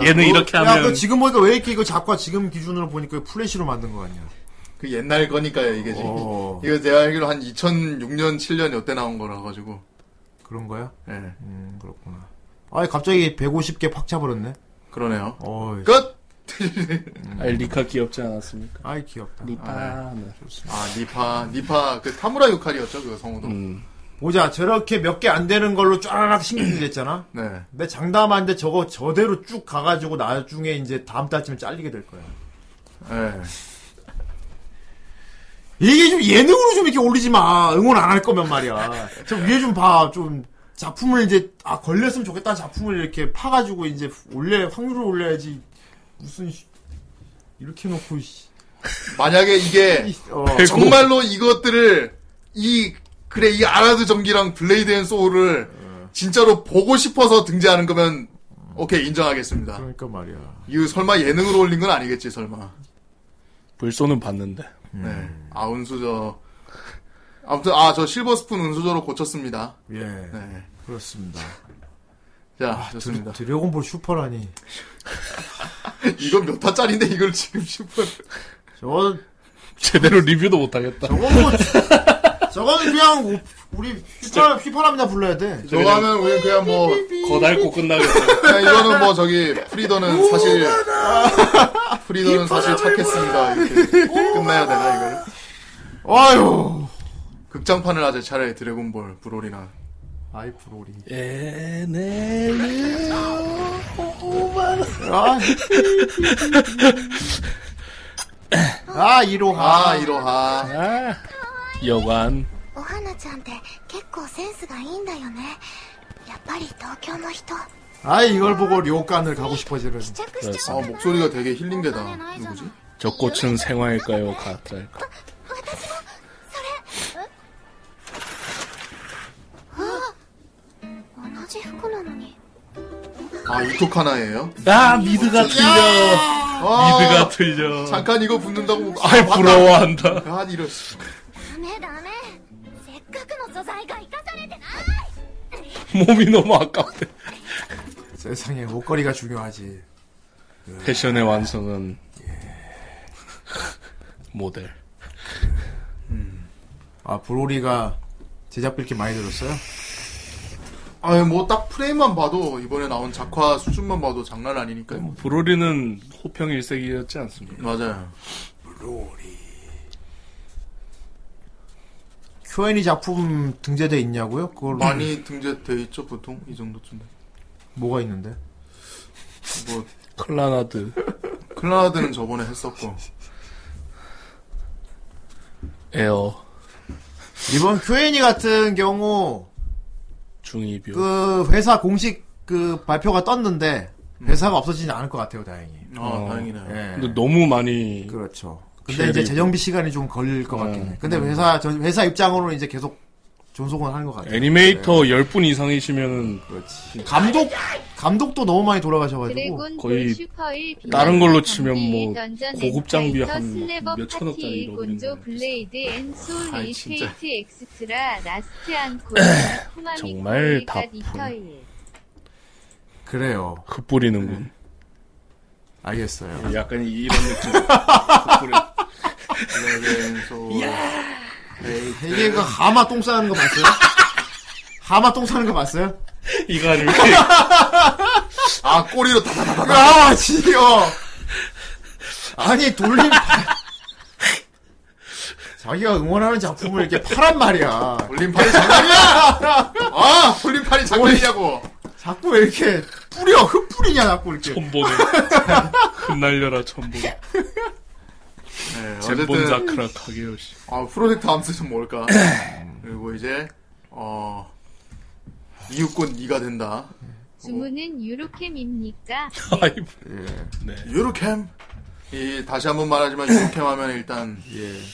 [SPEAKER 6] 얘는 이렇게
[SPEAKER 3] 야, 너
[SPEAKER 6] 하면
[SPEAKER 3] 지금 보니까 왜 이렇게 이거 작가 지금 기준으로 보니까 이거 플래시로 만든 거 아니야?
[SPEAKER 8] 그 옛날 거니까요 이게 지금.
[SPEAKER 3] 어.
[SPEAKER 8] 이거 제가 알기로 한 2006년 7년 이때 나온 거라 가지고.
[SPEAKER 3] 그런 거야?
[SPEAKER 8] 예.
[SPEAKER 3] 음, 그렇구나. 아, 갑자기 150개 팍 차버렸네.
[SPEAKER 8] 그러네요.
[SPEAKER 3] 어이.
[SPEAKER 8] 끝.
[SPEAKER 6] 아, 리카 귀엽지 않았습니까? 네.
[SPEAKER 3] 아이 네. 귀엽다.
[SPEAKER 6] 리파.
[SPEAKER 8] 아 니파 니파 그 사무라 유칼이었죠 그 성우도.
[SPEAKER 3] 보자, 저렇게 몇 개 안 되는 걸로 쫘라락 신경질 냈잖아?
[SPEAKER 8] 네.
[SPEAKER 3] 근데 장담하는데 저거 저대로 쭉 가가지고 나중에 이제 다음 달쯤에 잘리게 될 거야.
[SPEAKER 8] 예.
[SPEAKER 3] 이게 좀 예능으로 좀 이렇게 올리지 마. 응원 안 할 거면 말이야. 저 위에 좀 봐. 좀 작품을 이제, 아, 걸렸으면 좋겠다. 작품을 이렇게 파가지고 이제 올려, 확률을 올려야지. 무슨, 씨, 이렇게 놓고, 씨.
[SPEAKER 8] 만약에 이게
[SPEAKER 3] 어.
[SPEAKER 8] 정말로 이것들을 이 그래 이 아라드 전기랑 블레이드 앤 소울을 진짜로 보고 싶어서 등재하는 거면 오케이 인정하겠습니다.
[SPEAKER 3] 그러니까 말이야.
[SPEAKER 8] 이거 설마 예능으로 올린 건 아니겠지 설마.
[SPEAKER 6] 불소는 봤는데. [laughs]
[SPEAKER 8] 네. 아 은수저. 아무튼 아 저 실버 스푼 은수저로 고쳤습니다.
[SPEAKER 3] 예.
[SPEAKER 8] 네.
[SPEAKER 3] 그렇습니다.
[SPEAKER 8] 자
[SPEAKER 3] 드래,
[SPEAKER 8] 좋습니다.
[SPEAKER 3] 드래곤볼 슈퍼라니.
[SPEAKER 8] 이건 몇 화짜리인데 이걸 지금 슈퍼.
[SPEAKER 3] 저건,
[SPEAKER 6] 제대로 리뷰도 못하겠다.
[SPEAKER 3] 저건 그냥, 우- 우리 휘파람, 휘파람이나 불러야 돼.
[SPEAKER 8] 저거 하면 우리 그냥 뭐
[SPEAKER 6] 거달고 끝나겠다.
[SPEAKER 8] 그냥 이거는 뭐 저기 프리더는 사실 [laughs] 프리더는 사실 찾겠습니다. 이렇게 끝나야 되나 이거를?
[SPEAKER 3] 아유.
[SPEAKER 8] 극장판을 하자 차라리 드래곤볼 브롤이나
[SPEAKER 3] 아이, 브로리.
[SPEAKER 6] 에네르
[SPEAKER 3] 아, 아, 이로하.
[SPEAKER 8] 아 이로하
[SPEAKER 6] 여관
[SPEAKER 1] お花ちゃんって結構センスがいいんだよねやっぱり東京の人
[SPEAKER 3] 아, 이걸 보고 료간을 가고 싶어지는.
[SPEAKER 8] 아 목소리가 되게 힐링되다 누구지?
[SPEAKER 6] 저 꽃은 생화일까요 가짜일까?
[SPEAKER 1] 同じ服なのに
[SPEAKER 8] 아 우토카나예요?
[SPEAKER 6] 아 미드가 틀려.
[SPEAKER 8] 아
[SPEAKER 6] 미드가 틀려.
[SPEAKER 8] 잠깐 이거 붙는다고
[SPEAKER 6] 아이 부러워한다.
[SPEAKER 8] 아 이런
[SPEAKER 1] ダメダメせっかくの素材が生かされてない
[SPEAKER 6] 몸이 너무 아깝대.
[SPEAKER 3] 세상에, 옷걸이가 중요하지.
[SPEAKER 6] 패션의 완성은 [laughs] 모델.
[SPEAKER 3] 아, 브로리가 제작비 이렇게 많이 들었어요?
[SPEAKER 8] 아유 뭐딱 프레임만 봐도 이번에 나온 작화 수준만 봐도 장난
[SPEAKER 6] 음.
[SPEAKER 8] 아니니까요
[SPEAKER 6] 브로리는 호평 일색이었지 않습니까?
[SPEAKER 8] 맞아요
[SPEAKER 3] Q&A 작품 등재돼 있냐고요? 그걸
[SPEAKER 8] 많이 등재돼 있죠 보통 이 정도쯤 돼.
[SPEAKER 3] 뭐가 있는데?
[SPEAKER 8] 뭐
[SPEAKER 6] 클라나드,
[SPEAKER 8] 클라드는 저번에 했었고
[SPEAKER 6] 에어,
[SPEAKER 3] 이번 Q&A 같은 경우
[SPEAKER 6] 중이뷰.
[SPEAKER 3] 그 회사 공식 그 발표가 떴는데 회사가 없어지진 않을 것 음. 같아요, 다행히.
[SPEAKER 8] 아
[SPEAKER 6] 어.
[SPEAKER 8] 다행이네요
[SPEAKER 3] 예.
[SPEAKER 6] 근데 너무 많이
[SPEAKER 3] 그렇죠. 근데
[SPEAKER 6] 피해를
[SPEAKER 3] 이제
[SPEAKER 6] 입-
[SPEAKER 3] 재정비 시간이 좀 걸릴 것
[SPEAKER 6] 음.
[SPEAKER 3] 같긴 해. 근데 회사 저- 회사 입장으로는 이제 계속 존속은 하는 것 같아요.
[SPEAKER 6] 애니메이터 10분 이상이시면
[SPEAKER 3] 그렇지. 감독 감독도 너무 많이 돌아가셔가지고
[SPEAKER 11] 드래곤
[SPEAKER 6] 거의
[SPEAKER 11] 볼 슈퍼일 비밀
[SPEAKER 6] 다른 걸로 치면 뭐
[SPEAKER 11] 던전
[SPEAKER 6] 고급 장비
[SPEAKER 11] 엔카이터
[SPEAKER 6] 한
[SPEAKER 11] 슬래버
[SPEAKER 6] 몇천
[SPEAKER 11] 파티
[SPEAKER 6] 억짜리로
[SPEAKER 11] 곤조
[SPEAKER 6] 그냥
[SPEAKER 11] 블레이드 앤 소울
[SPEAKER 8] 아이, 진짜.
[SPEAKER 11] 리페이트 엑스트라
[SPEAKER 6] [clears throat]
[SPEAKER 11] 라스트 안코
[SPEAKER 6] 정말 다
[SPEAKER 11] 니터일
[SPEAKER 3] 그래요.
[SPEAKER 6] 흩뿌리는군.
[SPEAKER 3] 알겠어요.
[SPEAKER 6] 네. 약간 이런 느낌.
[SPEAKER 3] 이게 그 하마 똥 싸는 거 봤어요? 하마 똥 싸는 거 봤어요?
[SPEAKER 6] [laughs]
[SPEAKER 3] [laughs]
[SPEAKER 6] 이거를
[SPEAKER 8] 아 꼬리로 다다다다.
[SPEAKER 3] 아 지겨. 아니 돌림 파- 자기가 응원하는 작품을 이렇게 파란 말이야.
[SPEAKER 8] 돌림팔이 장난이야! 아, 돌림팔이 장난이냐고!
[SPEAKER 3] 자꾸 왜 이렇게 뿌려 흩뿌리냐 자꾸 이렇게.
[SPEAKER 6] 전보는 [laughs] 흩날려라 전보는.
[SPEAKER 8] 네, 어쨌든-
[SPEAKER 6] 젠본 자크라 카게요시.
[SPEAKER 8] 아, 프로젝트
[SPEAKER 6] [clears throat]
[SPEAKER 8] 암스는 뭘까? 그리고 이제, 어, 이웃꽃 니가 된다.
[SPEAKER 11] 주문은 유로캠입니까?
[SPEAKER 8] 네. 유로캠. 이 다시 한번 말하지만 유로캠 하면 일단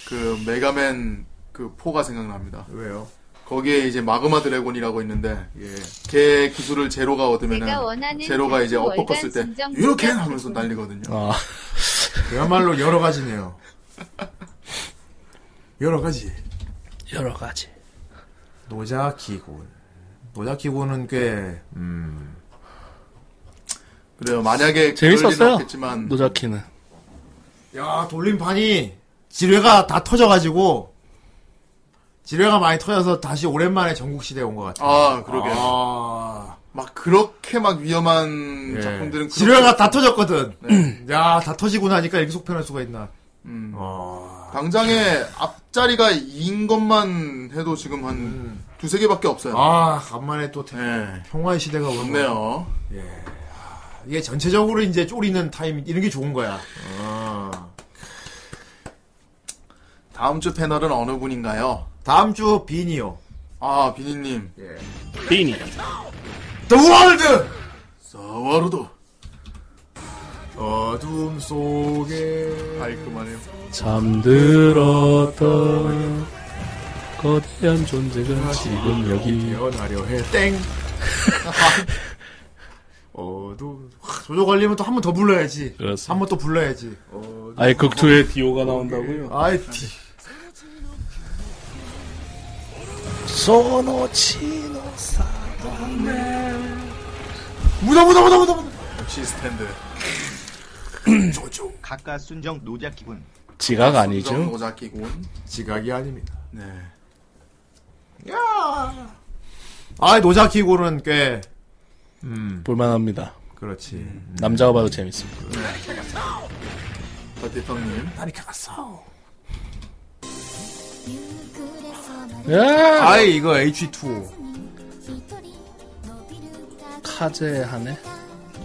[SPEAKER 8] 그 메가맨 그 포가 생각납니다.
[SPEAKER 3] 예, 왜요? 예.
[SPEAKER 8] 거기에 이제 마그마 드래곤이라고 있는데 걔 기술을 제로가
[SPEAKER 11] 내가
[SPEAKER 8] 얻으면
[SPEAKER 11] 원하는 그
[SPEAKER 8] 제로가 이제
[SPEAKER 11] 월간
[SPEAKER 8] 엎어컸을 때
[SPEAKER 11] 증정
[SPEAKER 8] 유로캠
[SPEAKER 11] 증정
[SPEAKER 8] 하면서 날리거든요.
[SPEAKER 6] 아.
[SPEAKER 3] 그야말로 여러 가지네요. 여러 가지.
[SPEAKER 6] 여러 가지.
[SPEAKER 3] 노자키군. 노자키군은 꽤 음.
[SPEAKER 8] 그래요. 만약에 그럴 리는
[SPEAKER 6] 재밌었어요.
[SPEAKER 8] 없겠지만
[SPEAKER 6] 노자키는.
[SPEAKER 3] 야 돌림판이 지뢰가 다 터져가지고 지뢰가 많이 터져서 다시 오랜만에 전국 시대에 온 것 같아요.
[SPEAKER 8] 아 그러게.
[SPEAKER 3] 아,
[SPEAKER 8] 막 그렇게 막 위험한 음, 작품들은
[SPEAKER 3] 예.
[SPEAKER 8] 네.
[SPEAKER 3] 지뢰가 다 터졌거든. [clears throat] 야, 다 터지고 나니까 이렇게 속편할 수가 있나.
[SPEAKER 8] 음. 당장에 앞자리가 2인 것만 해도 지금 한 두세 개밖에 없어요.
[SPEAKER 3] 아, 간만에 또 태-
[SPEAKER 8] 예.
[SPEAKER 3] 평화의 시대가 오는
[SPEAKER 8] 좋네요.
[SPEAKER 3] 예. 아, 이게 전체적으로 이제 쪼리는 타임, 이런 게 좋은 거야. 어.
[SPEAKER 8] 다음 주 패널은 어느 분인가요?
[SPEAKER 3] 다음 주 비니요.
[SPEAKER 8] 아, 비니님.
[SPEAKER 6] 비니.
[SPEAKER 3] The World!
[SPEAKER 8] 사와르도.
[SPEAKER 3] 어둠 속에.
[SPEAKER 8] 아이, 그만해요.
[SPEAKER 6] 잠들었다. 거대한 존재가 지금 여기.
[SPEAKER 3] 태어나려 해. 땡! [laughs] 어둠. 하, 조조 걸리면 또 한 번 더 불러야지.
[SPEAKER 6] 그렇습니다.
[SPEAKER 3] 한 번 또 불러야지. 어둠
[SPEAKER 6] 아예 극투에 디오가 나온다고요?
[SPEAKER 3] 아이, 디.
[SPEAKER 6] 소노치노사.
[SPEAKER 3] 무다 무다 무다 무다 무다.
[SPEAKER 8] 역시 스탠드.
[SPEAKER 3] 조조.
[SPEAKER 12] 가까 순정 노자키군.
[SPEAKER 6] 지각 아니죠?
[SPEAKER 8] 노자키군.
[SPEAKER 3] 지각이 아닙니다.
[SPEAKER 8] 네.
[SPEAKER 3] 야! 아, 노자키고는 꽤
[SPEAKER 6] 볼만합니다.
[SPEAKER 3] 그렇지.
[SPEAKER 6] 남자가 봐도 재밌습니다.
[SPEAKER 8] 버티펑님.
[SPEAKER 3] 나리카가싸.
[SPEAKER 6] 야!
[SPEAKER 3] 아이 이거 H2.
[SPEAKER 6] 카제 하네.
[SPEAKER 1] 貴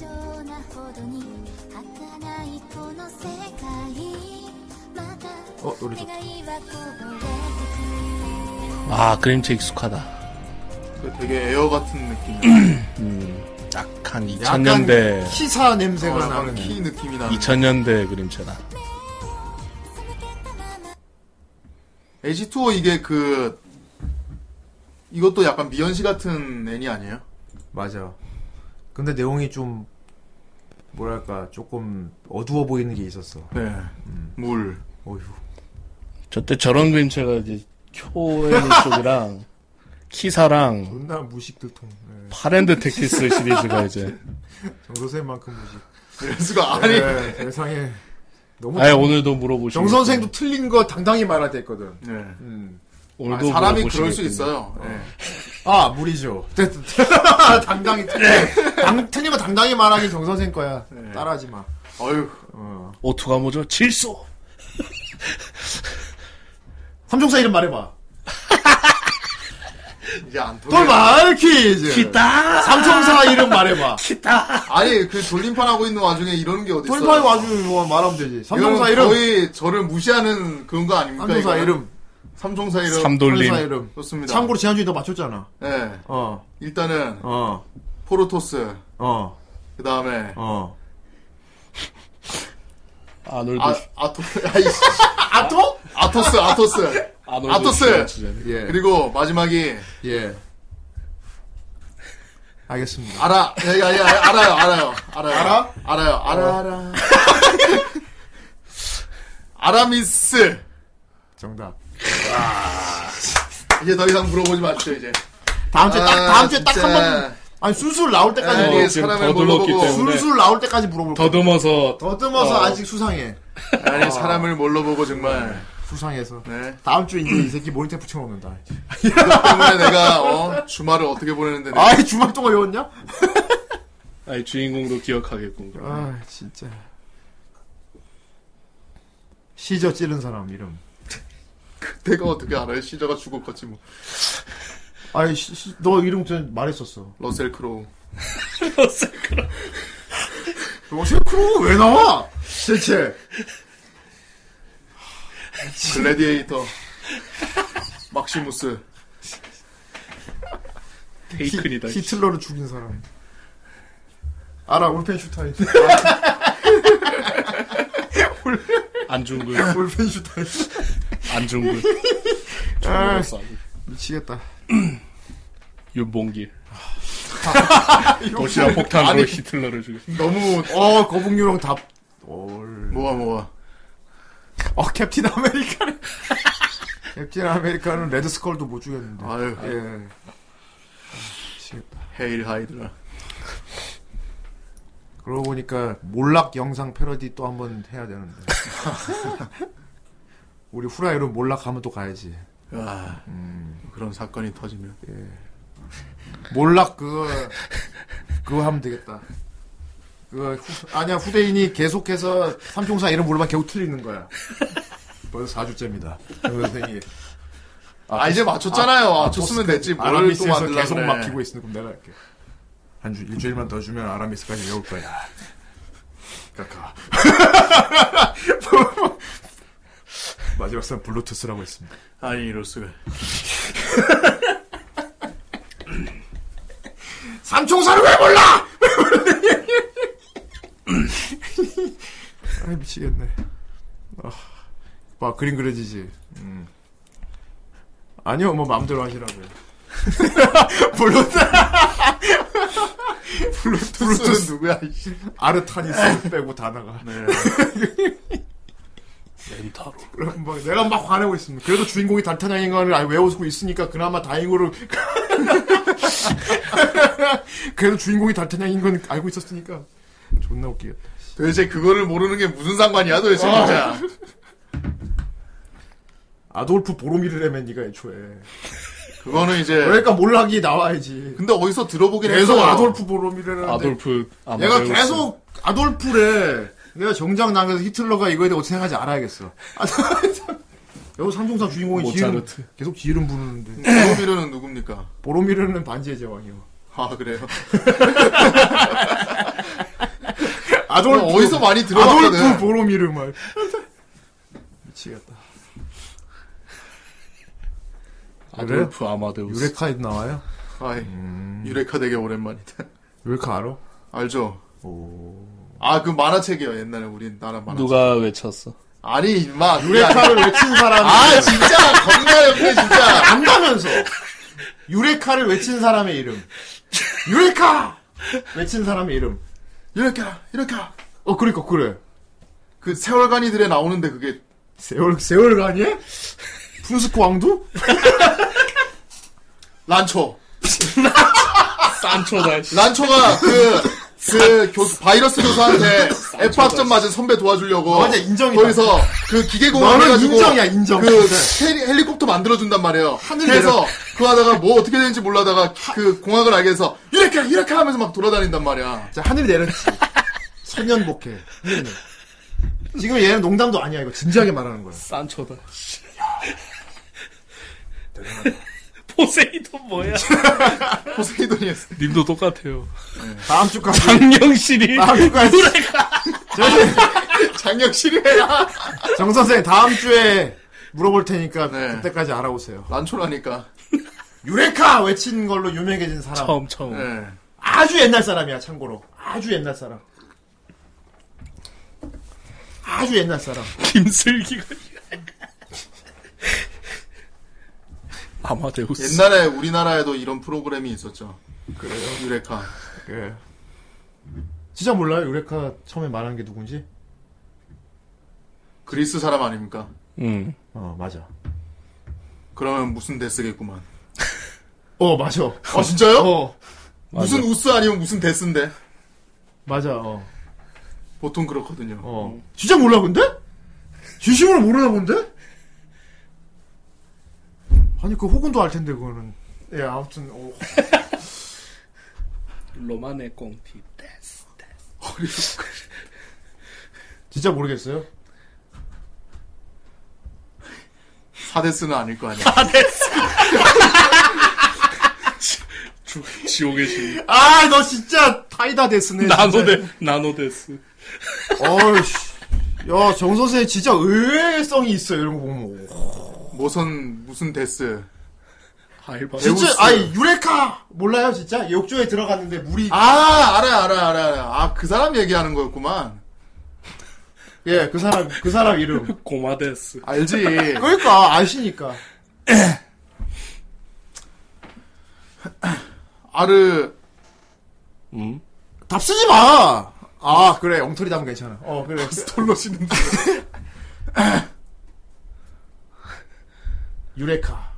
[SPEAKER 1] 重なほどに儚いこの世界また
[SPEAKER 3] 어 노래 좋다.
[SPEAKER 1] 願いはこぼれ
[SPEAKER 6] 아 그림체 익숙하다.
[SPEAKER 8] 그 되게 에어 같은 느낌.
[SPEAKER 6] 음, 딱한
[SPEAKER 3] 약간
[SPEAKER 6] 2000년대
[SPEAKER 3] 시사 냄새가
[SPEAKER 8] 어,
[SPEAKER 3] 나는.
[SPEAKER 8] 키 느낌이 나는.
[SPEAKER 6] 2000년대 그림체다.
[SPEAKER 8] H2O 이게 그 이것도 약간 미연시 같은 애니 아니에요?
[SPEAKER 3] 맞아. 근데 내용이 좀 뭐랄까 조금 어두워 보이는 게 있었어.
[SPEAKER 8] 네. 물.
[SPEAKER 3] 어휴.
[SPEAKER 6] 저때 저런 그림체가 이제 쿄에니 쪽이랑 키사랑
[SPEAKER 3] 존나 무식 들통. 네.
[SPEAKER 6] 파랜드 텍시스 시리즈가 이제
[SPEAKER 3] 정선생만큼 무식.
[SPEAKER 8] 이럴 수가 아니.
[SPEAKER 3] 네, 세상에. 너무
[SPEAKER 6] 아예
[SPEAKER 3] 정-
[SPEAKER 6] 오늘도 물어보시
[SPEAKER 3] 정 선생도 틀린 거 당당히 말해야 됐거든.
[SPEAKER 8] 네.
[SPEAKER 3] 음.
[SPEAKER 6] 오늘도
[SPEAKER 8] 아, 사람이
[SPEAKER 6] 물어보시겠군요.
[SPEAKER 8] 그럴 수 있어요. 예.
[SPEAKER 3] 아 무리죠. [laughs] 네. 당당히 당 틀린 거 당당히 말하기 정 선생 거야. 따라하지 마.
[SPEAKER 8] 어휴.
[SPEAKER 6] 오투가 뭐죠? 질소.
[SPEAKER 3] 삼총사 이름 말해봐.
[SPEAKER 8] 이제 안 통해.
[SPEAKER 3] 돌발 퀴즈.
[SPEAKER 6] 기타.
[SPEAKER 3] 삼총사 이름 말해봐.
[SPEAKER 6] [laughs] 기타.
[SPEAKER 8] 아니 그 돌림판 하고 있는 와중에 이런 게 어디 있어?
[SPEAKER 3] 돌발 와주 뭐 말하면 되지. 삼총사 이름.
[SPEAKER 8] 거의 저를 무시하는 그런 거 아닙니까?
[SPEAKER 3] 삼총사
[SPEAKER 8] 이거는?
[SPEAKER 3] 이름.
[SPEAKER 8] 삼총사 이름.
[SPEAKER 6] 삼돌림.
[SPEAKER 3] 삼총사 이름.
[SPEAKER 8] 좋습니다.
[SPEAKER 3] 참고로 지난주에 너 맞췄잖아.
[SPEAKER 8] 예.
[SPEAKER 3] 어.
[SPEAKER 8] 일단은
[SPEAKER 3] 어.
[SPEAKER 8] 포르토스.
[SPEAKER 3] 어.
[SPEAKER 8] 그 다음에
[SPEAKER 3] 어.
[SPEAKER 6] 아놀드
[SPEAKER 8] 아 아토 [laughs] 아이씨.
[SPEAKER 3] 아토? 네.
[SPEAKER 8] 아토스 아토스.
[SPEAKER 6] 아놀드
[SPEAKER 8] 아토스.
[SPEAKER 6] 슈왈츠제네.
[SPEAKER 3] 예.
[SPEAKER 8] 그리고 마지막이
[SPEAKER 3] 예. 알겠습니다.
[SPEAKER 8] 알아. 야, 야, 야, 알아요, 알아요, 알아요. 알아? 알아요, 알아, 알아. [laughs] 아라미스.
[SPEAKER 3] 정답.
[SPEAKER 8] 이제 더 이상 물어보지 마시죠, 이제.
[SPEAKER 3] 다음
[SPEAKER 8] 아,
[SPEAKER 3] 주에 딱 다음 주에 딱 한 번. 아, 아니 술술 나올 때까지 뭐
[SPEAKER 6] 아니,
[SPEAKER 3] 예, 물어보고
[SPEAKER 6] 지금 더듬었기 때문에.
[SPEAKER 3] 술술 나올 때까지 물어볼 거야.
[SPEAKER 6] 더듬어서
[SPEAKER 3] 더듬어서
[SPEAKER 8] 어.
[SPEAKER 3] 아직 수상해.
[SPEAKER 8] 아니 사람을 뭘로 보고 정말
[SPEAKER 3] 수상해서.
[SPEAKER 8] [laughs] 네.
[SPEAKER 3] 다음 주에 이제 이 새끼 모니터 붙여놓는다.
[SPEAKER 8] 때문에 내가 어, 주말을 어떻게 보내는데 내가
[SPEAKER 3] 아이 주말 동안 외웠냐?
[SPEAKER 6] 아니 주인공도 기억하겠군.
[SPEAKER 3] 아 진짜. 시저 찌른 사람 이름.
[SPEAKER 8] 내가 어떻게 알아요? 시저가 죽었겠지 뭐.
[SPEAKER 3] 아니 시- 시- 너 이름 전에 말했었어.
[SPEAKER 8] 러셀 크로우.
[SPEAKER 6] 러셀 크로우.
[SPEAKER 3] 러셀 크로우 왜 나와? 대체.
[SPEAKER 8] [laughs] 글래디에이터. 막시무스.
[SPEAKER 6] 테이큰이다.
[SPEAKER 3] 히, 틀러를 죽인 사람. 알아 울펜 [laughs] 슈타인.
[SPEAKER 6] 안중근.
[SPEAKER 3] 울펜 슈타인.
[SPEAKER 6] 안중근.
[SPEAKER 3] 아, 미치겠다.
[SPEAKER 6] 윤봉길. 도시락 폭탄으로
[SPEAKER 3] 아니,
[SPEAKER 6] 히틀러를 죽였.
[SPEAKER 3] 너무 어 거북유령 답. 뭐가
[SPEAKER 8] 뭐가?
[SPEAKER 3] 어 캡틴 아메리카는 [laughs] 캡틴 아메리카는 레드 스컬도 못 죽였는데.
[SPEAKER 8] 아유.
[SPEAKER 3] 예.
[SPEAKER 8] 헤일 하이드라.
[SPEAKER 3] 그러고 보니까 몰락 영상 패러디 또 한 번 해야 [laughs] 되는데. 우리 후라이로 몰락하면 또 가야지.
[SPEAKER 8] 아, 그런 사건이 터지면.
[SPEAKER 3] 몰락 그거 그거 하면 되겠다. 그거 후- 아니야 후대인이 계속해서 삼총사 이름 물어봐 겨우 틀리는 거야. 벌써 4주째입니다. 그 선생님.
[SPEAKER 8] 아, 이제 맞췄잖아요. 맞췄으면 됐지.
[SPEAKER 3] 그
[SPEAKER 8] 뭘 또
[SPEAKER 3] 아라미스에서
[SPEAKER 8] 만들라
[SPEAKER 3] 계속
[SPEAKER 8] 그래.
[SPEAKER 3] 막히고 있으니 그럼 내가 할게. 한 주, 일주일만 더 주면 아라미스까지 외울 거야. 까까. [laughs] 마지막 선 블루투스라고 했습니다.
[SPEAKER 8] 아니 이럴 수가.
[SPEAKER 3] 삼총사를 왜 몰라? 아 미치겠네. 아, 봐 그림 그려지지. 음. 아니요 뭐 마음대로 하시라고요. [laughs] 블루투스.
[SPEAKER 8] 블루투스는 누구야? 이씨. 네.
[SPEAKER 3] 아르타니스 빼고 다 나가.
[SPEAKER 6] 렌타로.
[SPEAKER 3] 그럼 막 내가 막 화내고 있습니다. 그래도 주인공이 달타냥인가를 아예 외우고 있으니까 그나마 다행으로. [laughs] 그래도 주인공이 달타냥인 건 알고 있었으니까 존나 웃기겠다.
[SPEAKER 8] 도대체 그거를 모르는 게 무슨 상관이야 도대체
[SPEAKER 3] 아.
[SPEAKER 8] 진짜.
[SPEAKER 3] 아돌프 보로미르라면 니가 애초에.
[SPEAKER 8] 그거는 이제-
[SPEAKER 3] 그러니까 몰락이 나와야지.
[SPEAKER 8] 근데 어디서 들어보긴
[SPEAKER 3] 계속
[SPEAKER 8] 했어요.
[SPEAKER 3] 아돌프 보로미르라는데.
[SPEAKER 6] 아돌프. 아마
[SPEAKER 3] 내가
[SPEAKER 6] 외웠어.
[SPEAKER 3] 계속 아돌프래. 내가 정작 나 그래서 히틀러가 이거에 대해 어떻게 생각하지 알아야겠어. 아, [laughs] 여기 삼총사 주인공이 지은,
[SPEAKER 6] 모차르트.
[SPEAKER 3] 계속 지름 부르는데.
[SPEAKER 8] 보로미르는 누굽니까?
[SPEAKER 3] 보로미르는 반지의 제왕이요.
[SPEAKER 8] 아 그래요.
[SPEAKER 3] [laughs] 아돌프
[SPEAKER 8] 어디서 많이 들어봤거든.
[SPEAKER 3] 아돌프 보로미르 말. [laughs] 미치겠다.
[SPEAKER 6] 아돌프 아마데우스.
[SPEAKER 3] 유레카에도 나와요?
[SPEAKER 8] 아이
[SPEAKER 3] 음.
[SPEAKER 8] 유레카 되게 오랜만이다.
[SPEAKER 3] 유레카 알아?
[SPEAKER 8] 알죠. 아 그 만화책이요 옛날에 우리 나라 만화.
[SPEAKER 6] 누가 외쳤어?
[SPEAKER 8] 아니 인마
[SPEAKER 3] 유레카를 외친 사람이
[SPEAKER 8] 아 진짜 겁나 옆에 진짜
[SPEAKER 3] 안다면서 유레카를 외친 사람의 이름 유레카 외친 사람의 이름
[SPEAKER 8] 유레카 유레카
[SPEAKER 3] 어 그러니까 그래
[SPEAKER 8] 그 세월간이들에 나오는데 그게
[SPEAKER 3] 세월 세월간이에 푼스코 왕도
[SPEAKER 8] 란초
[SPEAKER 6] 산초다. 씨.
[SPEAKER 8] 란초가 그 그 교, 바이러스 교사한테 F학점 맞은 선배 도와주려고
[SPEAKER 3] 어, 맞아, 인정이다.
[SPEAKER 8] 거기서 그 기계공학
[SPEAKER 3] 너는
[SPEAKER 8] 해가지고
[SPEAKER 3] 인정이야, 인정.
[SPEAKER 8] 그
[SPEAKER 3] 그래.
[SPEAKER 8] 헬리, 헬리콥터 만들어준단 말이에요
[SPEAKER 3] 하늘
[SPEAKER 8] 그래서
[SPEAKER 3] 내려-
[SPEAKER 8] 그거 하다가 뭐 어떻게 되는지 몰라다가 그 공학을 알게 해서 이렇게 이렇게 하면서 막 돌아다닌단 말이야
[SPEAKER 3] 자 하늘이 내렸지 천년복해 하늘이 내려. 지금 얘는 농담도 아니야 이거 진지하게 말하는 거야
[SPEAKER 6] 산초다. [laughs] 포세이돈 뭐야?
[SPEAKER 8] [laughs] 포세이돈이었어
[SPEAKER 6] 님도 똑같아요. 아,
[SPEAKER 3] 다음 주까지
[SPEAKER 6] 장영실이
[SPEAKER 3] 다음 주까지
[SPEAKER 8] 장혁실이야
[SPEAKER 3] 정 선생 다음 주에 물어볼 테니까
[SPEAKER 8] 네.
[SPEAKER 3] 그때까지 알아보세요
[SPEAKER 8] 란초라니까
[SPEAKER 3] 유레카 외친 걸로 유명해진 사람
[SPEAKER 6] 처음 처음.
[SPEAKER 8] 네.
[SPEAKER 3] 아주 옛날 사람이야, 참고로. 아주 옛날 사람. 아주 옛날 사람.
[SPEAKER 6] 김슬기가 [laughs] 아마데우스.
[SPEAKER 8] 옛날에 우리나라에도 이런 프로그램이 있었죠 그래요? 유레카
[SPEAKER 3] 예. 진짜 몰라요, 유레카 처음에 말한 게 누군지?
[SPEAKER 8] 그리스 사람 아닙니까?
[SPEAKER 6] 응.
[SPEAKER 3] 어, 맞아.
[SPEAKER 8] 그러면 무슨 데스겠구만
[SPEAKER 3] 어, 맞아.
[SPEAKER 8] 아 진짜요?
[SPEAKER 3] 어.
[SPEAKER 8] 무슨 우스 아니면 무슨 데스인데.
[SPEAKER 3] 맞아. 어.
[SPEAKER 8] 보통 그렇거든요.
[SPEAKER 3] 진짜 몰라 근데? 진심으로 모르나 본데? 아니 그 호군도 알 텐데 그거는. 예 아무튼 어,
[SPEAKER 6] 로만의 꽁티.
[SPEAKER 3] 진짜 모르겠어요.
[SPEAKER 8] 4데스는 아닐 거 아니야.
[SPEAKER 6] 지옥의 신.
[SPEAKER 3] 아, 너 진짜 타이다 데스네.
[SPEAKER 6] [laughs] 나노데, 나노데스.
[SPEAKER 3] 어이씨. 야, 정선생 진짜 의외성이 있어요, 이런 거 보면.
[SPEAKER 8] 모선, 무슨 데스.
[SPEAKER 6] 알바.
[SPEAKER 3] 진짜, 아니, 유레카! 몰라요, 진짜? 욕조에 들어갔는데 물이.
[SPEAKER 8] 아, 알아, 알아, 알아, 알아. 아, 그 사람 얘기하는 거였구만.
[SPEAKER 3] 예, 그 사람, 그 사람
[SPEAKER 8] [laughs]
[SPEAKER 3] 이름.
[SPEAKER 6] 고마데스.
[SPEAKER 8] 알지.
[SPEAKER 3] [laughs] 그러니까, 아시니까.
[SPEAKER 8] 아르.
[SPEAKER 6] 음?
[SPEAKER 3] 답 쓰지 마! 아, 그래, 엉터리 답은 괜찮아. 어, 그래.
[SPEAKER 8] 스톨러시는
[SPEAKER 3] [laughs] 유레카.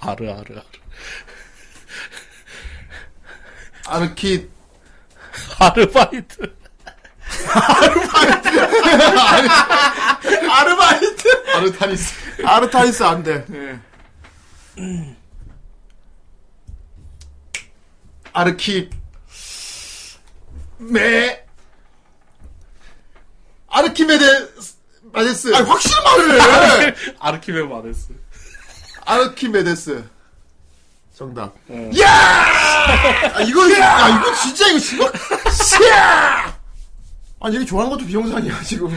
[SPEAKER 6] 아르, 아르, 아르.
[SPEAKER 8] 아르킷.
[SPEAKER 6] 아르바이트.
[SPEAKER 3] 아르바이트!
[SPEAKER 8] 아르타니스.
[SPEAKER 3] 아르타이스 안 돼.
[SPEAKER 8] 예. 아르킵. 메. 아르키메데스. 마데스.
[SPEAKER 3] 아니, 확실히 말을 해!
[SPEAKER 6] 아르키메 마데스.
[SPEAKER 8] [laughs] 아르키메데스.
[SPEAKER 3] 정답.
[SPEAKER 8] 야!
[SPEAKER 3] 아, 이거, 야! 이거 진짜, 이거 심각, 야! 아니, 여기 좋아하는 것도 비영상이야, 지금.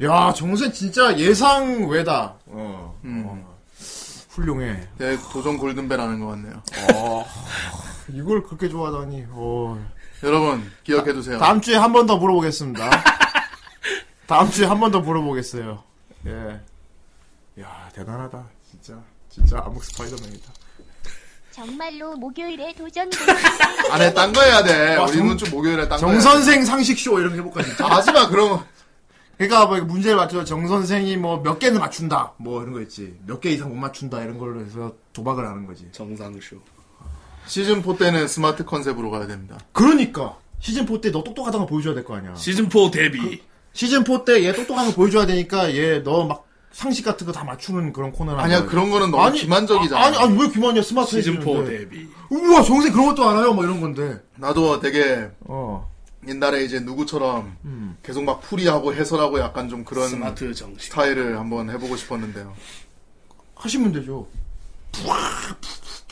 [SPEAKER 8] 예,
[SPEAKER 3] 야, 정선 진짜 예상 외다. 어. 훌륭해.
[SPEAKER 8] 예, 도전 골든벨 하는 것 같네요.
[SPEAKER 3] 어, 이걸 그렇게 좋아하다니. 어.
[SPEAKER 8] 여러분, 기억해두세요.
[SPEAKER 3] 다음 주에 한 번 더 물어보겠습니다. 다음 주에 한 번 더 물어보겠어요. 예. 야, 대단하다. 진짜. 진짜 암흑 스파이더맨이다.
[SPEAKER 1] 정말로 목요일에 도전
[SPEAKER 8] 안에 딴 거 해야 돼.
[SPEAKER 3] 아,
[SPEAKER 8] 우리는
[SPEAKER 3] 정-
[SPEAKER 8] 좀 목요일에 딴거
[SPEAKER 3] 정선생 상식쇼 이런 거 해볼까, 진짜.
[SPEAKER 8] 아, 하지 마, 그럼.
[SPEAKER 3] 그러니까 뭐 문제를 맞춰서 정선생이 뭐 몇 개는 맞춘다. 뭐 이런 거 있지. 몇 개 이상 못 맞춘다. 이런 걸로 해서 도박을 하는 거지.
[SPEAKER 6] 정상쇼.
[SPEAKER 8] 시즌4 때는 스마트 컨셉으로 가야 됩니다.
[SPEAKER 3] 그러니까. 시즌4 때 너 똑똑하다는 거 보여줘야 될 거 아니야.
[SPEAKER 6] 시즌4 데뷔.
[SPEAKER 3] 시즌4 때 얘 똑똑한 거 보여줘야 되니까 얘 너 막 상식 같은 거 다 맞추는 그런 코너라.
[SPEAKER 8] 아니야, 그런 거는 너무 기만적이잖아.
[SPEAKER 3] 아, 아니, 아니, 왜 기만이야. 스마트
[SPEAKER 8] 시즌4
[SPEAKER 3] 그 해주는데.
[SPEAKER 6] 데뷔.
[SPEAKER 3] 우와, 정선생 그런 것도 알아요. 막 이런 건데.
[SPEAKER 8] 나도 되게
[SPEAKER 3] 어.
[SPEAKER 8] 옛날에 이제 누구처럼 계속 막 풀이하고 해설하고 약간 좀 그런
[SPEAKER 6] 스마트 정신.
[SPEAKER 8] 스타일을 한번 해보고 싶었는데요.
[SPEAKER 3] 하시면 되죠.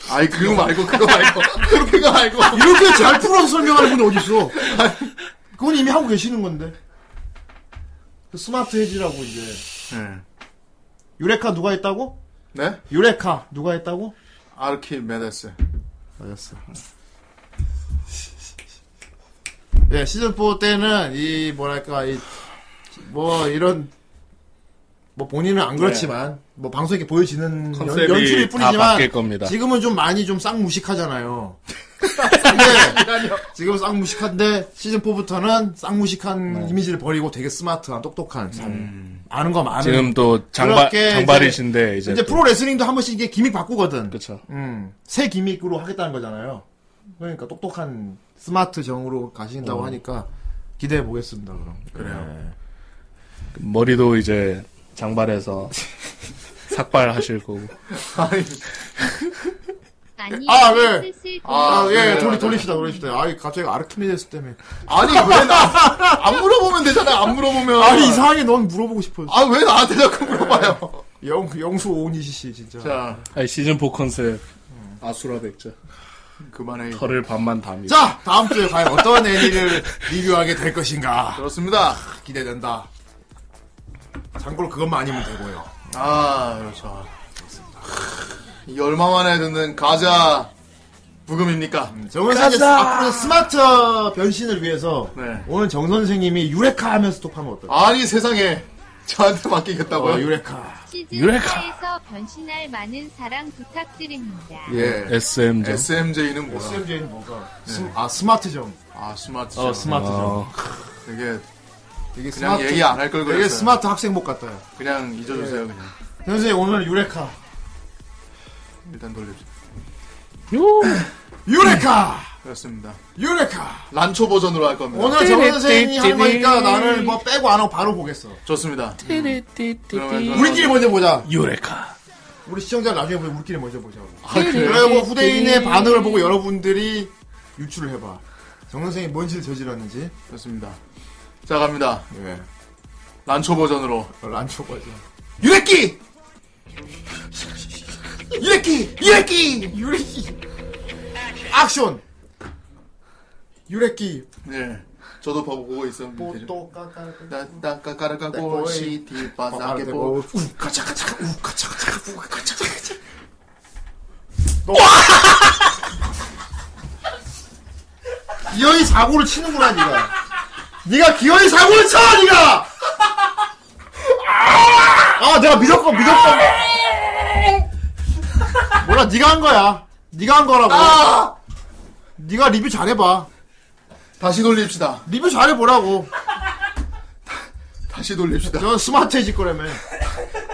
[SPEAKER 8] 아이, 그거 말고, 그거 말고. 그거 말고.
[SPEAKER 3] 이렇게 잘 풀어서 설명하는 분이 어딨어. 그건 이미 하고 계시는 건데. 그 스마트 해지라고 이제.
[SPEAKER 8] 네.
[SPEAKER 3] 유레카 누가 했다고?
[SPEAKER 8] 네?
[SPEAKER 3] 유레카 누가 했다고?
[SPEAKER 8] 아르키메데스.
[SPEAKER 3] 맞았어. 예, 시즌4 때는, 이, 뭐랄까, 이, 뭐, 이런, 뭐, 본인은 안 그렇지만, 뭐, 방송에 이렇게 보여지는 연,
[SPEAKER 6] 네. 컨셉이
[SPEAKER 3] 연출일
[SPEAKER 6] 다
[SPEAKER 3] 뿐이지만,
[SPEAKER 6] 바뀔 겁니다.
[SPEAKER 3] 지금은 좀 많이
[SPEAKER 6] [laughs]
[SPEAKER 3] 좀 쌍무식하잖아요. 지금 쌍무식한데, 시즌4부터는 쌍무식한
[SPEAKER 6] 네.
[SPEAKER 3] 이미지를 버리고 되게 스마트한, 똑똑한, 참, 아는 거 많은.
[SPEAKER 6] 음. 지금 또 장바,
[SPEAKER 3] 그렇게
[SPEAKER 6] 장발이신데, 이제.
[SPEAKER 3] 이제
[SPEAKER 6] 또-
[SPEAKER 3] 프로레슬링도 한 번씩 이게 기믹 바꾸거든.
[SPEAKER 6] 그쵸.
[SPEAKER 3] 음, 새 기믹으로 하겠다는 거잖아요. 그러니까 똑똑한 스마트 정으로 가신다고
[SPEAKER 6] 어.
[SPEAKER 3] 하니까 기대해 보겠습니다. 그럼. 네. 그래요.
[SPEAKER 6] 머리도 이제 장발해서 [laughs] 삭발 하실 거고.
[SPEAKER 11] 아니,
[SPEAKER 3] 아 왜?
[SPEAKER 11] 슬슬
[SPEAKER 3] 아
[SPEAKER 8] 돌려.
[SPEAKER 3] 예,
[SPEAKER 8] 네,
[SPEAKER 3] 돌리
[SPEAKER 8] 맞아요.
[SPEAKER 3] 돌리시다 돌리시다. 아이 갑자기 아르키메데스 때문에.
[SPEAKER 8] 아니, 왜 나, 안 물어보면 되잖아, 안 물어보면.
[SPEAKER 3] 아니 이상하게 넌 물어보고 싶었어.
[SPEAKER 8] 아, 왜 나한테 자꾸 물어봐요?
[SPEAKER 3] 영 영수 오니시 씨 진짜.
[SPEAKER 8] 자,
[SPEAKER 6] 아니, 시즌4 컨셉. 아수라 백자.
[SPEAKER 8] 그만해.
[SPEAKER 6] 털을 반만 담이.
[SPEAKER 3] 자 다음 주에 과연 어떤 [laughs] 애니를 리뷰하게 될 것인가
[SPEAKER 8] 그렇습니다.
[SPEAKER 3] 기대된다. 참고로 그것만 아니면 되고요.
[SPEAKER 8] 아, 그렇죠. 이 얼마 만에 듣는 가자 부금입니까?
[SPEAKER 3] 정선생의 앞으로 스마트 변신을 위해서
[SPEAKER 8] 네.
[SPEAKER 3] 오늘 정 선생님이 유레카 하면서 톱하면 어떨까?
[SPEAKER 8] 아니 세상에 저한테 맡기겠다고요?
[SPEAKER 3] 어, 유레카.
[SPEAKER 11] 시즌4에서 변신할 많은 사랑 부탁드립니다.
[SPEAKER 8] 예.
[SPEAKER 6] SM죠.
[SPEAKER 8] SMJ는
[SPEAKER 3] 어,
[SPEAKER 8] 뭐야?
[SPEAKER 3] SMJ는 뭐가? 스, 아 스마트점.
[SPEAKER 8] 아 스마트.
[SPEAKER 3] 어, 스마트죠.
[SPEAKER 6] 어,
[SPEAKER 8] 되게
[SPEAKER 3] 되게
[SPEAKER 8] 그냥 얘기 안 할걸
[SPEAKER 3] 되게
[SPEAKER 8] 그랬어요.
[SPEAKER 3] 스마트 예. 학생복 같아요.
[SPEAKER 8] 그냥 잊어주세요 그냥.
[SPEAKER 3] 선생님 오늘 유레카.
[SPEAKER 8] 일단 돌려주.
[SPEAKER 3] 유레카!
[SPEAKER 8] 그렇습니다.
[SPEAKER 3] 유레카!
[SPEAKER 8] 란초 버전으로 할 겁니다.
[SPEAKER 3] 오늘 정 선생님이 하는 거니까 나는 뭐 빼고 안 하고 바로 보겠어.
[SPEAKER 8] 좋습니다.
[SPEAKER 3] 우리끼리 먼저 보자.
[SPEAKER 6] 유레카.
[SPEAKER 3] 우리 시청자 나중에 보자. 우리끼리 먼저 보자고.
[SPEAKER 8] 아, 그래요?
[SPEAKER 3] 그리고 후대인의 반응을 보고 여러분들이 유추를 해봐. 정 선생이 뭔 짓을 저질렀는지.
[SPEAKER 8] 좋습니다. 자 갑니다.
[SPEAKER 3] 예.
[SPEAKER 8] 란초 버전으로.
[SPEAKER 3] 란초 버전.
[SPEAKER 8] 유레끼! 유레끼! 유레끼!
[SPEAKER 3] 유레끼! 액션! 유레끼.
[SPEAKER 8] 네. 저도 보고 있으면 되죠. 따따까까라까고
[SPEAKER 3] 네.
[SPEAKER 8] 시티
[SPEAKER 3] 네.
[SPEAKER 8] 바사게보
[SPEAKER 3] 우카차카차카 우카차카차카 우카차카차카 기어이 사고를 치는구나 니가 니가 기어이 사고를 쳐 니가 아 내가 믿었고 믿었고 몰라 니가 한 거야 니가 한 거라고 아! 니가 리뷰 잘해봐
[SPEAKER 8] 다시 돌립시다
[SPEAKER 3] 리뷰 잘해보라고
[SPEAKER 8] 다시 돌립시다
[SPEAKER 3] 저 스마트해질 거라며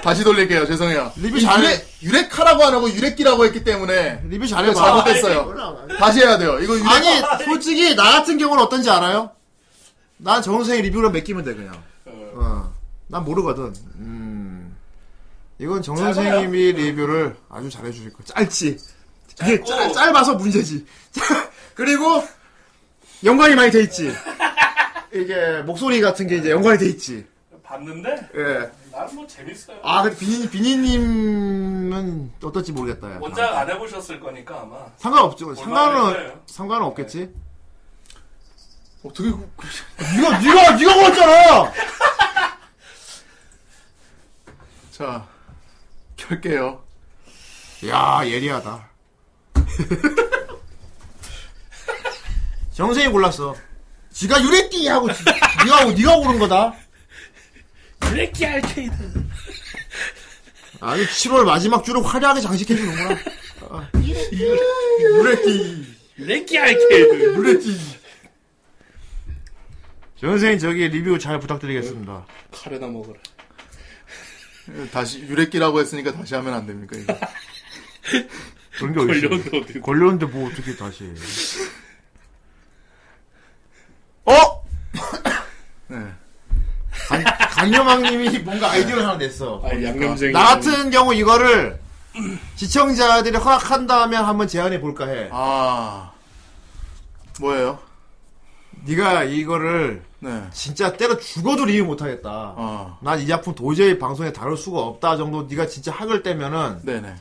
[SPEAKER 8] 다시 돌릴게요 죄송해요
[SPEAKER 3] 리뷰
[SPEAKER 8] 이
[SPEAKER 3] 잘해.
[SPEAKER 8] 유레, 유레카라고 안 하고 유레끼라고 했기 때문에
[SPEAKER 3] 리뷰 잘해봐 아,
[SPEAKER 8] 잘못했어요 다시 해야 돼요 이거 어,
[SPEAKER 3] [laughs]
[SPEAKER 8] 유레
[SPEAKER 3] 아니 솔직히 나 같은 경우는 어떤지 알아요? 난 정선생이 리뷰로 맡기면 돼 그냥 어. 난 모르거든 음. 이건 정선생님이 리뷰를 아주 잘해주실 거 짧지 이게 짧, 짧아서 문제지 [laughs] 그리고 연관이 많이 돼 있지 이게 목소리 같은 게 이제 연관이 돼 있지
[SPEAKER 6] 봤는데
[SPEAKER 3] 예.
[SPEAKER 6] 나는 뭐 재밌어요.
[SPEAKER 3] 아 근데 비니, 비니님은 어떨지 모르겠다 약간.
[SPEAKER 6] 원작 안 해보셨을 거니까 아마.
[SPEAKER 3] 상관없죠.
[SPEAKER 6] 얼마나
[SPEAKER 3] 상관은 상관은 없겠지.
[SPEAKER 8] 어떻게
[SPEAKER 3] 네가 네가 네가 골랐잖아.
[SPEAKER 8] 자 결게요
[SPEAKER 3] 야 예리하다. [laughs] 정생이 골랐어. 지가 유레띠 하고 지- 네가 네가 고른 거다.
[SPEAKER 6] 유레끼 알케이드.
[SPEAKER 3] 아주 7월 마지막 주를 화려하게 장식해 주는구나. 유레띠
[SPEAKER 6] 유레끼 알케이드.
[SPEAKER 3] 유레띠. 정생이 저기 리뷰 잘 부탁드리겠습니다.
[SPEAKER 6] 카레나 먹으라.
[SPEAKER 8] 다시 유레끼라고 했으니까 다시 하면 안 됩니까 이거
[SPEAKER 3] 그런 게
[SPEAKER 6] 걸렸는데
[SPEAKER 3] 어디
[SPEAKER 6] 어떻게-
[SPEAKER 3] 있어? 걸렸는데 뭐 어떻게 다시? 해. 어?
[SPEAKER 8] 네.
[SPEAKER 3] 강- 강요망님이 뭔가 아이디어를 하나 냈어.
[SPEAKER 6] 아, 양념쟁이.
[SPEAKER 3] 나 같은 경우 이거를 시청자들이 허락한다면 한번 제안해 볼까 해.
[SPEAKER 8] 아 뭐예요
[SPEAKER 3] 네가 이거를
[SPEAKER 8] 네
[SPEAKER 3] 진짜 때려 죽어도 리뷰 못하겠다.
[SPEAKER 8] 아
[SPEAKER 3] 난 이 작품 도저히 방송에 다룰 수가 없다 정도 네가 진짜 학을 떼면은
[SPEAKER 8] 네네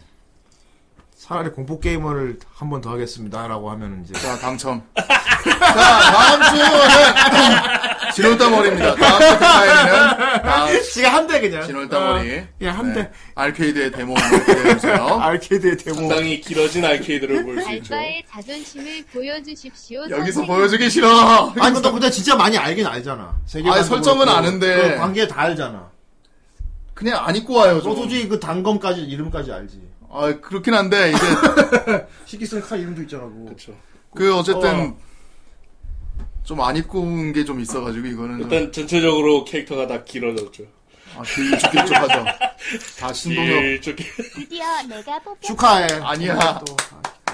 [SPEAKER 3] 차라리 공포 게임을 한 번 더 하겠습니다라고 하면
[SPEAKER 8] [laughs]
[SPEAKER 3] 이제
[SPEAKER 8] 자 당첨 자 다음 주는 [laughs] 진월달머리입니다 다음 주 사연은 다음
[SPEAKER 3] 지가 한대 그냥
[SPEAKER 8] 진월달머리 네.
[SPEAKER 3] 예, 한 대.
[SPEAKER 8] 알케이드의 데모 한번 기대해주세요 [laughs]
[SPEAKER 3] 알케드의 대모.
[SPEAKER 8] 아,
[SPEAKER 6] 상당히 길어진 알케이드를 볼 수
[SPEAKER 3] 그렇죠.
[SPEAKER 6] 있죠.
[SPEAKER 11] 알바의 자존심을 보여주십시오.
[SPEAKER 8] 여기서
[SPEAKER 11] 선생님.
[SPEAKER 8] 보여주기 싫어
[SPEAKER 3] 아니 근데 근데 진짜 많이 알긴 알잖아. 세계관
[SPEAKER 8] 아니, 설정은 아는데.
[SPEAKER 3] 관계 다 알잖아.
[SPEAKER 8] 그냥 안 입고 와요
[SPEAKER 3] 너
[SPEAKER 8] 좀.
[SPEAKER 3] 솔직히 그 단검까지 이름까지 알지.
[SPEAKER 8] 아 그렇긴 한데 이제
[SPEAKER 3] 시키슨 칼 이름도 있잖아. 그거.
[SPEAKER 6] 그렇죠.
[SPEAKER 8] 그 [laughs] 어쨌든 좀 안 입고 온 게 좀 있어가지고 이거는 좀-
[SPEAKER 6] 일단 전체적으로 캐릭터가 다 길어졌죠.
[SPEAKER 8] 아 길쭉길쭉하죠 다 신동엽
[SPEAKER 6] 길쭉길.
[SPEAKER 1] 드디어 내가 뽑혔
[SPEAKER 3] 축하해.
[SPEAKER 8] 아니야.
[SPEAKER 3] 또.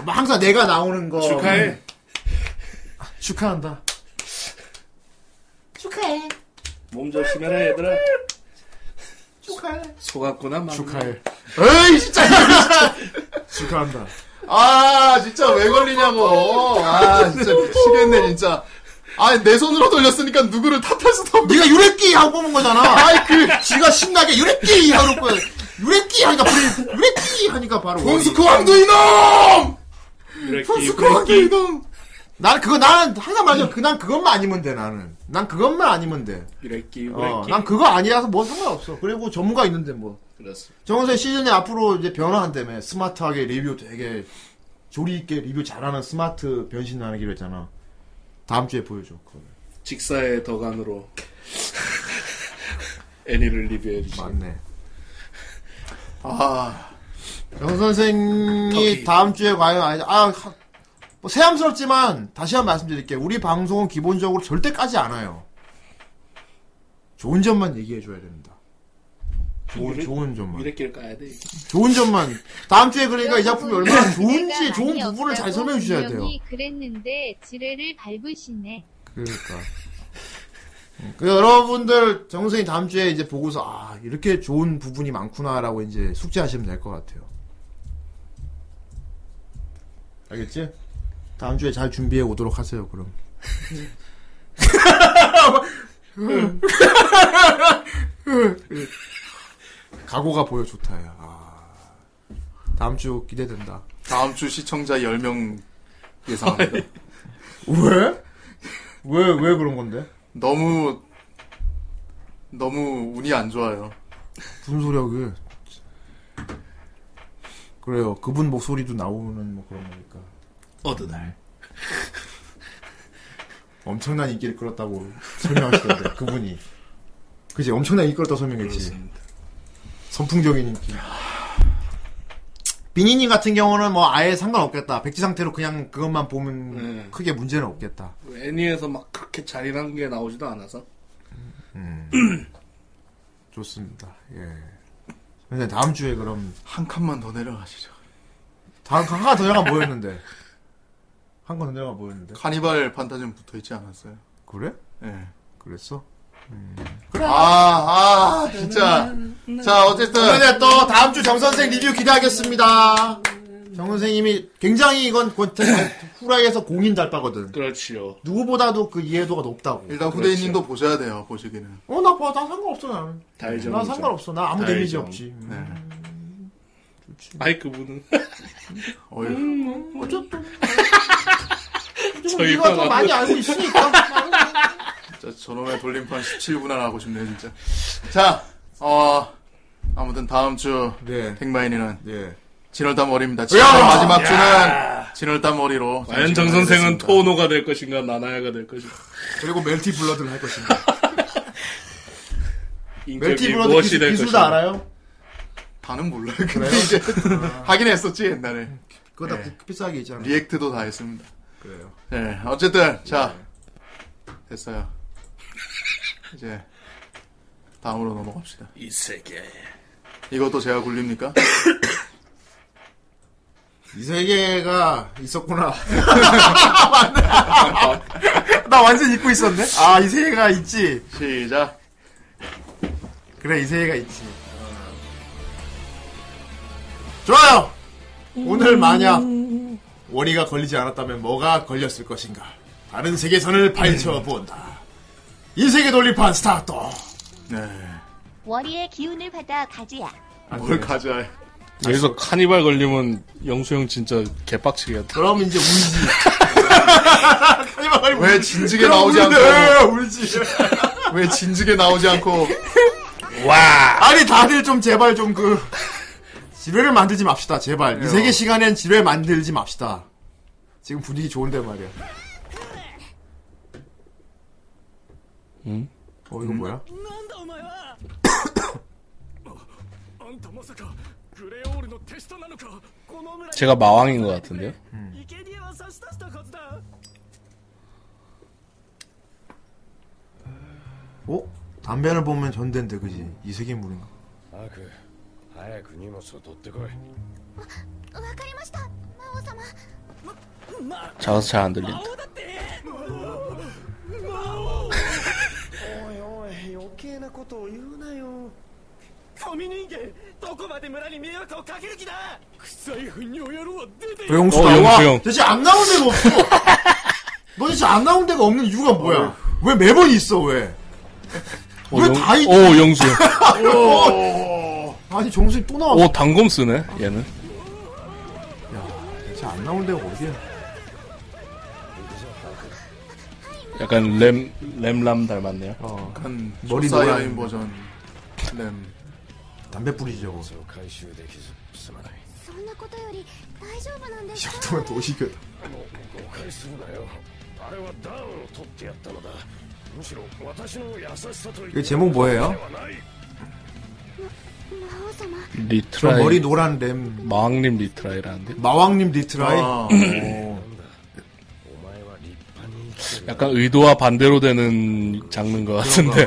[SPEAKER 3] 뭐 항상 내가 나오는 거.
[SPEAKER 6] 축하해.
[SPEAKER 3] 음. 아, 축하한다.
[SPEAKER 16] 축하해.
[SPEAKER 6] 몸 조심해라 얘들아.
[SPEAKER 16] 축하해.
[SPEAKER 6] 속았구나. 막.
[SPEAKER 3] 축하해.
[SPEAKER 8] 에이 진짜 이거 진짜.
[SPEAKER 3] 축하한다.
[SPEAKER 8] 아 진짜 왜 걸리냐고 아 진짜 미치겠네 진짜 아 내 손으로 돌렸으니까 누구를 탓할 수도 없네
[SPEAKER 3] 네가 유레끼 하고 뽑은 [laughs] 거잖아.
[SPEAKER 8] 아이 그
[SPEAKER 3] 지가 신나게 유레끼 하고 거야. 유레끼 하니까 바로 유레끼 하니까 바로.
[SPEAKER 8] 본스코 왕도 이놈
[SPEAKER 6] 음.
[SPEAKER 8] 본스코 왕도
[SPEAKER 6] 유레끼.
[SPEAKER 8] 이놈
[SPEAKER 3] 난 그거 난 항상 말해. 그난 그것만 아니면 돼 나는. 난 그것만 아니면 돼.
[SPEAKER 6] 유레끼.
[SPEAKER 3] 어,
[SPEAKER 6] 유레끼.
[SPEAKER 3] 난 그거 아니라서 뭐 상관없어. 그리고 전문가 있는데 뭐.
[SPEAKER 6] 그렇습니다.
[SPEAKER 3] 정원생 시즌이 앞으로 이제 변화한다며. 스마트하게 리뷰 되게 조리있게 리뷰 잘하는 스마트 변신하기로 했잖아. 다음 주에 보여줘. 그거.
[SPEAKER 6] 직사의 덕안으로 애니를 리뷰해 주시.
[SPEAKER 3] 맞네.
[SPEAKER 8] 아
[SPEAKER 3] 정선생이
[SPEAKER 6] 터키.
[SPEAKER 3] 다음 주에 과연, 아니, 아, 하- 뭐 새삼스럽지만 다시 한번 말씀드릴게요. 우리 방송은 기본적으로 절대 까지 않아요. 좋은 점만 얘기해줘야 됩니다. 좋은 좋은 점만.
[SPEAKER 6] 유래길 까야 돼.
[SPEAKER 3] 좋은 점만. 다음 주에 그러니까 이 작품이 얼마나 좋은지 좋은 부분을 잘 설명해 주셔야 돼요.
[SPEAKER 11] 분명히 그랬는데 지뢰를 밟으시네.
[SPEAKER 3] 그러니까. 그 여러분들 정선이 다음 주에 이제 보고서 아 이렇게 좋은 부분이 많구나라고 이제 숙제하시면 될 것 같아요. 알겠지? 다음 주에 잘 준비해 오도록 하세요. 그럼. [laughs] 각오가 보여 좋다 야. 아. 다음 주 기대된다.
[SPEAKER 8] 다음 주 시청자 10명 예상합니다.
[SPEAKER 3] 왜? 왜, 왜 그런 건데?
[SPEAKER 8] 너무, 너무 운이 안 좋아요.
[SPEAKER 3] 무슨 소리야 그게. 그래요. 그분 목소리도 나오는 뭐 그런 거니까.
[SPEAKER 6] 어느 날.
[SPEAKER 3] 엄청난 인기를 끌었다고 [laughs] 설명하시던데 그분이. 그지 엄청난 인기 끌었다고 설명했지. 선풍적인 인기. 비니님 같은 경우는 뭐 아예 상관없겠다. 백지 상태로 그냥 그것만 보면 크게 문제는 없겠다.
[SPEAKER 6] 그 애니에서 막 그렇게 잘이라는 게 나오지도 않아서.
[SPEAKER 3] 좋습니다. 예. 근데 다음 주에 그럼
[SPEAKER 8] 한 칸만 더 내려가시죠.
[SPEAKER 3] 다음 한칸 더 내려가 뭐였는데? 한 칸 더 내려가 뭐였는데?
[SPEAKER 8] 카니발 판타지는 붙어 있지 않았어요?
[SPEAKER 3] 그래?
[SPEAKER 8] 예.
[SPEAKER 3] 그랬어?
[SPEAKER 8] 그래. 아, 아, 진짜.
[SPEAKER 6] 음.
[SPEAKER 8] 자, 어쨌든.
[SPEAKER 3] 그러면 네, 또 다음 주 정선생 리뷰 기대하겠습니다. 정선생님이 굉장히 이건 콘텐츠 후라이에서 공인 달빠거든.
[SPEAKER 6] 그렇지요.
[SPEAKER 3] 누구보다도 그 이해도가 높다고.
[SPEAKER 8] 일단
[SPEAKER 6] 그렇죠.
[SPEAKER 8] 후대인님도 보셔야 돼요, 보시기는.
[SPEAKER 3] 어, 나 봐. 나 상관없어, 나는.
[SPEAKER 6] 네.
[SPEAKER 8] 다이죠,
[SPEAKER 3] 나
[SPEAKER 8] 다이죠.
[SPEAKER 3] 상관없어. 나 아무
[SPEAKER 8] 다이죠.
[SPEAKER 3] 데미지 없지.
[SPEAKER 6] 아이, 그분은.
[SPEAKER 8] 어휴.
[SPEAKER 6] 음.
[SPEAKER 3] 뭐
[SPEAKER 6] [laughs]
[SPEAKER 3] 어쨌든.
[SPEAKER 8] 저희
[SPEAKER 3] 네가 더
[SPEAKER 8] 방안.
[SPEAKER 3] 많이 알고 있으니까.
[SPEAKER 8] 진짜 저놈의 돌림판 17분할 하고 싶네, 진짜. 자, 어, 아무튼 다음 주.
[SPEAKER 3] 네,
[SPEAKER 8] 택마인이는. 진월달 머리입니다. 진월달
[SPEAKER 6] 야!
[SPEAKER 8] 마지막
[SPEAKER 6] 야!
[SPEAKER 8] 주는 진월달 머리로.
[SPEAKER 6] [laughs] 과연 정 선생은 토노가 될 것인가, 나나야가 될 것인가.
[SPEAKER 3] 그리고 멜티 블러드를 할 것인가.
[SPEAKER 6] 인격이
[SPEAKER 8] 멜티 브라더
[SPEAKER 6] 무엇이 될
[SPEAKER 8] 기술 다
[SPEAKER 6] 것인가.
[SPEAKER 3] 알아요?
[SPEAKER 8] 다는 몰라요. 근데 이제 [laughs] 하긴 했었지 옛날에.
[SPEAKER 3] 그거
[SPEAKER 6] 네.
[SPEAKER 3] 다 비싸게 있잖아.
[SPEAKER 8] 리액트도 다 했습니다.
[SPEAKER 3] 그래요.
[SPEAKER 8] 네, 어쨌든 자 됐어요. 이제 다음으로 넘어갑시다.
[SPEAKER 6] 이 세계.
[SPEAKER 8] 이것도 제가 굴립니까?
[SPEAKER 3] 이 세계가
[SPEAKER 6] [laughs]
[SPEAKER 3] 있었구나. [laughs] 나 완전 잊고 있었네. 아, 이 세계가 있지.
[SPEAKER 8] 시작.
[SPEAKER 3] 그래, 이 세계가 있지. 좋아요! 오늘 만약 원이가 걸리지 않았다면 뭐가 걸렸을 것인가? 다른 세계선을 파헤쳐본다. 이 세계 돌림판 스타트!
[SPEAKER 8] 네.
[SPEAKER 18] 월요의 기운을 받아 가지야.
[SPEAKER 8] 뭘 가져야 해.
[SPEAKER 6] 여기서 카니발 걸리면 영수형 진짜 개빡치겠다.
[SPEAKER 3] 그럼 이제
[SPEAKER 8] [laughs]
[SPEAKER 3] 울지.
[SPEAKER 8] 왜 진지게
[SPEAKER 6] 그럼
[SPEAKER 8] 나오지 않고?
[SPEAKER 6] 울지,
[SPEAKER 3] 네, 울지.
[SPEAKER 8] 왜 진지게 나오지 않고?
[SPEAKER 6] 와.
[SPEAKER 3] 아니 다들 좀 제발 좀 그 지뢰를 만들지 맙시다 제발 이 세계 시간엔 지뢰 만들지 맙시다 지금 분위기 좋은데 말이야
[SPEAKER 6] 응?
[SPEAKER 3] 어 이거 뭐야?
[SPEAKER 9] なんだお前は [coughs] ああんたまさかグレオールの手下なのかこの村
[SPEAKER 6] 제가 마왕인 것 같은데요?
[SPEAKER 9] 生贄は差し出したはずだ
[SPEAKER 3] 어? 담배를 보면 전대인데 그지? 이 세계 물인가?
[SPEAKER 19] アク早く荷物を取ってこい
[SPEAKER 1] わかりました魔王様
[SPEAKER 6] 작아서 잘 안 들린다. 어,
[SPEAKER 9] おいおい余計なことを言うなよ神人間どこまで村に迷惑をかける気だ臭い糞尿野郎は出て
[SPEAKER 3] 배용수 나와 대체 안 나온 데가 없어 너 대체 안 나온 데가 없는 이유가 뭐야 어, 왜 매번 있어 왜
[SPEAKER 6] 오,
[SPEAKER 3] 왜 다 있지?
[SPEAKER 6] 오, 영수.
[SPEAKER 3] 어, 아니 정수님 또 나왔어
[SPEAKER 6] 오, 단검 쓰네, 얘는.
[SPEAKER 3] 대체 안 나온 데가 어디야
[SPEAKER 6] 약간 램, 램람 닮았네요.
[SPEAKER 3] 어.
[SPEAKER 8] 약간
[SPEAKER 6] 머리 노란.
[SPEAKER 8] 사이아인 버전. 네.
[SPEAKER 3] 담배 뿌리지 저거
[SPEAKER 19] 回収できずすまない
[SPEAKER 1] そんなことより大丈夫なんですか
[SPEAKER 3] 정말 도시교다
[SPEAKER 19] もう誤解するなよあれはダウンを取ってやったのだむしろ私の優しさと
[SPEAKER 3] 이 제목 뭐예요?
[SPEAKER 1] 魔王様
[SPEAKER 3] 저
[SPEAKER 6] 리트라이.
[SPEAKER 3] 머리 노란 램
[SPEAKER 6] 마왕님 리트라이라는데.
[SPEAKER 3] 마왕님 리트라이?
[SPEAKER 6] 아.
[SPEAKER 3] 오.
[SPEAKER 6] 약간 의도와 반대로 네. 되는 장르인 것 같은데.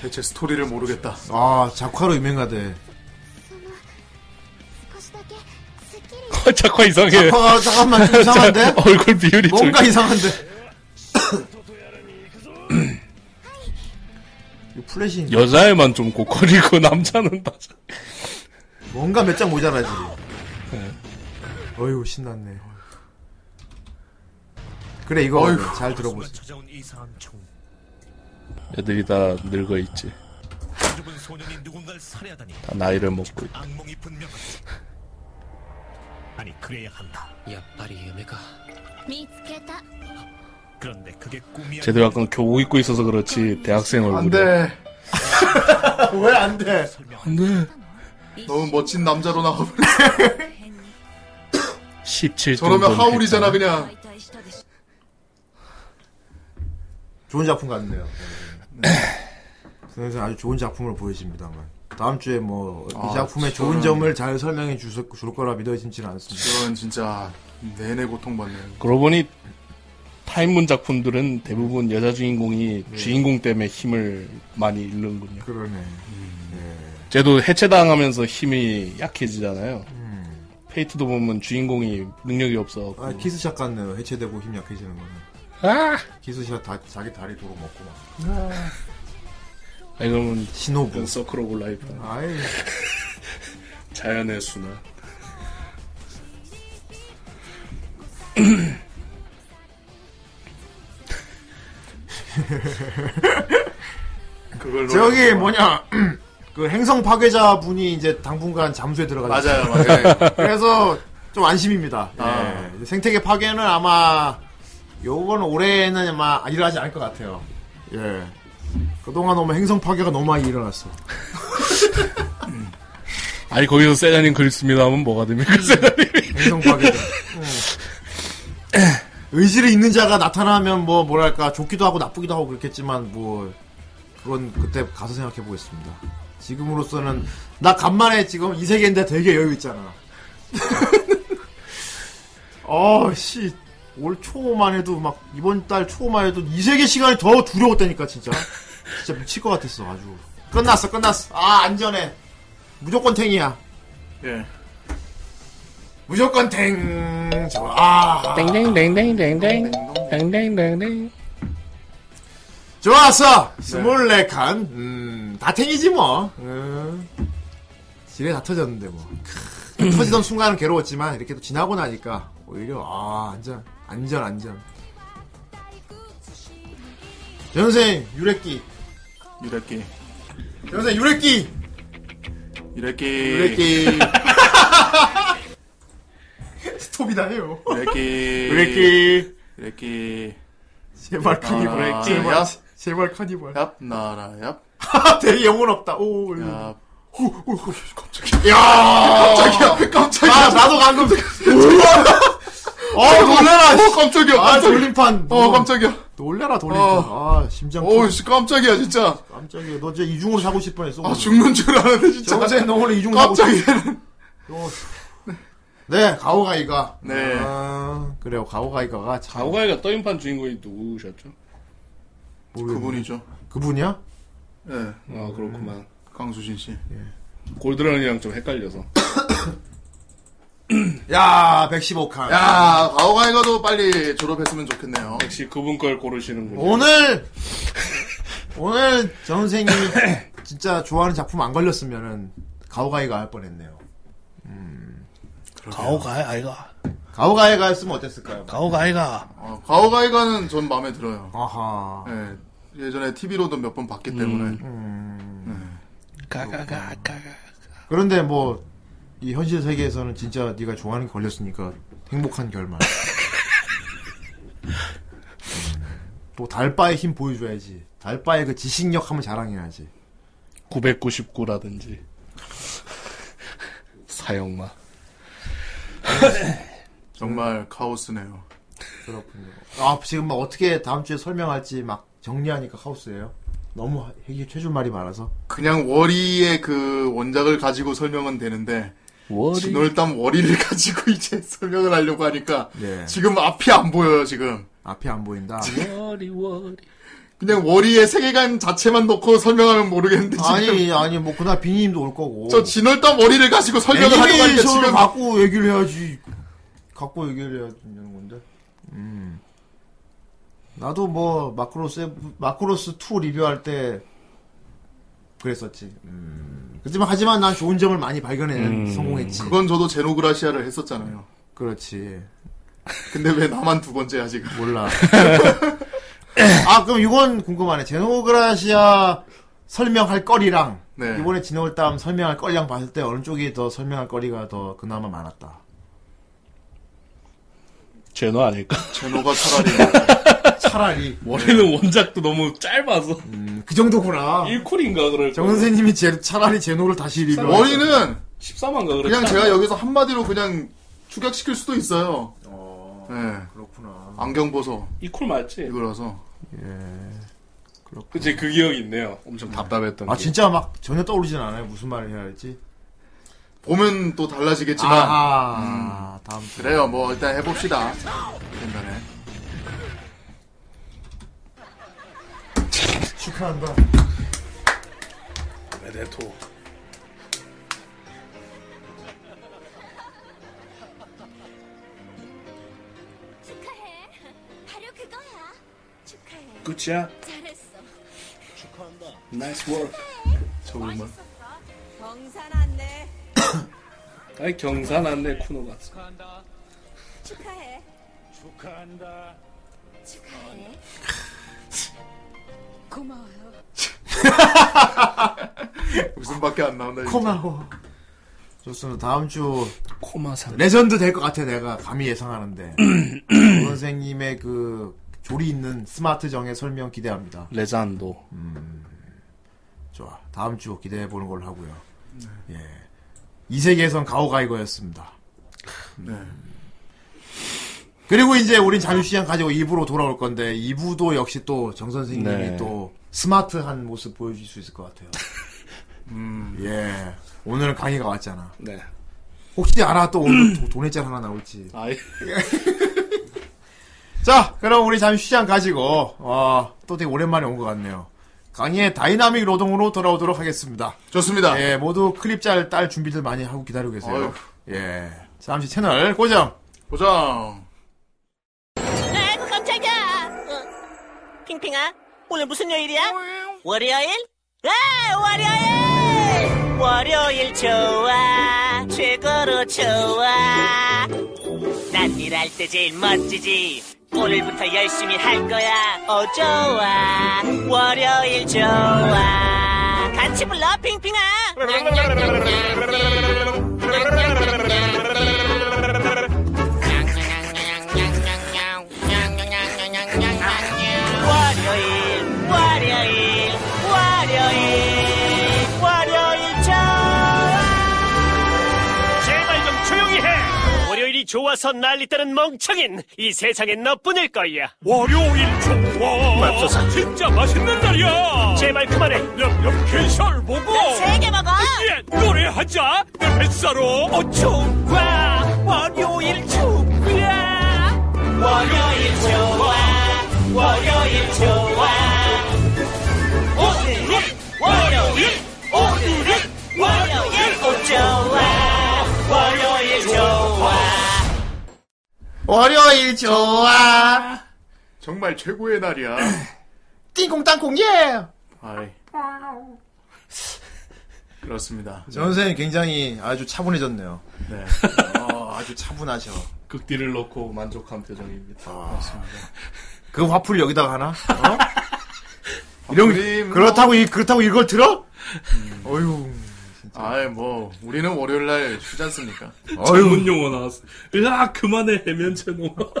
[SPEAKER 8] 대체 스토리를 모르겠다.
[SPEAKER 3] 아, 작화로 유명하대.
[SPEAKER 6] [laughs] 작화 이상해.
[SPEAKER 3] 작화가 잠깐만
[SPEAKER 6] [laughs]
[SPEAKER 3] 좀 이상한데?
[SPEAKER 6] 얼굴 비율이 좀-
[SPEAKER 3] 뭔가 이상한데?
[SPEAKER 6] [coughs]
[SPEAKER 3] 이거 플래시
[SPEAKER 6] 여자애만 좀 고퀄이고 [laughs] 남자는 다.
[SPEAKER 3] 뭔가 몇 장 모자라지.
[SPEAKER 6] 예.
[SPEAKER 3] 어휴 신났네. 그래 이거
[SPEAKER 6] 어휴.
[SPEAKER 3] 잘 들어보세요.
[SPEAKER 2] 찾아온 이상한 총
[SPEAKER 6] 애들이 다 늙어 있지.
[SPEAKER 2] 좁은 소년이 누군가를 살해하다니
[SPEAKER 6] 다 나이를 먹고 있다.
[SPEAKER 2] 악몽이 분명하다 아니 그래야 한다
[SPEAKER 20] やっぱり夢か
[SPEAKER 1] 見つけた
[SPEAKER 2] 그런데 그게 꿈이야
[SPEAKER 6] 쟤들 약간 교복 입고 있어서 그렇지 대학생 얼굴이.
[SPEAKER 8] 왜 안 돼?
[SPEAKER 6] 안 돼.
[SPEAKER 8] 너무 멋진 남자로 나와.
[SPEAKER 6] 17.
[SPEAKER 8] 저러면 하울이잖아 그냥.
[SPEAKER 3] 좋은 작품 같네요. 그래서 아주 좋은 작품을 보여집니다만 다음 주에 뭐 이
[SPEAKER 8] 아,
[SPEAKER 3] 작품의
[SPEAKER 8] 저는-
[SPEAKER 3] 좋은 점을 잘 설명해 주- 줄 거라 믿어지지는 않습니다.
[SPEAKER 8] 저는 진짜 내내 고통받네요.
[SPEAKER 6] 그러고 보니 타인문 작품들은 대부분 여자 주인공이 주인공 때문에 힘을 많이 잃는군요.
[SPEAKER 3] 그러네.
[SPEAKER 6] 쟤도 해체당하면서 힘이 약해지잖아요.
[SPEAKER 3] 음.
[SPEAKER 6] 페이트도 보면 주인공이 능력이 없어.
[SPEAKER 3] 아 키스샷 같네요. 해체되고 힘 약해지는 거는. 아! 키스샷 다, 자기 다리 도로 먹고 막.
[SPEAKER 6] 아, 이러면
[SPEAKER 3] 신호부.
[SPEAKER 6] 서클 오브 라이프.
[SPEAKER 3] 아이.
[SPEAKER 6] 자연의 순환.
[SPEAKER 8] 그걸로
[SPEAKER 3] 저기 뭐냐 [clears throat] 그 행성 파괴자 분이 이제 당분간 잠수에 들어가셨어요.
[SPEAKER 8] 맞아요, 맞아요.
[SPEAKER 3] 네. [laughs] 그래서 좀 안심입니다.
[SPEAKER 8] 아.
[SPEAKER 3] 예. 생태계 파괴는 아마 요번 올해는 아마 일어나지 않을 것 같아요. 예. 그동안 오면 행성 파괴가 너무 많이 일어났어.
[SPEAKER 6] 아니 거기서 세자님 그립습니다 하면 뭐가 됩니까 세자님이?
[SPEAKER 3] 행성 파괴자. 예. 의지를 있는 자가 나타나면 뭐 뭐랄까 좋기도 하고 나쁘기도 하고 그렇겠지만 뭐 그건 그때 가서 생각해 보겠습니다. 지금으로서는 나 간만에 지금 이 세계인데 되게 여유 있잖아. [laughs] 어씨 올 초만 해도 막 이번 달 초만 해도 이 세계 시간이 더 두려웠다니까 진짜 진짜 미칠 것 같았어 아주 끝났어 끝났어 아 안전해 무조건 탱이야
[SPEAKER 8] 예.
[SPEAKER 3] 무조건 탱 좋아 아.
[SPEAKER 6] 땡땡땡땡땡땡 땡땡땡땡
[SPEAKER 3] 좋았어 스물네 칸 음, 다탱이지 뭐 음.
[SPEAKER 8] 네.
[SPEAKER 3] 지뢰 다 터졌는데 뭐 크, 터지던 순간은 괴로웠지만 이렇게 또 지나고 나니까 오히려 아 안전 안전 안전 전생 유래끼
[SPEAKER 8] 유래끼
[SPEAKER 3] 전생 유래끼
[SPEAKER 8] 유래끼
[SPEAKER 3] 유래끼 스톱이다 해요
[SPEAKER 8] 유래끼
[SPEAKER 3] 유래끼.
[SPEAKER 8] 유래끼
[SPEAKER 3] 제발 카니발 제발
[SPEAKER 8] 야
[SPEAKER 3] 제발 카니발
[SPEAKER 8] 아, 얍 나라
[SPEAKER 3] 얍 되게 영혼 없다 오
[SPEAKER 8] 야
[SPEAKER 3] 갑자기 야 깜짝이야 깜짝이야 아 나도 방금 어 놀래라
[SPEAKER 8] 어 깜짝이야
[SPEAKER 3] 아,
[SPEAKER 8] 깜짝이야.
[SPEAKER 3] 돌림판.
[SPEAKER 8] 어 깜짝이야
[SPEAKER 3] 놀래라 돌림판 아 심장
[SPEAKER 8] 어우 씨 깜짝이야 진짜
[SPEAKER 3] 깜짝이야 너 진짜 이중으로 사고 싶 뻔했어
[SPEAKER 8] 아 죽는 줄 알았네 진짜
[SPEAKER 3] 정세 너 오늘 이중
[SPEAKER 8] 깜짝이야
[SPEAKER 3] 네 가오가이가
[SPEAKER 8] 네.
[SPEAKER 3] 아, 그래요 가오가이가가 참
[SPEAKER 6] 가오가이가 떠임판 주인공이 누구셨죠?
[SPEAKER 8] 그분이죠
[SPEAKER 3] 그분이야
[SPEAKER 8] 예
[SPEAKER 6] 아 그렇구만
[SPEAKER 8] 강수진 씨
[SPEAKER 6] 골드런이랑 좀 헷갈려서
[SPEAKER 3] 야 115칸
[SPEAKER 8] 야, 가오가이가도 빨리 졸업했으면 좋겠네요.
[SPEAKER 6] 역시 그분 걸 고르시는군요
[SPEAKER 3] 오늘 오늘 정 선생님이 진짜 좋아하는 작품 안 걸렸으면은 가오가이가 할 뻔했네요.
[SPEAKER 8] 가오가이 아이가.
[SPEAKER 3] 가오가이가 했으면 어땠을까요?
[SPEAKER 8] 가오가이가. 가오가이가는 전 마음에 들어요. 음,
[SPEAKER 3] 아하.
[SPEAKER 8] 예, 예전에 TV로도 몇 번 봤기 때문에.
[SPEAKER 6] 가가가 가가
[SPEAKER 3] 그런데 뭐 이 현실 세계에서는 진짜 네가 좋아하는 게 걸렸으니까 행복한
[SPEAKER 8] [laughs]
[SPEAKER 3] 결말. 또 달바의 힘 보여줘야지. 달바의 그 지식력 한번 자랑해야지.
[SPEAKER 6] 999라든지 [laughs] 사형마
[SPEAKER 8] 정말 카오스네요.
[SPEAKER 3] 그렇군요. 아 지금 막 어떻게 다음 주에 설명할지 막 정리하니까 카오스예요. 너무 이게 최준 말이 많아서.
[SPEAKER 8] 그냥 워리의 그 원작을 가지고 설명은 되는데 진월담 워리를 [laughs] 가지고 이제 설명을 하려고 하니까
[SPEAKER 3] 네.
[SPEAKER 8] 지금 앞이 안 보여요 지금.
[SPEAKER 3] 앞이 안 보인다.
[SPEAKER 6] 워리 워리
[SPEAKER 8] 그냥 워리의 세계관 자체만 놓고 설명하면 모르겠는데 지금
[SPEAKER 3] 아니 아니 뭐 그날 비니님도 올 거고
[SPEAKER 8] 저 진월단 머리를 가지고 설명을 하려고 하니까
[SPEAKER 3] 애니메이션을
[SPEAKER 8] 지금
[SPEAKER 3] 갖고 얘기를 해야지 갖고 얘기를 해야 되는 건데 음 나도 뭐 마크로스 마크로스 2 리뷰할 때 그랬었지 음 그렇지만 하지만 난 좋은 점을 많이 발견해낸 성공했지
[SPEAKER 8] 그건 저도 제노그라시아를 했었잖아요.
[SPEAKER 3] 그렇지.
[SPEAKER 8] 근데 왜 나만 두 번째야 지금?
[SPEAKER 3] 몰라. [laughs] 아 그럼 이건 궁금하네 제노그라시아 설명할 거리랑
[SPEAKER 8] 네.
[SPEAKER 3] 이번에 진월 땀 설명할 거리랑 봤을 때 어느 쪽이 더 설명할 거리가 더 그나마 많았다
[SPEAKER 6] 제노 아닐까?
[SPEAKER 8] 제노가
[SPEAKER 3] [laughs]
[SPEAKER 8] 차라리
[SPEAKER 3] 차라리
[SPEAKER 6] [laughs] 원래는 원작도 너무 짧아서
[SPEAKER 3] 그 정도구나
[SPEAKER 6] 1쿨인가 그럴
[SPEAKER 3] 정 선생님이 제, 차라리 제노를 다시 리뷰
[SPEAKER 8] 머리는
[SPEAKER 6] 13화인가 그랬
[SPEAKER 8] 그냥 제가
[SPEAKER 3] 그렇죠.
[SPEAKER 8] 여기서 한마디로 그냥 추격시킬 수도 있어요. 네.
[SPEAKER 3] 그렇구나.
[SPEAKER 8] 안경 벗어.
[SPEAKER 6] 이콜 맞지?
[SPEAKER 8] 이거라서.
[SPEAKER 6] 그치 그 기억이 있네요. 엄청 답답했던.
[SPEAKER 3] 아
[SPEAKER 6] 기억.
[SPEAKER 3] 진짜 막 전혀 떠오르진 않아요 무슨 말을 해야 할지
[SPEAKER 8] 보면 또 달라지겠지만.
[SPEAKER 3] 아하.
[SPEAKER 8] 음.
[SPEAKER 3] 다음 주에.
[SPEAKER 8] 그래요. 뭐 일단 해봅시다. 옛날에.
[SPEAKER 3] 축하한다
[SPEAKER 6] 메데토.
[SPEAKER 1] 축하해. 바로 그거야. 축하해.
[SPEAKER 6] 끝이야?
[SPEAKER 1] 잘했어.
[SPEAKER 17] 축하한다.
[SPEAKER 6] 나이스 워크.
[SPEAKER 8] 저음은.
[SPEAKER 5] 경산 안내
[SPEAKER 6] 아이 경산 안내 쿠노 같은.
[SPEAKER 17] 축하한다.
[SPEAKER 1] 축하해.
[SPEAKER 17] 축하한다.
[SPEAKER 1] 축하해.
[SPEAKER 5] 고마워요.
[SPEAKER 8] 웃음밖에 안 나온다. 이거.
[SPEAKER 3] 고마워 좋습니다 다음 주
[SPEAKER 6] 코마상.
[SPEAKER 3] 레전드 될 것 같아 내가 감히 [clears throat] 예상하는데 정 선생님의 그 조리 있는 스마트 정의 설명 기대합니다
[SPEAKER 6] 레잔도.
[SPEAKER 3] 좋아 다음 주 기대해 보는 걸로 하고요 예. 이 세계에선 가오가이거였습니다
[SPEAKER 8] 네.
[SPEAKER 3] 그리고 이제 우린 자유시장 가지고 2부로 돌아올 건데 2부도 역시 또 정 선생님이
[SPEAKER 6] 네.
[SPEAKER 3] 또 스마트한 모습 보여줄 수 있을 것 같아요
[SPEAKER 8] [laughs] 음.
[SPEAKER 3] 예 오늘은 강의가 왔잖아
[SPEAKER 6] 네.
[SPEAKER 3] 혹시 알아 또
[SPEAKER 8] [clears throat]
[SPEAKER 3] 오늘 도- 돈의짤 하나 나올지
[SPEAKER 6] 아이.
[SPEAKER 3] 자, 그럼 우리 잠시 시장 가지고 어, 또 되게 오랜만에 온 것 같네요. 강의의 다이나믹 노동으로 돌아오도록 하겠습니다.
[SPEAKER 8] 좋습니다.
[SPEAKER 3] 예, 모두 클립 짤 딸 준비들 많이 하고 기다리고 계세요.
[SPEAKER 8] 어휴.
[SPEAKER 3] 예, 잠시 채널 고정.
[SPEAKER 8] 고정.
[SPEAKER 20] 아이고 깜짝이야. 어, 핑핑아, 오늘 무슨 요일이야? 월요일? 아, 월요일! 월요일 좋아, 최고로 좋아. 난 일할 때 제일 멋지지. 오늘부터 열심히 할 거야. 어 좋아, 월요일 좋아. 같이 불러 핑핑아. 월요일, 월요일, 월요일, 월요일 좋아.
[SPEAKER 19] 제발 좀 조용히 해! 월요일이 좋아서 난리다는 멍청인 이 세상엔 너뿐일 거야. 월요일 좋아. 맙소사 진짜 맛있는 날이야. 제발 그만해. 냠냠 게살 먹어.
[SPEAKER 20] 세개 먹어.
[SPEAKER 19] 예, 노래하자. 내 뱃살로 어, 어쭈와 월요일 좋아.
[SPEAKER 20] 월요일 좋아. 월요일 좋아. 오늘은 월요일. 오늘은 월요일. 오 좋아. 월요일 좋아.
[SPEAKER 3] 월요일 좋아.
[SPEAKER 8] 정말 최고의 날이야.
[SPEAKER 3] 띵콩 땅콩 예.
[SPEAKER 8] 아이. 그렇습니다.
[SPEAKER 3] 정 선생님 굉장히 아주 차분해졌네요.
[SPEAKER 8] 네.
[SPEAKER 3] 어, 아주 차분하셔.
[SPEAKER 6] [laughs] 극딜을 넣고 만족한 표정입니다.
[SPEAKER 8] 맞습니다.
[SPEAKER 3] 그 화풀 여기다가 하나?
[SPEAKER 8] [laughs]
[SPEAKER 3] 어? 이런
[SPEAKER 8] 화풀이 뭐- 음.
[SPEAKER 3] 그렇다고 이- 그렇다고 이걸 들어? 어휴.
[SPEAKER 8] 아이 뭐 우리는 월요일 날 쉬지 않습니까?
[SPEAKER 6] 전문 용어 나왔어. 으아 그만해 해면체노. [laughs]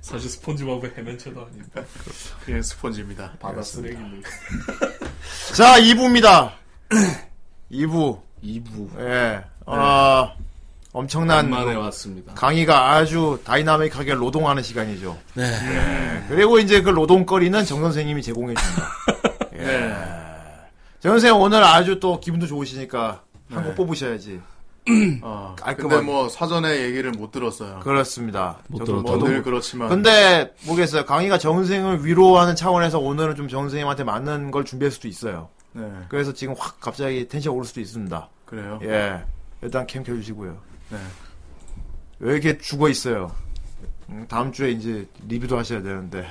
[SPEAKER 6] 사실 스폰지밥의 해면체도 아닌데.
[SPEAKER 8] 그냥 스폰지입니다.
[SPEAKER 6] 바다 쓰레기입니다.
[SPEAKER 3] 자, 2부입니다. [clears throat] 2부.
[SPEAKER 6] 2부.
[SPEAKER 3] 예. 아, 엄청난
[SPEAKER 6] 만에 왔습니다.
[SPEAKER 3] 강의가 아주 다이나믹하게 노동하는 시간이죠.
[SPEAKER 6] 네.
[SPEAKER 3] 예. 그리고 이제 그 노동거리는 정 선생님이
[SPEAKER 6] [laughs]
[SPEAKER 3] 제공해 준다. 예.
[SPEAKER 6] 네. 네.
[SPEAKER 3] 정 선생 님 오늘 아주 또 기분도 좋으시니까 한 곡 뽑으셔야지.
[SPEAKER 8] 어, 근데
[SPEAKER 3] 깔끔하게.
[SPEAKER 8] 뭐 사전에 얘기를 못 들었어요.
[SPEAKER 3] 그렇습니다.
[SPEAKER 8] 못
[SPEAKER 3] 저도
[SPEAKER 8] 들었다고? 늘 그렇지만.
[SPEAKER 3] 근데 모르겠어요. 강희가 정은생을 위로하는 차원에서 오늘은 좀 정은생님한테 맞는 걸 준비할 수도 있어요.
[SPEAKER 8] 네.
[SPEAKER 3] 그래서 지금 확 갑자기 텐션 오를 수도 있습니다.
[SPEAKER 8] 그래요?
[SPEAKER 3] 예. 일단 캠 켜주시고요.
[SPEAKER 8] 네.
[SPEAKER 3] 왜 이렇게 죽어 있어요? 음, 다음 주에 이제 리뷰도 하셔야 되는데.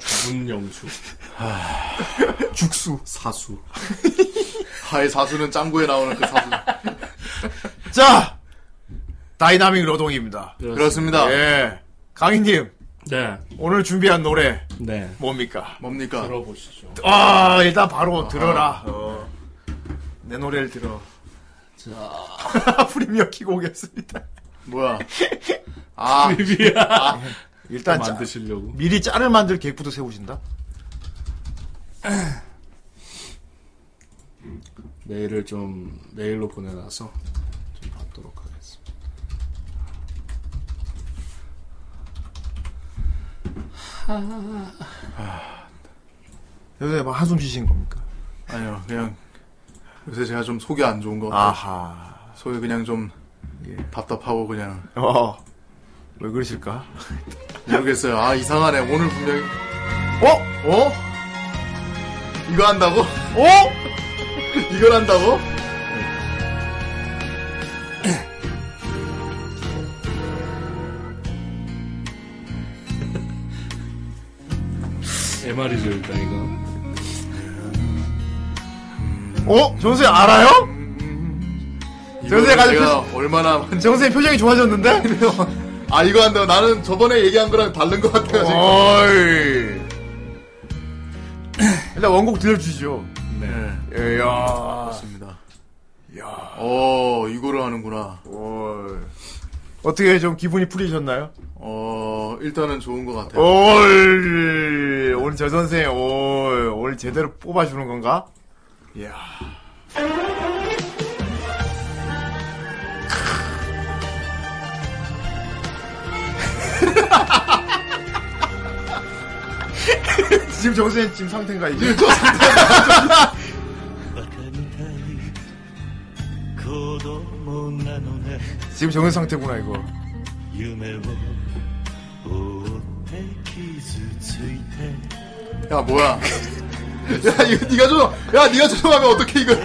[SPEAKER 6] 죽은 영수.
[SPEAKER 3] 죽수.
[SPEAKER 8] 사수. 하의 사수는 짱구에 나오는 그
[SPEAKER 3] [laughs]
[SPEAKER 8] 사수.
[SPEAKER 3] 자! 다이나믹 노동입니다.
[SPEAKER 8] 그렇습니다.
[SPEAKER 3] 예. 강희님.
[SPEAKER 6] 네.
[SPEAKER 3] 오늘 준비한 노래.
[SPEAKER 6] 네.
[SPEAKER 3] 뭡니까?
[SPEAKER 8] 뭡니까?
[SPEAKER 6] 들어보시죠.
[SPEAKER 3] 아, 일단 바로
[SPEAKER 8] 아하.
[SPEAKER 3] 들어라. 어. 내 노래를 들어.
[SPEAKER 6] 자.
[SPEAKER 3] [laughs] 프리미어 키고 오겠습니다.
[SPEAKER 8] 뭐야? 아.
[SPEAKER 3] 아, 일단 짜-
[SPEAKER 6] 만드시려고.
[SPEAKER 3] 미리 짤을 만들 계획부터 세우신다.
[SPEAKER 6] 메일을 좀 메일로 보내놔서 좀 받도록 하겠습니다.
[SPEAKER 3] 요새 막 한숨 쉬신 겁니까?
[SPEAKER 8] 아니요, 그냥 요새 제가 좀 속이 안 좋은 것 같아요.
[SPEAKER 3] 아하. 예.
[SPEAKER 8] 속이 그냥 좀 답답하고 그냥
[SPEAKER 3] 어. 왜 그러실까?
[SPEAKER 8] 모르겠어요. 아 이상하네. 오늘 분명히
[SPEAKER 3] 어?
[SPEAKER 8] 어? 이거 한다고?
[SPEAKER 3] 어?
[SPEAKER 8] [laughs] 이걸 한다고?
[SPEAKER 6] MR이죠 일단 이거.
[SPEAKER 3] 어? 정선생 알아요? 정선생
[SPEAKER 8] 이거는
[SPEAKER 3] 가장
[SPEAKER 8] 제가
[SPEAKER 3] 표정,
[SPEAKER 8] 얼마나
[SPEAKER 3] 정선생 표정이 좋아졌는데?
[SPEAKER 8] 아 이거 한다고 나는 저번에 얘기한 거랑 다른 것 같아요 지금.
[SPEAKER 3] 어. 어이. 일단 원곡 들려주시죠.
[SPEAKER 6] 네.
[SPEAKER 3] 예, 야.
[SPEAKER 8] 그렇습니다. 어 이거를 하는구나.
[SPEAKER 3] 어떻게 좀 기분이 풀리셨나요?
[SPEAKER 8] 어 일단은 좋은 것 같아요.
[SPEAKER 3] 올, 오늘 저 선생, 올, 오늘 제대로 뽑아주는 건가? 이야. 지금 정 선생 지금 상태인가
[SPEAKER 8] 네,
[SPEAKER 3] 이게? 지금 정신 상태구나 이거.
[SPEAKER 2] 夢を追って傷ついて
[SPEAKER 8] 야 [laughs] 뭐야? 야 이거 네가 좀, 야 네가 죄송하면 어떻게 이걸?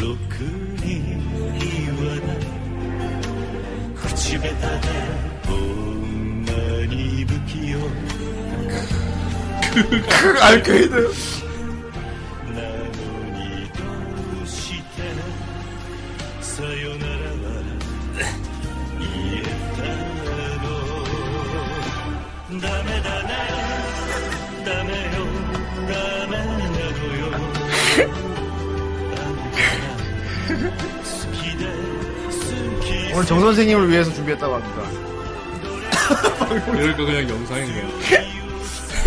[SPEAKER 2] ろくに言わない口下手でほんまに不器用
[SPEAKER 3] 그
[SPEAKER 2] な
[SPEAKER 3] 알카이드.
[SPEAKER 2] のにどうしてさよならは言えたのダメだねダメよダメなのよ오
[SPEAKER 3] 오늘 정 선생님을 위해서 준비했다고 합니다.
[SPEAKER 6] 이럴 거 그냥 영상인 거야.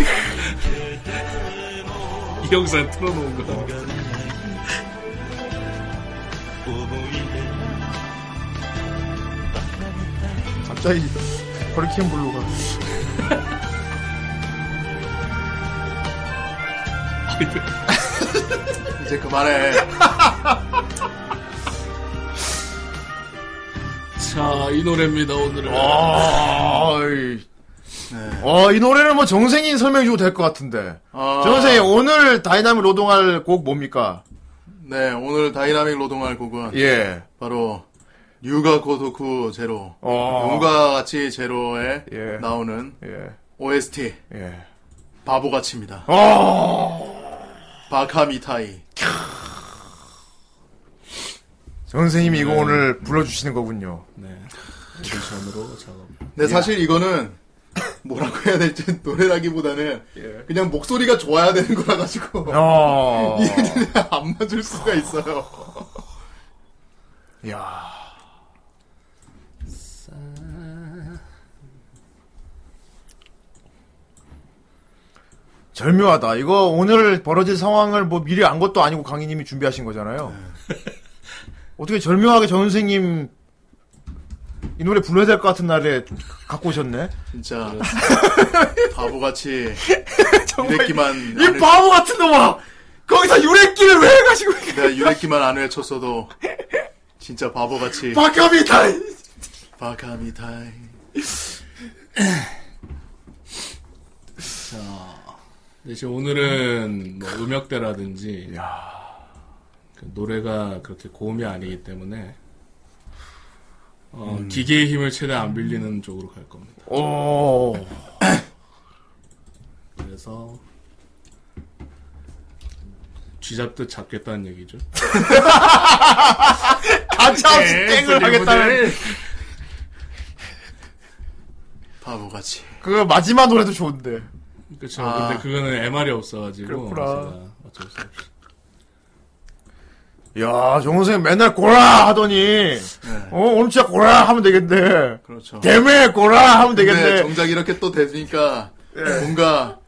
[SPEAKER 6] [laughs] 이 영상 틀어놓은 거다.
[SPEAKER 2] 思
[SPEAKER 3] 갑자기 허리케인 블루가.
[SPEAKER 8] [laughs] 이제 그만해.
[SPEAKER 6] 자, 이 노래입니다 오늘은.
[SPEAKER 3] 어이. 어, 이 노래는 뭐 정생이 설명해주고 될 것 같은데.
[SPEAKER 8] 네. 아.
[SPEAKER 3] 정생이 오늘 다이나믹 노동할 곡 뭡니까?
[SPEAKER 8] 네 오늘 다이나믹 노동할 곡은
[SPEAKER 3] 예.
[SPEAKER 8] 바로 뉴가 고토쿠 제로
[SPEAKER 3] 어. 예.
[SPEAKER 8] 누가 같이 제로에 나오는 OST 바보같이입니다.
[SPEAKER 3] 어.
[SPEAKER 8] 바카미타이
[SPEAKER 3] 정생님이 이거 오늘 불러주시는 거군요.
[SPEAKER 6] 네. 전으로 작업.
[SPEAKER 8] 근데 사실 이거는 뭐라고 해야 될지 [laughs] 노래라기보다는 그냥 목소리가 좋아야 되는 거라 가지고
[SPEAKER 3] 예. 어.
[SPEAKER 8] 이게 그냥 [laughs] 안 맞을 수가 있어요.
[SPEAKER 3] 야. 절묘하다. 이거 오늘 벌어질 상황을 뭐 미리 안 것도 아니고 강희님이 네. 준비하신 거잖아요. 어떻게 절묘하게 정 선생님 이 노래 불러야 될 것 같은 날에 갖고 오셨네. [laughs]
[SPEAKER 8] 진짜 바보같이 유래끼만
[SPEAKER 3] 이 바보 같은 놈아! 거기서 유래끼를 왜 해가시고
[SPEAKER 8] 내가 네, 유래끼만 안 외쳤어도 진짜 바보같이
[SPEAKER 3] 바카미타이!
[SPEAKER 8] 바카미타이
[SPEAKER 6] 자, 대신 오늘은 뭐 음역대라든지 그 노래가 그렇게 고음이 아니기 때문에 어,
[SPEAKER 7] 음.
[SPEAKER 6] 기계의 힘을 최대한 안 빌리는 쪽으로 갈 겁니다.
[SPEAKER 3] 오.
[SPEAKER 6] 그래서 쥐잡듯 잡겠다는 얘기죠.
[SPEAKER 3] 가차없이 땡을 하겠다는.
[SPEAKER 8] 바보같이
[SPEAKER 3] 그 마지막 노래도 좋은데.
[SPEAKER 6] 그쵸.
[SPEAKER 3] 아.
[SPEAKER 6] 근데 그거는 MR이 없어가지고.
[SPEAKER 3] 그렇구나.
[SPEAKER 6] 제가 어쩔 수 없이.
[SPEAKER 3] 야, 정 선생님 맨날 고라 하더니, 어, 오늘 진짜 고라 하면 되겠네.
[SPEAKER 8] 네. 그렇죠.
[SPEAKER 3] 대매 고라 하면
[SPEAKER 8] 근데
[SPEAKER 3] 되겠네. 예.
[SPEAKER 8] 정작 이렇게 또 되니까 뭔가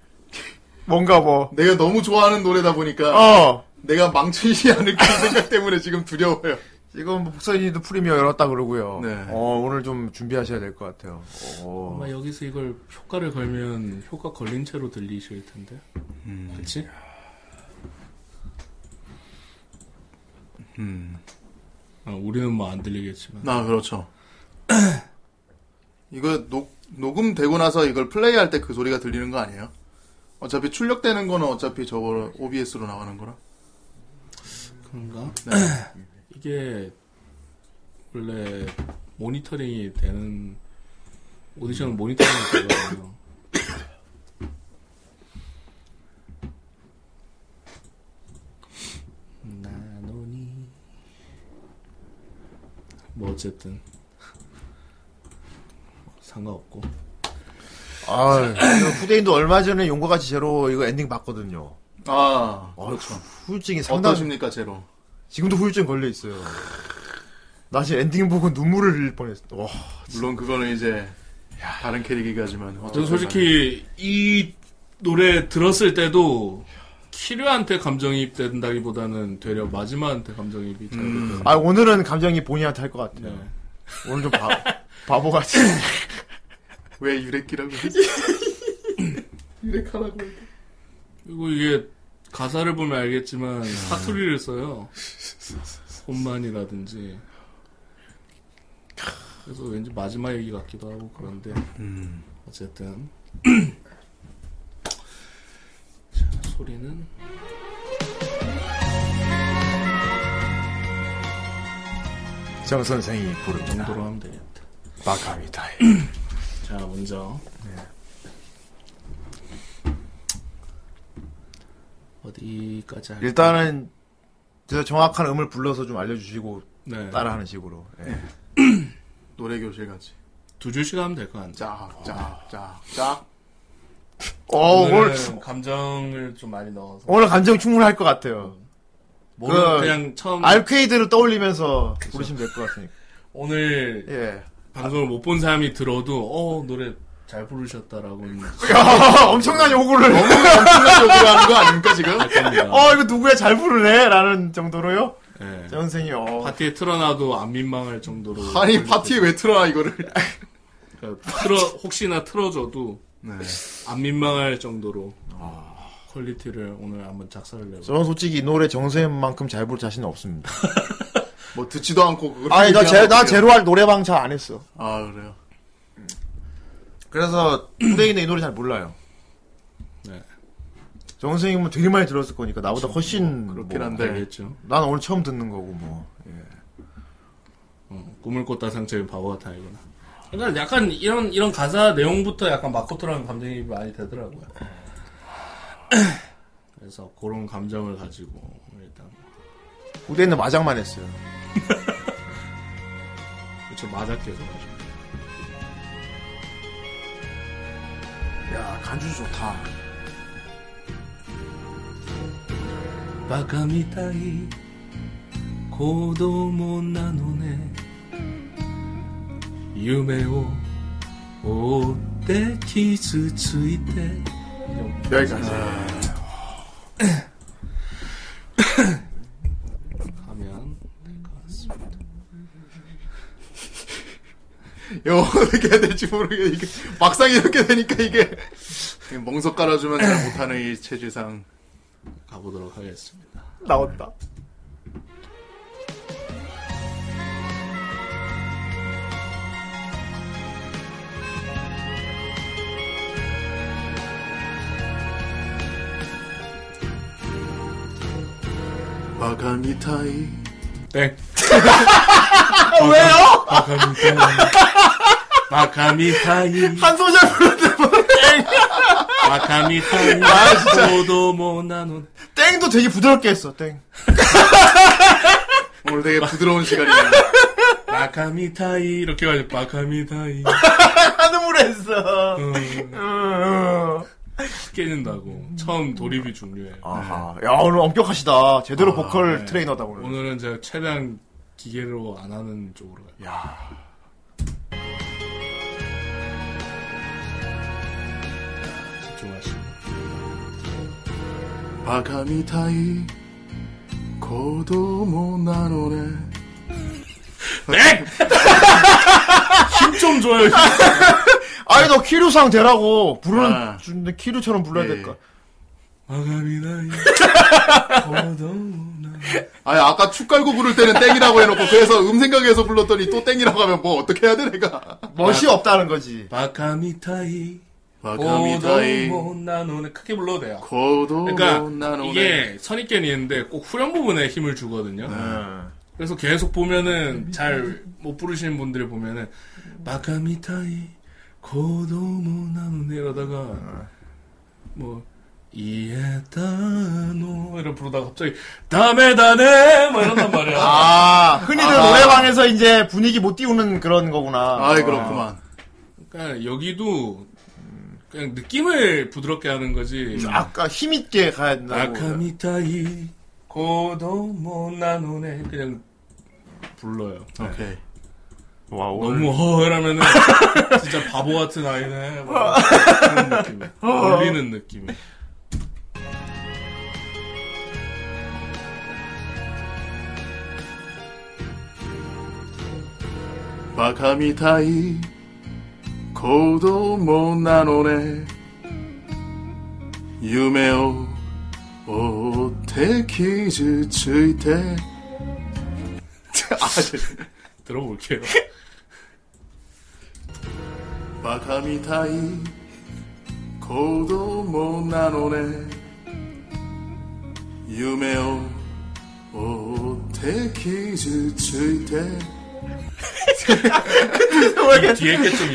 [SPEAKER 3] 뭔가 뭐
[SPEAKER 8] 내가 너무 좋아하는 노래다 보니까
[SPEAKER 3] 어.
[SPEAKER 8] 내가 망치지 않을까 생각 때문에 지금 두려워요.
[SPEAKER 3] 지금 복선이도 프리미어 열었다 그러고요.
[SPEAKER 8] 네.
[SPEAKER 3] 어, 오늘 좀 준비하셔야 될 것 같아요. 어.
[SPEAKER 6] 아마 여기서 뭐, 이걸 효과를 걸면 효과 걸린 채로 들리실 텐데.
[SPEAKER 3] 음.
[SPEAKER 6] 그치?
[SPEAKER 3] 음.
[SPEAKER 6] 아, 우리는 뭐 안 들리겠지만.
[SPEAKER 8] 아, 그렇죠. [clears throat] 이거 녹, 녹음되고 나서 이걸 플레이할 때 그 소리가 들리는 거 아니에요? 어차피 출력되는 거는 어차피 저거 OBS로 나가는 거라.
[SPEAKER 6] 그런가? 네. [clears throat] 이게 원래 모니터링이 되는 오디션 모니터링이 되거든요. [clears throat] 나노니 뭐 어쨌든 상관없고
[SPEAKER 3] 아, 그 후대인도 얼마 전에 용과 같이 제로 이거 엔딩 봤거든요.
[SPEAKER 8] 아,
[SPEAKER 3] 어,
[SPEAKER 8] 그렇죠.
[SPEAKER 3] 후유증이 상당.
[SPEAKER 8] 어떠십니까, 제로?
[SPEAKER 3] 지금도 후유증 걸려 있어요. 나 지금 엔딩 보고 눈물을 흘릴 뻔했어. 와,
[SPEAKER 8] 물론 그거는 이제 다른 캐릭이긴 하지만.
[SPEAKER 6] 저는 솔직히 이 노래 들었을 때도 키류한테 감정이입 된다기보다는 되려 마지막한테 감정이입이 잘 돼요.
[SPEAKER 3] 아 오늘은 감정이 본인한테 할 것 같아요.
[SPEAKER 8] 네.
[SPEAKER 3] 오늘 좀 바,
[SPEAKER 8] [laughs]
[SPEAKER 3] 바보같이.
[SPEAKER 8] 왜 유래끼라고 했지? 유래카라고 했지?
[SPEAKER 6] 그리고 이게 가사를 보면
[SPEAKER 3] 음.
[SPEAKER 6] 알겠지만 사투리를 써요. 혼만이라든지. 그래서 왠지 마지막 얘기 같기도 하고 그런데
[SPEAKER 3] 음.
[SPEAKER 6] 어쨌든 자, 소리는
[SPEAKER 3] 정 선생이 부릅니다.
[SPEAKER 6] 정도로 하면 되겠다.
[SPEAKER 3] 바카미타이.
[SPEAKER 6] 자 먼저 어디까지 할까?
[SPEAKER 3] 일단은 진짜 정확한 음을 불러서 좀 알려주시고
[SPEAKER 6] 네.
[SPEAKER 3] 따라하는 식으로. 예.
[SPEAKER 8] 노래 교실 같이.
[SPEAKER 6] 두 줄씩 하면 될 것 같아요.
[SPEAKER 8] 짝, 짝, 짝, 짝.
[SPEAKER 3] 어,
[SPEAKER 6] 오늘
[SPEAKER 3] 오늘-
[SPEAKER 6] 감정을 좀 많이 넣어서
[SPEAKER 3] 오늘 감정 충분할 것 같아요.
[SPEAKER 8] 음.
[SPEAKER 6] 뭐는 그냥 처음-
[SPEAKER 3] 알케이드를 떠올리면서 부르시면 될 것
[SPEAKER 8] [laughs]
[SPEAKER 3] 같으니까.
[SPEAKER 6] 오늘 예.
[SPEAKER 8] 예.
[SPEAKER 6] 방송을 못 본 사람이 들어도 어 노래 잘 부르셨다라고
[SPEAKER 3] 야, [laughs] 엄청난 요구를.
[SPEAKER 6] 너무
[SPEAKER 8] 엄청난 요구를 하는 거 아닙니까 지금?
[SPEAKER 3] 어, 이거 누구야 잘 부르네? 라는 정도로요?
[SPEAKER 6] 네.
[SPEAKER 3] 정 선생님, 어.
[SPEAKER 6] 파티에 틀어놔도 안 민망할 정도로
[SPEAKER 8] 아니, 파티에 왜 틀어놔, 이거를.
[SPEAKER 6] 그러니까 틀어 혹시나 틀어줘도 안 민망할 정도로 퀄리티를 오늘 한번 작사를 내고
[SPEAKER 3] 저는 솔직히 이 노래 정 선생님만큼 잘 부를 자신은 없습니다.
[SPEAKER 8] 뭐 듣지도 않고 그걸
[SPEAKER 3] 아니, 나, 제,
[SPEAKER 8] 얘기하면
[SPEAKER 3] 나
[SPEAKER 8] 어떡해요?
[SPEAKER 3] 제로할 노래방 잘 안 했어.
[SPEAKER 8] 아, 그래요.
[SPEAKER 3] 그래서 후대인은 이 노래 잘 몰라요.
[SPEAKER 6] 네.
[SPEAKER 3] 정 선생님은 되게 많이 들었을 거니까 나보다 훨씬
[SPEAKER 8] 어,
[SPEAKER 3] 네.
[SPEAKER 8] 그렇긴 한데.
[SPEAKER 6] 알겠죠.
[SPEAKER 3] 난 오늘 처음 듣는 거고 뭐.
[SPEAKER 6] 어, 꿈을 꿨다 상처인 바보 같아 이거나 그러니까 약간 이런 이런 가사 내용부터 약간 마코토라는 감정이 많이 되더라고요. [clears throat] 그래서 그런 감정을 가지고 일단
[SPEAKER 3] 후대인은 마장만 했어요.
[SPEAKER 6] 그쵸 맞았게 해서 가지고
[SPEAKER 3] 야, 간주 좋다.
[SPEAKER 6] バカみたい子供なのね夢を追って傷ついて
[SPEAKER 8] 여기까지.
[SPEAKER 6] 하면 될 것 같습니다.
[SPEAKER 8] 이거 어떻게 해야 될지 모르게 이게 막상 이렇게 되니까 이게 멍석 깔아주면 잘 못하는 이 체질상 가보도록 하겠습니다. 나온다. 바가 미타이.
[SPEAKER 6] [laughs] 땡.
[SPEAKER 8] 왜요?
[SPEAKER 6] 바카 미타이. 바카 미타이.
[SPEAKER 8] 한 소절 부르는데 뭐 땡.
[SPEAKER 6] 바카 미타이.
[SPEAKER 3] 아, 진짜.
[SPEAKER 6] 도도 못 나눈.
[SPEAKER 3] 땡도 되게 부드럽게 했어, 땡.
[SPEAKER 8] 오늘 되게 부드러운 시간이네요.
[SPEAKER 6] 바카 미타이. 이렇게 가지고 바카 미타이.
[SPEAKER 3] 하도 물했어.
[SPEAKER 6] 깨진다고. 처음 돌입이 중요해.
[SPEAKER 3] 아하. 야, 오늘 엄격하시다. 제대로 보컬 트레이너다, 오늘.
[SPEAKER 6] 오늘은 제가 최대한 기계로 안 하는 쪽으로 가요. 집중하시고.
[SPEAKER 8] バカみたい子供なのね
[SPEAKER 6] 네! 힘 좀 줘요.
[SPEAKER 3] 아니, 너 키루상 되라고. 부르는,
[SPEAKER 8] 아.
[SPEAKER 3] 근데 키루처럼 불러야
[SPEAKER 8] 예.
[SPEAKER 3] 될까.
[SPEAKER 8] 아니 아까 축 깔고 부를 때는 땡이라고 해놓고 그래서 음 생각해서 불렀더니 또 땡이라고 하면 뭐 어떻게 해야 돼 내가
[SPEAKER 3] 멋이 없다는 거지.
[SPEAKER 6] 바카 미타이.
[SPEAKER 8] 바카미타이.
[SPEAKER 6] 고도 못 나누네. 크게 불러도 돼요.
[SPEAKER 8] 고도 못
[SPEAKER 6] 그러니까
[SPEAKER 8] 나누네.
[SPEAKER 6] 이게 선입견이 있는데 꼭 후렴 부분에 힘을 주거든요. 그래서 계속 보면은 잘 못 부르시는 분들이 보면은 바카 미타이 고도 못 나누네 이러다가 뭐 이에타노 이런 부르다가 갑자기 다메다네 막 이런단 말이야.
[SPEAKER 3] 아, 흔히들
[SPEAKER 6] 아.
[SPEAKER 3] 노래방에서 이제 분위기 못 띄우는 그런 거구나.
[SPEAKER 6] 아이, 그렇구만. 그러니까 여기도 그냥 느낌을 부드럽게 하는 거지.
[SPEAKER 3] 아까 힘있게 가야 된다고.
[SPEAKER 6] 아, 그 아카미타이 고도 못 나누네 그냥 불러요. 네. 오케이. 너무 [laughs] 허허라면은 진짜 바보 같은 아이네. 막 그런 [laughs] 느낌이. 걸리는 느낌이.
[SPEAKER 8] バカみたい子供なのね夢を追って傷ついて 아,
[SPEAKER 6] [laughs] 들어볼게요.
[SPEAKER 8] バカみたい子供なのね夢を追って傷ついて
[SPEAKER 6] 뒤- [laughs] 뒤에 게좀 네.
[SPEAKER 8] 뒤에 게 이상해.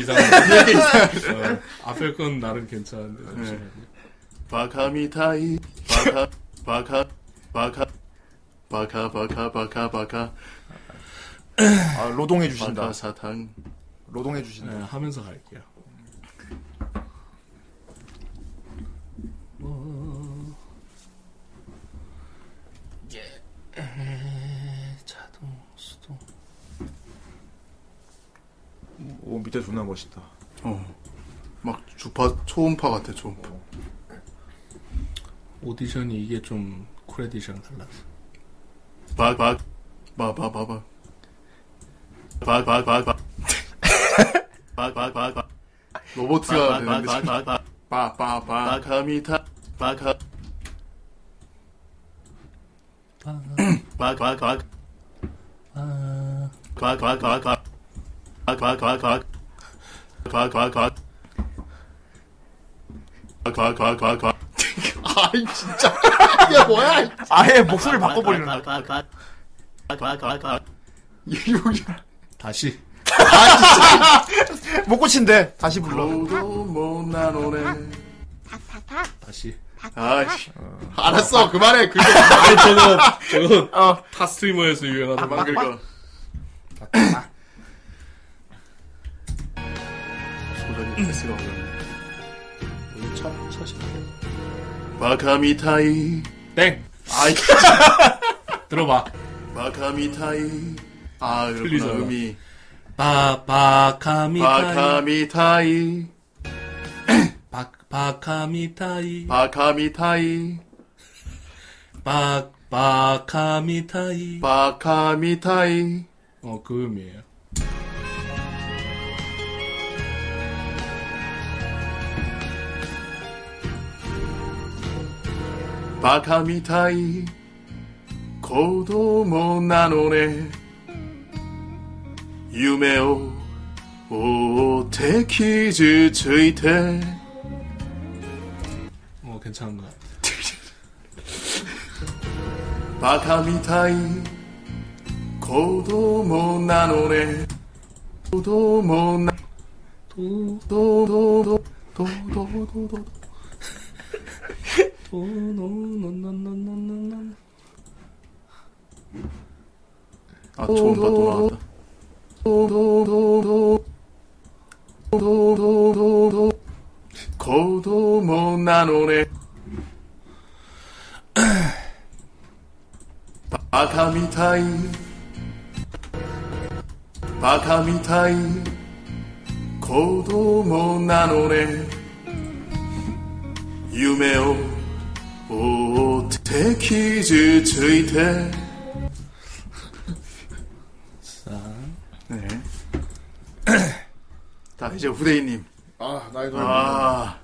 [SPEAKER 6] 이상한데. 어, 앞에 건 나름 괜찮은데. 잠시만요.
[SPEAKER 8] 바카 미타이 바카 바카 바카 바카 바카 바카 바카
[SPEAKER 3] 아, 노동해 주신다.
[SPEAKER 8] 바카 사탕
[SPEAKER 3] 노동해 주신다.
[SPEAKER 6] 네, 하면서 갈게요. 자동 수동.
[SPEAKER 3] 오, 밑에 존나 멋있다.
[SPEAKER 8] 어. 막 주파 초음파 같아 초음파
[SPEAKER 6] 오디션이 이게 좀 쿨에디션 달라서.
[SPEAKER 8] 바바 바바바바 바바바바 바바바바 로보트가 되는데 바바바 바카 미타 바카
[SPEAKER 3] [clears throat]
[SPEAKER 8] 바바바
[SPEAKER 6] 아,
[SPEAKER 8] 곽곽곽곽 곽곽곽곽 곽곽곽 곽곽곽곽 [laughs] 아이 진짜 [laughs] 이게 [laughs] 뭐야
[SPEAKER 3] 아예 목소리를 바꿔버리는 [laughs]
[SPEAKER 8] 곽곽곽곽
[SPEAKER 6] 다시.
[SPEAKER 3] 못 고친대. 다시 불러.
[SPEAKER 6] 다시.
[SPEAKER 8] 아이씨 알았어 그만해 그거
[SPEAKER 6] 아니, 저거, 저거, 타 스트리머에서 유행하던
[SPEAKER 8] 그만 긁어 소장님 패스가 어렵네 첫 첫이네 바카미타이
[SPEAKER 6] 땡
[SPEAKER 8] 아이
[SPEAKER 6] 들어봐
[SPEAKER 8] 바카미타이 아 그렇구나
[SPEAKER 6] 틀리잖아.
[SPEAKER 8] 음이
[SPEAKER 6] 바, 바카미타이.
[SPEAKER 8] 바카미타이
[SPEAKER 6] 바, 바카미타이.
[SPEAKER 8] 바카미타이
[SPEAKER 6] 바, 바카미타이.
[SPEAKER 8] 바카미타이
[SPEAKER 6] 어, 그 음이에요.
[SPEAKER 8] バカみたい子供なのね夢を追って傷ついて
[SPEAKER 2] 어 괜찮은 것 같아.
[SPEAKER 8] バカみたい子供なのね子供などどどどどどどど
[SPEAKER 2] 노노노노노노노노.
[SPEAKER 8] 아 초음파 또 나왔다 도도도도 도도도도 고도모 나노네 바카미타이 바카미타이 고도모 나노네 유메오 오 테키즈 트이테 네. [clears throat] 다 이제 후대인님.
[SPEAKER 3] 아, 나이도
[SPEAKER 8] 아,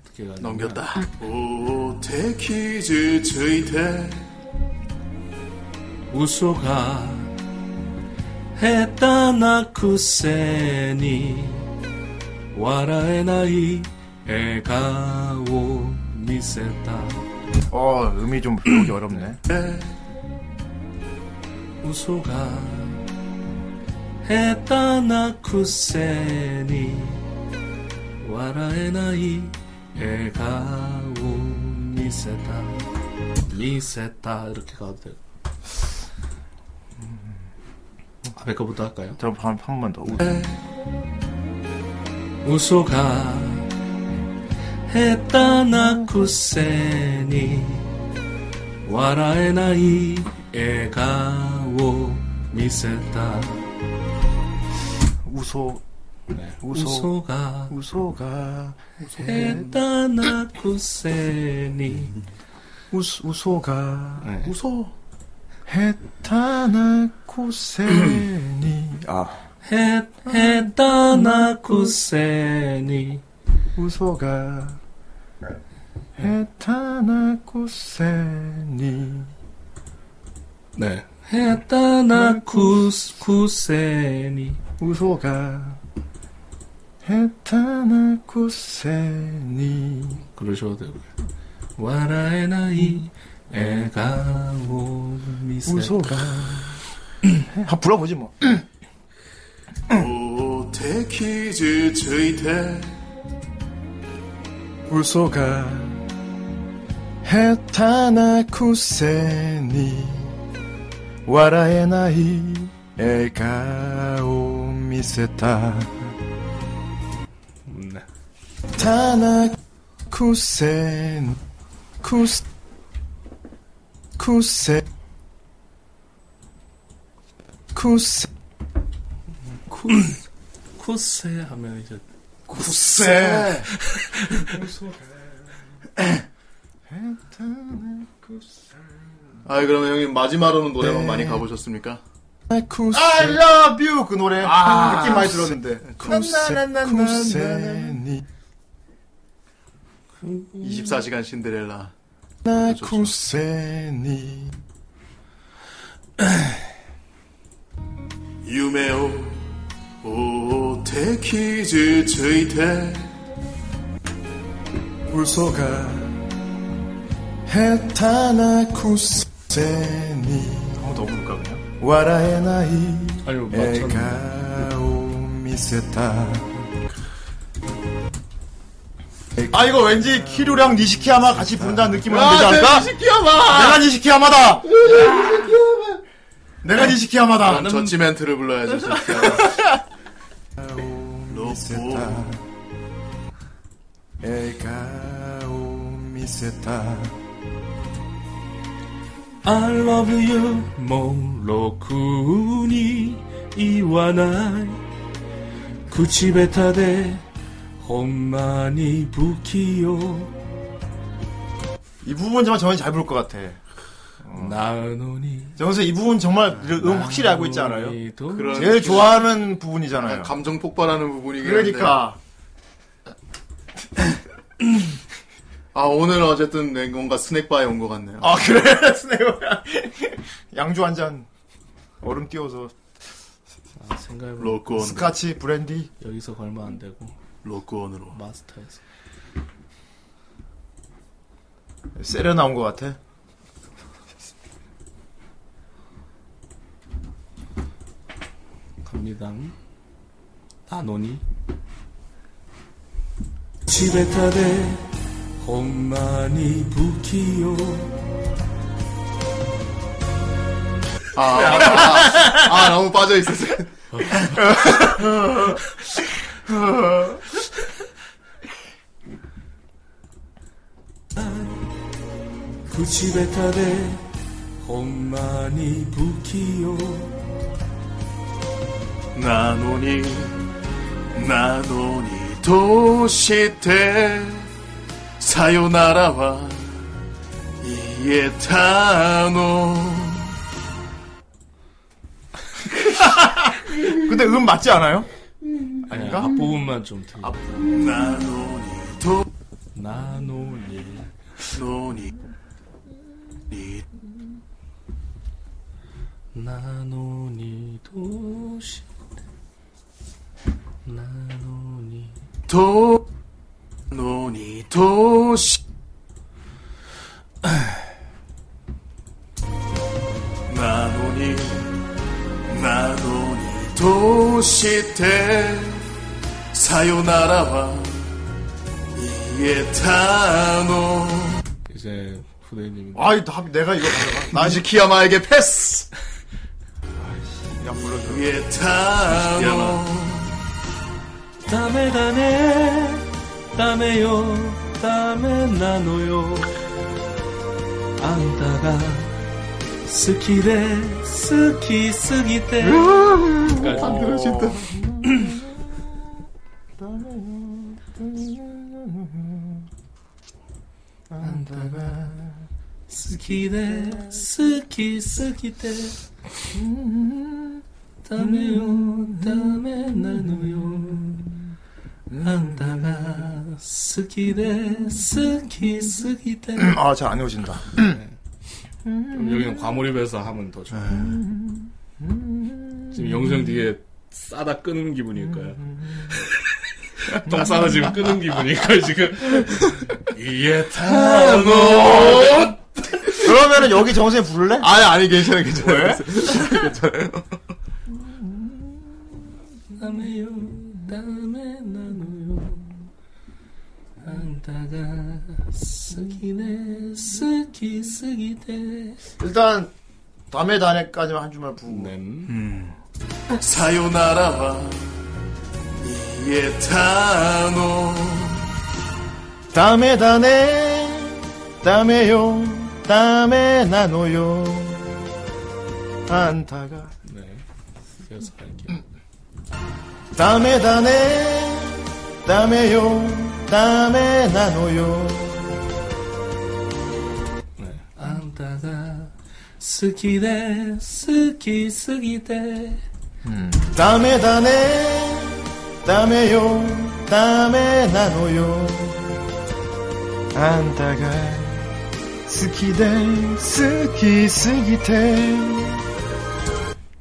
[SPEAKER 2] 어떻게 가냐?
[SPEAKER 8] 넘겼다. 오, 테키즈 트이테.
[SPEAKER 2] 우소가 했다나 쿠세니 와라의 나이 에가오 미세다
[SPEAKER 3] 어 음이 좀 배우기 어렵네
[SPEAKER 2] 우소가 했다나 쿠세니 와라의 나이 에가오 미세다 미세다 이렇게 가도 돼. 아베 거부터 할까요?
[SPEAKER 3] 저한 번만 더
[SPEAKER 2] 우소가 했다나 쿠세니 와라의 나이 에가오 미세다
[SPEAKER 3] 우소 네.
[SPEAKER 2] 우소가
[SPEAKER 3] 우소가
[SPEAKER 2] 했다나 쿠세니
[SPEAKER 3] 우스, 우소가
[SPEAKER 2] 네.
[SPEAKER 8] 우소
[SPEAKER 3] 헤타나 코세니 [clears throat] 아
[SPEAKER 2] 헤 헤다나 쿠세니
[SPEAKER 3] 우소가 네. 헤타나 코세니
[SPEAKER 2] 네 했다나 쿠스 쿠세니
[SPEAKER 3] 우소가 헤타나 코세니
[SPEAKER 2] 그러셔도 되고요 와라의 나이 에가오 미세다
[SPEAKER 3] 우소가 한 불러보지 뭐
[SPEAKER 8] 오, 테키즈 트이테.
[SPEAKER 3] 우소가 헤타나 쿠세니 와라의 나이 에가오 미세타
[SPEAKER 2] 네.
[SPEAKER 3] 타나 쿠센 쿠스 쿠세 쿠세
[SPEAKER 2] 쿠스 쿠세 하면 이제
[SPEAKER 3] 쿠세.
[SPEAKER 8] 아, 그러면 형님 마지막으로는 노래방
[SPEAKER 3] 네.
[SPEAKER 8] 많이 가보셨습니까?
[SPEAKER 3] 쿠세 I love you 그 노래
[SPEAKER 8] 아,
[SPEAKER 3] 느낌 많이
[SPEAKER 8] 쿠세.
[SPEAKER 3] 들었는데
[SPEAKER 8] 쿠세,
[SPEAKER 3] 쿠세니 음.
[SPEAKER 8] 24시간 신데렐라.
[SPEAKER 3] 나 쿠세니
[SPEAKER 8] 유메오, 오, 테키즈 트이테.
[SPEAKER 3] 불소가 헤타나 쿠세니
[SPEAKER 8] 한번더 부를까, 그냥?
[SPEAKER 3] 와라의 나이
[SPEAKER 2] 아유, 맞췄네.
[SPEAKER 3] 에가오 미세타
[SPEAKER 8] 아 이거 왠지
[SPEAKER 3] 키류랑 니시키야마 같이 부른다는 느낌을
[SPEAKER 8] 아,
[SPEAKER 3] 하면 되지
[SPEAKER 8] 내가
[SPEAKER 3] 않을까?
[SPEAKER 8] 니시키야마!
[SPEAKER 3] 내가 니시키야마다! 내가 니시키야마다!
[SPEAKER 8] 저 지멘트를 불러야죠, 진짜.
[SPEAKER 3] 미세타 에가오 미세타
[SPEAKER 2] I love you もろくに言わない
[SPEAKER 6] 그
[SPEAKER 2] 口下手でほんまに不器用
[SPEAKER 3] 이 부분 정말 저는 잘 부를 것 같아.
[SPEAKER 2] 나은오니
[SPEAKER 3] 정수 이 부분 정말 음 확실히 알고 있지 않아요?
[SPEAKER 8] 그런
[SPEAKER 3] 제일 좋아하는 그러니까. 부분이잖아요.
[SPEAKER 8] 감정 폭발하는 부분이긴 한데.
[SPEAKER 3] 그러니까
[SPEAKER 8] 아, 오늘 어쨌든 내 뭔가 스낵바에 온 것 같네요.
[SPEAKER 3] 아 그래 [laughs] 스네어야 양주 한 잔 얼음 띄워서
[SPEAKER 6] 아, 생각해보면
[SPEAKER 8] 로꼬.
[SPEAKER 3] 스카치 브랜디
[SPEAKER 6] 여기서 걸면 안 되고
[SPEAKER 8] 로꼬온으로
[SPEAKER 6] 마스터에서
[SPEAKER 3] 세레 나온 것 같아.
[SPEAKER 6] 갑니다. 나노니
[SPEAKER 2] 地べたでほんまに不器用
[SPEAKER 8] 아, 아, 아, 너무 빠져있었어요.
[SPEAKER 2] 「
[SPEAKER 8] 그
[SPEAKER 2] 口下手でほんまに不器用」
[SPEAKER 8] なのに、なのに、どうして、さよならは言えたの。
[SPEAKER 3] 근데 음 맞지 않아요?
[SPEAKER 6] 아닌가? 앞부분만 좀 틀려.
[SPEAKER 8] 나노니 도
[SPEAKER 6] 나노니
[SPEAKER 8] 노니 니
[SPEAKER 6] 나노니 도시 나노니
[SPEAKER 8] 도 노니 도시 나노니 나노니 도시테 사요나라와 이에타노
[SPEAKER 6] 이제 후대님
[SPEAKER 3] 아이 나 내가 이거
[SPEAKER 8] 나지키야마에게 패스
[SPEAKER 3] 야 불러줘
[SPEAKER 8] 이에타노
[SPEAKER 2] ダメだねダメよダメなのよあんたが好きで好きすぎて
[SPEAKER 6] 안 들어진다.
[SPEAKER 2] 안다가 스키데 스키 스키데 다메요 다메 나누요 안다가 스키데 스키 스키데
[SPEAKER 3] 아 잘 안 외워진다.
[SPEAKER 6] 좀 여기는 과몰입해서 하면 더 좋아요. 지금 영상 뒤에 싸다 끄는 기분일까요? 똥 싸다 지금 끄는 기분일까요, 지금? 이에 타노!
[SPEAKER 3] 그러면은 여기 정선이 부를래?
[SPEAKER 8] 아니 아니 괜찮아 괜찮아
[SPEAKER 3] 왜?
[SPEAKER 2] 다메요 다메 나누요 안다가 스키네 스키 스키데
[SPEAKER 3] 일단 다음에 다음에까지만 한 줄만 부르고.
[SPEAKER 6] 네.
[SPEAKER 8] 사요나라와 이에타노
[SPEAKER 3] 다음에 다네 다음에요 다음에 나노요 안타가
[SPEAKER 6] 네. 이어서 갈게요.
[SPEAKER 3] 다음에 다네 다음에요 다음에 나노요
[SPEAKER 2] 안다가 스키데 스키 스키데
[SPEAKER 3] 다음에 다네 다음에요 다음에 나노요 안타가 스키데 스키 스기테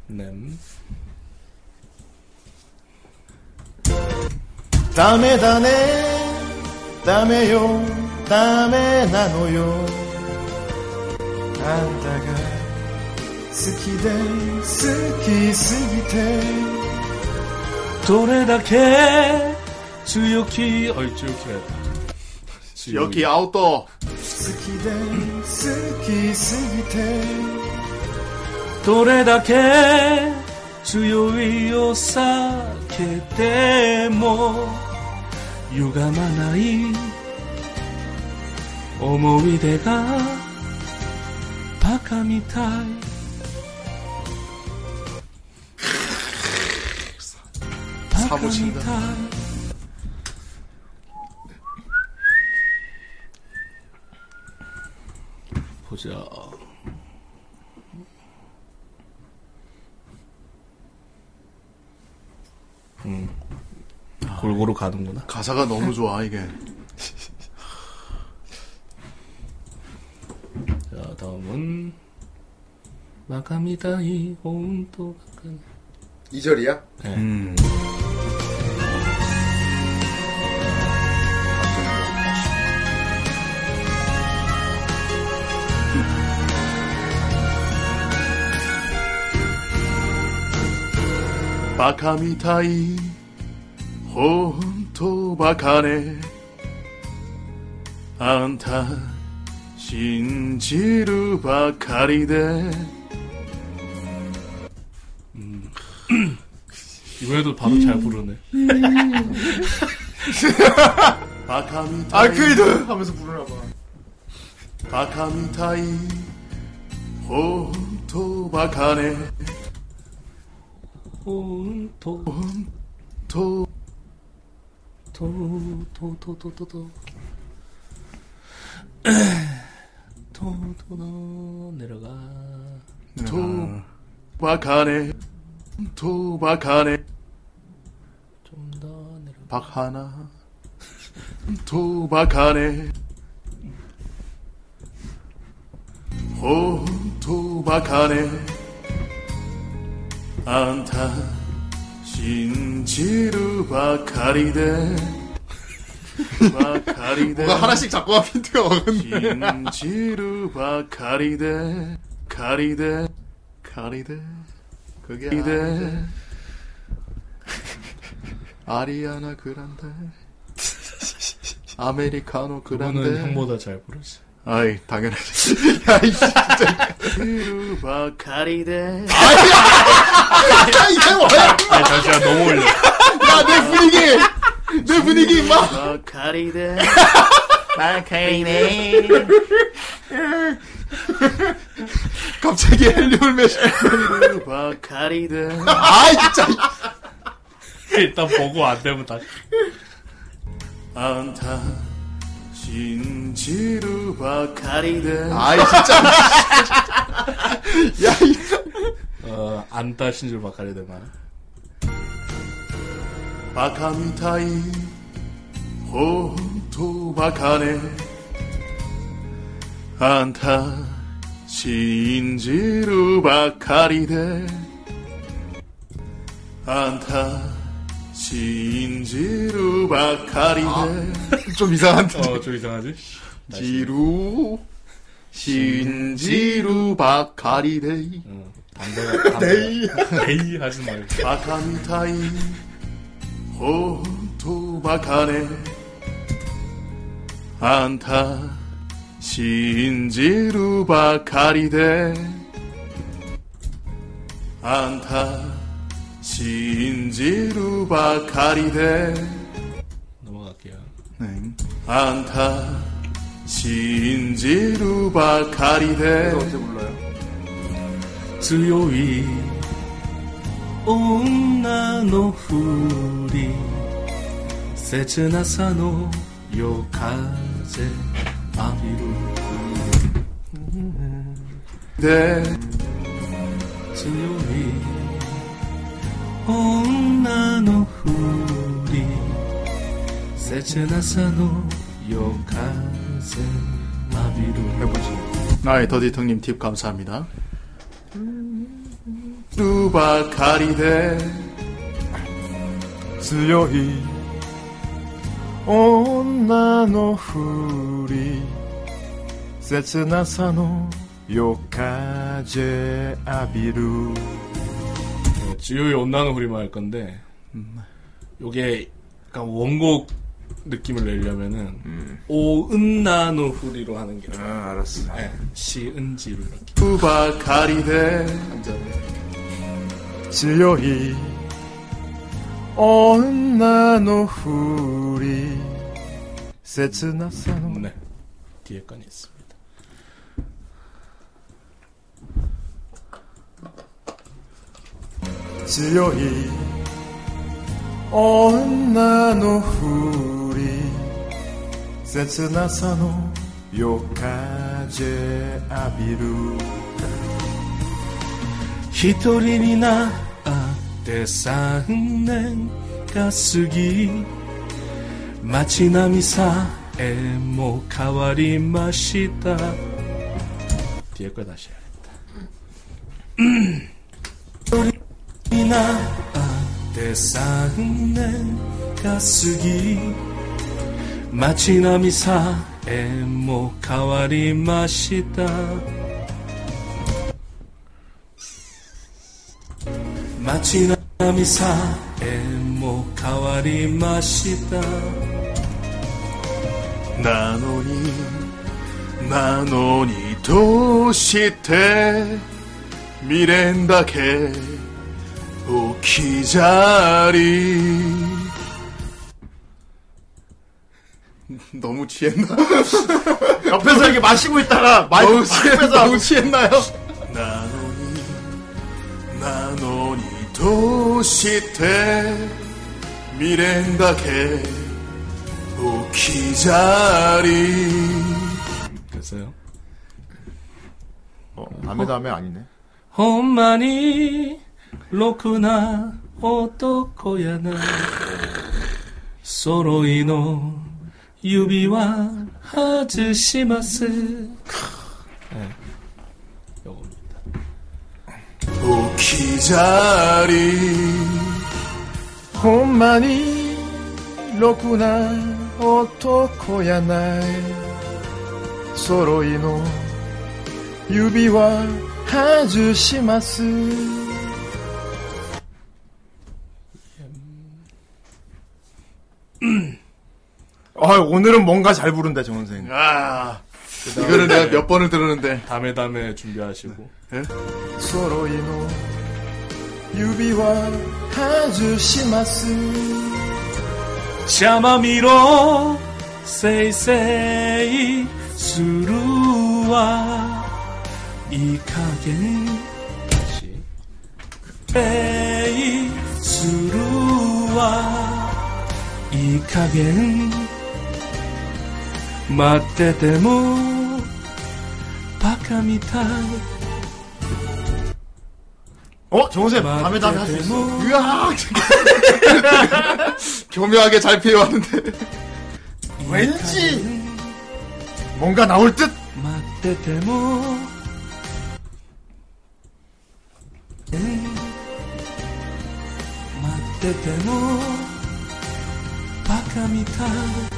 [SPEAKER 6] 냄.
[SPEAKER 3] 다음에 다네 다음에요 다음에 나노요 안다가 스키데 스키 스기테
[SPEAKER 2] どれだけ強気
[SPEAKER 6] 어이, 쭈키랬다.
[SPEAKER 8] 여기 아웃도어
[SPEAKER 3] 스키데 스키 스기테
[SPEAKER 2] どれだけ強いを避けても歪まない思い出がバカみたい
[SPEAKER 8] 사무친다
[SPEAKER 6] 보자. 음. 골고루 가는구나.
[SPEAKER 8] 가사가 너무 좋아 이게
[SPEAKER 2] 마감이다 이 온도
[SPEAKER 8] 2절이야?
[SPEAKER 21] 음.
[SPEAKER 8] バカみたいほんとバカねあんた信じるばかりで
[SPEAKER 21] 이번에도 바로 잘 부르네.
[SPEAKER 8] 바카みたい
[SPEAKER 22] 알크이드 하면서 부르나 봐.
[SPEAKER 8] バカみたいほんとバカね
[SPEAKER 2] 온도
[SPEAKER 8] 도
[SPEAKER 2] 도 도 도 도 [clears throat] 도도 도도 내려가
[SPEAKER 8] 도 바카네 도 바카네 박하나 도 바카네 호도 바카네 안타 신지루 바카리데
[SPEAKER 3] [laughs]
[SPEAKER 8] 바카리데
[SPEAKER 22] 네.
[SPEAKER 23] 뭔가 하나씩
[SPEAKER 8] 자꾸만 핀트가 먹었네 신지루 바카리데 카리데 카리데 그게 아리데 아리아나 그란데 아메리카노
[SPEAKER 21] 그거는
[SPEAKER 8] 그란데
[SPEAKER 21] 형보다 잘 부르지.
[SPEAKER 8] 아이 당연하지 [laughs] 야 이 진짜 지루 바카리데 야, 이게 뭐야?
[SPEAKER 21] 아 잠시만 너무 올려.
[SPEAKER 8] 야, 내 분위기! 내 분위기, 임마! [laughs]
[SPEAKER 23] 바카리데 바카리네
[SPEAKER 8] 갑자기 헬륨을 매시 바카리데 아이, 진짜!
[SPEAKER 21] 일단 보고 안 되면 다.
[SPEAKER 8] 안타, 신지루 바카리데
[SPEAKER 21] 아이,
[SPEAKER 8] 진짜. 야, 이.
[SPEAKER 21] 어, 안 따신 줄 바카리 되만.
[SPEAKER 8] 바카미타이, 호토 바카네. 안타, 신지루 바카리데. 안타, 신지루 바카리데. [laughs] 좀 이상한데.
[SPEAKER 21] 어, 좀 이상하지?
[SPEAKER 8] 지루 신지루 바카리데이
[SPEAKER 21] 담배가
[SPEAKER 8] 데이
[SPEAKER 21] 데이 하지 말고.
[SPEAKER 8] 바카미타이 호토 바카네 안타 신지루 바카리데 안타 신지루 바카리데
[SPEAKER 21] 넘어갈게요.
[SPEAKER 8] 안타 신지루 바카리데 언제 불러요?
[SPEAKER 6] 強い女のふり切なさの夜風浴びる
[SPEAKER 8] 네
[SPEAKER 6] 強い女のふり切なさの夜風浴びる
[SPEAKER 8] 아이 더디텅님 팁 감사합니다 루바카리데
[SPEAKER 3] 強い女のふり切なさの夜風浴びる
[SPEAKER 21] 주요의 온난화 후리마 할 건데, 요게, 약간 원곡 느낌을 내려면은, 오은나노 후리로 하는 게. 음. 아, 알았어. 네, 시은지로 이렇게.
[SPEAKER 8] 루바카리데
[SPEAKER 3] 強い女のふり切なさの
[SPEAKER 21] 네. 뒤에 건이 있습니다.
[SPEAKER 3] 強い女のふり切なさの夜風浴びる
[SPEAKER 6] 一人になって三年が過ぎ街並みさえも変わりました
[SPEAKER 21] 뒤에 거 다시 해야
[SPEAKER 6] 소리 나한테 쌓는 가스기 마치나미 사에 모 가와리 마시다 마치나미 사에 모 가와리 마시다
[SPEAKER 3] なのになのにどうして未練だけ置き去り
[SPEAKER 8] 너무 취했나?
[SPEAKER 24] [laughs] 옆에서 이렇게 마시고 있다가 마-
[SPEAKER 8] 너무 취했,
[SPEAKER 24] 앞에서
[SPEAKER 8] 너무 취했나요?
[SPEAKER 3] なのになのにどうして未練だけ置き去り
[SPEAKER 25] 됐어요.
[SPEAKER 24] 어, 다음에 다음에 아니네.
[SPEAKER 25] ほんまに、ろくな男やな。揃いの指輪外します。
[SPEAKER 6] 네.
[SPEAKER 3] 置き去りほんまにろくな男やない揃いの指輪外します
[SPEAKER 24] 음. 아 오늘은 뭔가 잘 부른다 정선생. 아
[SPEAKER 8] 이거를 내가 몇 번을 들었는데.
[SPEAKER 26] 다음에 다음에 준비하시고.
[SPEAKER 3] 揃いの指輪外します
[SPEAKER 6] シャマミロせいせいするはいい加減せいするはいい加減待っててもバカみたい
[SPEAKER 24] 어 정선생 다음에 다음에 할 수 있어. 으아 네,
[SPEAKER 8] 교묘하게 잘 피해왔는데. [laughs]
[SPEAKER 24] 왠지 뭔가 나올 듯.
[SPEAKER 6] 待っててもえ待っててもバカみたい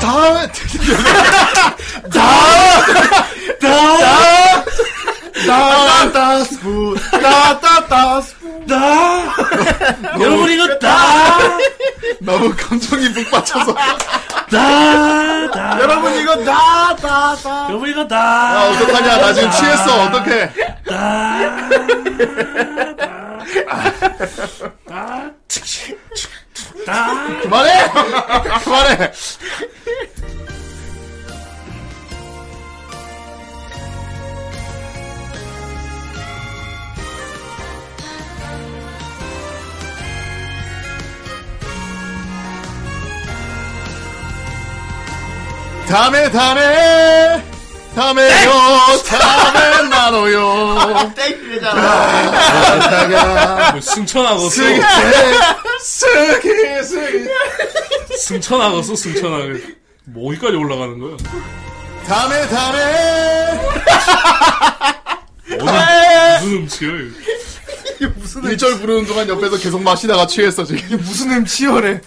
[SPEAKER 8] 다
[SPEAKER 24] 다다다 다다스푸 다다다스푸 다
[SPEAKER 27] 여러분 이거 다
[SPEAKER 8] 너무 감정이 북 빠져서 [laughs]
[SPEAKER 6] 다, 다.
[SPEAKER 24] 여러분 이거 다, 다, 다.
[SPEAKER 6] 여러분 이거 다.
[SPEAKER 8] 아, 어떡하냐. 나 지금 취했어. 어떡해. 아.
[SPEAKER 6] 다.
[SPEAKER 8] 그만해! [laughs] 그만해! 다음에 다음에 다음에요 다음에 나눠요
[SPEAKER 26] 뭐 승천하고
[SPEAKER 8] 쓰기 쓰기 쓰기
[SPEAKER 26] 승천하고 써 승천하고 뭐 어디까지 올라가는 거야?
[SPEAKER 8] 다음에 다음에
[SPEAKER 26] 어디, 무슨 음치야? 이거.
[SPEAKER 8] 이게 무슨 일절 부르는 동안 옆에서 계속 마시다가 취했어 지금 어? 이게 무슨 냄 치열해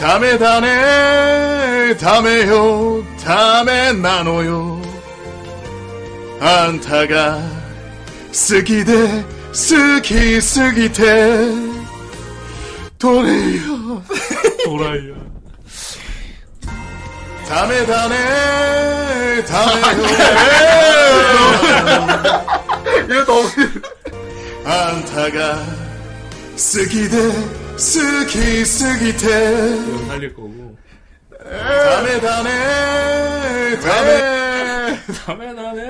[SPEAKER 8] 다음에 다음에 다음에요 다음에 나눠요 안타가 쓰기대 쓰기 쓰기대 도래요
[SPEAKER 26] 도라이야.
[SPEAKER 8] 다음에 다음에 다음에요
[SPEAKER 27] 안
[SPEAKER 8] 이거 너무 안타가 쓰기대 쓰기 쓰기대
[SPEAKER 26] 살릴 거고.
[SPEAKER 8] 다음에 다음에 다음에
[SPEAKER 26] 다음에 다음에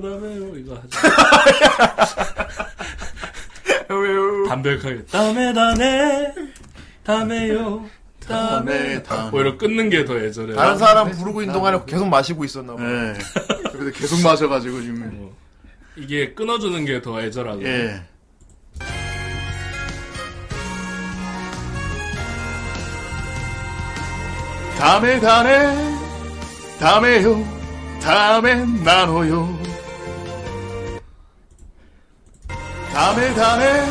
[SPEAKER 26] 다음에 이거 하자.
[SPEAKER 6] 담백하게
[SPEAKER 2] 다음에 다네 다음에요 다음에
[SPEAKER 6] 오히려 끊는 게 더 예절해.
[SPEAKER 3] 다른 사람 부르고 있는 동안에 계속 마시고 있었나 봐.
[SPEAKER 28] 네. 그래도 계속 마셔가지고 지금.
[SPEAKER 6] 이게 끊어주는 게 더 애절하고.
[SPEAKER 28] 예.
[SPEAKER 8] 다음에 다음에 다음에요 다음에 나눠요 다음에 다음에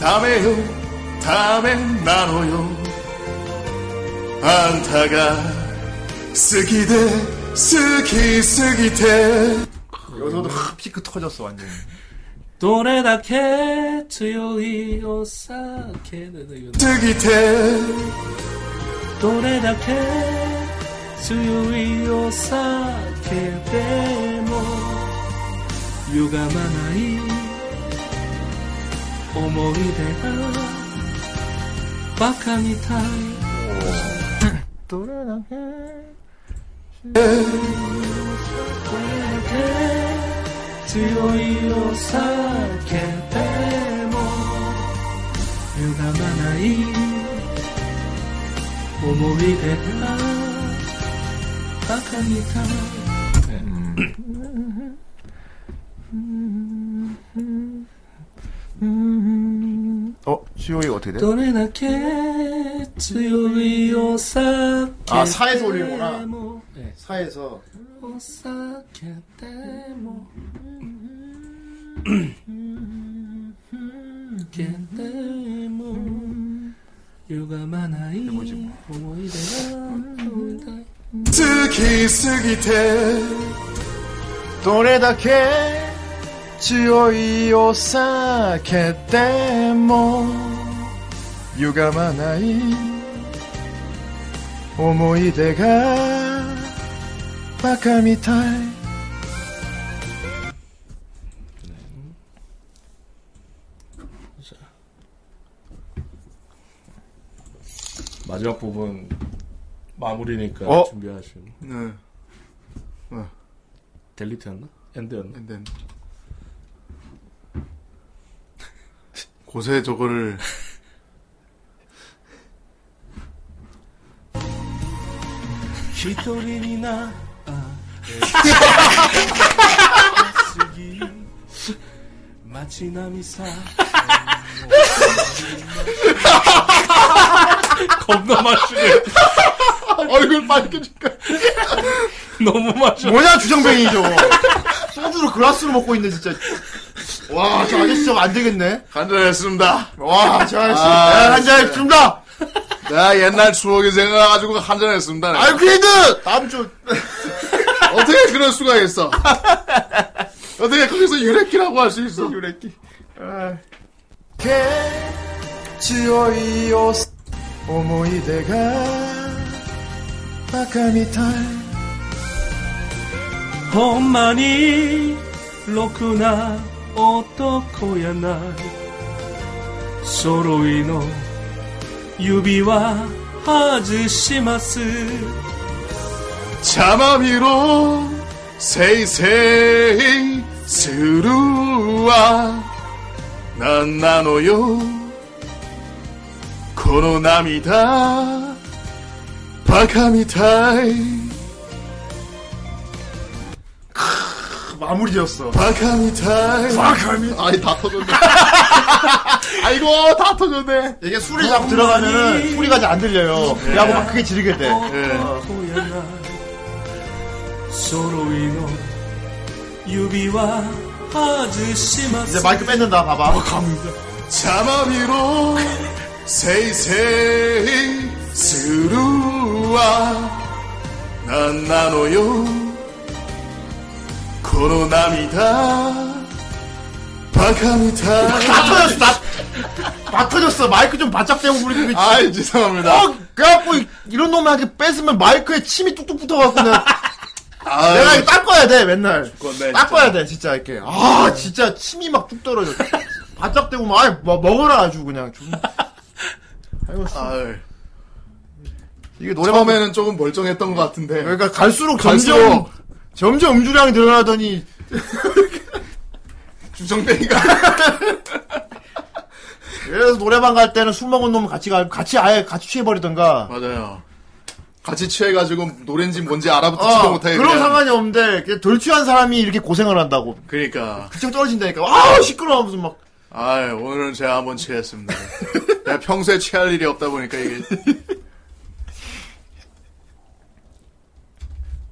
[SPEAKER 8] 다음에요 다음에 나눠요 안타가 쓰기대 쓰기 쓰기대
[SPEAKER 3] 여기서도 확 피크 터졌어 완전.
[SPEAKER 2] どれだけ強いお酒
[SPEAKER 6] 네,
[SPEAKER 2] でね
[SPEAKER 8] 쓰기대
[SPEAKER 2] どれだけ強いお酒でも歪まない思い出がバカみたい強いお酒でも歪まない思い出がバカみたい
[SPEAKER 3] 어, COE 어떻게 돼?
[SPEAKER 2] どれだけ強いお酒
[SPEAKER 3] 아 사에서
[SPEAKER 2] で
[SPEAKER 3] 올리는구나.
[SPEAKER 2] も
[SPEAKER 3] 사에서.
[SPEAKER 2] お酒でもけでも歪まない思い出が
[SPEAKER 8] 쓰기 쓰기대 도래다케 지오이 오사케 때모 유감하나이 오모이데가 바카미타이
[SPEAKER 6] 마지막 부분 마무리니까
[SPEAKER 28] 어?
[SPEAKER 6] 준비하시면.
[SPEAKER 28] 네. 어.
[SPEAKER 6] 델리트였나? 엔드였나?
[SPEAKER 28] 엔드. 고세 저거를.
[SPEAKER 2] 히토리니나 마치나미사
[SPEAKER 6] 겁나 마시네. [laughs]
[SPEAKER 28] 얼굴 빨개질까?
[SPEAKER 6] 너무 마셔. [laughs]
[SPEAKER 3] 뭐냐 주정뱅이 죠 소주를 글라스로 먹고 있네 진짜. 와, 저 아저씨 저안 되겠네.
[SPEAKER 28] 간절했습니다.
[SPEAKER 3] 와, 저 아저씨 네. 야, 한잔했습니다.
[SPEAKER 28] 나 옛날 추억이 생각나가지고 한잔했습니다. 내가.
[SPEAKER 3] 알크리드 다음 주
[SPEAKER 28] 어떻게 그럴 수가 있어? 어떻게 거기서 유래끼라고 할 수 있어?
[SPEAKER 3] 유래끼.
[SPEAKER 8] 게 지오이 오 오모이데가 바카미타이
[SPEAKER 2] ほんまにろくな男やない揃いの指輪外します
[SPEAKER 8] 자마미로 세이세이 스루와 난 나노요 코노나미다 바카미타이
[SPEAKER 3] 마무리였어.
[SPEAKER 8] 바카미타이
[SPEAKER 3] 바카미.
[SPEAKER 28] 아니 다 터졌네. [laughs] 아이고 다 터졌네.
[SPEAKER 3] 이게 술이 자꾸 들어가면은 소리가 잘 안 들려요. 그래갖고 막 크게 지르게 돼.
[SPEAKER 8] 네.
[SPEAKER 3] 어.
[SPEAKER 2] 揃いの指輪外します
[SPEAKER 3] 이제 마이크 뺏는다 봐봐.
[SPEAKER 8] 자마미로 세이세이 스루와 난 나노요 코로나미다 바카미타
[SPEAKER 3] 다 터졌어. 다, 다 터졌어. 마이크 좀 바짝 대고 부리고 있지.
[SPEAKER 28] 아이 죄송합니다.
[SPEAKER 3] 어, 그래갖고 이- 이런 놈한테 뺏으면 마이크에 침이 뚝뚝 붙어갖고 [laughs] 내가, 내가 이거 닦아야 돼 맨날.
[SPEAKER 28] 죽겠네,
[SPEAKER 3] 닦아야 돼 진짜 이렇게. 아 진짜 침이 막 뚝 떨어져. 바짝 대고 막 아이, 뭐, 먹어라 아주 그냥. 좀. 아이고, 씨.
[SPEAKER 28] 아이.
[SPEAKER 3] 이게 노래방
[SPEAKER 28] 처음에는 조금 멀쩡했던 것 같은데.
[SPEAKER 3] 그러니까 갈수록 점점
[SPEAKER 28] 갈수록
[SPEAKER 3] 점점 음주량이 늘어나더니
[SPEAKER 28] 주정뱅이가
[SPEAKER 3] 그래서 노래방 갈 때는 술 먹은 놈 같이 가, 같이 아예 같이 취해버리던가.
[SPEAKER 8] [laughs] 맞아요. 같이 취해가지고 노래인지 뭔지 알아부터
[SPEAKER 3] 어,
[SPEAKER 8] 지도 못해.
[SPEAKER 3] 그런 상관이 없는데 그냥 덜 취한 사람이 이렇게 고생을 한다고.
[SPEAKER 8] 그러니까.
[SPEAKER 3] 그쪽 떨어진다니까. 아우 시끄러워 무슨 막.
[SPEAKER 8] 아 오늘은 제가 한번 [laughs] 취했습니다. 내가 평소에 취할 일이 없다 보니까 이게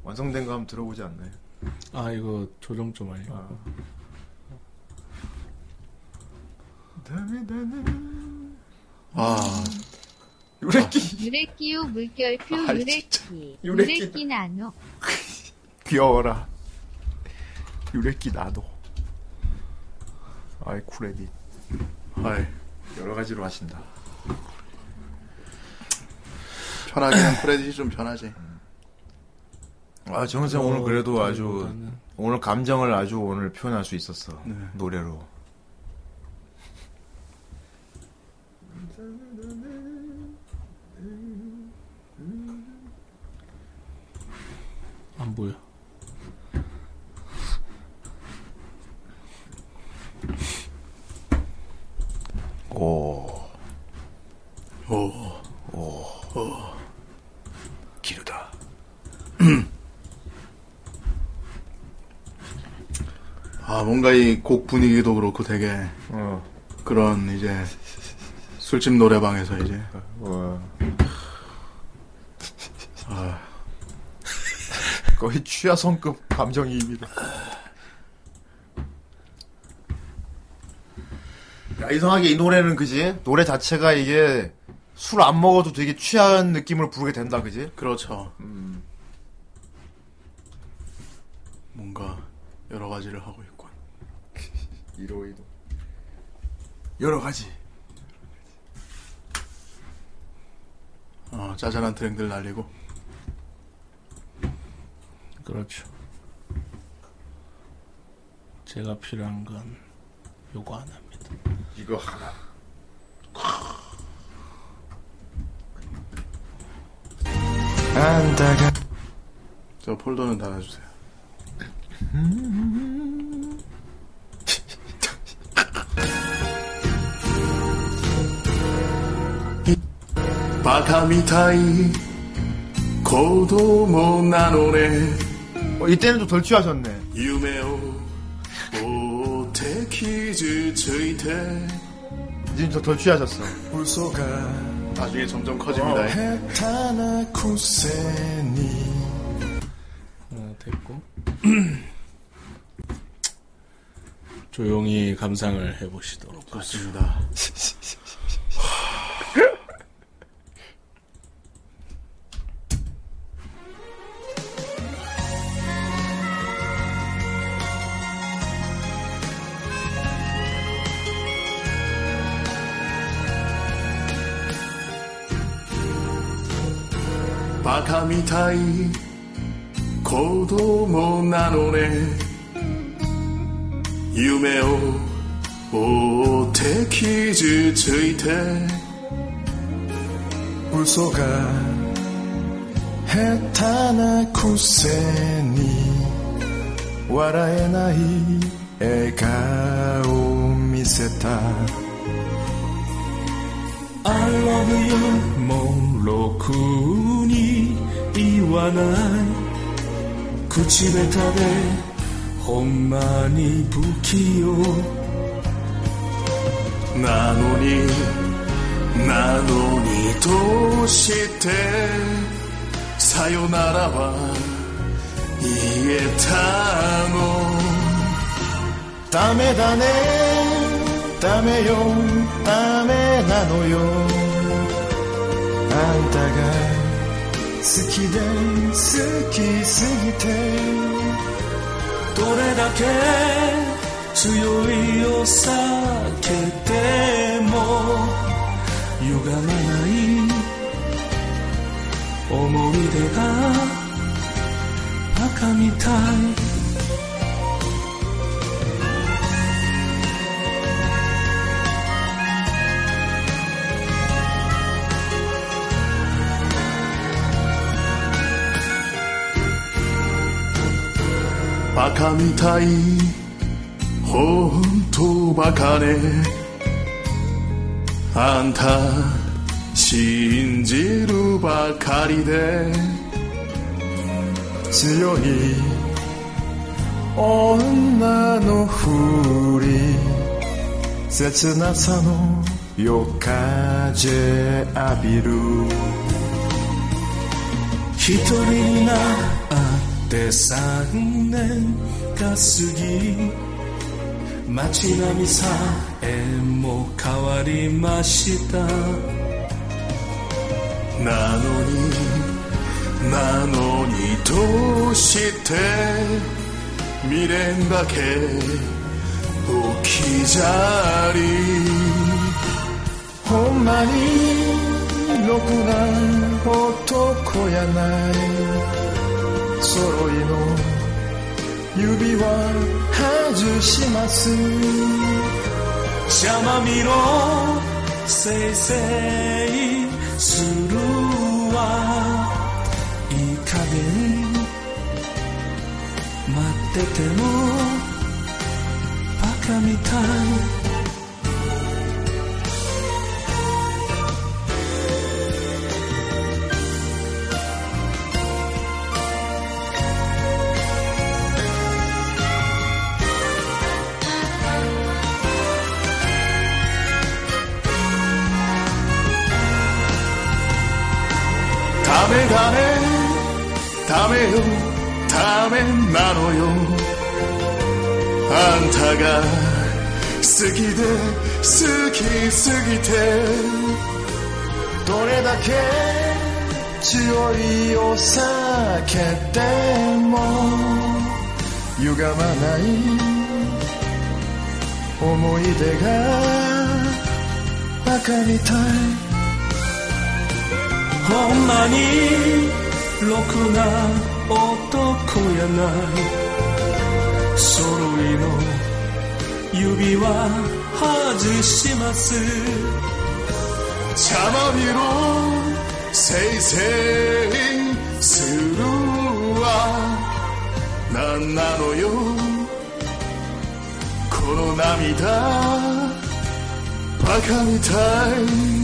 [SPEAKER 3] 완성된 거 한번 들어보지 않나요?
[SPEAKER 6] 아 이거 조정 좀 하려고
[SPEAKER 8] 아
[SPEAKER 11] 유레끼우 물결표
[SPEAKER 3] 아,
[SPEAKER 11] 유레끼
[SPEAKER 3] 유레끼.
[SPEAKER 11] 유레끼 나노
[SPEAKER 3] 귀여워라. 유레끼 나도. 아이 쿠레디.
[SPEAKER 8] 아이
[SPEAKER 3] 여러 가지로 하신다.
[SPEAKER 8] 편하게 한 프레디 좀 편하지.
[SPEAKER 3] 아 정선 오늘 그래도 아주 오늘 감정을 아주 오늘 표현할 수 있었어 노래로.
[SPEAKER 6] 안 보여.
[SPEAKER 3] 오.
[SPEAKER 8] 오.
[SPEAKER 3] 오.
[SPEAKER 8] 기르다. [clears throat] 아 뭔가 이 곡 분위기도 그렇고 되게
[SPEAKER 3] 어.
[SPEAKER 8] 그런 이제 술집 노래방에서 이제 아.
[SPEAKER 3] [laughs] 거의 취하성급 감정이입니다. 야, 이상하게 이 노래는 그지? 노래 자체가 이게 술 안 먹어도 되게 취한 느낌을 부르게 된다, 그지?
[SPEAKER 8] 그렇죠. 뭔가 여러 가지를 하고 있군.
[SPEAKER 3] 이러이도 여러 가지.
[SPEAKER 8] 어, 짜잘한 트랙들 날리고.
[SPEAKER 6] 그렇죠. 제가 필요한 건 요거 하나입니다.
[SPEAKER 3] 이거 하나.
[SPEAKER 13] 안다가
[SPEAKER 8] 저 폴더는 닫아주세요. [laughs]
[SPEAKER 17] バカみたい子供なのね
[SPEAKER 3] 어, 이때는 좀 덜 취하셨네.
[SPEAKER 17] 夢を追って傷ついて
[SPEAKER 3] 지금 저덜 취하셨어.
[SPEAKER 13] 불소가
[SPEAKER 8] 나중에 점점
[SPEAKER 13] 어, 해타나 쿠세니
[SPEAKER 6] 어, 됐고 [clears throat] 조용히 감상을 해보시도록
[SPEAKER 8] 좋습니다.
[SPEAKER 17] バカみたい子供なのね夢を追って傷ついて
[SPEAKER 13] 불소가 해타나 쿠세니 와라의 나이 에가오 미세타
[SPEAKER 2] I love you もろくに言わない
[SPEAKER 13] 그
[SPEAKER 2] 口下手でほんまに不器用
[SPEAKER 17] なのになのにどうしてさよならは言えた
[SPEAKER 13] ダメだねダメよダメなのよあんたが好きで好きすぎて
[SPEAKER 2] どれだけ強いを避けても歪まない思い出がバカみたい
[SPEAKER 17] のバカみたい本当バカねあんた信じるばかりで
[SPEAKER 13] 強い女のふり切なさの夜風浴びる
[SPEAKER 2] 一人になって三年が過ぎ街並みさえも変わりました
[SPEAKER 17] なのになのにどうして未練だけ置き去り
[SPEAKER 13] ほんまにろくな男やない揃いの指は外します
[SPEAKER 2] 邪魔見ろせいせいするわいい加減待っててもバカみたい
[SPEAKER 17] ダメだねダメよダメなのよあんたが好きで好きすぎて
[SPEAKER 13] どれだけ強いお酒でも歪まない思い出がバカみたい
[SPEAKER 2] ほんまにろくな男やない揃いの指は外します
[SPEAKER 17] 邪魔見ろせいせいするわなんなのよこの涙バカみたい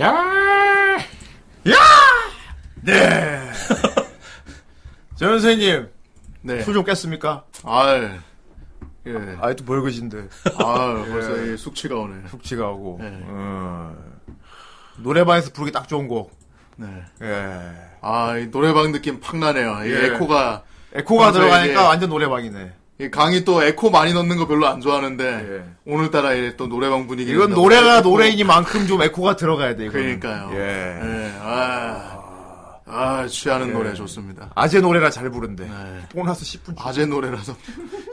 [SPEAKER 15] 야
[SPEAKER 3] 야! 네. 전 선생님.
[SPEAKER 8] 네.
[SPEAKER 3] 술좀 깼습니까?
[SPEAKER 8] 알.
[SPEAKER 3] 예. 아이, 또 벌거진데.
[SPEAKER 8] 아, 벌써 이 숙취가 오네.
[SPEAKER 3] 숙취가 오고. 어. 노래방에서 부르기 딱 좋은 곡.
[SPEAKER 8] 네.
[SPEAKER 3] 예.
[SPEAKER 8] 아, 이 노래방 느낌 팍 나네요. 이
[SPEAKER 3] 예.
[SPEAKER 8] 에코가.
[SPEAKER 3] 에코가
[SPEAKER 8] 평소에
[SPEAKER 3] 들어가니까
[SPEAKER 8] 이게
[SPEAKER 3] 완전 노래방이네.
[SPEAKER 8] 이 강이 또 에코 많이 넣는 거 별로 안 좋아하는데 오늘따라 이또 노래방 분위기
[SPEAKER 3] 예. 이건 노래가 노래이니만큼 좀 에코가 들어가야 돼, 이거는.
[SPEAKER 8] 뭐 그러니까요.
[SPEAKER 3] 예.
[SPEAKER 8] 예, 아, 아, 취하는 노래 좋습니다.
[SPEAKER 3] 아재 노래라 잘 부른데.
[SPEAKER 8] 보너스 10분. 아재 노래라서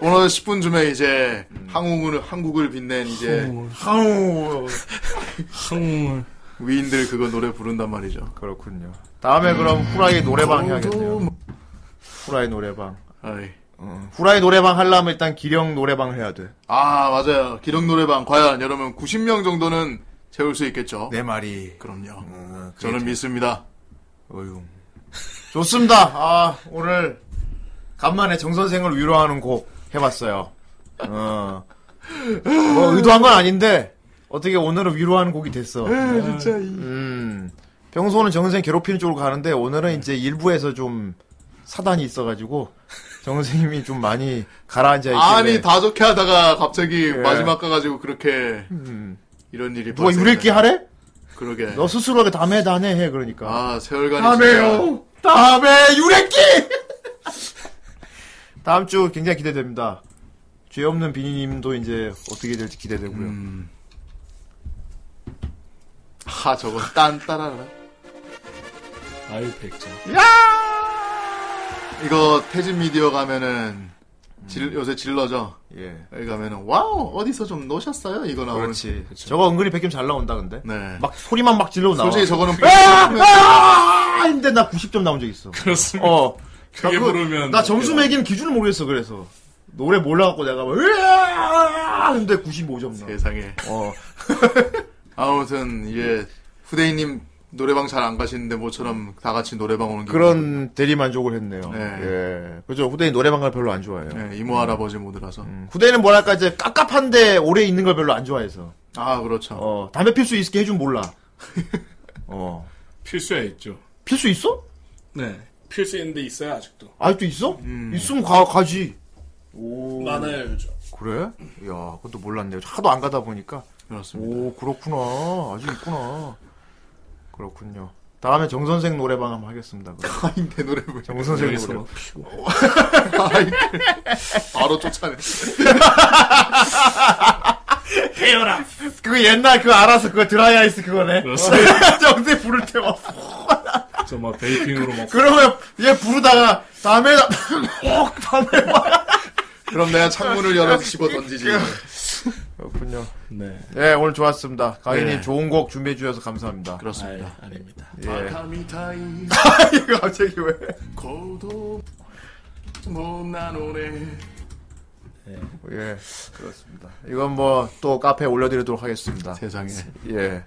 [SPEAKER 8] 보너스 10분쯤에 이제
[SPEAKER 3] 음.
[SPEAKER 8] 한국을 한국을 빛낸 이제
[SPEAKER 3] 한우.
[SPEAKER 8] 한국 위인들 그거 노래 부른단 말이죠.
[SPEAKER 3] 그렇군요. 다음에 그럼 후라이 노래방
[SPEAKER 8] 음.
[SPEAKER 3] 해야겠네요.
[SPEAKER 8] 뭐,
[SPEAKER 3] 후라이 노래방. 어, 후라이 노래방 하려면 일단 기령 노래방 해야 돼.
[SPEAKER 8] 아 맞아요. 기록 노래방 과연 여러분 90명 정도는 채울 수 있겠죠.
[SPEAKER 3] 내 말이.
[SPEAKER 8] 그럼요.
[SPEAKER 3] 네. 음. 그게
[SPEAKER 8] 저는
[SPEAKER 3] 돼.
[SPEAKER 8] 믿습니다.
[SPEAKER 3] 어휴. 좋습니다. 아, 오늘 간만에 정선생을 위로하는 곡 해봤어요. 어. 뭐 의도한 건 아닌데 어떻게 오늘은 위로하는 곡이 됐어.
[SPEAKER 8] 에 네, 진짜 이-
[SPEAKER 3] 음. 평소는 정선생 괴롭히는 쪽으로 가는데 오늘은 이제 일부에서 좀 사단이 있어가지고 정선생님이 좀 많이 가라앉아 있길래
[SPEAKER 8] 아니 다 좋게 하다가 갑자기 마지막 가가지고 그렇게
[SPEAKER 3] 예. 음.
[SPEAKER 8] 이런 일이
[SPEAKER 3] 누가
[SPEAKER 8] 벌어지네.
[SPEAKER 3] 유리끼 하래?
[SPEAKER 8] 그러게
[SPEAKER 3] 너 스스로에게 담에 다네 해 그러니까.
[SPEAKER 8] 아 세월간이
[SPEAKER 3] 다음에요. 다음에 유레끼. [laughs] 다음 주 굉장히 기대됩니다. 죄 없는 비니님도 이제 어떻게 될지 기대되고요.
[SPEAKER 8] 하 저거 딴 따라라
[SPEAKER 6] 아유 백점
[SPEAKER 8] 이거 태진 미디어 가면은
[SPEAKER 3] 음.
[SPEAKER 8] 질- 요새 질러죠
[SPEAKER 3] 예.
[SPEAKER 8] 여기 가면은 와우 어디서 좀 넣으셨어요 이거 나오는
[SPEAKER 3] 아, 그렇지. 저거 은근히 백김 잘 나온다 근데.
[SPEAKER 8] 네.
[SPEAKER 3] 막 소리만 막 질러 나와. [laughs]
[SPEAKER 8] 솔직히 저거는
[SPEAKER 3] 아! 아! 근데 나 90점 나온 적 있어. 그렇습니다. 어.
[SPEAKER 6] 크게
[SPEAKER 3] 그거-
[SPEAKER 6] 부르면
[SPEAKER 3] 나 점수 매긴 기준을 모르겠어 그래서 노래 몰라갖고 내가 막 으아 근데 95점 나. 어.
[SPEAKER 8] 세상에. 아무튼 이제 후대인님 노래방 잘 안 가시는데 모처럼 다 같이 노래방 오는 게
[SPEAKER 3] 그런 대리 만족을 했네요. 네.
[SPEAKER 8] 네.
[SPEAKER 3] 예. 그죠. 후대인 노래방을 별로 안 좋아해요.
[SPEAKER 8] 이모 할아버지 모드라서.
[SPEAKER 3] 후대인은 뭐랄까 이제 깝깝한데 오래 있는 걸 별로 안 좋아해서.
[SPEAKER 8] 아 그렇죠.
[SPEAKER 3] 어 담배 필 수 있게 해준 몰라. [laughs] 어
[SPEAKER 6] 필수야 있죠.
[SPEAKER 3] 필 수 있어?
[SPEAKER 6] 네. 필수 있는데 있어요 아직도.
[SPEAKER 3] 아직도 있어?
[SPEAKER 8] 음.
[SPEAKER 3] 있으면 가 가지. 오.
[SPEAKER 6] 많아요 요즘.
[SPEAKER 3] 그래? 야, 그것도 몰랐네요. 하도 안 가다 보니까.
[SPEAKER 8] 그렇습니다.
[SPEAKER 3] 오, 그렇구나. 아직 있구나. 그렇군요. 다음에 정 선생 노래방 한번 하겠습니다.
[SPEAKER 8] [laughs] 아니, 내 노래 왜?
[SPEAKER 3] 정 선생
[SPEAKER 8] 여기서
[SPEAKER 3] 노래.
[SPEAKER 8] 막
[SPEAKER 3] [laughs]
[SPEAKER 8] 피고. 아이, 바로 쫓아내.
[SPEAKER 3] 태어라. 그거 옛날 그거 알아서 그거 드라이 아이스 그거네. [laughs] 정대 부를 때 막.
[SPEAKER 6] 저막 베이핑으로
[SPEAKER 3] [laughs]
[SPEAKER 6] 막.
[SPEAKER 3] 그러면 얘 부르다가 다음에 [laughs] 어, 다음에 막.
[SPEAKER 8] 그럼 내가 창문을 열어 집어 던지지.
[SPEAKER 3] 그렇군요.
[SPEAKER 6] 네.
[SPEAKER 3] 예, 오늘 좋았습니다. 가인님
[SPEAKER 8] 네.
[SPEAKER 3] 좋은 곡 준비해 주셔서 감사합니다.
[SPEAKER 8] 그렇습니다.
[SPEAKER 6] 아, 닙니다
[SPEAKER 3] 예.
[SPEAKER 17] 아가미타이
[SPEAKER 3] [laughs] 이거 갑자기 왜?
[SPEAKER 17] 고도
[SPEAKER 3] 어.
[SPEAKER 17] 못 나누네
[SPEAKER 3] 예, 그렇습니다. 이건 뭐 또 카페에 올려드리도록 하겠습니다.
[SPEAKER 8] 세상에.
[SPEAKER 3] 예.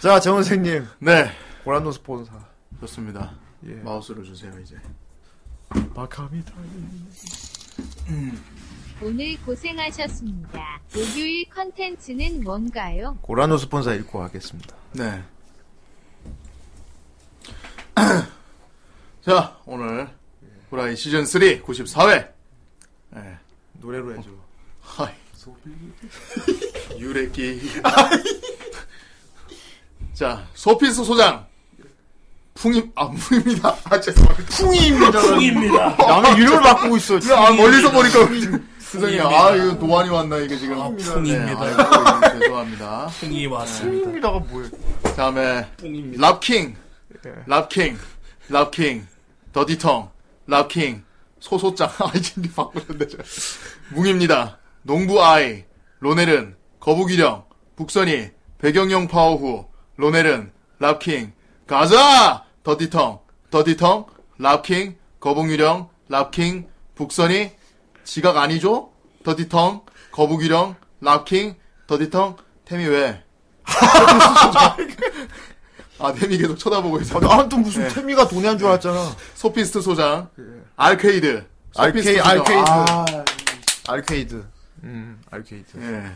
[SPEAKER 3] 자, 정 선생님.
[SPEAKER 8] 네.
[SPEAKER 3] 고란노 스폰사.
[SPEAKER 8] 좋습니다.
[SPEAKER 3] 예.
[SPEAKER 8] 마우스를 주세요 이제.
[SPEAKER 3] 아가미타이.
[SPEAKER 11] 오늘 고생하셨습니다. 목요일 컨텐츠는 뭔가요?
[SPEAKER 3] 고란노 스폰사 읽고 하겠습니다.
[SPEAKER 8] 네. [clears throat] 자, 오늘 후라이 시즌 3 94회. 예.
[SPEAKER 3] 노래로 해줘.
[SPEAKER 8] 하이. [laughs]
[SPEAKER 3] [laughs]
[SPEAKER 8] 유레끼. 자, 소피스 소장. 풍임 아 풍입니다. [laughs] 아 죄송합니다.
[SPEAKER 3] 풍이입니다. 풍입니다. 남의 이름을 바꾸고 있어.
[SPEAKER 8] 아 멀리서
[SPEAKER 3] 풍입니다.
[SPEAKER 8] 보니까
[SPEAKER 3] [laughs]
[SPEAKER 8] [laughs] 죄송해요. 아 이거 노안이 왔나 이게 지금.
[SPEAKER 6] 풍입니다.
[SPEAKER 8] 네,
[SPEAKER 3] [laughs]
[SPEAKER 8] 아이고, 죄송합니다.
[SPEAKER 6] 풍이 왔습니다.
[SPEAKER 3] 풍입니다가 뭐예요?
[SPEAKER 8] 다음에
[SPEAKER 6] 뿡입니다.
[SPEAKER 8] 랍킹, 랍킹, 랍킹, 더디텅, 랍킹, 소소짱 [laughs] 아이디니 바꾸는데 저 뭉입니다. 농부 아이, 로넬은 거북이령, 북선이, 배경용 파워후, 로넬은 랍킹, 가자 더디텅, 더디텅, 랍킹, 거북이령, 랍킹, 북선이, 지각 아니죠? 더디텅, 거북이령, 랍킹, 더디텅, 템이 왜? 아, 템이 계속 쳐다보고 있어.
[SPEAKER 3] 아, 나한테 무슨
[SPEAKER 8] 네.
[SPEAKER 3] 태미가 돈이 한 줄 알았잖아.
[SPEAKER 8] 소피스트 소장, 알케이드, 소피스트
[SPEAKER 3] 알케이, 알케이드.
[SPEAKER 8] 소장.
[SPEAKER 3] 음.
[SPEAKER 8] 아,
[SPEAKER 3] 알케이드. 음, 알케이드.
[SPEAKER 8] 예.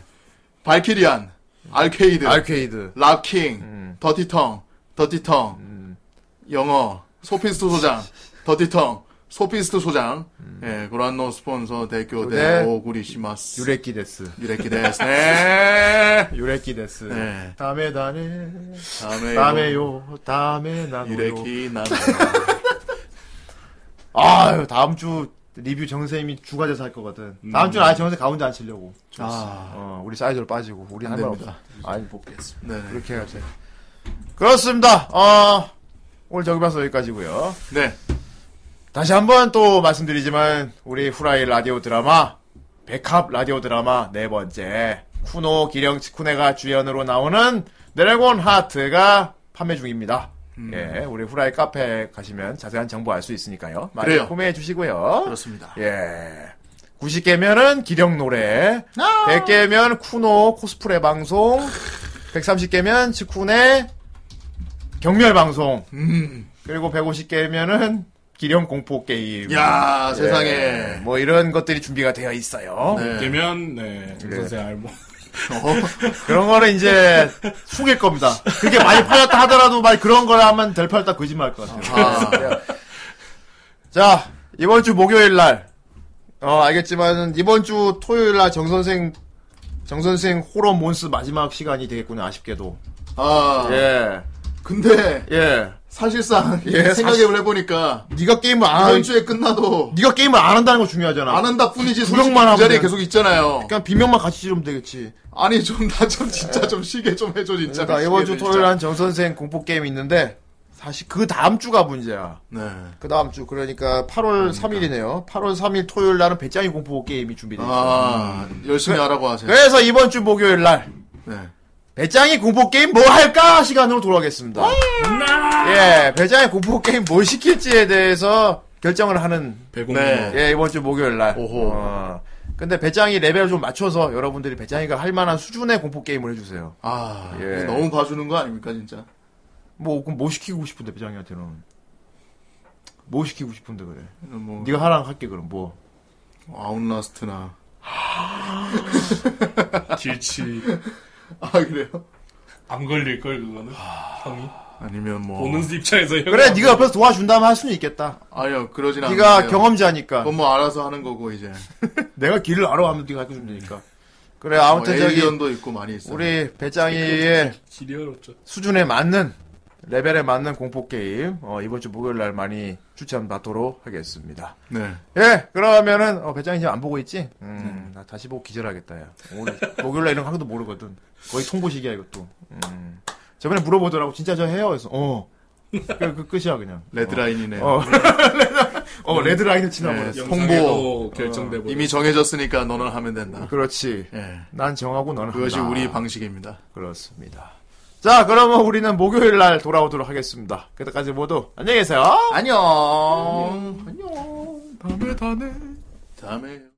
[SPEAKER 8] 발키리안, 알케이드,
[SPEAKER 3] 알케이드. 음.
[SPEAKER 8] 랍킹, 더티텅, 더티텅, 영어, 소피스트 소장, 더티텅, 소피스트 소장,
[SPEAKER 3] 음.
[SPEAKER 8] 예, 고란노 스폰서 대교
[SPEAKER 3] 네.
[SPEAKER 8] 대 오구리시마스,
[SPEAKER 3] 유레키 데스. [laughs]
[SPEAKER 8] 유레키 데스, 네.
[SPEAKER 3] 유레키 데스.
[SPEAKER 8] 네.
[SPEAKER 3] 다음에 다네.
[SPEAKER 8] 다음에요.
[SPEAKER 3] 다음에요. 다음에 나노요.
[SPEAKER 8] 유레키
[SPEAKER 3] [laughs]
[SPEAKER 8] 나
[SPEAKER 3] 아유, 다음 주 리뷰 정쌤이 주가제사 할 거거든. 다음 주는 아예 정쌤 가운데 앉히려고.
[SPEAKER 8] 아,
[SPEAKER 3] 어, 우리 사이즈로 빠지고. 우리
[SPEAKER 8] 안
[SPEAKER 3] 한말 없어.
[SPEAKER 8] 됩니다.
[SPEAKER 3] 아니, 뽑겠습니다.
[SPEAKER 8] 네.
[SPEAKER 3] 그렇게 해야지. 그렇습니다. 어, 오늘 저기 봐서 여기까지고요
[SPEAKER 8] 네.
[SPEAKER 3] 다시 한번 또 말씀드리지만 우리 후라이 라디오 드라마 백합 라디오 드라마 네 번째 쿠노 기령 치쿠네가 주연으로 나오는 드래곤 하트가 판매 중입니다.
[SPEAKER 8] 음.
[SPEAKER 3] 예, 우리 후라이 카페 가시면 자세한 정보 알 수 있으니까요. 많이
[SPEAKER 8] 그래요.
[SPEAKER 3] 구매해 주시고요.
[SPEAKER 8] 그렇습니다.
[SPEAKER 3] 예. 90개면은 기령 노래,
[SPEAKER 8] 아.
[SPEAKER 3] 100개면 쿠노 코스프레 방송, 130개면 치쿠네 경멸 방송,
[SPEAKER 8] 음.
[SPEAKER 3] 그리고 150개면은 기령 공포 게임.
[SPEAKER 8] 야, 세상에.
[SPEAKER 3] 예, 뭐 이런 것들이 준비가 되어 있어요.
[SPEAKER 6] 되면 네. 선생 [laughs] 알모.
[SPEAKER 3] 그런 거는
[SPEAKER 8] [laughs]
[SPEAKER 3] 이제 숙일 겁니다. 그게 많이 팔렸다 하더라도 말 그런 거라 하면 덜 팔렸다 거짓말 것 같아요.
[SPEAKER 8] 아,
[SPEAKER 3] 자, 이번 주 목요일 날, 어, 알겠지만, 이번 주 토요일 날 정선생, 정선생 호러 몬스 마지막 시간이 되겠군요, 아쉽게도.
[SPEAKER 8] 아,
[SPEAKER 3] 예,
[SPEAKER 8] 근데
[SPEAKER 3] 예.
[SPEAKER 8] 사실상
[SPEAKER 3] 예,
[SPEAKER 8] 생각해
[SPEAKER 3] 사실- 아,
[SPEAKER 8] 보니까
[SPEAKER 3] 네가 게임을 안,
[SPEAKER 8] 이번
[SPEAKER 3] 한-
[SPEAKER 8] 주에 끝나도
[SPEAKER 3] 네가 게임을 안 한다는 거 중요하잖아.
[SPEAKER 8] 안 한다 뿐이지
[SPEAKER 3] 구경만 하면
[SPEAKER 8] 그 자리에
[SPEAKER 3] 돼.
[SPEAKER 8] 계속 있잖아요.
[SPEAKER 3] 그냥 비명만 같이 지르면 되겠지.
[SPEAKER 8] 아니 좀 나 좀 진짜 좀 쉬게 좀 해줘 진짜.
[SPEAKER 3] 네. 그러니까 이번 주
[SPEAKER 8] 쉬게 좀
[SPEAKER 3] 토요일
[SPEAKER 8] 진짜.
[SPEAKER 3] 날 정선생 공포 게임이 있는데, 사실 그 다음 주가 문제야.
[SPEAKER 8] 네.
[SPEAKER 3] 그 다음 주, 그러니까 8월 3일이네요. 8월 3일 토요일 날은 배짱이 공포 게임이 준비되어 있어요.
[SPEAKER 8] 아 열심히
[SPEAKER 3] 네.
[SPEAKER 8] 하라고 하세요.
[SPEAKER 3] 그래서 이번 주 목요일 날,
[SPEAKER 8] 네.
[SPEAKER 3] 배짱이 공포 게임 뭐 할까 시간으로 돌아오겠습니다. 예, 배짱이 공포 게임 뭘 시킬지에 대해서 결정을 하는
[SPEAKER 8] 배공모.
[SPEAKER 3] 네. 예, 이번 주 목요일 날. 어. 근데 배짱이 레벨을 좀 맞춰서 여러분들이 배짱이가 할 만한 수준의 공포 게임을 해주세요.
[SPEAKER 8] 아,
[SPEAKER 3] 예.
[SPEAKER 8] 너무 봐주는 거 아닙니까 진짜?
[SPEAKER 3] 뭐 그럼 뭐 시키고 싶은데 배짱이한테는 뭐 시키고 싶은데 그래.
[SPEAKER 8] 뭐.
[SPEAKER 3] 네가 하랑 할게 그럼 뭐.
[SPEAKER 8] 아웃라스트나.
[SPEAKER 6] 길치.
[SPEAKER 8] 아 그래요?
[SPEAKER 6] 안 걸릴 걸 그거는 형이.
[SPEAKER 8] 아니면 뭐
[SPEAKER 6] 보는 입장에서 형이
[SPEAKER 3] 그래,
[SPEAKER 6] 안
[SPEAKER 3] 네가 옆에서 도와준다면 할 수는 있겠다.
[SPEAKER 8] 아니요, 그러진 않아요.
[SPEAKER 3] 네가 경험자니까.
[SPEAKER 8] 그건 뭐 알아서 하는 거고 이제.
[SPEAKER 3] 내가 길을 알아 하면 네가 가르쳐 주면 되니까. 그래 아무튼
[SPEAKER 8] 뭐
[SPEAKER 3] 저기
[SPEAKER 8] 에일리언도 있고 많이 있어요.
[SPEAKER 3] 우리 배짱이의
[SPEAKER 6] 지리어렵죠.
[SPEAKER 3] 수준에 맞는 레벨에 맞는 공포 게임 어, 이번 주 목요일 날 많이 추천받도록 하겠습니다.
[SPEAKER 8] 네.
[SPEAKER 3] 예, 그러면은 어, 배짱이 지금 안 보고 있지? 음, 나 다시 보고 기절하겠다 야. 오늘 목요일 날 이런 거 하나도 모르거든. 거의 통보식이야 이것도. 음. 저번에 물어보더라고 진짜 저 해요? 그래서 어. 그, 그 끝이야 그냥.
[SPEAKER 8] 레드라인이네. 네,
[SPEAKER 3] 어, [laughs] 어. 어, 레드라인을 지나버렸어.
[SPEAKER 8] 홍보 어,
[SPEAKER 6] 결정돼
[SPEAKER 8] 이미 정해졌으니까 너는 하면 된다. 예.
[SPEAKER 3] 그렇지. 난 정하고 너는
[SPEAKER 8] 그것이
[SPEAKER 3] 한다.
[SPEAKER 8] 우리 방식입니다.
[SPEAKER 3] 그렇습니다. 자, 그러면 우리는 목요일 날 돌아오도록 하겠습니다. 그때까지 모두 안녕히 계세요.
[SPEAKER 8] 안녕.
[SPEAKER 3] 안녕.
[SPEAKER 8] 다음에 다음에. 다음에.
[SPEAKER 20] 땡